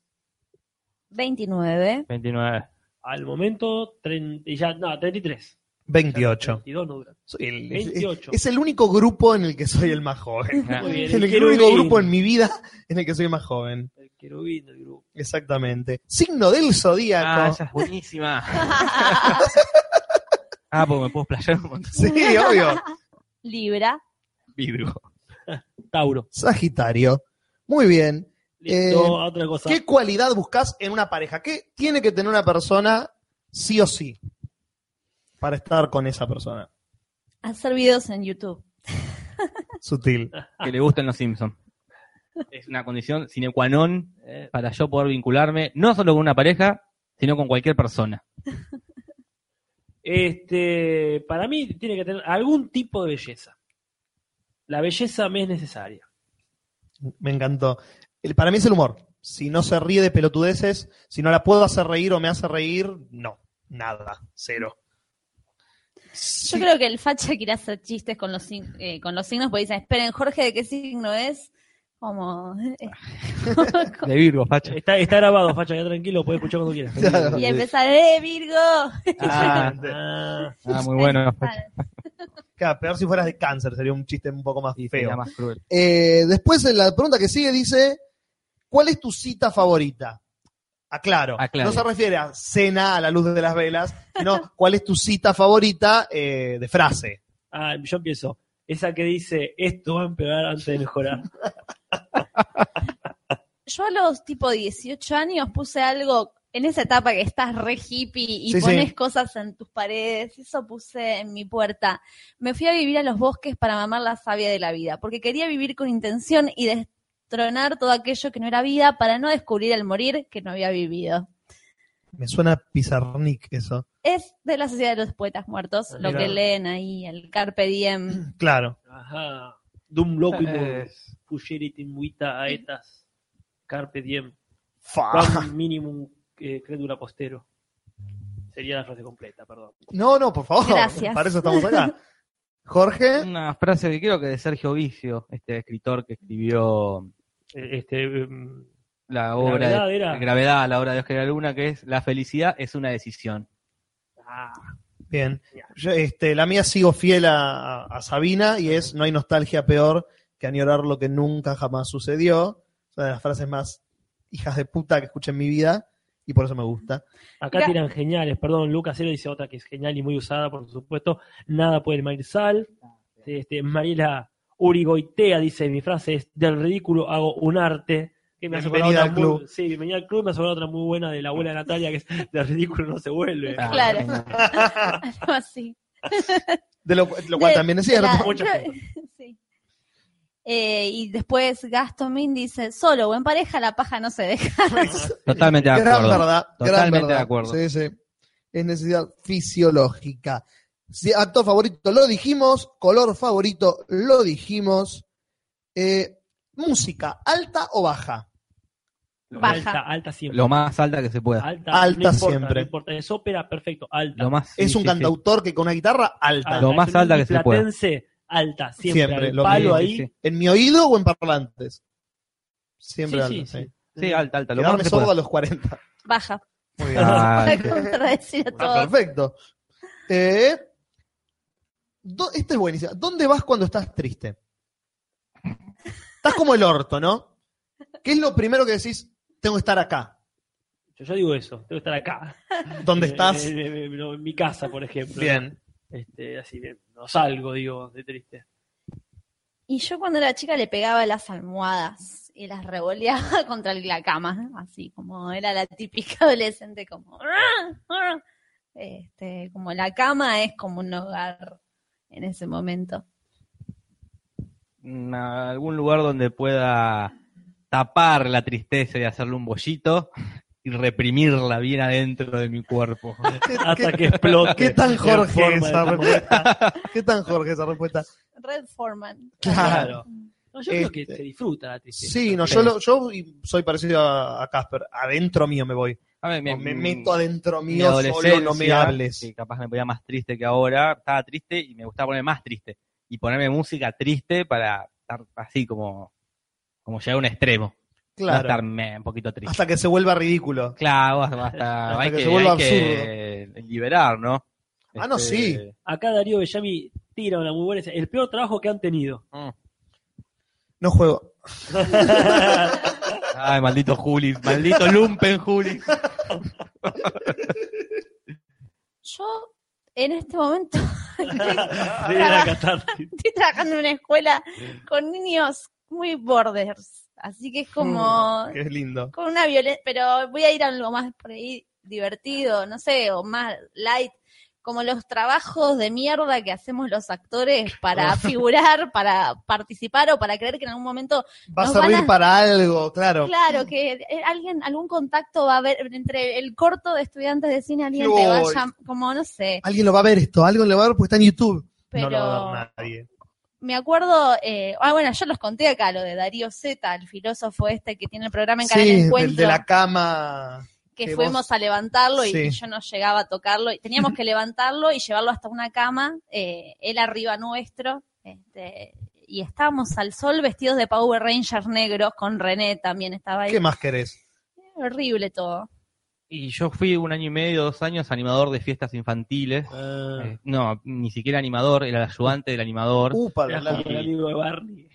Speaker 2: 29.
Speaker 4: 29.
Speaker 3: al momento, 30 y ya, no, 33.
Speaker 1: 28.
Speaker 3: 22 no dura.
Speaker 1: Soy el-
Speaker 3: 28.
Speaker 1: Es el único grupo en el que soy el más joven.
Speaker 3: Muy bien,
Speaker 1: Es
Speaker 3: el
Speaker 1: el, único
Speaker 3: querubín.
Speaker 1: grupo en mi vida en el que soy el más joven.
Speaker 3: El querubín del grupo.
Speaker 1: Exactamente. Signo del zodíaco.
Speaker 4: Ah, esa es
Speaker 1: [laughs]
Speaker 4: buenísima. ah, pues me puedo explayar un montón.
Speaker 1: Sí, obvio.
Speaker 2: Libra.
Speaker 4: Virgo.
Speaker 3: Tauro.
Speaker 1: Sagitario. Muy bien.
Speaker 3: Listo,
Speaker 1: Eh,
Speaker 3: otra cosa.
Speaker 1: ¿Qué cualidad buscas en una pareja? ¿Qué tiene que tener una persona sí o sí para estar con esa persona?
Speaker 2: Hacer videos en YouTube.
Speaker 1: Sutil.
Speaker 4: Que le gustan los Simpsons. Es una condición sine qua non
Speaker 3: Eh,
Speaker 4: para yo poder vincularme no solo con una pareja, sino con cualquier persona.
Speaker 3: Este, para mí tiene que tener algún tipo de belleza. La belleza me es necesaria.
Speaker 1: Me encantó. El- para mí es el humor. Si no se ríe de pelotudeces, si no la puedo hacer reír o me hace reír, no. Nada. Cero.
Speaker 2: Yo creo que el facha quiere hacer chistes con los, sin- eh, con los signos porque dicen, esperen, Jorge, ¿de qué signo es? Como... eh,
Speaker 1: Ah,
Speaker 4: De Virgo,
Speaker 3: [laughs]
Speaker 4: facha.
Speaker 3: Está, está grabado, Facha, ya tranquilo, puedes escuchar cuando quieras.
Speaker 1: Claro.
Speaker 2: y empezar, ¡eh, Virgo!
Speaker 4: Ah,
Speaker 3: Ah,
Speaker 4: ah, muy bueno.
Speaker 1: Claro, peor si fueras de cáncer, sería un chiste un poco más
Speaker 4: Y
Speaker 1: feo.
Speaker 4: sería más cruel.
Speaker 1: Eh, después en la pregunta que sigue dice, ¿cuál es tu cita favorita? Aclaro,
Speaker 4: Aclaro.
Speaker 1: no se refiere a cena a la luz de las velas, sino cuál es tu cita favorita eh, de frase.
Speaker 3: ah, yo empiezo. Esa que dice, esto va a empeorar antes de mejorar.
Speaker 2: Yo a los tipo 18 años puse algo en esa etapa que estás re hippie y
Speaker 1: Sí, sí.
Speaker 2: pones cosas en tus paredes, eso puse en mi puerta. Me fui a vivir a los bosques para mamar la savia de la vida, porque quería vivir con intención y destronar todo aquello que no era vida para no descubrir al morir que no había vivido.
Speaker 1: Me suena pizarnik eso.
Speaker 2: Es de la Sociedad de los Poetas Muertos,
Speaker 1: Ah,
Speaker 2: lo
Speaker 3: Mirá.
Speaker 2: que leen ahí, el
Speaker 1: [clears throat]
Speaker 2: Carpe Diem.
Speaker 1: Claro.
Speaker 3: Ajá. Dum loco y
Speaker 4: Eh,
Speaker 3: Fugere timuita a estas. Carpe diem.
Speaker 4: Ah.
Speaker 1: Fa.
Speaker 3: Quam minimum eh, credula postero. Sería la frase completa, perdón.
Speaker 1: No, no, por favor.
Speaker 2: Gracias.
Speaker 1: Para eso estamos acá. Jorge,
Speaker 4: Una frase que creo que de Sergio Vicio, este escritor que escribió
Speaker 3: Eh, Este, mm,
Speaker 4: la obra
Speaker 3: Gravedad
Speaker 4: de
Speaker 3: era.
Speaker 4: Gravedad, la obra de Oscar de la Luna, que es la felicidad es una decisión.
Speaker 3: ah,
Speaker 1: bien. Yo, este, la mía sigo fiel a, a Sabina y es, no hay nostalgia peor que añorar lo que nunca jamás sucedió. Es una de las frases más hijas de puta que escuché en mi vida y por eso me gusta.
Speaker 3: Acá
Speaker 2: Mira.
Speaker 3: tiran geniales, perdón, Lucas Cero dice otra que es genial y muy usada, por supuesto. Nada puede el marisal. Este, Mariela Urigoitea dice, mi frase es, del ridículo hago un arte. Que me hace acordar
Speaker 1: Bienvenida
Speaker 3: otra
Speaker 1: al
Speaker 3: muy-
Speaker 1: club.
Speaker 3: sí, bienvenida al club, me hace acordar otra muy buena de la abuela de Natalia, que es, del ridículo no se vuelve.
Speaker 4: Ah,
Speaker 2: Claro.
Speaker 4: genial.
Speaker 2: Algo así.
Speaker 1: De lo, lo cual
Speaker 2: De-
Speaker 1: también es
Speaker 2: de
Speaker 1: cierto.
Speaker 2: la- [laughs]
Speaker 3: Muchas
Speaker 2: yo- sí. Eh, y después Gaston Min dice, solo o en pareja la paja no se deja. [laughs]
Speaker 4: Totalmente de
Speaker 1: gran
Speaker 4: acuerdo.
Speaker 1: verdad. gran
Speaker 4: Totalmente
Speaker 1: verdad.
Speaker 4: de acuerdo.
Speaker 1: Sí, sí. Es necesidad fisiológica. Sí, acto favorito lo dijimos, color favorito lo dijimos. Eh, música, alta o baja.
Speaker 2: Baja.
Speaker 3: Alta, alta siempre.
Speaker 4: Lo más alta que se pueda.
Speaker 3: Alta,
Speaker 1: Alta
Speaker 3: no importa,
Speaker 1: siempre.
Speaker 3: No importa, es ópera, perfecto, alta.
Speaker 4: Lo más,
Speaker 1: es
Speaker 4: sí,
Speaker 1: un
Speaker 4: sí, sí.
Speaker 1: cantautor que con una guitarra alta.
Speaker 4: Lo más
Speaker 3: es un
Speaker 4: alta que se pueda.
Speaker 3: platense, alta, siempre.
Speaker 1: siempre.
Speaker 3: al
Speaker 1: Lo
Speaker 3: palo
Speaker 1: mismo.
Speaker 3: ahí.
Speaker 4: sí, sí.
Speaker 1: ¿En mi oído o en parlantes? Siempre
Speaker 3: Sí, sí,
Speaker 1: alta. Sí,
Speaker 3: sí.
Speaker 4: Sí, alta, alta. Lo más
Speaker 1: Quedarme
Speaker 4: que se
Speaker 1: sordo a
Speaker 4: pueda.
Speaker 1: los 40.
Speaker 2: Baja.
Speaker 1: Muy bien.
Speaker 4: [laughs] Ah,
Speaker 2: Para contradecir a
Speaker 1: Ah,
Speaker 2: todos.
Speaker 1: perfecto. Eh, do- esta es buenísima. ¿Dónde vas cuando estás triste? Estás como el orto, ¿no? ¿Qué es lo primero que decís? Tengo que estar acá.
Speaker 3: Yo, yo digo eso, tengo que estar acá.
Speaker 1: ¿Dónde
Speaker 3: Eh,
Speaker 1: estás?
Speaker 3: eh, eh, no, en mi casa, por ejemplo.
Speaker 1: Bien.
Speaker 3: Este, así que no salgo, digo, de triste.
Speaker 2: Y yo cuando era chica le pegaba las almohadas y las revoleaba [laughs] contra el- la cama, así como era la típica adolescente, como... "Ah, ah". Este, como la cama es como un hogar en ese momento.
Speaker 4: mm, algún lugar donde pueda tapar la tristeza y hacerle un bollito y reprimirla bien adentro de mi cuerpo.
Speaker 3: Hasta que explote.
Speaker 1: [laughs] ¿Qué tan
Speaker 3: en
Speaker 1: Jorge
Speaker 3: forma de
Speaker 1: esa
Speaker 3: tambor.
Speaker 1: respuesta? ¿Qué tan Jorge esa respuesta?
Speaker 2: Red Foreman. Mm.
Speaker 1: Claro.
Speaker 3: No, yo creo que
Speaker 1: Este.
Speaker 3: se disfruta la tristeza.
Speaker 1: Sí, no, yo, lo- yo soy parecido a, a Casper. Adentro mío me voy.
Speaker 4: A ver, mi-
Speaker 1: me meto adentro
Speaker 4: mi
Speaker 1: mío solo, no me
Speaker 4: adolescencia,
Speaker 1: hables.
Speaker 4: que capaz me ponía más triste que ahora, estaba triste y me gustaba ponerme más triste. Y ponerme música triste para estar así como, como llegar a un extremo. Va a
Speaker 1: Claro.
Speaker 4: estar me- un poquito triste.
Speaker 1: Hasta que se vuelva ridículo.
Speaker 4: Claro, hasta,
Speaker 1: [laughs]
Speaker 4: hasta-
Speaker 1: Hasta
Speaker 4: hay
Speaker 1: que
Speaker 4: que,
Speaker 1: se vuelva
Speaker 4: hay que liberar, ¿no?
Speaker 1: Ah, no,
Speaker 4: Este,
Speaker 1: sí.
Speaker 3: Acá Darío Bellami tira una muy buena. dice, El peor trabajo que han tenido.
Speaker 4: mm.
Speaker 1: No juego.
Speaker 4: Ay, maldito Juli, maldito Lumpen Juli.
Speaker 2: Yo en este momento [laughs]
Speaker 1: Ah.
Speaker 3: Mira, Catarsis.
Speaker 2: estoy trabajando en una escuela con niños muy borders, así que es como
Speaker 1: Mm, Qué lindo.
Speaker 2: con una violencia, pero voy a ir a algo más por ahí divertido, no sé, o más light, como los trabajos de mierda que hacemos los actores
Speaker 1: Oh. [laughs]
Speaker 2: para figurar, para participar o para creer que en algún momento
Speaker 1: Va a
Speaker 2: nos
Speaker 1: servir
Speaker 2: van a-
Speaker 1: para algo, claro.
Speaker 2: Claro, que eh, alguien, algún contacto va a haber entre el corto de estudiantes de cine, alguien
Speaker 1: Yo
Speaker 2: te va a
Speaker 1: voy.
Speaker 2: llam- como no sé,
Speaker 1: Alguien lo va a ver esto, alguien lo va a ver porque está en YouTube.
Speaker 2: pero
Speaker 1: No lo va a ver nadie.
Speaker 2: me acuerdo, eh, ah, bueno, yo los conté acá, lo de Darío Zeta, el filósofo este que tiene el programa en Canal
Speaker 1: Sí,
Speaker 2: Encuentro,
Speaker 1: el de la cama.
Speaker 2: que,
Speaker 1: que
Speaker 2: fuimos
Speaker 1: vos-
Speaker 2: a levantarlo y,
Speaker 1: Sí.
Speaker 2: y yo no llegaba a tocarlo, y teníamos
Speaker 1: [laughs]
Speaker 2: que levantarlo y llevarlo hasta una cama, eh, él arriba nuestro, este, y estábamos al sol vestidos de Power Rangers negros, con René también estaba ahí.
Speaker 1: ¿Qué más querés?
Speaker 2: Horrible todo.
Speaker 4: Y yo fui un año y medio, dos años animador de fiestas infantiles.
Speaker 1: Ah.
Speaker 3: Ah,
Speaker 4: Eh, no, ni siquiera animador, era el ayudante del animador.
Speaker 1: Upa, la-
Speaker 3: Era como el amigo de Barney.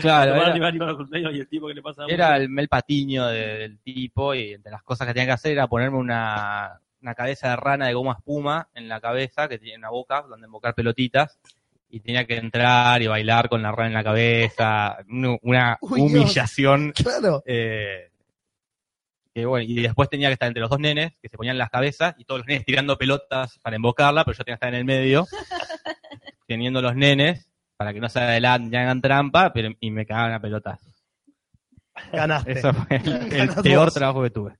Speaker 4: Claro,
Speaker 3: Barney
Speaker 4: era,
Speaker 3: va a animar los cumpleaños y el tipo que le pasa
Speaker 4: era el, el patiño de- del tipo y entre las cosas que tenía que hacer era ponerme una, una cabeza de rana de goma espuma en la cabeza, que tiene una boca donde embocar pelotitas. Y tenía que entrar y bailar con la rana en la cabeza. nu- Una
Speaker 1: Uy, Dios.
Speaker 4: humillación
Speaker 1: Claro.
Speaker 4: Eh, que bueno, y después tenía que estar entre los dos nenes, que se ponían las cabezas, y todos los nenes tirando pelotas para embocarla, pero yo tenía que estar en el medio, teniendo los nenes, para que no se adelanten, y hagan trampa, pero, y me cagaban a pelotas.
Speaker 1: Ganaste.
Speaker 4: Eso fue el,
Speaker 1: [laughs]
Speaker 4: el
Speaker 1: Ganás
Speaker 4: peor
Speaker 1: vos.
Speaker 4: trabajo que tuve.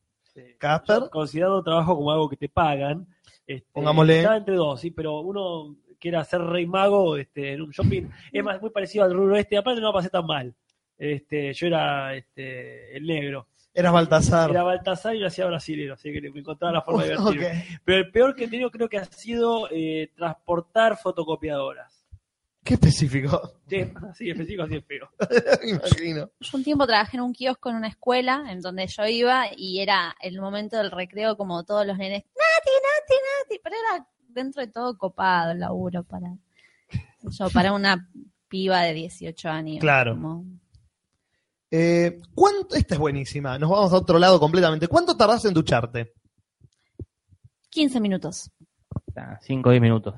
Speaker 1: Casper.
Speaker 3: considerado trabajo como algo que te pagan. Este,
Speaker 1: Pongámosle.
Speaker 3: Estaba entre dos, sí, pero uno que era ser rey mago este, en un shopping. Es más, muy parecido al rubro este. Aparte, no la pasé tan mal. Este, yo era este, el negro.
Speaker 1: Eras Baltasar.
Speaker 3: Era Baltasar y lo hacía brasilero, así que le encontraba la forma
Speaker 1: [laughs]
Speaker 3: de
Speaker 1: Ok.
Speaker 3: divertirme. Pero el peor que he tenido creo que ha sido eh, transportar fotocopiadoras.
Speaker 1: Qué específico. [laughs]
Speaker 3: Sí, [laughs] así específico, así es feo.
Speaker 1: Me imagino.
Speaker 2: Yo un tiempo trabajé en un kiosco en una escuela en donde yo iba y era el momento del recreo como todos los nenes, Nati, Nati, Nati, pero era dentro de todo copado el laburo para, qué sé yo, para una piba de 18 años.
Speaker 1: Claro.
Speaker 2: como-
Speaker 1: Eh, ¿cuánto, esta es buenísima. Nos vamos a otro lado completamente. ¿Cuánto tardás en ducharte?
Speaker 2: 15 minutos.
Speaker 4: 5 o 10 minutos.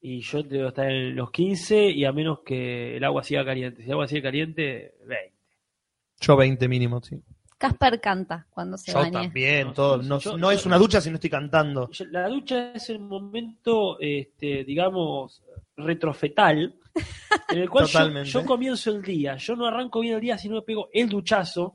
Speaker 3: Y yo debo estar en los 15 y a menos que el agua siga caliente. Si el agua sigue caliente, 20.
Speaker 1: Yo 20 mínimo, sí.
Speaker 2: Casper canta cuando se
Speaker 1: Yo
Speaker 2: baña.
Speaker 1: también, todo. No,
Speaker 3: Yo-
Speaker 1: no
Speaker 3: yo-
Speaker 1: es una ducha si no estoy cantando.
Speaker 3: Yo- La ducha es el momento, este, digamos, retrofetal,
Speaker 1: [laughs]
Speaker 3: en el cual yo,
Speaker 1: Totalmente.
Speaker 3: yo comienzo el día. Yo no arranco bien el día si no me pego el duchazo.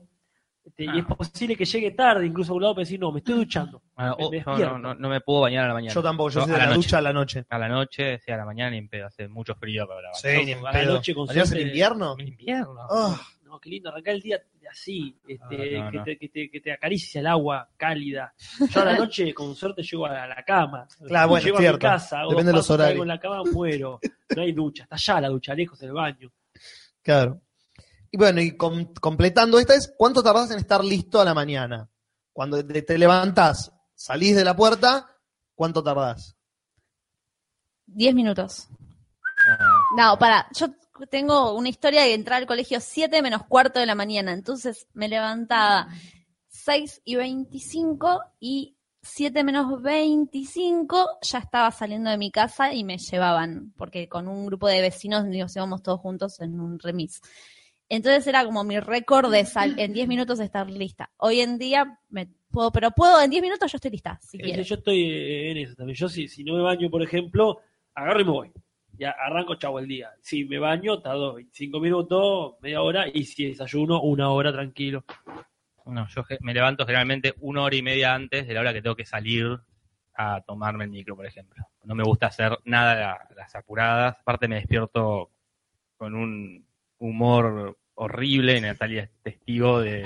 Speaker 3: este, Y es
Speaker 1: Ah.
Speaker 3: posible que llegue tarde, incluso a un lado, para decir, no, me estoy duchando. Me
Speaker 4: Bueno, oh, no,
Speaker 3: despierto.
Speaker 4: no, no, no me puedo bañar a la mañana.
Speaker 1: Yo tampoco, yo
Speaker 4: No,
Speaker 1: soy
Speaker 4: a
Speaker 1: de
Speaker 4: la
Speaker 1: la
Speaker 4: noche.
Speaker 1: ducha a la noche.
Speaker 4: A la noche, sí, a la mañana ni en pedo, hace mucho frío para
Speaker 1: Sí,
Speaker 4: bañarse.
Speaker 1: ni en
Speaker 3: a la
Speaker 1: pedo.
Speaker 3: noche con
Speaker 1: ¿Bañarse en
Speaker 3: suerte-
Speaker 1: invierno?
Speaker 3: En invierno.
Speaker 1: Ah.
Speaker 3: No, qué lindo, arrancar el día así, este,
Speaker 4: Ah, no,
Speaker 3: que,
Speaker 4: no.
Speaker 3: Te, que te- que te acaricia el agua cálida. Yo a la noche, con suerte, llego a la cama.
Speaker 1: Claro, bueno,
Speaker 3: llego a mi
Speaker 1: cierto.
Speaker 3: casa, hago
Speaker 1: Depende
Speaker 3: dos
Speaker 1: de los
Speaker 3: pasos,
Speaker 1: horarios.
Speaker 3: caigo en la cama, muero. No hay ducha, está allá la ducha, lejos del baño.
Speaker 1: Claro. Y bueno, y com- completando esta es, ¿cuánto tardás en estar listo a la mañana? Cuando te, te levantás, salís de la puerta, ¿cuánto
Speaker 4: [laughs]
Speaker 1: tardás?
Speaker 2: 10 minutos.
Speaker 4: Ah.
Speaker 2: No, para, yo tengo una historia de entrar al colegio 7 menos cuarto de la mañana, entonces me levantaba 6 y 25 y 7 menos 25 ya estaba saliendo de mi casa y me llevaban, porque con un grupo de vecinos nos íbamos todos juntos en un remis. Entonces era como mi récord de sal en 10 minutos estar lista. Hoy en día me puedo, pero puedo, en 10 minutos yo estoy lista, si
Speaker 3: Es que
Speaker 2: quiero.
Speaker 3: Yo estoy eh, en eso también. Yo, si, si no me baño, por ejemplo, agarro y me voy. Ya arranco, chavo, el día. Si me baño, tardo 25 minutos, media hora, y si desayuno, una hora, tranquilo.
Speaker 4: No, yo ge- me levanto generalmente una hora y media antes de la hora que tengo que salir a tomarme el micro, por ejemplo. No me gusta hacer nada la- las apuradas. Aparte me despierto [laughs] con un humor horrible. Natalia es testigo de,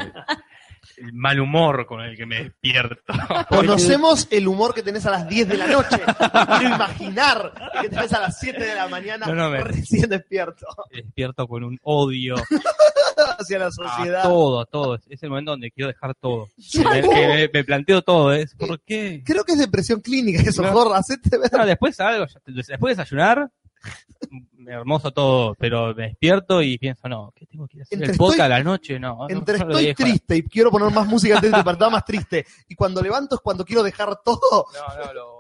Speaker 4: el mal humor con el que me [laughs] despierto.
Speaker 1: Conocemos el humor que tenés a las 10 de la noche. Quiero imaginar el que tenés a las 7 de la mañana
Speaker 4: No, no, me-
Speaker 1: recién despierto
Speaker 4: despierto con un odio
Speaker 1: hacia la
Speaker 4: a
Speaker 1: sociedad.
Speaker 4: todo, a todo. Es- Es el momento donde quiero dejar todo.
Speaker 1: Sí.
Speaker 4: Me, que me- me planteo todo, ¿eh? ¿Por qué?
Speaker 1: Creo que es depresión clínica eso,
Speaker 4: Claro.
Speaker 1: Jorge, hacete ver.
Speaker 4: No, después algo, ya- después de desayunar, [laughs] hermoso todo, pero me despierto y pienso, no, ¿qué tengo que ir a hacer?
Speaker 1: Entre
Speaker 4: el podcast
Speaker 1: estoy-
Speaker 4: a la noche, no. no,
Speaker 1: Entre
Speaker 4: no lo
Speaker 1: estoy
Speaker 4: dejo.
Speaker 1: triste y quiero poner más música triste para estar más triste. Y cuando levanto es cuando quiero dejar todo.
Speaker 4: No, no, lo-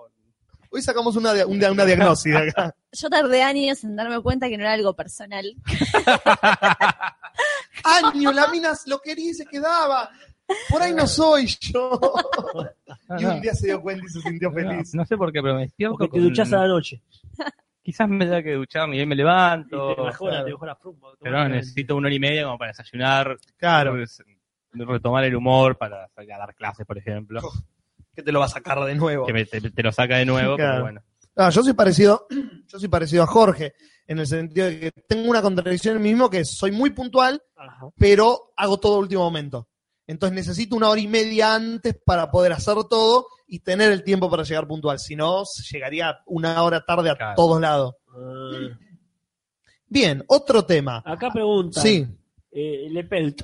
Speaker 1: Hoy sacamos una, dia- un dia- una diagnosis de acá.
Speaker 2: Yo tardé años en darme cuenta que no era algo personal.
Speaker 1: Año, la mina lo quería y se quedaba. Por ahí no soy yo. Y un día se dio cuenta y se sintió feliz.
Speaker 4: No, no sé por qué, pero me despierto.
Speaker 3: Porque te
Speaker 4: con-
Speaker 3: duchás a la noche.
Speaker 4: Quizás me da que ducharme y ahí me
Speaker 3: Y te
Speaker 4: levanto.
Speaker 3: mejora,
Speaker 4: claro.
Speaker 3: te mejora Frumbo, te
Speaker 4: Pero
Speaker 3: mejora
Speaker 4: no, necesito una hora y media como para desayunar.
Speaker 1: Claro.
Speaker 4: res- Retomar el humor para salir a dar clases, por ejemplo.
Speaker 1: Que te lo va a sacar de nuevo.
Speaker 4: Que me- te, te lo saca de nuevo,
Speaker 1: Claro.
Speaker 4: pero bueno.
Speaker 1: Ah, yo soy parecido, yo soy parecido a Jorge, en el sentido de que tengo una contradicción en mí mismo que soy muy puntual,
Speaker 3: Ajá.
Speaker 1: pero hago todo a último momento. Entonces necesito una hora y media antes para poder hacer todo y tener el tiempo para llegar puntual. Si no, llegaría una hora tarde a
Speaker 4: Claro.
Speaker 1: todos lados.
Speaker 3: Ah.
Speaker 1: Bien, otro tema.
Speaker 3: Acá pregunta.
Speaker 1: Sí,
Speaker 3: Eh, Lepelt.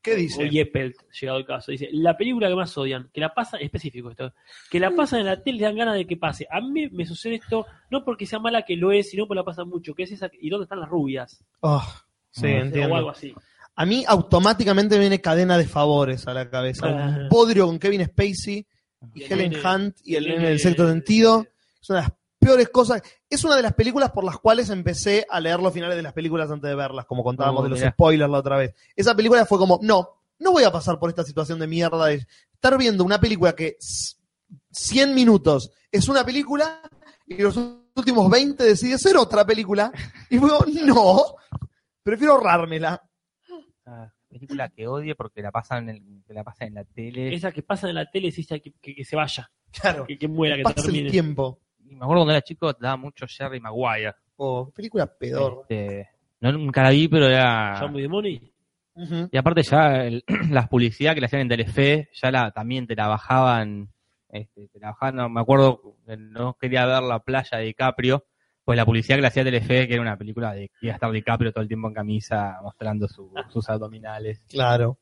Speaker 1: ¿qué
Speaker 3: O
Speaker 1: dice?
Speaker 3: Yepelt, llegado el caso. Dice, la película que más odian, que la pasan, específico esto, que la pasan en la tele, les dan ganas de que pase. A mí me sucede esto, no porque sea mala que lo es, sino porque la pasan mucho, que es esa, ¿y dónde están las rubias?
Speaker 1: Oh, sí,
Speaker 4: O
Speaker 3: O
Speaker 1: entiendo.
Speaker 3: algo así.
Speaker 1: A mí automáticamente me viene cadena de favores a la cabeza.
Speaker 3: Ah.
Speaker 1: Un podrio con Kevin Spacey y
Speaker 3: El
Speaker 1: Helen
Speaker 3: nene-
Speaker 1: Hunt y el
Speaker 3: el
Speaker 1: nene
Speaker 3: nene-
Speaker 1: del sexto sentido. Es una de las peores cosas. Es una de las películas por las cuales empecé a leer los finales de las películas antes de verlas, como contábamos
Speaker 4: Oh,
Speaker 1: de los
Speaker 4: mirá.
Speaker 1: spoilers la otra vez. Esa película fue como, no, no voy a pasar por esta situación de mierda de estar viendo una película que s- 100 minutos es una película y los últimos 20 decide ser otra película. Y luego, no, prefiero ahorrármela.
Speaker 4: Ah, película que odie porque la pasan en, que la pasan en la tele.
Speaker 3: Esa que pasan en la tele, decís "Ay, que, que, que se vaya,
Speaker 1: Claro,
Speaker 3: que, que muera, que
Speaker 1: pasa el
Speaker 3: termine.
Speaker 1: tiempo.
Speaker 4: Y me acuerdo cuando era chico, daba mucho Jerry Maguire.
Speaker 1: Oh, película pedor.
Speaker 4: Este, no nunca la vi, pero era.
Speaker 3: Ya muy de money.
Speaker 1: Ujú.
Speaker 4: Y aparte ya el- [clears throat] las publicidades que le hacían en Telefe, ya la, también te la bajaban, este, te la bajaban, no, me acuerdo, no quería ver la playa de DiCaprio, pues la publicidad que le hacía Telefe, que era una película de que iba a estar DiCaprio todo el tiempo en camisa, mostrando su- sus abdominales.
Speaker 1: Claro.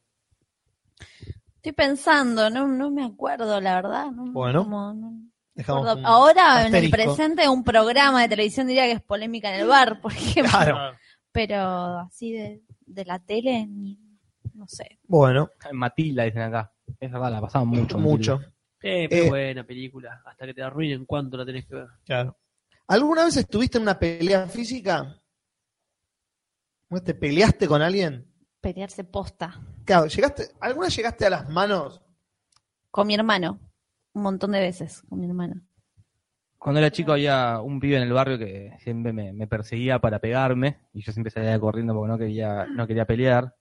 Speaker 2: Estoy pensando, no, no me acuerdo, la verdad. no-
Speaker 1: Bueno.
Speaker 2: como- no-
Speaker 1: Dejamos
Speaker 2: Recuerdo-
Speaker 1: un-
Speaker 2: Ahora, en el
Speaker 1: asterisco.
Speaker 2: presente, un programa de televisión diría que es polémica en el bar,
Speaker 1: [laughs]
Speaker 2: por ejemplo.
Speaker 1: Claro.
Speaker 3: Ah,
Speaker 2: Pero así de, de la tele, ni- no sé.
Speaker 1: Bueno,
Speaker 4: Matilda, dicen acá. Es verdad, la pasaban mucho.
Speaker 1: mucho.
Speaker 3: eh, pero
Speaker 1: Eh.
Speaker 3: buena película, hasta que te arruinen cuánto la tenés que ver.
Speaker 1: Claro. ¿Alguna vez estuviste en una pelea física? ¿Cómo ¿Te peleaste con alguien?
Speaker 2: Pelearse posta.
Speaker 1: Claro, llegaste, ¿alguna llegaste a las manos?
Speaker 2: Con mi hermano. Un montón de veces con mi hermano. [laughs]
Speaker 4: Cuando era chico había un pibe en el barrio que siempre me, me perseguía para pegarme y yo siempre salía corriendo porque no quería, no quería pelear.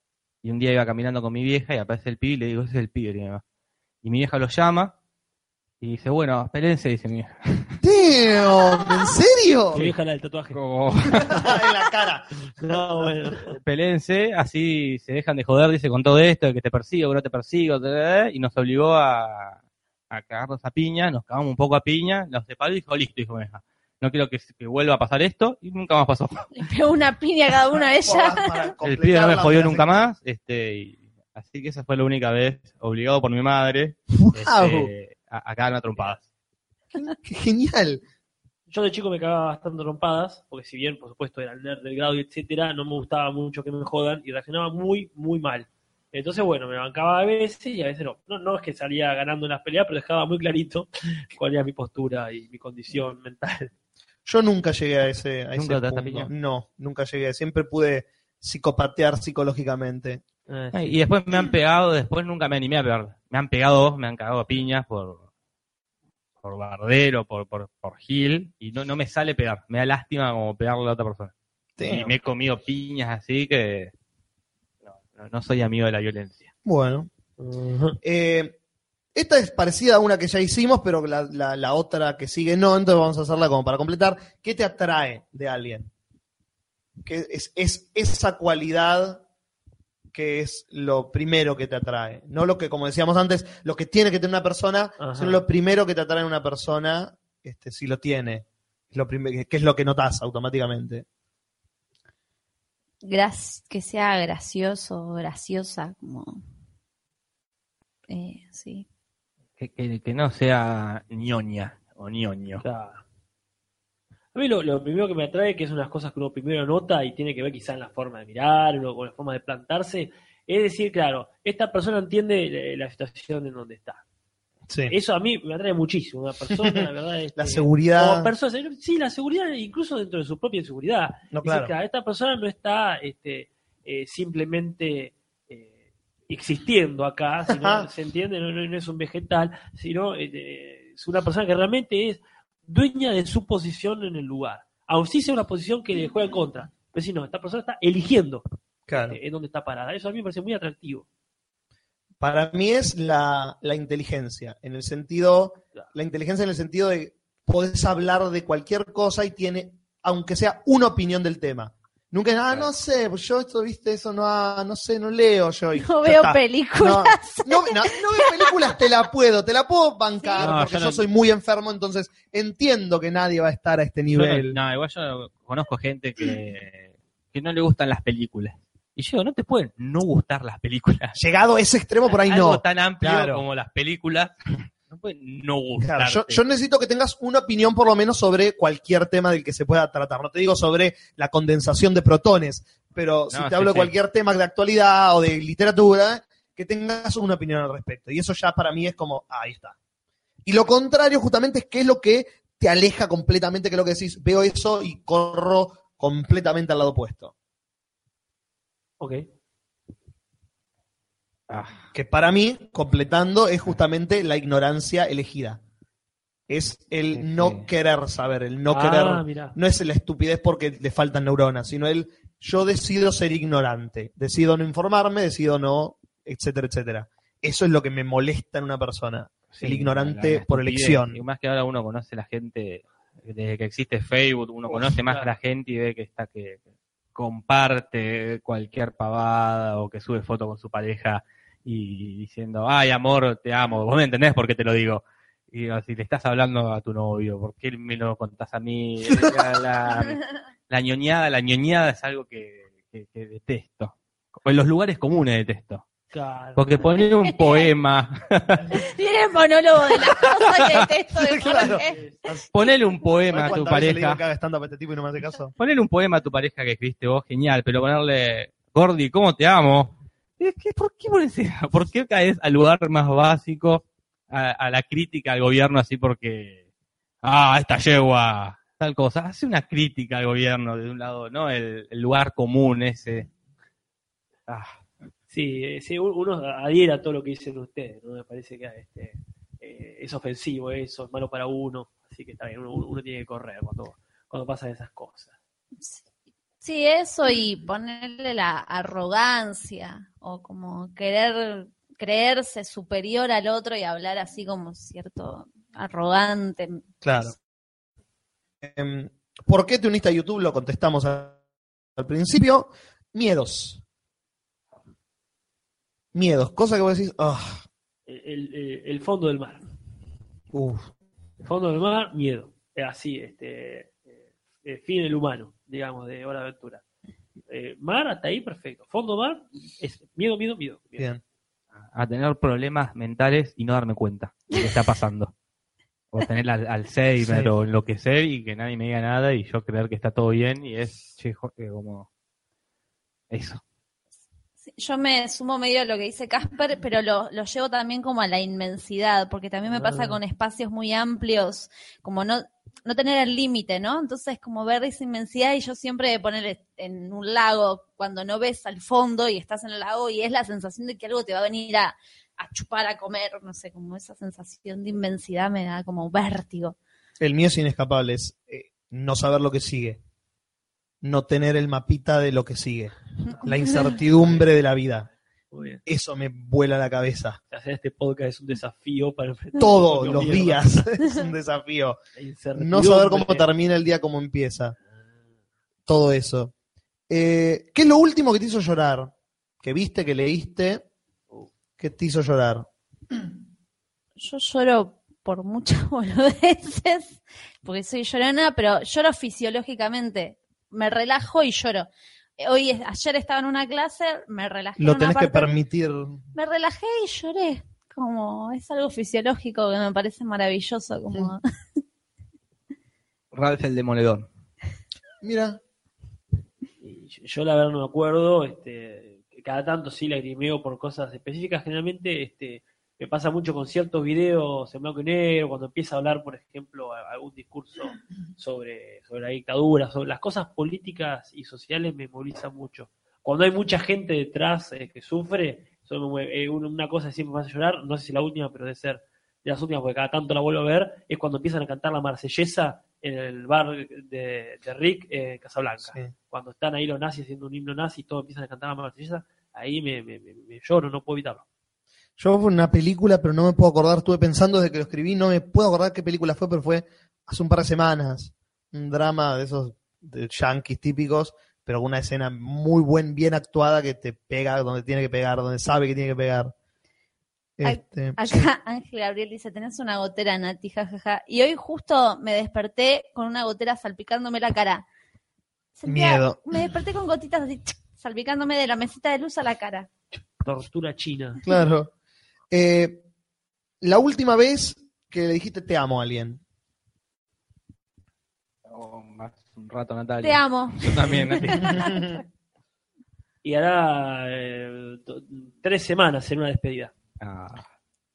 Speaker 4: Y un día iba caminando con mi vieja y aparece el pibe y le digo, ese es el pibe. le digo. "Ah". Y mi vieja lo llama y dice, bueno, espérense, dice mi vieja.
Speaker 1: ¡Damn! ¿En serio?
Speaker 3: Tu vieja la del tatuaje.
Speaker 4: Como,
Speaker 1: en la cara.
Speaker 3: No, bueno.
Speaker 4: [laughs] Espérense, así se dejan de joder, dice, con todo esto, de que te persigo, que no te persigo, ta, ta, ta", y nos obligó a, a cagarnos a piña, nos cagamos un poco a piña, nos separó y dijo, listo, dijo mi vieja. No quiero que, que vuelva a pasar esto y nunca más pasó.
Speaker 2: Le pegó una piña a cada
Speaker 1: [laughs]
Speaker 2: una de ellas.
Speaker 4: El pibe no me jodió nunca más, este, y- así que esa fue la única vez, obligado por mi madre,
Speaker 1: Ah,
Speaker 4: este, a, a cagarme a trompadas.
Speaker 1: ¡Qué genial!
Speaker 3: Yo de chico me cagaba bastante a trompadas, porque si bien, por supuesto, era el nerd del grado y etcétera, no me gustaba mucho que me jodan y reaccionaba muy, muy mal. Entonces, bueno, me bancaba a veces y a veces no. No, no es que salía ganando en las peleas, pero dejaba muy clarito [laughs] cuál era mi postura y mi condición mental. [laughs]
Speaker 1: Yo nunca llegué a ese, a ese
Speaker 4: ¿Nunca te ataste
Speaker 1: punto.
Speaker 4: piña?
Speaker 1: No, nunca llegué. Siempre pude psicopatear psicológicamente.
Speaker 3: Eh,
Speaker 4: Ay, Y después me han pegado, después nunca me animé a pegar. Me han pegado, me han cagado a piñas por por bardero, por, por, por gil, y no, no me sale pegar. Me da lástima como pegarle a otra persona. Y
Speaker 1: Damn.
Speaker 4: me he comido piñas así que no, no- no soy amigo de la violencia.
Speaker 1: Bueno.
Speaker 3: ujú.
Speaker 1: Eh, esta es parecida a una que ya hicimos, pero la, la- la otra que sigue no, entonces vamos a hacerla como para completar. ¿Qué te atrae de alguien? ¿Qué es, es esa cualidad que es lo primero que te atrae. No lo que, como decíamos antes, lo que tiene que tener una persona,
Speaker 3: Ajá.
Speaker 1: sino lo primero que te atrae en una persona, este, si lo tiene. Es lo primer- que es lo que notas automáticamente.
Speaker 2: Gras- que sea gracioso, graciosa, como... Eh, sí.
Speaker 4: Que, que- que no sea ñoña o ñoño.
Speaker 3: Claro. A mí lo, lo primero que me atrae, que es unas cosas que uno primero nota y tiene que ver quizá en la forma de mirar o con la forma de plantarse, es decir, claro, esta persona entiende eh, la situación en donde está.
Speaker 1: Sí.
Speaker 3: Eso a mí me atrae muchísimo, una persona,
Speaker 1: [laughs]
Speaker 3: la verdad. este,
Speaker 1: La seguridad.
Speaker 3: como persona, sí, la seguridad, incluso dentro de su propia inseguridad.
Speaker 1: No,
Speaker 3: Decir,
Speaker 1: claro.
Speaker 3: claro, esta persona no está este, eh, simplemente eh,
Speaker 1: [laughs]
Speaker 3: existiendo acá, sino, se entiende, no, no- no es un vegetal, sino eh, eh, es una persona que realmente es dueña de su posición en el lugar. Aun si sea una posición que le juega en contra. Pero si no, esta persona está eligiendo
Speaker 1: Claro.
Speaker 3: eh, en dónde está parada. Eso a mí me parece muy atractivo.
Speaker 1: Para mí es la, la inteligencia, en el sentido, la inteligencia en el sentido de podés hablar de cualquier cosa y tiene, aunque sea una opinión del tema. Nunca es, ah, no sé, pues yo esto, viste, eso no, ah, no sé, no leo yo. y
Speaker 2: No
Speaker 1: ya
Speaker 2: veo
Speaker 1: está.
Speaker 2: películas.
Speaker 1: No, no, no- no veo películas, te la puedo, te la puedo bancar,
Speaker 4: No,
Speaker 1: porque
Speaker 4: yo
Speaker 1: yo,
Speaker 4: no-
Speaker 1: soy muy enfermo, entonces entiendo que nadie va a estar a este
Speaker 4: Yo no-
Speaker 1: nivel.
Speaker 4: no, igual yo conozco gente que, que no le gustan las películas. Y yo, no te pueden no gustar las películas.
Speaker 1: Llegado a ese extremo, por ahí
Speaker 4: Algo
Speaker 1: no.
Speaker 4: tan amplio
Speaker 1: Claro.
Speaker 4: como las películas, no pueden no gustar.
Speaker 1: Claro, yo, yo necesito que tengas una opinión por lo menos sobre cualquier tema del que se pueda tratar. No te digo sobre la condensación de protones, pero si
Speaker 4: No,
Speaker 1: te
Speaker 4: sí,
Speaker 1: hablo de
Speaker 4: sí.
Speaker 1: cualquier tema de actualidad o de literatura, que tengas una opinión al respecto. Y eso ya para mí es como, ah, ahí está. Y lo contrario justamente es que es lo que te aleja completamente, que es lo que decís, veo eso y corro completamente al lado opuesto.
Speaker 3: Ok.
Speaker 1: Que para mí, completando, es justamente la ignorancia elegida. Es el no querer saber, el no
Speaker 3: Ah,
Speaker 1: querer
Speaker 3: mirá.
Speaker 1: no es la estupidez porque le faltan neuronas, sino el yo decido ser ignorante, decido no informarme, decido no, etcétera, etcétera. Eso es lo que me molesta en una persona,
Speaker 4: Sí,
Speaker 1: el
Speaker 4: la-
Speaker 1: ignorante
Speaker 4: la
Speaker 1: por
Speaker 4: estupidez.
Speaker 1: elección.
Speaker 4: Y más que ahora uno conoce la gente, desde que existe Facebook, uno conoce más a la gente y ve que está que comparte cualquier pavada o que sube foto con su pareja y diciendo, ay amor, te amo, vos me entendés por qué te lo digo. Y digo, si le estás hablando a tu novio, ¿por qué me lo contás a [laughs] mí? La,
Speaker 2: [laughs]
Speaker 4: la- la ñoñada, la ñoñada es algo que, que- que detesto. O en los lugares comunes detesto.
Speaker 3: Claro.
Speaker 4: Porque poner un poema,
Speaker 2: Tiene monólogo de las cosas que detesto de
Speaker 1: Claro.
Speaker 2: Jorge.
Speaker 4: Ponele un poema a tu
Speaker 1: ¿Cuántas veces le digo
Speaker 4: pareja.
Speaker 1: que haga stand-up a este tipo y no me hace caso?
Speaker 4: Ponele un poema a tu pareja que escribiste vos, genial, pero ponerle, Gordi, ¿cómo te amo? Es que, ¿Por qué pones eso? [laughs] ¿Por qué caes al lugar más básico, a, a la crítica al gobierno, así porque, ah, esta yegua, tal cosa? Hace una crítica al gobierno de un lado, ¿no? El, el lugar común ese. Ah,
Speaker 3: Sí, eh, sí, u- uno adhiera a todo lo que dicen ustedes, ¿no? Me parece que este, eh, es ofensivo eso, es malo para uno, así que está bien, uno, uno tiene que correr cuando, cuando pasan esas cosas.
Speaker 2: Sí, eso y ponerle la arrogancia o como querer creerse superior al otro y hablar así como cierto arrogante.
Speaker 1: Claro. Em, ¿Por qué te uniste a YouTube? Lo contestamos a- al principio. Miedos. Miedos, cosa que vos decís, ah,
Speaker 3: El, el- el fondo del mar.
Speaker 1: uf.
Speaker 3: El fondo del mar, miedo. Es así, este, eh, eh, fin el humano, digamos, de Hora de Aventura. Eh, mar, hasta ahí, perfecto. Fondo mar, es miedo, miedo, miedo. miedo.
Speaker 1: bien.
Speaker 4: a tener problemas mentales y no darme cuenta de que está pasando. o tener al, Alzheimer
Speaker 1: Sí.
Speaker 4: o enloquecer y que nadie me diga nada y yo creer que está todo bien y es, che, Jorge, como... Eso.
Speaker 2: Sí, Yo me sumo medio a lo que dice Casper, pero lo, lo llevo también como a la inmensidad, porque también me pasa
Speaker 3: Claro.
Speaker 2: con espacios muy amplios, como no, no tener el límite, ¿no? Entonces, como ver esa inmensidad y yo siempre poner en un lago, cuando no ves al fondo y estás en el lago y es la sensación de que algo te va a venir a, a chupar, a comer, no sé, como esa sensación de inmensidad me da como vértigo.
Speaker 1: El mío es inescapable, es eh, no saber lo que sigue. No tener el mapita de lo que sigue. La incertidumbre de la vida.
Speaker 3: Muy bien.
Speaker 1: Eso me vuela la cabeza.
Speaker 3: Hacer este podcast es un desafío para enfrentar
Speaker 1: Todos
Speaker 3: los
Speaker 1: los
Speaker 3: miedos,
Speaker 1: días [laughs] es un desafío.
Speaker 3: la incertidumbre.
Speaker 1: No saber cómo termina el día, cómo empieza. Todo eso. Eh, ¿Qué es lo último que te hizo llorar? que viste, que leíste, que te hizo llorar?
Speaker 2: Yo lloro por muchas [laughs] boludeces, porque soy llorona, pero lloro fisiológicamente. Me relajo y lloro. Eh, Hoy, es- ayer estaba en una clase, me relajé. en
Speaker 1: Lo
Speaker 2: una
Speaker 1: tenés que
Speaker 2: parte-
Speaker 1: permitir.
Speaker 2: Me relajé y lloré. Como es algo fisiológico que me parece maravilloso. Como
Speaker 4: Ralph el Demoledor.
Speaker 1: Mira.
Speaker 3: Yo, yo la verdad no me acuerdo, este, cada tanto sí lagrimeo por cosas específicas, generalmente este, me pasa mucho con ciertos videos en blanco y negro, cuando empieza a hablar, por ejemplo, a- algún discurso sobre, sobre la dictadura, sobre las cosas políticas y sociales me moviliza mucho. Cuando hay mucha gente detrás eh, que sufre, eso me mueve. Eh, una, una cosa que siempre me hace llorar, no sé si la última, pero debe ser de las últimas, porque cada tanto la vuelvo a ver, es cuando empiezan a cantar la marsellesa en el bar de, de Rick eh, en Casablanca. Cuando están ahí los nazis haciendo un himno nazi y todos empiezan a cantar la marsellesa, ahí me, me- me- me lloro, no puedo evitarlo.
Speaker 1: Yo fue una película, pero no me puedo acordar. Estuve pensando desde que lo escribí, no me puedo acordar qué película fue, pero fue hace un par de semanas. Un drama de esos de yanquis típicos, pero una escena muy buen, bien actuada que te pega donde tiene que pegar, donde sabe que tiene que pegar. Este,
Speaker 2: Acá Ángel Gabriel dice, tenés una gotera, Nati, jajaja. Y hoy justo me desperté con una gotera salpicándome la cara. Sentía-
Speaker 1: Miedo.
Speaker 2: Me desperté con gotitas así, ch, salpicándome de la mesita de luz a la cara.
Speaker 3: Tortura china.
Speaker 1: Claro. Eh, la última vez que le dijiste te amo a alguien.
Speaker 4: Hace un rato, Natalia.
Speaker 2: Te amo.
Speaker 4: Yo también, ¿eh? [laughs] Natalia.
Speaker 3: Y hará eh, to- tres semanas en una despedida.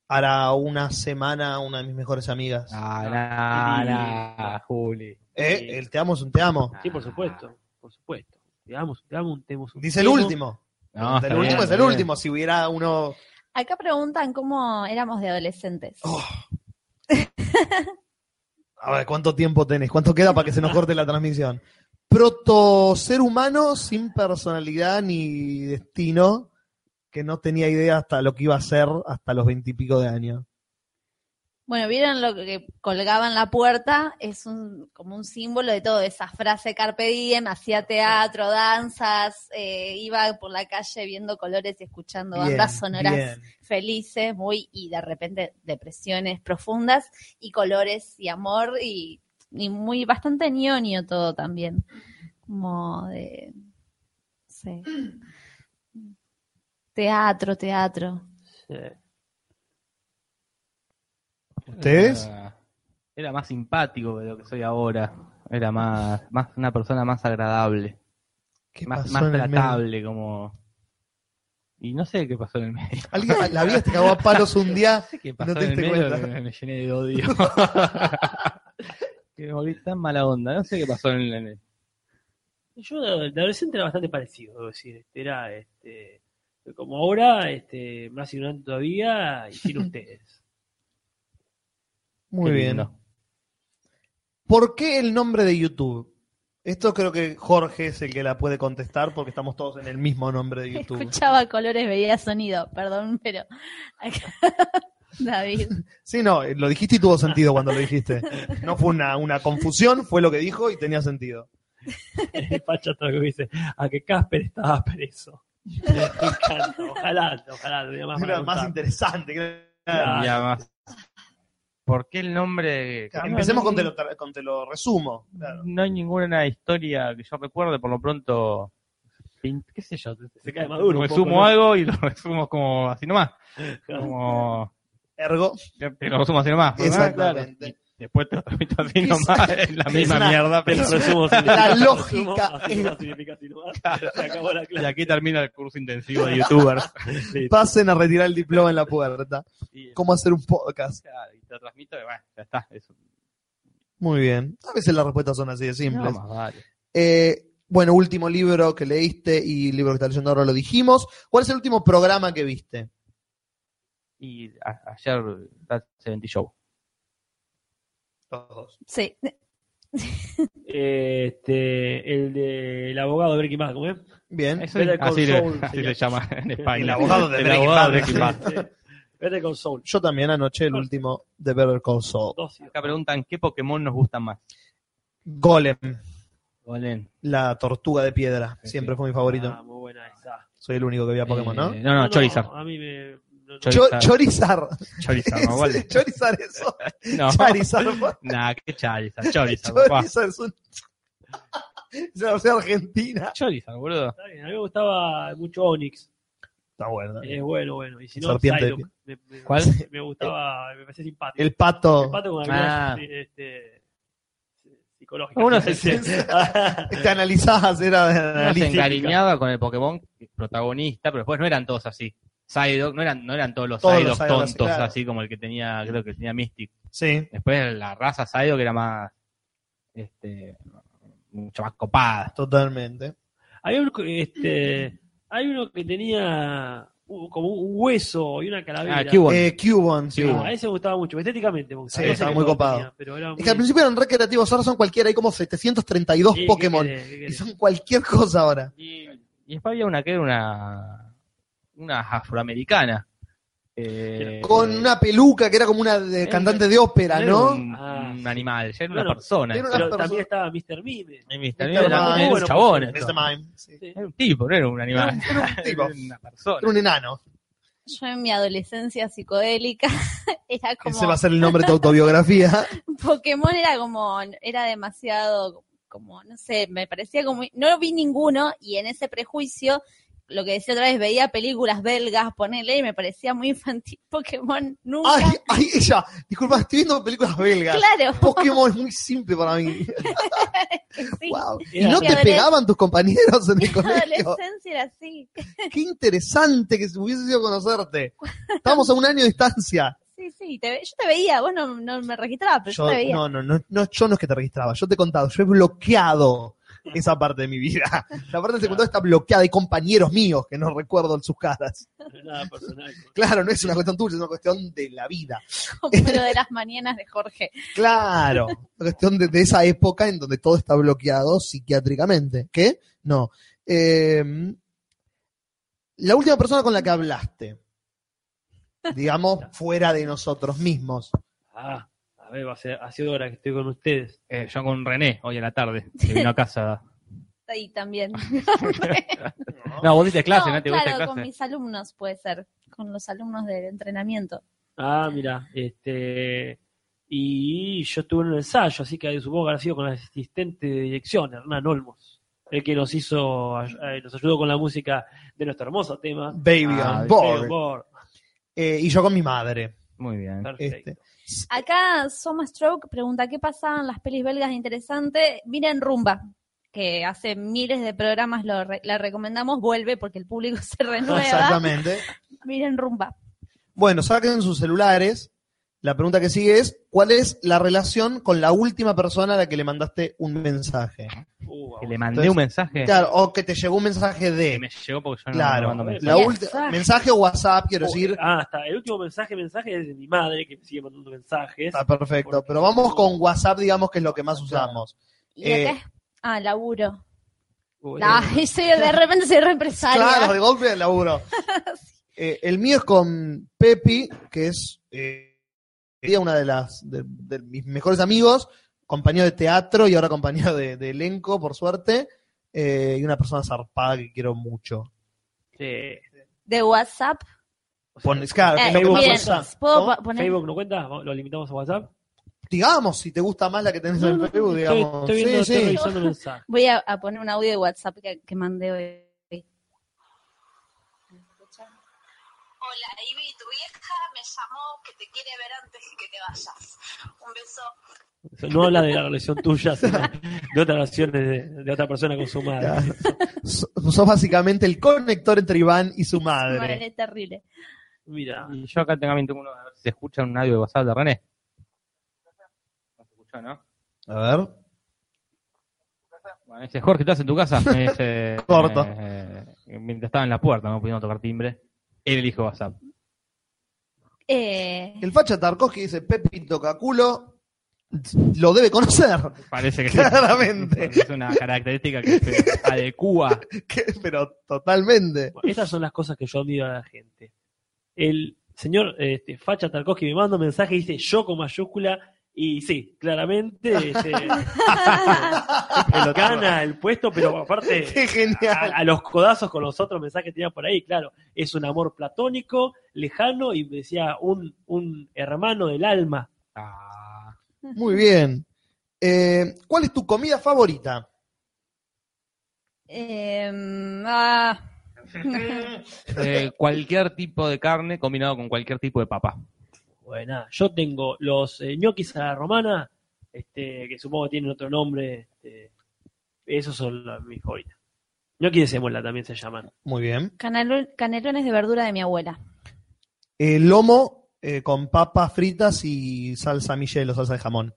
Speaker 1: Hará una semana una de mis mejores amigas.
Speaker 4: Ah, nah, Juli.
Speaker 1: Eh, el te amo es un te amo.
Speaker 3: Sí, por supuesto, por supuesto. Te amo, te amo, te amo.
Speaker 1: Dice el último.
Speaker 4: No,
Speaker 1: el
Speaker 4: Ah, está
Speaker 1: último
Speaker 4: bien,
Speaker 1: es
Speaker 4: está
Speaker 1: el
Speaker 4: bien.
Speaker 1: último. Si hubiera uno.
Speaker 2: Acá preguntan cómo éramos de adolescentes.
Speaker 1: A ver, ¿cuánto tiempo tenés? ¿Cuánto queda para que se nos corte la transmisión? Proto ser humano sin personalidad ni destino, que no tenía idea hasta lo que iba a ser hasta los veintipico de años.
Speaker 2: Bueno, ¿vieron lo que colgaba en la puerta? Es un, como un símbolo de todo, esa frase Carpe Diem, hacía teatro, danzas, eh, iba por la calle viendo colores y escuchando
Speaker 11: Bien,
Speaker 2: bandas sonoras
Speaker 11: bien.
Speaker 2: felices, muy, y de repente depresiones profundas y colores y amor y, y muy, bastante ñoño todo también. Como de, no
Speaker 11: [clears throat]
Speaker 2: sé. Teatro, teatro.
Speaker 3: eh,
Speaker 1: ¿Ustedes?
Speaker 4: Era, era más simpático de lo que soy ahora. Era más, más una persona más agradable. más
Speaker 1: pasó
Speaker 4: más
Speaker 1: en el medio?
Speaker 4: tratable, como. Y no sé qué pasó en el medio.
Speaker 1: Alguien, ah, la vida te cagó a palos un día.
Speaker 4: No sé [laughs] qué pasó
Speaker 1: No te
Speaker 4: en el
Speaker 1: diste
Speaker 4: medio,
Speaker 1: cuenta.
Speaker 4: que me, me llené de odio. [laughs] que me volví tan mala onda. No sé qué pasó en el.
Speaker 3: Yo de de adolescente era bastante parecido, debo decir. Este, Era este, como ahora, este, más ignorante todavía,
Speaker 1: [laughs]
Speaker 3: y sin ustedes. [laughs]
Speaker 1: Muy
Speaker 4: Qué
Speaker 1: bien.
Speaker 4: lindo.
Speaker 1: ¿Por qué el nombre de YouTube? Esto creo que Jorge es el que la puede contestar porque estamos todos en el mismo nombre
Speaker 2: [laughs]
Speaker 1: de [laughs] YouTube.
Speaker 2: Escuchaba colores, veía sonido, perdón, pero acá, [laughs] David.
Speaker 1: Sí, no, eh, lo dijiste y tuvo sentido cuando lo dijiste. No fue una, una confusión, fue lo que dijo y tenía sentido.
Speaker 3: Pacha todo lo que dice, a que Casper estaba preso. [laughs] Me encanta, ojalá, ojalá, lo diga más
Speaker 1: Era
Speaker 3: para
Speaker 1: más
Speaker 3: contar.
Speaker 1: interesante. que-
Speaker 3: Ah, Claro.
Speaker 4: Y además, ¿Por qué el nombre?
Speaker 1: Claro, Empecemos
Speaker 4: No,
Speaker 1: con te, lo, tra- con te lo resumo. Claro.
Speaker 4: No hay ninguna historia que yo recuerde, por lo pronto. pin- ¿Qué sé yo?
Speaker 3: Se cae Maduro un
Speaker 4: Resumo
Speaker 3: poco, ¿no?
Speaker 4: algo y lo [laughs] resumo como así nomás.
Speaker 3: [laughs]
Speaker 4: Como.
Speaker 1: Ergo.
Speaker 4: Te lo resumo así nomás. ¿verdad?
Speaker 1: Exactamente.
Speaker 4: Claro. Y después te lo transmito así
Speaker 1: Es-
Speaker 4: nomás. Es la
Speaker 1: es
Speaker 4: misma
Speaker 1: una-
Speaker 4: mierda, pero
Speaker 1: es-
Speaker 4: lo resumo así.
Speaker 1: la
Speaker 4: Lo resumo.
Speaker 1: lógica
Speaker 3: Así
Speaker 1: es-
Speaker 3: nomás significa así nomás. Se acabó la
Speaker 4: Y
Speaker 3: clase.
Speaker 4: aquí termina el curso intensivo [laughs] de youtubers. Listo.
Speaker 1: Pasen a retirar el diploma en la puerta. ¿Cómo hacer un podcast?
Speaker 4: Claro, y te lo transmito y bueno, ya está. Es un-
Speaker 1: Muy bien. A veces las respuestas son así de simples.
Speaker 4: No, más vale.
Speaker 1: Eh, bueno, último libro que leíste y libro que está leyendo ahora lo dijimos. ¿Cuál es el último programa que viste?
Speaker 4: Y a- ayer, That 70 Show.
Speaker 2: Sí.
Speaker 3: Eh, Este, el del abogado de Breaking Bad, ¿cómo es?
Speaker 1: Bien.
Speaker 4: Eso
Speaker 3: Better
Speaker 4: es-
Speaker 3: Call
Speaker 4: así le-
Speaker 3: Saul,
Speaker 4: así
Speaker 3: señor.
Speaker 4: se llama en España.
Speaker 1: El abogado de
Speaker 4: El
Speaker 1: Breaking
Speaker 4: abogado de
Speaker 1: Bad.
Speaker 4: Breaking Bad.
Speaker 3: Este, Better Call Saul.
Speaker 1: Yo también anoche el último de Better Call Saul.
Speaker 3: Dos,
Speaker 4: Acá preguntan qué Pokémon nos gustan más.
Speaker 1: Golem.
Speaker 4: Golem.
Speaker 1: La tortuga de piedra. Siempre fue mi favorito.
Speaker 3: Ah, muy buena esa.
Speaker 1: Soy el único que veía Pokémon, ¿no?
Speaker 4: Eh, no, no, Chorizard.
Speaker 3: A mí me. no, no.
Speaker 1: Cho-
Speaker 4: [laughs]
Speaker 1: Chorizard.
Speaker 4: Chorizard, no, Golem.
Speaker 1: Chorizard eso.
Speaker 4: [laughs] No.
Speaker 1: Charizard. por-
Speaker 4: Nah, qué [laughs] Charizard. Chorizard, papá.
Speaker 1: Chorizard es un... [laughs] es una versión argentina.
Speaker 4: Chorizard, boludo.
Speaker 3: Está bien, a mí me gustaba mucho Onix.
Speaker 1: Está bueno.
Speaker 4: Eh,
Speaker 3: Es bueno, bueno. Y si no,
Speaker 1: Serpiente de
Speaker 3: Psylocke. Me, me-
Speaker 4: Ah, ¿Cuál?
Speaker 3: Me gustaba, me parecía simpático.
Speaker 1: El pato.
Speaker 3: El pato con
Speaker 4: Ah.
Speaker 3: habilidades este, psicológicas. [laughs] Ah,
Speaker 1: [laughs]
Speaker 4: Uno se-
Speaker 3: Sí.
Speaker 1: Te analizabas, era
Speaker 4: Uno se
Speaker 1: analítica.
Speaker 4: encariñaba con el Pokémon protagonista, pero después no eran todos así. Psyduck, no eran, no eran todos los
Speaker 1: Todos
Speaker 4: Psyduck
Speaker 1: los Psyduck,
Speaker 4: tontos,
Speaker 1: sí, claro.
Speaker 4: así como el que tenía, creo que tenía Mystic.
Speaker 1: Sí.
Speaker 4: Después la raza Psyduck era más, este, mucho más copada.
Speaker 1: Totalmente.
Speaker 3: Había un- este, hay uno que tenía u- como un hueso y una calavera.
Speaker 4: Ah, Cubone.
Speaker 1: Eh, Cubone, sí.
Speaker 4: Cubone.
Speaker 3: Ah, ese me gustaba mucho. Estéticamente me gustaba.
Speaker 1: Sí,
Speaker 3: No sé
Speaker 1: estaba
Speaker 3: qué
Speaker 1: muy
Speaker 3: todo
Speaker 1: copado.
Speaker 3: tenía, pero era
Speaker 1: Es
Speaker 3: muy-
Speaker 1: que al principio eran re creativos, ahora son cualquiera. Hay como 732
Speaker 3: Sí, ¿qué
Speaker 1: Pokémon.
Speaker 3: querés? ¿Qué
Speaker 1: Y
Speaker 3: querés?
Speaker 1: son cualquier cosa ahora.
Speaker 4: Y, y después había una que era una, una afroamericana. Eh,
Speaker 1: Con una peluca que era como una de-
Speaker 4: Era-
Speaker 1: cantante de ópera,
Speaker 4: era
Speaker 1: ¿no?
Speaker 4: Un,
Speaker 3: Ah,
Speaker 4: un
Speaker 3: sí.
Speaker 4: animal, ya era
Speaker 3: Bueno,
Speaker 4: una persona.
Speaker 1: era una
Speaker 3: [laughs]
Speaker 4: Pero-
Speaker 3: Pero
Speaker 1: persona-
Speaker 3: también estaba Mr. Mime.
Speaker 1: Mr.
Speaker 4: y Mr. Mime era
Speaker 1: Mime.
Speaker 4: era un
Speaker 3: Bueno,
Speaker 4: chabón.
Speaker 3: pues,
Speaker 1: Mr.
Speaker 4: esto.
Speaker 1: Mime.
Speaker 2: [laughs]
Speaker 1: sí.
Speaker 4: Era un tipo, no era un
Speaker 1: Era
Speaker 4: animal.
Speaker 1: un, era un tipo,
Speaker 4: Era una persona.
Speaker 1: era un enano.
Speaker 2: Yo en mi adolescencia psicodélica [laughs] era como
Speaker 1: Ese va a ser el nombre de tu autobiografía.
Speaker 2: [laughs] Pokémon era como era demasiado como no sé, me parecía como no vi ninguno y en ese prejuicio lo que decía otra vez, veía películas belgas, ponele, y me parecía muy infantil. [laughs] Pokémon nunca.
Speaker 1: ay, ay, ella. Disculpa, estoy viendo películas belgas.
Speaker 2: claro, [laughs]
Speaker 1: Pokémon es muy simple para mí.
Speaker 2: sí.
Speaker 1: Wow. ¿Y
Speaker 3: Era-
Speaker 1: no te
Speaker 2: Adolesc-
Speaker 1: pegaban tus compañeros en el
Speaker 2: Mi
Speaker 1: colegio?
Speaker 2: adolescencia era así.
Speaker 1: Qué interesante que hubiese sido conocerte. Estábamos a un año de distancia.
Speaker 2: Sí, sí, te ve- yo te veía, vos no, no me registrabas, pero yo,
Speaker 1: Yo,
Speaker 2: te veía.
Speaker 1: no, no, no, no, yo no es que te registraba, yo te he contado, yo he bloqueado esa parte de mi vida. La parte del secundario está bloqueada, hay compañeros míos que no recuerdo sus caras.
Speaker 3: Nada personal.
Speaker 1: Claro, no es una cuestión tuya, es una cuestión de la vida.
Speaker 2: [laughs] Como lo de las mañanas de Jorge.
Speaker 1: Claro, una cuestión de, de esa época en donde todo está bloqueado psiquiátricamente. ¿Qué? No. Eh, la última persona con la que hablaste, [laughs] digamos, fuera de nosotros mismos.
Speaker 3: Ah, a ver, va a ser, hace horas que estoy con ustedes.
Speaker 4: Eh, yo con René hoy a
Speaker 2: [laughs]
Speaker 4: la tarde, que vino a casa.
Speaker 2: Ahí también.
Speaker 4: No, vos diste [laughs] clase,
Speaker 2: No,
Speaker 4: ¿no? ¿Te
Speaker 2: claro,
Speaker 4: gusta
Speaker 2: con
Speaker 4: clase?
Speaker 2: mis alumnos puede ser, con los alumnos del entrenamiento.
Speaker 3: Ah, mira, este. Y yo estuve en un ensayo, así que supongo que habrá sido con el asistente de dirección, Hernán Olmos, el que nos hizo, eh, nos ayudó con la música de nuestro hermoso tema.
Speaker 1: Baby
Speaker 4: Ah,
Speaker 1: on
Speaker 3: Board.
Speaker 1: board. Eh, y yo con mi madre.
Speaker 4: Muy bien.
Speaker 3: Perfecto.
Speaker 1: Este.
Speaker 2: Acá Soma Stroke pregunta, ¿qué pasaban las pelis belgas de interesante? Miren Rumba, que hace miles de programas lo re- la recomendamos, vuelve porque el público [laughs] se renueva.
Speaker 1: Exactamente.
Speaker 2: Miren Rumba.
Speaker 1: Bueno, saquen sus celulares. La pregunta que sigue es, ¿cuál es la relación con la última persona a la que le mandaste un mensaje?
Speaker 3: Uh,
Speaker 4: Que
Speaker 3: vamos.
Speaker 4: le mandé
Speaker 1: Entonces,
Speaker 4: un mensaje
Speaker 1: Claro, o que te llegó un mensaje
Speaker 4: que
Speaker 1: de...
Speaker 4: me llegó porque yo no
Speaker 1: Claro,
Speaker 4: mando mensajes.
Speaker 1: la
Speaker 2: Mensaje.
Speaker 1: ulti- mensaje o WhatsApp, quiero decir,
Speaker 3: Ah, está. El último mensaje, mensaje es de mi madre, que me sigue mandando mensajes.
Speaker 1: está perfecto, pero vamos con WhatsApp, digamos que es lo que más usamos.
Speaker 2: Y
Speaker 1: Eh,
Speaker 2: acá es- Ah, laburo.
Speaker 3: Uy, eh,
Speaker 2: Ay, soy- de repente soy reempresaria.
Speaker 1: Claro, de golpe el
Speaker 3: [laughs]
Speaker 1: laburo. Eh, el mío es con Pepi, que es eh, era una de las de, de mis mejores amigos, compañero de teatro y ahora compañero de, de elenco, por suerte, eh, y una persona zarpada que quiero mucho.
Speaker 3: sí.
Speaker 2: De WhatsApp.
Speaker 3: O sea,
Speaker 1: Pones, claro, que
Speaker 2: Eh,
Speaker 1: no tengo
Speaker 2: miren,
Speaker 1: WhatsApp,
Speaker 2: ¿puedo
Speaker 1: ¿no?
Speaker 2: po- poner?
Speaker 3: ¿Facebook no cuenta? ¿Lo limitamos a WhatsApp?
Speaker 1: Digamos, si te gusta más la que tenés
Speaker 3: No,
Speaker 1: en
Speaker 3: no,
Speaker 1: Facebook,
Speaker 3: estoy-
Speaker 1: digamos.
Speaker 3: Estoy, viendo,
Speaker 1: sí,
Speaker 3: estoy
Speaker 1: sí.
Speaker 3: revisando mensajes.
Speaker 2: Voy a, a poner un audio de WhatsApp que, que mandé hoy.
Speaker 14: Hola, Ivy, tu vieja me llamó que te quiere ver antes de que te vayas. Un beso.
Speaker 3: No habla de la relación tuya, sino de otra relación de, de otra persona con su madre.
Speaker 1: [laughs] Claro. So- Sos básicamente el conector entre Iván y su madre.
Speaker 2: Madre, terrible.
Speaker 3: Mira,
Speaker 4: Y yo acá también tengo uno, a ver si se escucha un audio de WhatsApp de René. No se escuchó, ¿no?
Speaker 1: A ver.
Speaker 4: Bueno, dice, Jorge, ¿estás en tu casa? Me [laughs] dice,
Speaker 1: Corto.
Speaker 4: eh, mientras estaba en la puerta, no pudieron tocar timbre. Él elijo WhatsApp.
Speaker 2: Eh,
Speaker 1: El facha Tarkovsky dice, Pepi toca culo, lo debe conocer. [laughs]
Speaker 4: Parece [laughs] que sí.
Speaker 1: Claramente.
Speaker 4: Es una característica que se adecua.
Speaker 1: Que- pero totalmente.
Speaker 3: esas son las cosas que yo admiro a la gente. El señor este, Facha Tarkovsky me manda un mensaje y dice yo con mayúscula Y sí, claramente
Speaker 1: [laughs]
Speaker 3: este, [laughs] gana el puesto, pero aparte
Speaker 1: [laughs]
Speaker 3: a, a los codazos con los otros mensajes que tenía por ahí, claro, es un amor platónico, lejano y decía un, un hermano del alma.
Speaker 1: Muy bien. Eh, ¿Cuál es tu comida favorita?
Speaker 2: Em, ah.
Speaker 4: Eh, cualquier tipo de carne combinado con cualquier tipo de papa.
Speaker 3: Bueno, yo tengo los eh, ñoquis a la romana, este, que supongo que tienen otro nombre. este, esos son los- mis favoritos. Ñoquis de semola también se llaman.
Speaker 1: Muy bien.
Speaker 2: Canelo- canelones de verdura de mi abuela.
Speaker 1: El lomo eh, con papas fritas y salsa michel o salsa de jamón.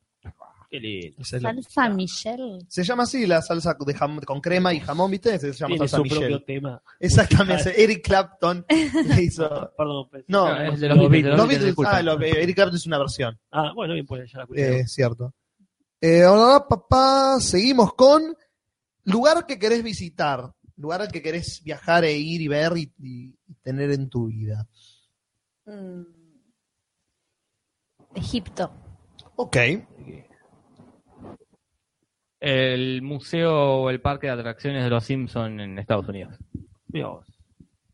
Speaker 3: Qué lindo.
Speaker 1: Es el-
Speaker 2: Salsa Michelle.
Speaker 1: Se llama así la salsa de jam- con crema y jamón, ¿viste? Se llama
Speaker 3: Tiene
Speaker 1: salsa
Speaker 3: su
Speaker 1: Michel.
Speaker 3: propio tema.
Speaker 1: Exactamente. Eric Clapton le
Speaker 3: [laughs]
Speaker 1: hizo.
Speaker 3: Perdón, pensé-
Speaker 1: No,
Speaker 3: Ah, es de
Speaker 1: los
Speaker 3: los
Speaker 1: Beatles.
Speaker 3: Beatles,
Speaker 1: Los Beatles,
Speaker 3: disculpa.
Speaker 1: ah, los- eh, Eric Clapton es una versión.
Speaker 3: Ah, bueno, bien, pues ya la escuché.
Speaker 1: Eh, cierto. Eh, ahora, papá, seguimos con lugar que querés visitar, lugar al que querés viajar e ir y ver y, y- y tener en tu vida.
Speaker 2: Mm. Egipto.
Speaker 1: Ok.
Speaker 4: El museo o el parque de atracciones de los Simpson en Estados Unidos.
Speaker 3: Mirá vos.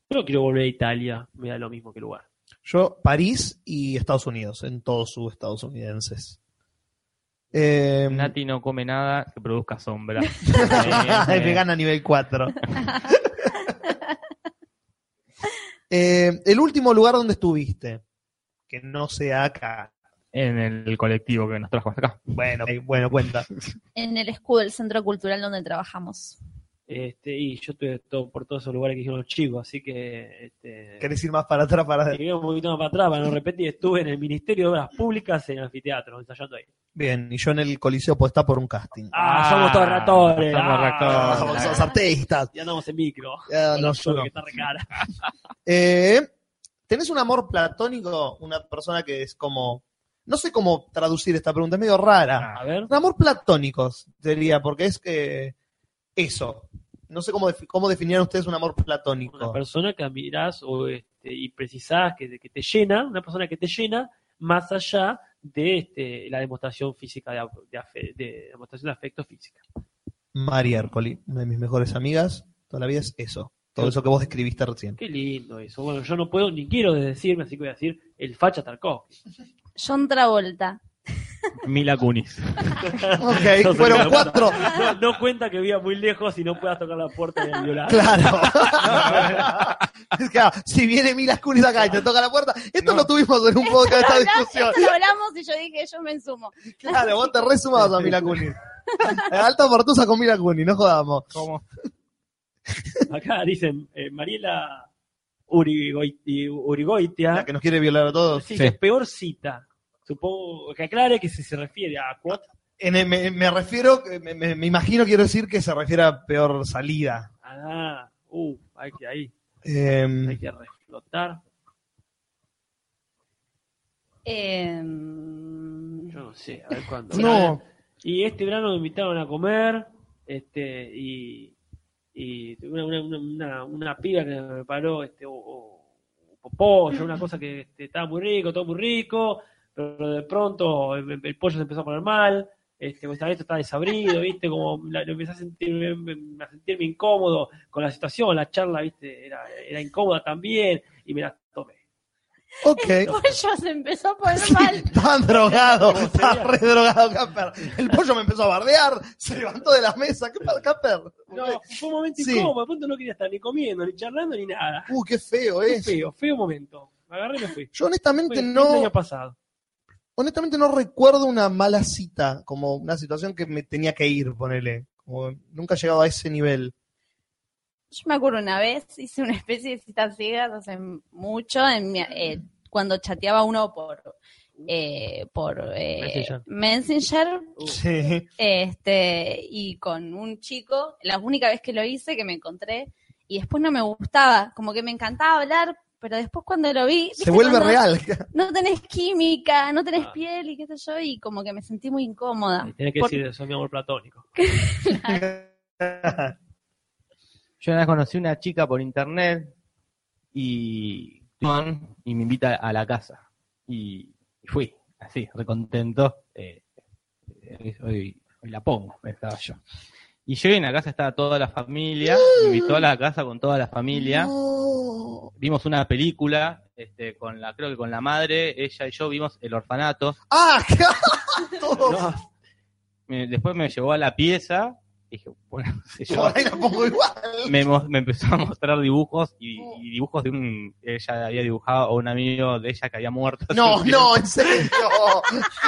Speaker 3: Yo quiero volver a Italia, me da lo mismo
Speaker 1: [laughs]
Speaker 3: que lugar.
Speaker 1: Yo, París y Estados Unidos, en todos sus estadounidenses. Eh, [laughs]
Speaker 4: Nati no come nada que produzca sombra.
Speaker 1: es
Speaker 4: Eh,
Speaker 1: vegana nivel 4. Eh, el último lugar donde estuviste, que no sea acá.
Speaker 4: En el colectivo que nos trajo hasta acá.
Speaker 1: Bueno, eh, bueno, cuenta.
Speaker 2: En el escudo del centro cultural donde trabajamos.
Speaker 3: Este, y yo estuve todo- por todos esos lugares que dijeron los chicos, así que este,
Speaker 1: [laughs] ¿Querés ir más para atrás? Para...
Speaker 3: llegué un poquito más para atrás para no repetir. Estuve en el Ministerio de Obras Públicas en el anfiteatro, ensayando ahí.
Speaker 1: Bien, y yo en el Coliseo puedo estar por un casting.
Speaker 3: Ah, somos todos ratores.
Speaker 1: somos
Speaker 3: ah,
Speaker 1: ratores. Somos todos artistas.
Speaker 3: Ya andamos en micro.
Speaker 1: Ya, Ah,
Speaker 3: [laughs]
Speaker 1: no, yo no.
Speaker 3: Que está re cara.
Speaker 1: Eh, ¿Tenés un amor platónico? Una persona que es como. No sé cómo traducir esta pregunta, es medio rara.
Speaker 3: A ver.
Speaker 1: Un amor platónico, diría, porque es que. Eso. No sé cómo, defi- cómo definirían ustedes un amor
Speaker 3: Una
Speaker 1: platónico.
Speaker 3: persona que admirás o, este, y precisás que, que te llena, una persona que te llena más allá de este, la demostración física, de, af- de afe- de demostración de afecto física.
Speaker 1: Mari Ercoli, una de mis mejores amigas, toda la vida es eso. Todo eso que vos describiste [laughs] recién.
Speaker 3: Qué lindo eso. Bueno, yo no puedo ni quiero decirme, así que voy a decir el facha Tarkovsky.
Speaker 2: John Travolta.
Speaker 4: Mila Kunis.
Speaker 1: Ok,
Speaker 3: No sé
Speaker 1: fueron
Speaker 3: qué me
Speaker 1: cuatro.
Speaker 3: pasa. No, no cuenta que viva muy lejos y no puedas tocar la puerta del violador.
Speaker 1: [laughs] Claro. Claro, si viene Mila Kunis acá y te toca la puerta, esto lo tuvimos [laughs] en un podcast, esta discusión.
Speaker 2: Esto lo hablamos y yo dije, yo me ensumo.
Speaker 1: Claro, vos te resumabas a Mila [laughs] Kunis. Alta portusa con Mila Kunis, no jodamos.
Speaker 4: ¿Cómo?
Speaker 3: Acá dicen eh, Mariela Urigoi- Urigoitia.
Speaker 1: La que nos quiere violar a todos.
Speaker 3: Sí, la peor cita. Supongo que aclare que se, se refiere a Cuat.
Speaker 1: En el- me, me refiero, me, me- me imagino, quiero decir que se refiere a peor salida.
Speaker 3: Ah, uh, hay que ahí,
Speaker 1: Em,
Speaker 3: hay que reflotar.
Speaker 2: Eh, Em,
Speaker 3: Yo no sé, a ver cuándo.
Speaker 12: No.
Speaker 3: Y este verano me invitaron a comer, este, y, y una, una, una, una- una piba que me preparó este, o, o- o pollo, una cosa que este, estaba muy rico, todo muy rico, pero de pronto el, el pollo se empezó a poner mal, este, pues, esto está desabrido, viste, como la- lo empecé a sentirme, me- a sentirme incómodo con la situación, la charla, viste, era, era incómoda también, y me la tomé.
Speaker 2: [laughs] El
Speaker 1: ok.
Speaker 2: pollo se empezó a poner
Speaker 1: Eh, Sí,
Speaker 2: mal.
Speaker 1: Está drogado,
Speaker 3: ¿Cómo
Speaker 1: está
Speaker 3: sería?
Speaker 1: re drogado, Capper. El pollo me empezó a bardear, se levantó de la mesa. ¿Qué pasa, Capper?
Speaker 3: No, fue un momento
Speaker 1: Sí.
Speaker 3: incómodo, de pronto no quería estar ni comiendo, ni charlando, ni nada.
Speaker 1: Uh, qué feo
Speaker 3: Qué
Speaker 1: es.
Speaker 3: feo, feo momento. Me agarré y me fui.
Speaker 1: Yo
Speaker 3: Fue
Speaker 1: honestamente
Speaker 3: el
Speaker 1: no,
Speaker 3: año pasado.
Speaker 1: honestamente no recuerdo una mala cita, como una situación que me tenía que ir, ponele. Como nunca he llegado a ese nivel.
Speaker 2: Yo me acuerdo una vez, hice una especie de citas ciegas hace mucho, en mi- eh, cuando chateaba uno por eh, por eh,
Speaker 3: Messenger.
Speaker 2: Messenger,
Speaker 1: Sí.
Speaker 2: este, y con un chico, la única vez que lo hice, que me encontré, y después no me gustaba, como que me encantaba hablar, pero después cuando lo vi...
Speaker 1: Se
Speaker 2: ¿viste
Speaker 1: vuelve
Speaker 2: cuando
Speaker 1: real.
Speaker 2: No tenés química, no tenés
Speaker 3: Ah.
Speaker 2: piel y qué sé yo, y como que me sentí muy incómoda.
Speaker 3: Tenía que
Speaker 2: Por-
Speaker 3: decir eso, mi amor platónico.
Speaker 1: [laughs]
Speaker 4: Yo una vez conocí una chica por internet y, y me invita a la casa. Y, y fui, así, recontento. eh, hoy, hoy- hoy la pongo, estaba yo. Y llegué en la casa, estaba toda la familia, me invitó a la casa con toda la familia. Vimos una película, este, con la, creo que con la madre, ella y yo vimos El Orfanato.
Speaker 8: ¡Ah! Todo.
Speaker 4: Me- después me llevó a la pieza, dije, bueno, [laughs] no sé yo.
Speaker 8: Por ahí la pongo igual.
Speaker 4: me, mos- me empezó a mostrar dibujos y, y dibujos de un ella había dibujado a un amigo de ella que había muerto. hace [laughs]
Speaker 8: No,
Speaker 4: un tiempo.
Speaker 8: no, en serio.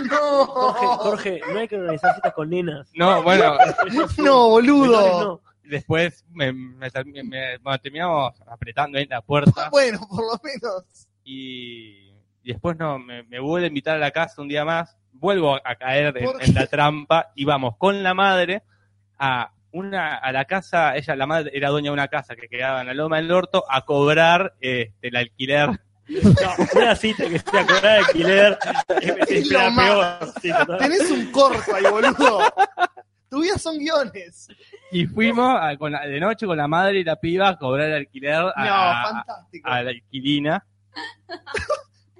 Speaker 8: No.
Speaker 3: Jorge, Jorge, no hay que organizar citas con nenas.
Speaker 4: No, bueno.
Speaker 8: No,
Speaker 4: Menores
Speaker 8: boludo.
Speaker 4: no. Después me, me ter- me- me- bueno, terminamos apretando ahí la puerta
Speaker 8: [laughs] Bueno, por lo menos.
Speaker 4: y, y después no me, me vuelve a invitar a la casa un día más. Vuelvo a caer en,
Speaker 8: ¿Por
Speaker 4: en la trampa y vamos con la madre a una a la casa. Ella, la madre, era dueña de una casa que quedaba en la Loma del Orto a cobrar este, el alquiler
Speaker 3: No, una cita que sea con de alquiler es,
Speaker 8: Es
Speaker 3: es
Speaker 8: lo
Speaker 3: la
Speaker 8: más.
Speaker 3: peor cita. ¿no?
Speaker 8: Tenés un corto ahí, boludo. Tu vida son guiones.
Speaker 4: Y fuimos a- con la- de noche con la madre y la piba a cobrar alquiler a,
Speaker 8: No,
Speaker 4: a-
Speaker 8: fantástico.
Speaker 4: a la alquilina.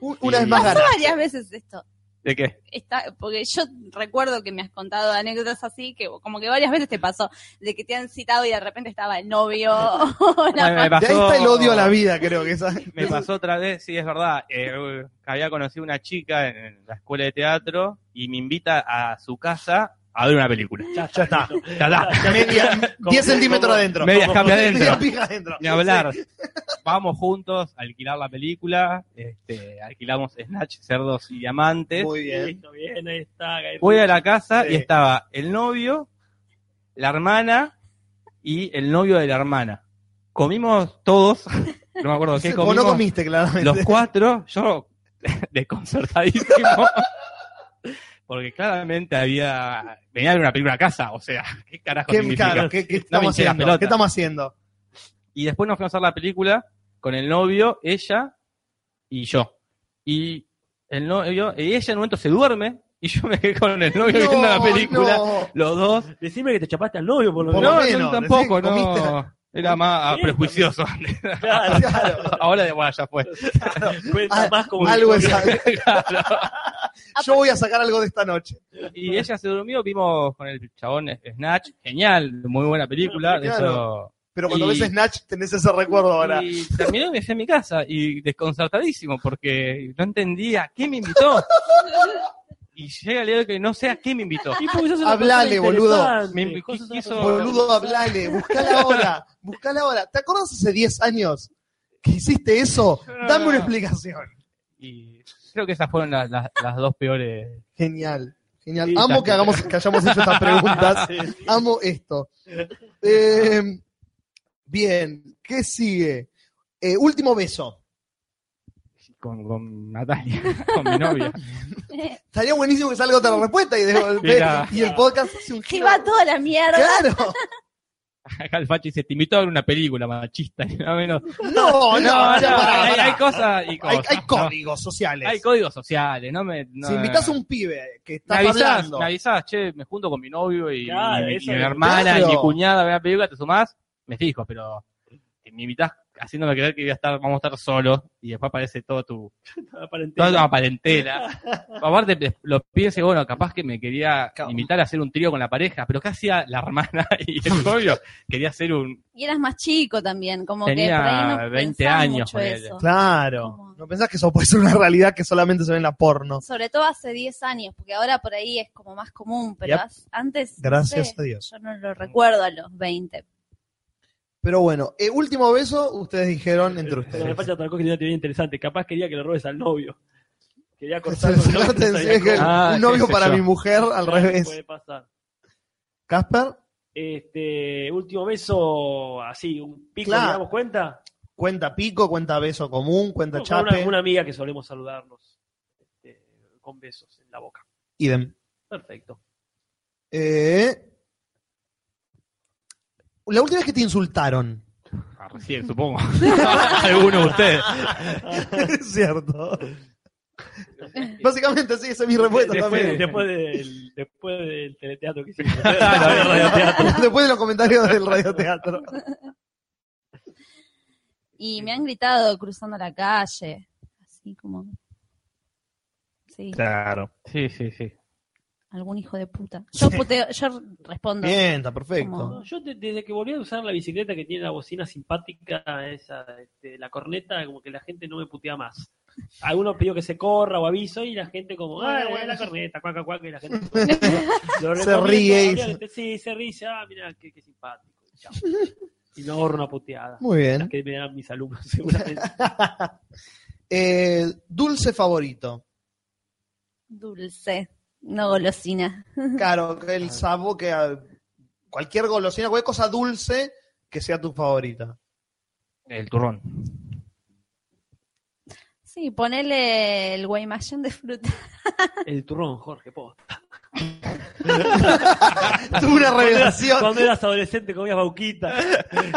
Speaker 8: Un- Una
Speaker 4: ah, Sí.
Speaker 8: vez más
Speaker 2: Pasó
Speaker 8: ganas.
Speaker 2: varias veces esto.
Speaker 4: ¿De qué?
Speaker 2: Está, porque yo recuerdo que me has contado anécdotas así, que como que varias veces te pasó, de que te han citado y de repente estaba el novio. [laughs] o la
Speaker 4: Ay, me
Speaker 2: fa-
Speaker 8: De ahí
Speaker 4: pasó-
Speaker 8: está el odio a la vida, creo que esa.
Speaker 4: Me pasó otra vez, sí, es verdad. eh, que había conocido una chica en la escuela de teatro y me invita a su casa a ver una película.
Speaker 3: Ya, ya está.
Speaker 4: Ya está.
Speaker 8: Media,
Speaker 3: Como-
Speaker 8: 10 centímetros
Speaker 3: como-
Speaker 1: [laughs]
Speaker 8: adentro.
Speaker 4: Media
Speaker 3: como-
Speaker 4: cambia adentro.
Speaker 8: Media pija adentro.
Speaker 4: Ni hablar. Vamos juntos a alquilar la película. Este, alquilamos Snatch, Cerdos y Diamantes.
Speaker 3: [laughs]
Speaker 8: Muy bien.
Speaker 3: Listo, bien, ahí está.
Speaker 4: Voy a la casa
Speaker 8: Sí.
Speaker 4: y estaba el novio, la hermana y el novio de la hermana. Comimos todos, [laughs] no me acuerdo qué
Speaker 8: Vos
Speaker 4: comimos.
Speaker 8: no comiste, claramente. [laughs]
Speaker 4: los cuatro, yo [laughs] desconcertadísimo. [laughs] porque claramente había. Venía de una película a casa, o sea, [laughs] ¿qué carajo
Speaker 8: ¿Qué,
Speaker 4: significa?
Speaker 8: claro, ¿qué, qué
Speaker 4: No me
Speaker 8: estamos
Speaker 4: hinché la
Speaker 8: haciendo?
Speaker 4: pelota.
Speaker 8: ¿Qué
Speaker 4: [laughs]
Speaker 8: estamos haciendo?
Speaker 4: Y después nos fuimos a hacer la película con el novio, ella y yo. Y el novio, y ella en un momento se duerme y yo me quedé con el novio viendo la
Speaker 8: No,
Speaker 4: película,
Speaker 8: no.
Speaker 4: los dos.
Speaker 3: Decime que te chapaste al novio, por lo
Speaker 8: Por
Speaker 3: menos.
Speaker 8: lo
Speaker 4: No,
Speaker 8: menos,
Speaker 4: no, tampoco,
Speaker 8: decí,
Speaker 4: no. Era más ah,
Speaker 3: Sí,
Speaker 4: prejuicioso.
Speaker 3: Claro,
Speaker 4: [laughs] Ahora de bueno, ya fue.
Speaker 3: cuenta
Speaker 8: Ah,
Speaker 3: más como
Speaker 8: Algo es
Speaker 3: historia.
Speaker 4: [laughs]
Speaker 8: Yo voy a sacar algo de esta noche.
Speaker 4: Y ella se durmió, vimos con el chabón Snatch, genial, muy buena película. de
Speaker 8: Claro.
Speaker 4: eso.
Speaker 8: Pero cuando
Speaker 4: Y-
Speaker 8: ves Snatch tenés ese recuerdo ahora.
Speaker 4: Y terminó y me fui a mi casa, y desconcertadísimo, porque no entendía qué me [laughs] invitó. Y llega el día de que no sé a qué me invitó.
Speaker 3: Y porque sos una
Speaker 8: Hablale,
Speaker 3: persona
Speaker 8: boludo.
Speaker 3: interesante,
Speaker 4: Me-
Speaker 3: cosas
Speaker 4: quiso-
Speaker 3: son-
Speaker 8: Boludo, hablale, buscala ahora, buscala ahora. ¿Te acordás hace 10 años que hiciste eso? Dame una explicación.
Speaker 4: Y creo que esas fueron las, las, las dos peores.
Speaker 8: Genial, genial.
Speaker 4: Sí,
Speaker 8: Amo
Speaker 4: también.
Speaker 8: que, hagamos, que hayamos hecho
Speaker 4: [laughs]
Speaker 8: estas preguntas. Amo esto. Eh, bien, ¿qué sigue? Eh, último beso.
Speaker 4: Con, con Natalia, [laughs] con mi novia.
Speaker 8: Estaría buenísimo que salga otra respuesta y, de golpe-
Speaker 4: Mira.
Speaker 8: y el podcast hace un
Speaker 2: Que
Speaker 8: giro.
Speaker 2: va toda la mierda.
Speaker 8: Claro.
Speaker 4: Acá el Fachi dice, te invitó a ver una película machista, [laughs] y nada menos. [laughs]
Speaker 8: No, no, Oh, no, pará,
Speaker 4: hay,
Speaker 8: pará.
Speaker 4: hay cosas y
Speaker 8: Hay-
Speaker 4: cosas.
Speaker 8: hay
Speaker 4: ¿no?
Speaker 8: códigos sociales.
Speaker 4: Hay códigos sociales, no me. no-
Speaker 8: si invitas a un pibe que
Speaker 4: me
Speaker 8: está
Speaker 4: avisás,
Speaker 8: hablando,
Speaker 4: me avisás, che, me junto con mi novio y,
Speaker 3: Claro,
Speaker 4: y mi-
Speaker 3: eso
Speaker 4: y mi
Speaker 3: es-
Speaker 4: hermana
Speaker 8: claro.
Speaker 4: y mi cuñada a ver la película, te sumás, me fijo, pero que me invitás haciéndome creer que voy a estar, vamos a estar solos y después aparece todo tu,
Speaker 3: aparentemente.
Speaker 4: toda tu parentela.
Speaker 8: [laughs]
Speaker 4: Aparte, des- lo piense, bueno, capaz que me quería
Speaker 8: Claro.
Speaker 4: invitar a hacer un trío con la pareja, pero ¿qué hacía la hermana [laughs] y
Speaker 8: [laughs]
Speaker 4: el novio? Quería hacer un.
Speaker 2: Y eras más chico también, como que
Speaker 4: Tenía
Speaker 2: por ahí no
Speaker 4: 20
Speaker 2: pensás
Speaker 4: años,
Speaker 2: mucho
Speaker 4: ponele.
Speaker 2: eso.
Speaker 8: Claro.
Speaker 2: ¿Cómo?
Speaker 8: No pensás que eso puede ser una realidad que solamente se ve en la porno.
Speaker 2: Sobre todo hace 10 años, porque ahora por ahí es como más común, pero
Speaker 8: Yep.
Speaker 2: as- antes. no
Speaker 8: Gracias
Speaker 2: sé,
Speaker 8: a Dios.
Speaker 2: Yo no lo recuerdo a los 20.
Speaker 8: Pero bueno, eh, último beso, ustedes dijeron entre
Speaker 3: Pero me
Speaker 8: ustedes.
Speaker 3: falta otra cosa que tenía bien interesante. Capaz quería que le robes al novio.
Speaker 8: [laughs]
Speaker 3: Quería cortar con el novio,
Speaker 8: Sacate
Speaker 3: no sabía
Speaker 8: encima que
Speaker 3: cómo.
Speaker 4: Ah,
Speaker 8: un novio
Speaker 4: qué sé
Speaker 8: para
Speaker 4: yo.
Speaker 8: mi mujer al
Speaker 3: Claro,
Speaker 8: revés.
Speaker 3: Puede pasar.
Speaker 8: Casper,
Speaker 3: Este, último beso, así, un pico,
Speaker 8: Claro.
Speaker 3: ¿nos damos cuenta?
Speaker 8: cuenta pico, cuenta beso común, cuenta
Speaker 3: No, con una,
Speaker 8: chape.
Speaker 3: una amiga que solemos saludarnos este, con besos en la boca.
Speaker 8: Idem.
Speaker 3: Perfecto.
Speaker 8: Eh, la última vez que te insultaron.
Speaker 4: Ah, Recién, supongo. [laughs] Alguno de ustedes.
Speaker 8: es cierto. Básicamente, sí, esa es mi respuesta
Speaker 3: después,
Speaker 8: también.
Speaker 3: después del, después del teleteatro que
Speaker 8: [laughs]
Speaker 3: hicimos.
Speaker 8: Después de los comentarios del radioteatro.
Speaker 2: Y me han gritado cruzando la calle. Así como. Sí.
Speaker 8: Claro.
Speaker 4: Sí, sí, sí.
Speaker 2: algún hijo de puta. Yo, puteo- yo respondo.
Speaker 1: Bien, está perfecto.
Speaker 3: No, yo de- desde que volví a usar la bicicleta que tiene la bocina simpática, esa, este, la corneta, como que la gente no me putea más. Algunos pidió que se corra o aviso y la gente como, ah, bueno, la corneta, cuaca, cuaca, y la gente... Lo
Speaker 1: Se
Speaker 3: recomiendo,
Speaker 1: ríe y-
Speaker 3: obviamente, Sí, se ríe y dice, ah, mira, qué, qué simpático. y chao. Y no ahorro una puteada.
Speaker 1: Muy bien.
Speaker 3: Las que me dan mis alumnos, [laughs] seguramente.
Speaker 1: Eh, dulce favorito.
Speaker 2: Dulce, no golosina.
Speaker 1: Claro, que el sabor que ah, cualquier golosina, cualquier cosa dulce que sea tu favorita.
Speaker 4: El turrón.
Speaker 2: Sí, ponele el guaymallón de fruta. [laughs]
Speaker 3: El turrón, Jorge, posta.
Speaker 1: Tuve una revelación.
Speaker 3: Cuando eras, cuando eras adolescente comías bauquita. [laughs]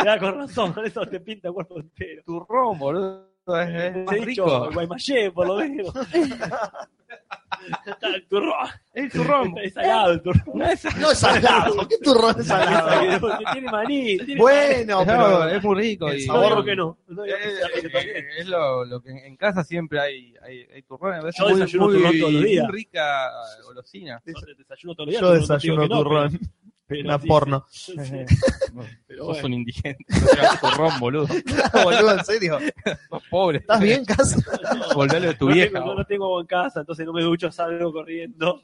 Speaker 3: Era con razón, con eso te pinta el cuerpo entero.
Speaker 4: Turrón, boludo. Es
Speaker 3: Te he dicho, guaymallé, por lo menos. Está el [laughs] turrón.
Speaker 4: El turrón.
Speaker 3: Está- Es salado el turrón. No es
Speaker 1: No es salado, ¿qué turrón es
Speaker 3: [laughs]
Speaker 1: salado?
Speaker 3: tiene maní. Tiene
Speaker 1: Bueno, pero
Speaker 4: es muy rico.
Speaker 1: el
Speaker 4: y-
Speaker 3: maní. No
Speaker 1: sabor-
Speaker 3: digo
Speaker 1: Eh,
Speaker 3: que no. no digo que sea rico también.
Speaker 4: Es lo, lo que en casa siempre hay, hay, hay turrón. A veces
Speaker 3: Yo
Speaker 4: muy,
Speaker 3: desayuno
Speaker 4: muy-
Speaker 3: turrón todos los días.
Speaker 4: muy rica eh, golosina.
Speaker 3: Yo desayuno todos los días,
Speaker 1: Yo
Speaker 3: no digo
Speaker 1: desayuno
Speaker 3: que no,
Speaker 1: turrón.
Speaker 3: pero- [laughs] pero
Speaker 1: Una
Speaker 3: sí,
Speaker 1: porno.
Speaker 3: sí, sí, sí. Pero
Speaker 4: Sos
Speaker 3: bueno.
Speaker 4: un [laughs] indigente. No seas turrón, boludo.
Speaker 1: Boludo, en serio.
Speaker 4: Sos pobre.
Speaker 1: ¿Estás bien, Cas?
Speaker 4: Volvale a tu
Speaker 3: no
Speaker 4: vieja.
Speaker 3: Tengo, no,
Speaker 4: vos.
Speaker 3: no tengo agua en casa, entonces no me ducho, salgo corriendo.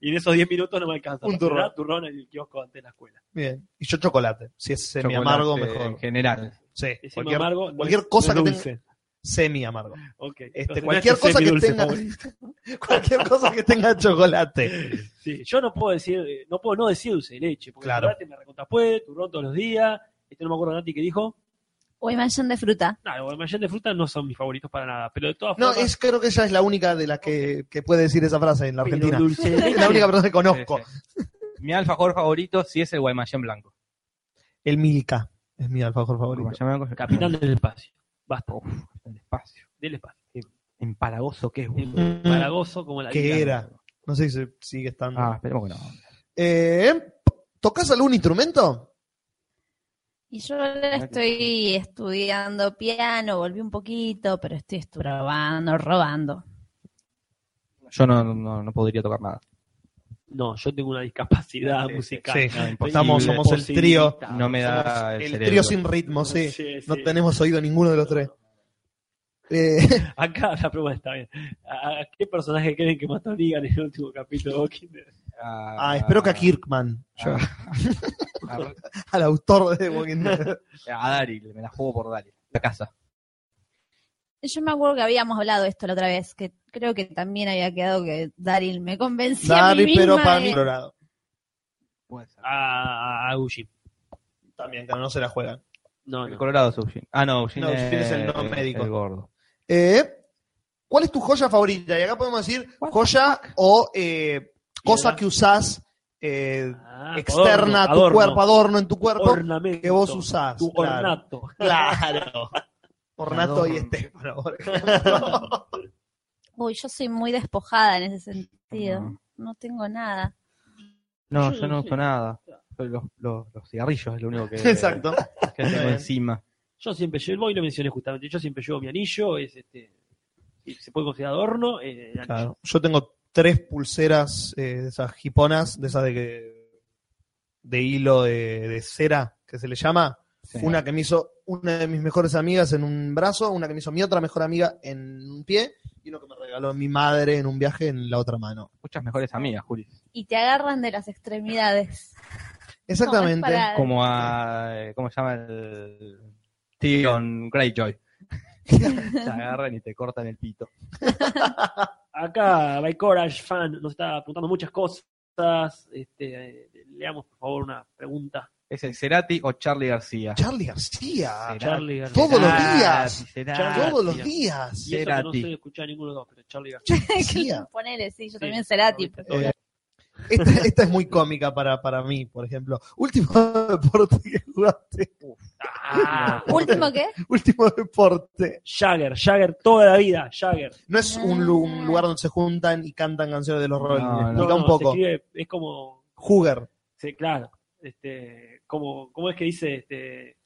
Speaker 3: Y en esos 10 minutos no me alcanza.
Speaker 1: Un
Speaker 3: Para cenar,
Speaker 1: turrón.
Speaker 3: turrón en el kiosco antes de la escuela.
Speaker 1: Bien. Y yo chocolate. Si es semi
Speaker 4: Chocolate eh,
Speaker 1: amargo,
Speaker 4: En
Speaker 1: mejor.
Speaker 4: general.
Speaker 1: Sí,
Speaker 3: Encima
Speaker 1: cualquier,
Speaker 3: amargo, no
Speaker 1: cualquier
Speaker 3: es-
Speaker 1: cosa
Speaker 3: no es
Speaker 1: que
Speaker 3: dulce.
Speaker 1: tenga semi amargo.
Speaker 3: Ok,
Speaker 1: Este,
Speaker 3: entonces,
Speaker 1: cualquier
Speaker 3: no es tu
Speaker 1: cosa que
Speaker 3: semidulce
Speaker 1: tenga-
Speaker 3: favorito.
Speaker 1: [laughs] Cualquier cosa que tenga chocolate.
Speaker 3: Sí, yo no puedo decir, eh, no puedo no decir dulce de leche, porque
Speaker 1: Claro.
Speaker 3: el chocolate me recontra puede, turrón todos los días. Este no me acuerdo Nati que dijo.
Speaker 2: Guaymallón de fruta.
Speaker 3: No, los guarmayán de fruta no son mis favoritos para nada, pero de todas
Speaker 1: No,
Speaker 3: formas.
Speaker 1: es creo que ella es la única de las que, que puede decir esa frase en la
Speaker 3: pero
Speaker 1: Argentina.
Speaker 3: dulce de
Speaker 1: Es la
Speaker 3: leche.
Speaker 1: única persona que conozco.
Speaker 4: Sí, sí. Mi alfajor favorito sí es el guaymallén blanco.
Speaker 1: El Milka es mi alfajor favorito.
Speaker 4: Guaymallén blanco.
Speaker 3: Capitán del espacio. Basta,
Speaker 4: del espacio.
Speaker 3: del espacio.
Speaker 4: Empalagoso que es. boludo.
Speaker 3: Paragoso como la
Speaker 1: Mm. ¿Qué
Speaker 3: vida.
Speaker 1: era? No sé si sigue estando.
Speaker 4: Ah, esperemos que no.
Speaker 1: Eh, ¿Tocas algún instrumento?
Speaker 2: Y yo ahora estoy estudiando piano, volví un poquito, pero estoy estu- probando, robando.
Speaker 4: Yo no, no, no podría tocar nada.
Speaker 3: No, yo tengo una discapacidad
Speaker 4: Sí,
Speaker 3: musical.
Speaker 1: sí, sí.
Speaker 3: Soy
Speaker 1: Estamos- somos el trío.
Speaker 3: imposibilitado.
Speaker 4: No me da
Speaker 1: Somos
Speaker 4: el,
Speaker 1: el
Speaker 4: cerebro.
Speaker 1: trío sin ritmo, sí.
Speaker 3: Sí,
Speaker 1: No
Speaker 3: sí.
Speaker 1: tenemos oído ninguno de los tres. Eh, [laughs]
Speaker 3: Acá la pregunta está bien. ¿A a qué personaje creen que mató Negan en el último capítulo de Walking Dead?
Speaker 4: A-
Speaker 1: ah, espero que a Kirkman, yo-
Speaker 4: a-
Speaker 1: al autor de Walking Dead.
Speaker 4: A Dari, me la juego por Dari. La casa.
Speaker 2: Yo me acuerdo que habíamos hablado esto la otra vez, que creo que también había quedado que Daryl me convencía a mí
Speaker 1: Dari, pero
Speaker 2: misma
Speaker 1: para
Speaker 2: de-
Speaker 1: mí Colorado.
Speaker 4: Puede ser.
Speaker 3: A, a, a Uji.
Speaker 1: También, claro, no se la juegan.
Speaker 3: No,
Speaker 4: El
Speaker 3: no.
Speaker 4: Colorado es Eugene. Ah, no, Eugene,
Speaker 1: No, Eugene es el no médico.
Speaker 4: El gordo.
Speaker 1: Eh, ¿Cuál es tu joya favorita? Y acá podemos decir joya o eh, cosa
Speaker 3: Piedra.
Speaker 1: que usás eh,
Speaker 3: Ah,
Speaker 1: externa a tu
Speaker 3: adorno,
Speaker 1: cuerpo, adorno en tu cuerpo
Speaker 3: ornamento,
Speaker 1: que vos usás.
Speaker 3: Tu
Speaker 1: claro.
Speaker 3: ornato.
Speaker 1: Claro. Ornato y este. Estefano. por ejemplo.
Speaker 2: Uy, yo soy muy despojada en ese sentido. No tengo nada.
Speaker 4: No, yo no uso nada. Los, los, los cigarrillos es lo único
Speaker 1: [laughs]
Speaker 4: que, [laughs]
Speaker 1: Exacto.
Speaker 4: que tengo
Speaker 1: Bien.
Speaker 4: encima.
Speaker 3: Yo siempre llevo, hoy lo mencioné justamente, yo siempre llevo mi anillo, es este, si se puede considerar adorno, eh, el anillo.
Speaker 1: Claro. Yo tengo tres pulseras eh, de esas jiponas, de esas de que de hilo de, de cera que se le llama.
Speaker 4: Sí.
Speaker 1: Una que me hizo una de mis mejores amigas en un brazo, una que me hizo mi otra mejor amiga en un pie y uno que me regaló mi madre en un viaje en la otra mano.
Speaker 4: Muchas mejores amigas, Juli.
Speaker 2: Y te agarran de las extremidades.
Speaker 1: Exactamente.
Speaker 2: No, es para- [laughs]
Speaker 4: Como a. ¿Cómo se llama el. Tyrion Greyjoy? [laughs] Te agarran y te cortan el pito.
Speaker 3: Acá, By Courage Fan nos está apuntando muchas cosas. Este, eh, leamos, por favor, una pregunta.
Speaker 4: ¿Es el Cerati o Charlie García?
Speaker 1: Charlie García.
Speaker 4: Cerati,
Speaker 3: Charlie García.
Speaker 1: Todos los
Speaker 4: Cerati,
Speaker 1: días.
Speaker 4: Cerati.
Speaker 1: Todos los
Speaker 3: García.
Speaker 1: días.
Speaker 3: Y eso que no
Speaker 4: Ah, Cerati.
Speaker 3: sé escuchar a ninguno de los dos, pero
Speaker 2: [laughs]
Speaker 3: Charlie García.
Speaker 1: García.
Speaker 2: Ponele, sí, yo
Speaker 3: Sí,
Speaker 2: también será tipo.
Speaker 3: ahorita estoy-
Speaker 1: Esta, esta es muy cómica para, para mí, por ejemplo. Último [laughs] deporte que jugaste.
Speaker 3: Ah,
Speaker 2: ¿Último qué?
Speaker 1: [laughs] Último deporte.
Speaker 3: Jagger, Jagger toda la vida, Jagger.
Speaker 1: No es
Speaker 2: Ah.
Speaker 1: un, lu- un lugar donde se juntan y cantan canciones de los Rolling.
Speaker 4: No,
Speaker 1: Stones.
Speaker 4: no.
Speaker 1: Explica un
Speaker 3: se
Speaker 1: poco.
Speaker 3: escribe- es como,
Speaker 1: Hooger.
Speaker 3: sí, claro, este, como, ¿cómo es que dice este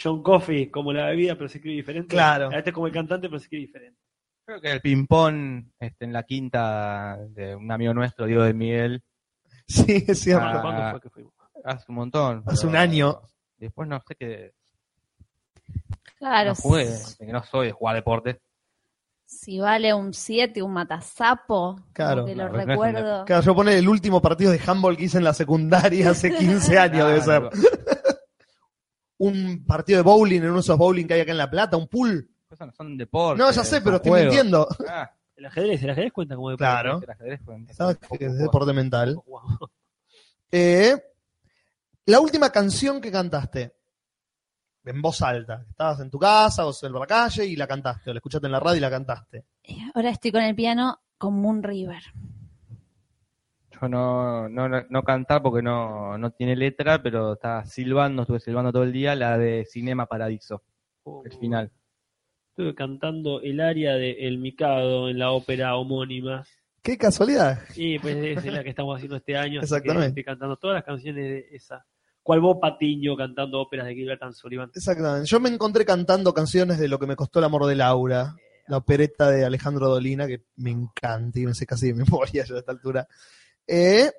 Speaker 3: John Coffey? Como la bebida, pero se escribe diferente.
Speaker 1: Claro.
Speaker 3: Este es como el cantante, pero se escribe diferente.
Speaker 4: Creo que el ping-pong este, en la quinta de un amigo nuestro, Diego de Miguel.
Speaker 8: Sí, es cierto.
Speaker 4: Ah,
Speaker 8: ¿Cuándo fue
Speaker 4: hace un montón.
Speaker 8: Hace
Speaker 4: pero
Speaker 8: un año.
Speaker 4: Después no sé qué.
Speaker 2: Claro,
Speaker 4: no jugué, que no soy de jugar deporte.
Speaker 2: si vale un 7, un matazapo,
Speaker 8: Claro.
Speaker 2: que lo
Speaker 8: Claro,
Speaker 4: es una-
Speaker 2: recuerdo.
Speaker 8: Claro, yo pone el último partido de handball que hice en la secundaria hace 15
Speaker 1: [laughs]
Speaker 8: años, debe ser. un partido de bowling en uno de esos bowling que hay acá en La Plata, un pool.
Speaker 4: Cosas no son deporte.
Speaker 8: No, ya sé,
Speaker 4: son
Speaker 8: pero estoy
Speaker 4: juegos.
Speaker 8: mintiendo.
Speaker 4: Ah,
Speaker 3: El ajedrez, el ajedrez cuenta como deporte.
Speaker 8: Claro.
Speaker 4: el ajedrez cuenta.
Speaker 8: Sabes que es deporte mental. Eh, la última canción que cantaste en voz alta. Estabas en tu casa o en la calle y la cantaste, o la escuchaste en la radio y la cantaste.
Speaker 2: Eh, Ahora estoy con el piano con Moon River.
Speaker 4: Yo no, no, no, no cantar porque no, no tiene letra, pero estaba silbando, estuve silbando todo el día, la de Cinema Paradiso, el final.
Speaker 3: Estuve cantando el área de El Mikado en la ópera homónima.
Speaker 8: Qué casualidad.
Speaker 3: Y pues es la que estamos haciendo este año. así que
Speaker 8: Exactamente.
Speaker 3: Estoy cantando todas las canciones de esa. Cual Bob Patiño cantando óperas de Gilbert and Sullivan.
Speaker 8: Exactamente. Yo me encontré cantando canciones de Lo que me costó el amor de Laura, la opereta de Alejandro Dolina, que me encanta y me sé casi de memoria ya a esta altura. Eh,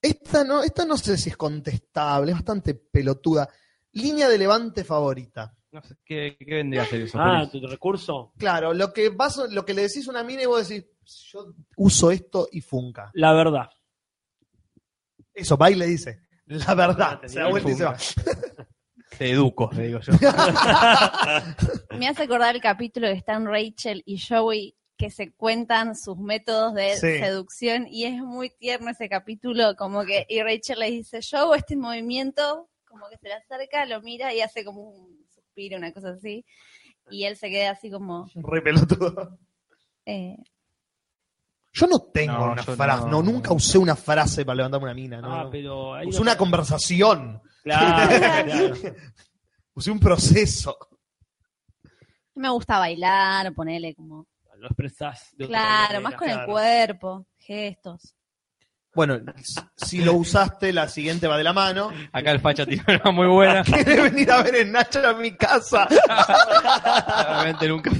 Speaker 8: esta, no, esta no sé si es contestable, es bastante pelotuda. Línea de levante favorita.
Speaker 4: No sé qué, qué vendría a ser eso.
Speaker 3: Ah,
Speaker 4: Félix?
Speaker 3: tu recurso.
Speaker 8: Claro, lo que, vas, lo que le decís a una mina y vos decís, yo uso esto y funca.
Speaker 3: La verdad.
Speaker 8: Eso, va y le dice, la verdad.
Speaker 3: Te
Speaker 8: Se da
Speaker 3: digo,
Speaker 8: vuelta y se va.
Speaker 4: Te educo, le digo yo.
Speaker 2: Me hace acordar el capítulo que están Rachel y Joey que se cuentan sus métodos de
Speaker 8: Sí.
Speaker 2: seducción y es muy tierno ese capítulo, como que, y Rachel le dice, yo hago este movimiento, como que se le acerca, lo mira y hace como un suspiro, una cosa así, y él se queda así como,
Speaker 8: Re pelotudo.
Speaker 2: eh,
Speaker 8: Yo no tengo
Speaker 4: No,
Speaker 8: una
Speaker 4: yo
Speaker 8: frase, no.
Speaker 4: no.
Speaker 8: nunca usé una frase para levantarme una mina. no,
Speaker 3: Ah,
Speaker 8: no.
Speaker 3: pero ahí
Speaker 8: Usé
Speaker 3: no-
Speaker 8: una conversación. [laughs]
Speaker 3: Claro, claro.
Speaker 8: Usé un proceso.
Speaker 2: me gusta bailar, ponerle como,
Speaker 3: Lo expresás. de otra
Speaker 2: claro,
Speaker 3: manera,
Speaker 2: más con el
Speaker 3: claro.
Speaker 2: cuerpo, gestos.
Speaker 8: Bueno, s- si lo usaste, la siguiente va de la [laughs] mano.
Speaker 4: Acá el [laughs] facha tiene una muy buena.
Speaker 8: ¿Quieres venir a ver en Nacha a mi casa?
Speaker 4: Claramente nunca.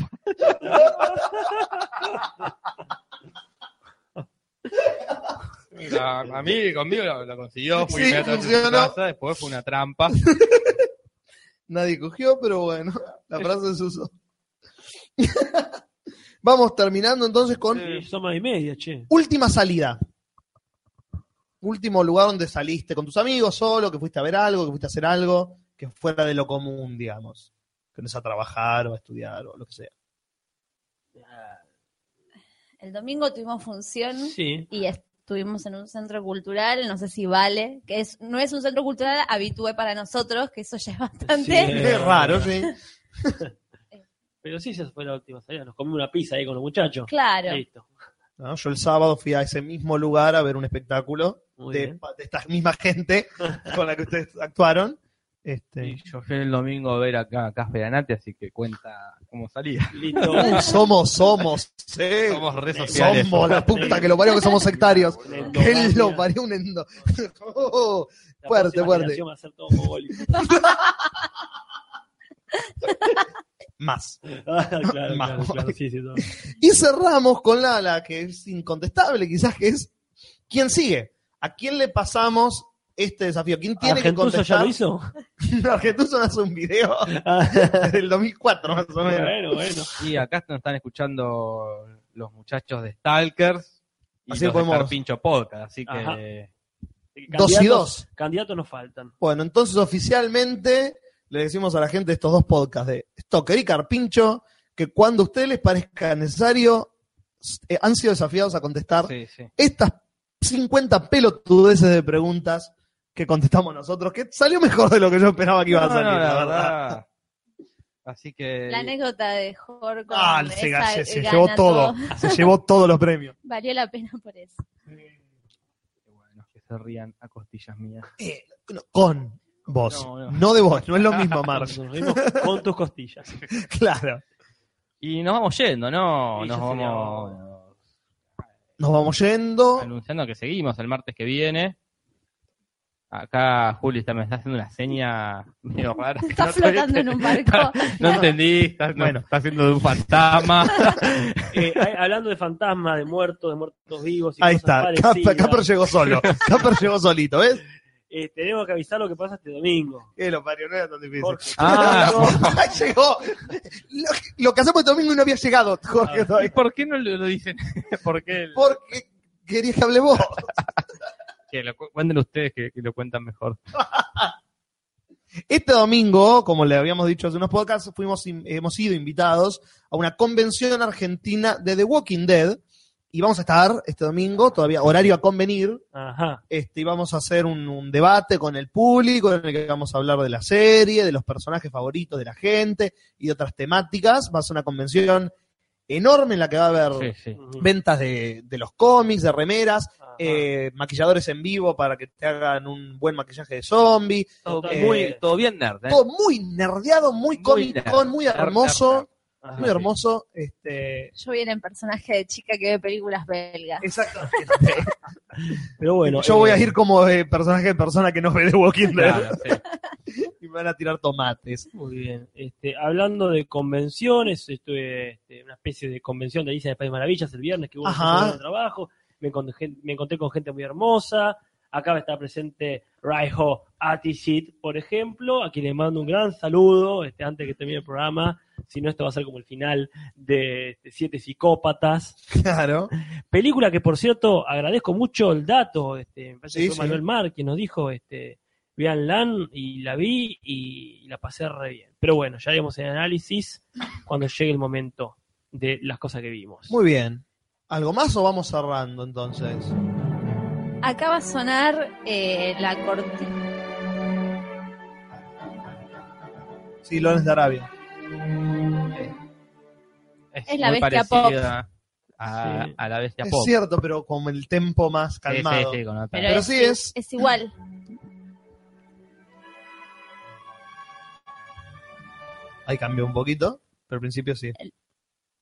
Speaker 4: La- a mí, conmigo lo, lo consiguió, fui
Speaker 8: Sí,
Speaker 4: inmediatamente a su
Speaker 8: funcionó.
Speaker 4: casa, después fue una trampa.
Speaker 8: Nadie cogió, pero bueno, la frase se usó. [laughs] Vamos terminando entonces con
Speaker 3: Sí, son más y media, che.
Speaker 8: última salida. Último lugar donde saliste con tus amigos, solo, que fuiste a ver algo, que fuiste a hacer algo, que fuera de lo común, digamos. Que no es a trabajar o a estudiar o lo que sea.
Speaker 2: El domingo tuvimos función
Speaker 3: Sí.
Speaker 2: y estuvimos en un centro cultural, no sé si vale, que es, no es un centro cultural habitué para nosotros, que eso ya es bastante.
Speaker 3: Sí.
Speaker 8: Es raro, sí.
Speaker 3: Pero sí, esa fue la última salida. Nos comimos una pizza ahí con los muchachos.
Speaker 2: Claro.
Speaker 3: Listo.
Speaker 8: ¿no? Yo el sábado fui a ese mismo lugar a ver un espectáculo
Speaker 3: Muy
Speaker 8: de,
Speaker 3: bien.
Speaker 8: pa- de esta misma
Speaker 3: [laughs]
Speaker 8: gente con la que ustedes actuaron.
Speaker 4: Y
Speaker 8: Este,
Speaker 4: yo fui el domingo a ver acá a Café Danate, así que cuenta cómo salía.
Speaker 3: Listo.
Speaker 2: [laughs]
Speaker 8: somos,
Speaker 3: [laughs]
Speaker 8: somos, sí.
Speaker 4: Somos redes sociales.
Speaker 8: Somos la puta que lo parió que somos sectarios.
Speaker 3: La
Speaker 8: Que
Speaker 3: endogamia.
Speaker 8: lo parió un endo. [laughs] Oh,
Speaker 3: La
Speaker 8: fuerte,
Speaker 3: próxima
Speaker 8: fuerte.
Speaker 3: generación va a ser todo mogólico. [laughs]
Speaker 8: más. [laughs]
Speaker 3: Ah, claro, claro,
Speaker 8: Vamos.
Speaker 3: claro, sí, sí,
Speaker 8: [laughs]
Speaker 3: todo.
Speaker 8: Y cerramos con la, la que es incontestable, quizás que es ¿quién sigue? ¿A quién le pasamos este desafío? ¿Quién tiene que
Speaker 3: ¿Argentuso ya
Speaker 8: contestar?
Speaker 3: lo hizo?
Speaker 8: [laughs] Argentuso hace un video
Speaker 3: Ah,
Speaker 8: del 2004 más o menos.
Speaker 3: bueno, bueno.
Speaker 4: Y acá nos están escuchando los muchachos de Stalkers y
Speaker 8: Así
Speaker 4: los
Speaker 8: podemos-
Speaker 4: de Pincho Podcast, así que
Speaker 3: Ajá.
Speaker 8: Dos y
Speaker 3: Candidatos-
Speaker 8: dos.
Speaker 3: Candidatos nos faltan.
Speaker 8: Bueno, entonces oficialmente le decimos a la gente de estos dos podcasts de Stoker y Carpincho que cuando a ustedes les parezca necesario s- eh, han sido desafiados a contestar
Speaker 4: sí, sí.
Speaker 8: estas 50 pelotudeces de preguntas que contestamos nosotros, que salió mejor de lo que yo esperaba que iba
Speaker 4: No,
Speaker 8: a
Speaker 4: no,
Speaker 8: salir,
Speaker 4: la
Speaker 8: la verdad.
Speaker 4: verdad. Así que
Speaker 2: La anécdota de Jorge con
Speaker 8: Ah,
Speaker 2: esa
Speaker 8: se, ga- se- se
Speaker 2: gana
Speaker 8: llevó todo, se llevó todos los premios.
Speaker 2: [laughs] Valió la pena por eso.
Speaker 4: bueno, que se rían a costillas mías.
Speaker 8: Eh, no, con vos, no,
Speaker 4: No, no.
Speaker 8: de vos, no es lo mismo, Mar.
Speaker 3: [laughs] Nos vemos con tus costillas.
Speaker 8: claro,
Speaker 4: Y nos vamos yendo, ¿no?
Speaker 3: Sí,
Speaker 4: nos
Speaker 3: ya sería
Speaker 4: vamos
Speaker 8: nos vamos yendo.
Speaker 4: anunciando que seguimos el martes que viene. Acá Juli está, me está haciendo una seña medio rara.
Speaker 2: Está
Speaker 4: [laughs] No, todavía
Speaker 2: flotando
Speaker 4: te-
Speaker 2: en un barco.
Speaker 4: No entendí, está, no, está haciendo de un fantasma.
Speaker 3: Eh, hay- hablando de fantasmas, de muertos, de muertos vivos y
Speaker 1: Ahí
Speaker 3: cosas
Speaker 1: está, Cap-
Speaker 3: parecidas,
Speaker 1: Capper llegó solo. Capper llegó solito, ¿ves?
Speaker 3: eh, tenemos que avisar lo que pasa este domingo.
Speaker 1: [laughs] Que lo parió, no era tan difícil.
Speaker 4: [laughs] Ah,
Speaker 1: llegó. Lo, lo que hacemos este domingo no había llegado, Jorge.
Speaker 4: ¿Y
Speaker 1: todavía.
Speaker 4: por qué no lo, lo dicen? ¿Por qué? el-
Speaker 1: Porque querías que hable vos.
Speaker 4: que lo cu- cuenten ustedes que, que lo cuentan mejor.
Speaker 1: Este domingo, como le habíamos dicho hace unos podcasts, fuimos in- hemos sido invitados a una convención argentina de The Walking Dead. Y vamos a estar este domingo, todavía horario a convenir.
Speaker 3: Ajá.
Speaker 1: Este, y vamos a hacer un, un debate con el público en el que vamos a hablar de la serie, de los personajes favoritos de la gente y de otras temáticas. Va a ser una convención enorme en la que va a haber ventas de, de los cómics, de remeras, eh, maquilladores en vivo para que te hagan un buen maquillaje de zombie.
Speaker 4: Todo,
Speaker 1: eh,
Speaker 4: muy, todo bien nerd. ¿eh?
Speaker 1: todo muy nerdeado, muy cómico,
Speaker 4: nerd,
Speaker 1: muy
Speaker 4: nerd,
Speaker 1: hermoso.
Speaker 4: nerd, nerd.
Speaker 1: Muy
Speaker 4: Ajá,
Speaker 1: hermoso. Este,
Speaker 2: Yo viene en personaje de chica que ve películas belgas.
Speaker 1: Exacto.
Speaker 4: [laughs]
Speaker 3: Pero bueno.
Speaker 1: Yo
Speaker 3: eh,
Speaker 1: voy a ir como eh, personaje de persona que no ve de Walking Dead
Speaker 4: Claro, sí.
Speaker 1: y me van a tirar tomates.
Speaker 3: Muy bien. Este, hablando de convenciones, estuve este, en una especie de convención de Alicia en el País de Maravillas el viernes que hubo
Speaker 1: Ajá.
Speaker 3: un de trabajo. Me encontré, gen- me encontré con gente muy hermosa. Acá va a estar presente Raiho Atishit, por ejemplo, a quien le mando un gran saludo este, antes que termine el programa. Si no, esto va a ser como el final de este, Siete Psicópatas.
Speaker 1: Claro.
Speaker 3: Película que, por cierto, agradezco mucho el dato. Este, me parece
Speaker 1: Sí,
Speaker 3: que fue
Speaker 1: sí.
Speaker 3: Manuel Mar quien nos dijo, este, vean LAN y la vi y la pasé re bien. Pero bueno, ya haremos el análisis cuando llegue el momento de las cosas que vimos.
Speaker 1: Muy bien. ¿Algo más o vamos cerrando entonces?
Speaker 2: Acaba a sonar eh, la cortina.
Speaker 1: Sí, Lones de Arabia.
Speaker 2: Es la
Speaker 4: muy
Speaker 2: bestia
Speaker 4: parecida A,
Speaker 3: Sí.
Speaker 4: a la bestia
Speaker 1: Es
Speaker 4: pop.
Speaker 1: cierto, pero con el tempo más
Speaker 4: Sí, sí,
Speaker 1: calmado.
Speaker 4: sí, con otra-
Speaker 2: Pero,
Speaker 1: Pero
Speaker 2: es,
Speaker 1: sí es-
Speaker 2: es igual.
Speaker 1: Ahí cambió un poquito, pero al principio sí.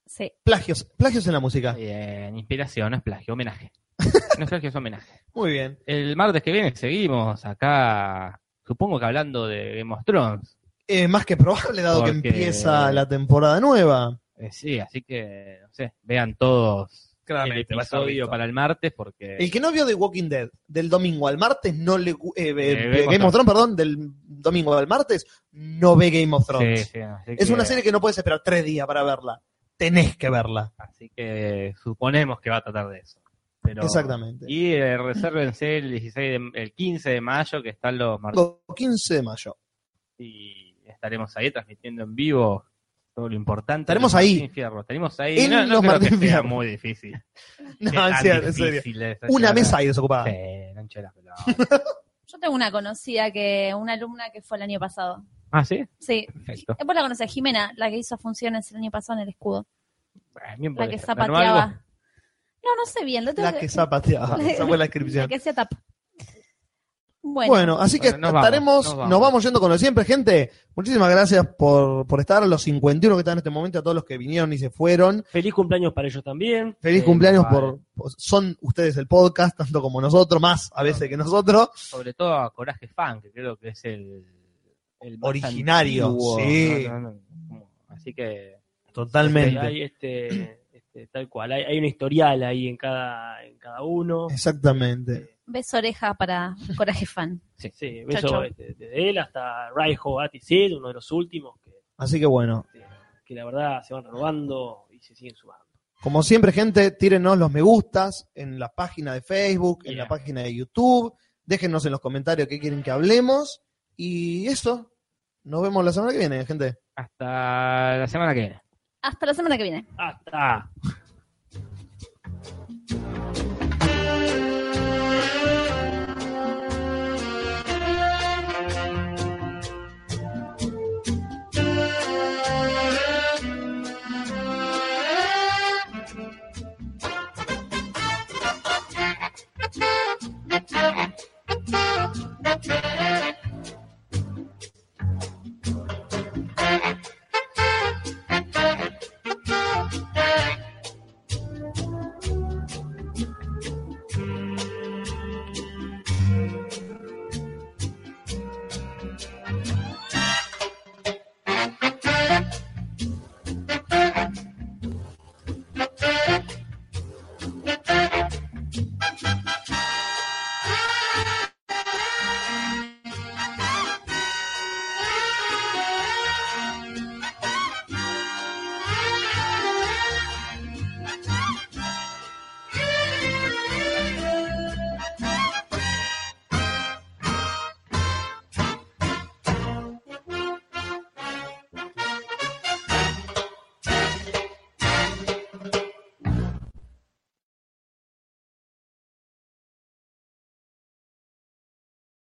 Speaker 2: Sí.
Speaker 1: Plagios, plagios en la música.
Speaker 4: Bien, inspiración, no es plagio, homenaje. No es plagio, es homenaje.
Speaker 1: Muy bien.
Speaker 4: El martes que viene seguimos acá, supongo que hablando de Game of Thrones.
Speaker 1: Eh, más que probable, dado que
Speaker 4: Porque-
Speaker 1: empieza la temporada nueva.
Speaker 4: Eh, sí, así que, no sé, vean todos
Speaker 1: Claramente,
Speaker 4: el
Speaker 1: va a estar
Speaker 4: episodio
Speaker 1: listo.
Speaker 4: para el martes porque...
Speaker 1: El que no vio The Walking Dead del domingo al martes no le gu- eh, eh,
Speaker 4: Game of
Speaker 1: Game of Thrones, perdón, del domingo al martes no ve Game of Thrones.
Speaker 4: Sí, sí, así
Speaker 1: es
Speaker 4: que-
Speaker 1: una serie que no puedes esperar tres días para verla. Tenés que verla.
Speaker 4: Así que suponemos que va a tratar de eso. Pero-
Speaker 1: Exactamente.
Speaker 4: Y eh, resérvense el, 16 de- el 15 de mayo que están los martes
Speaker 1: Domingo 15 de mayo.
Speaker 4: y estaremos ahí transmitiendo en vivo todo lo importante.
Speaker 1: Estaremos
Speaker 4: de los
Speaker 1: ahí.
Speaker 4: Martín Fierro, Estaremos ahí.
Speaker 1: En
Speaker 4: no no
Speaker 1: los
Speaker 4: creo
Speaker 1: Martín
Speaker 4: que sea
Speaker 1: Fierro.
Speaker 4: muy difícil.
Speaker 1: [laughs] No,
Speaker 4: Tan
Speaker 1: en serio, en serio.
Speaker 4: difícil es hacer
Speaker 1: Una
Speaker 4: la-
Speaker 1: mesa ahí desocupada.
Speaker 4: Sí, no hinche las pelotas.
Speaker 2: Yo tengo una conocida que, una alumna que fue el año pasado.
Speaker 4: ah, sí,
Speaker 2: Sí.
Speaker 4: perfecto.
Speaker 2: Después la conocés, Jimena, la que hizo funciones el año pasado en el escudo.
Speaker 4: Bien por
Speaker 2: La que
Speaker 4: ella. ¿Ganó algo?
Speaker 2: zapateaba. No, no sé bien. Lo tengo
Speaker 1: La que zapateaba. Esa fue la
Speaker 2: la
Speaker 1: descripción.
Speaker 2: que hacía tap. Bueno,
Speaker 1: Bueno, así que
Speaker 4: Bueno, nos vamos,
Speaker 1: estaremos,
Speaker 4: nos
Speaker 1: nos,
Speaker 4: vamos.
Speaker 1: vamos. yendo con lo de siempre, gente. Muchísimas gracias por, por estar, a los 51 que están en este momento, a todos los que vinieron y se fueron.
Speaker 3: Feliz cumpleaños para ellos también.
Speaker 1: Feliz
Speaker 4: Sí,
Speaker 1: cumpleaños
Speaker 4: vale.
Speaker 1: por, por- son ustedes el podcast, tanto como nosotros, más a veces que nosotros.
Speaker 4: sobre todo a Coraje Fan, que creo que es el, el más
Speaker 1: Originario,
Speaker 4: antiguo.
Speaker 1: sí.
Speaker 4: No, no, no. Así que
Speaker 1: Totalmente.
Speaker 3: Hay este, este, tal cual. Hay, hay un historial ahí en cada, en cada uno.
Speaker 1: Exactamente.
Speaker 2: beso oreja para Coraje Fan.
Speaker 3: Sí, beso
Speaker 2: Chau, chau.
Speaker 3: este, desde él hasta Raiho Atishit, uno de los últimos que,
Speaker 1: Así que bueno,
Speaker 3: que la verdad se van renovando y se siguen sumando.
Speaker 1: como siempre, gente, tírenos los me gustas en la página de Facebook, en
Speaker 4: Yeah.
Speaker 1: la página de YouTube. Déjenos en los comentarios qué quieren que hablemos. Y eso, nos vemos la semana que viene, gente.
Speaker 4: hasta la semana que viene.
Speaker 2: Hasta la semana que viene.
Speaker 3: Hasta.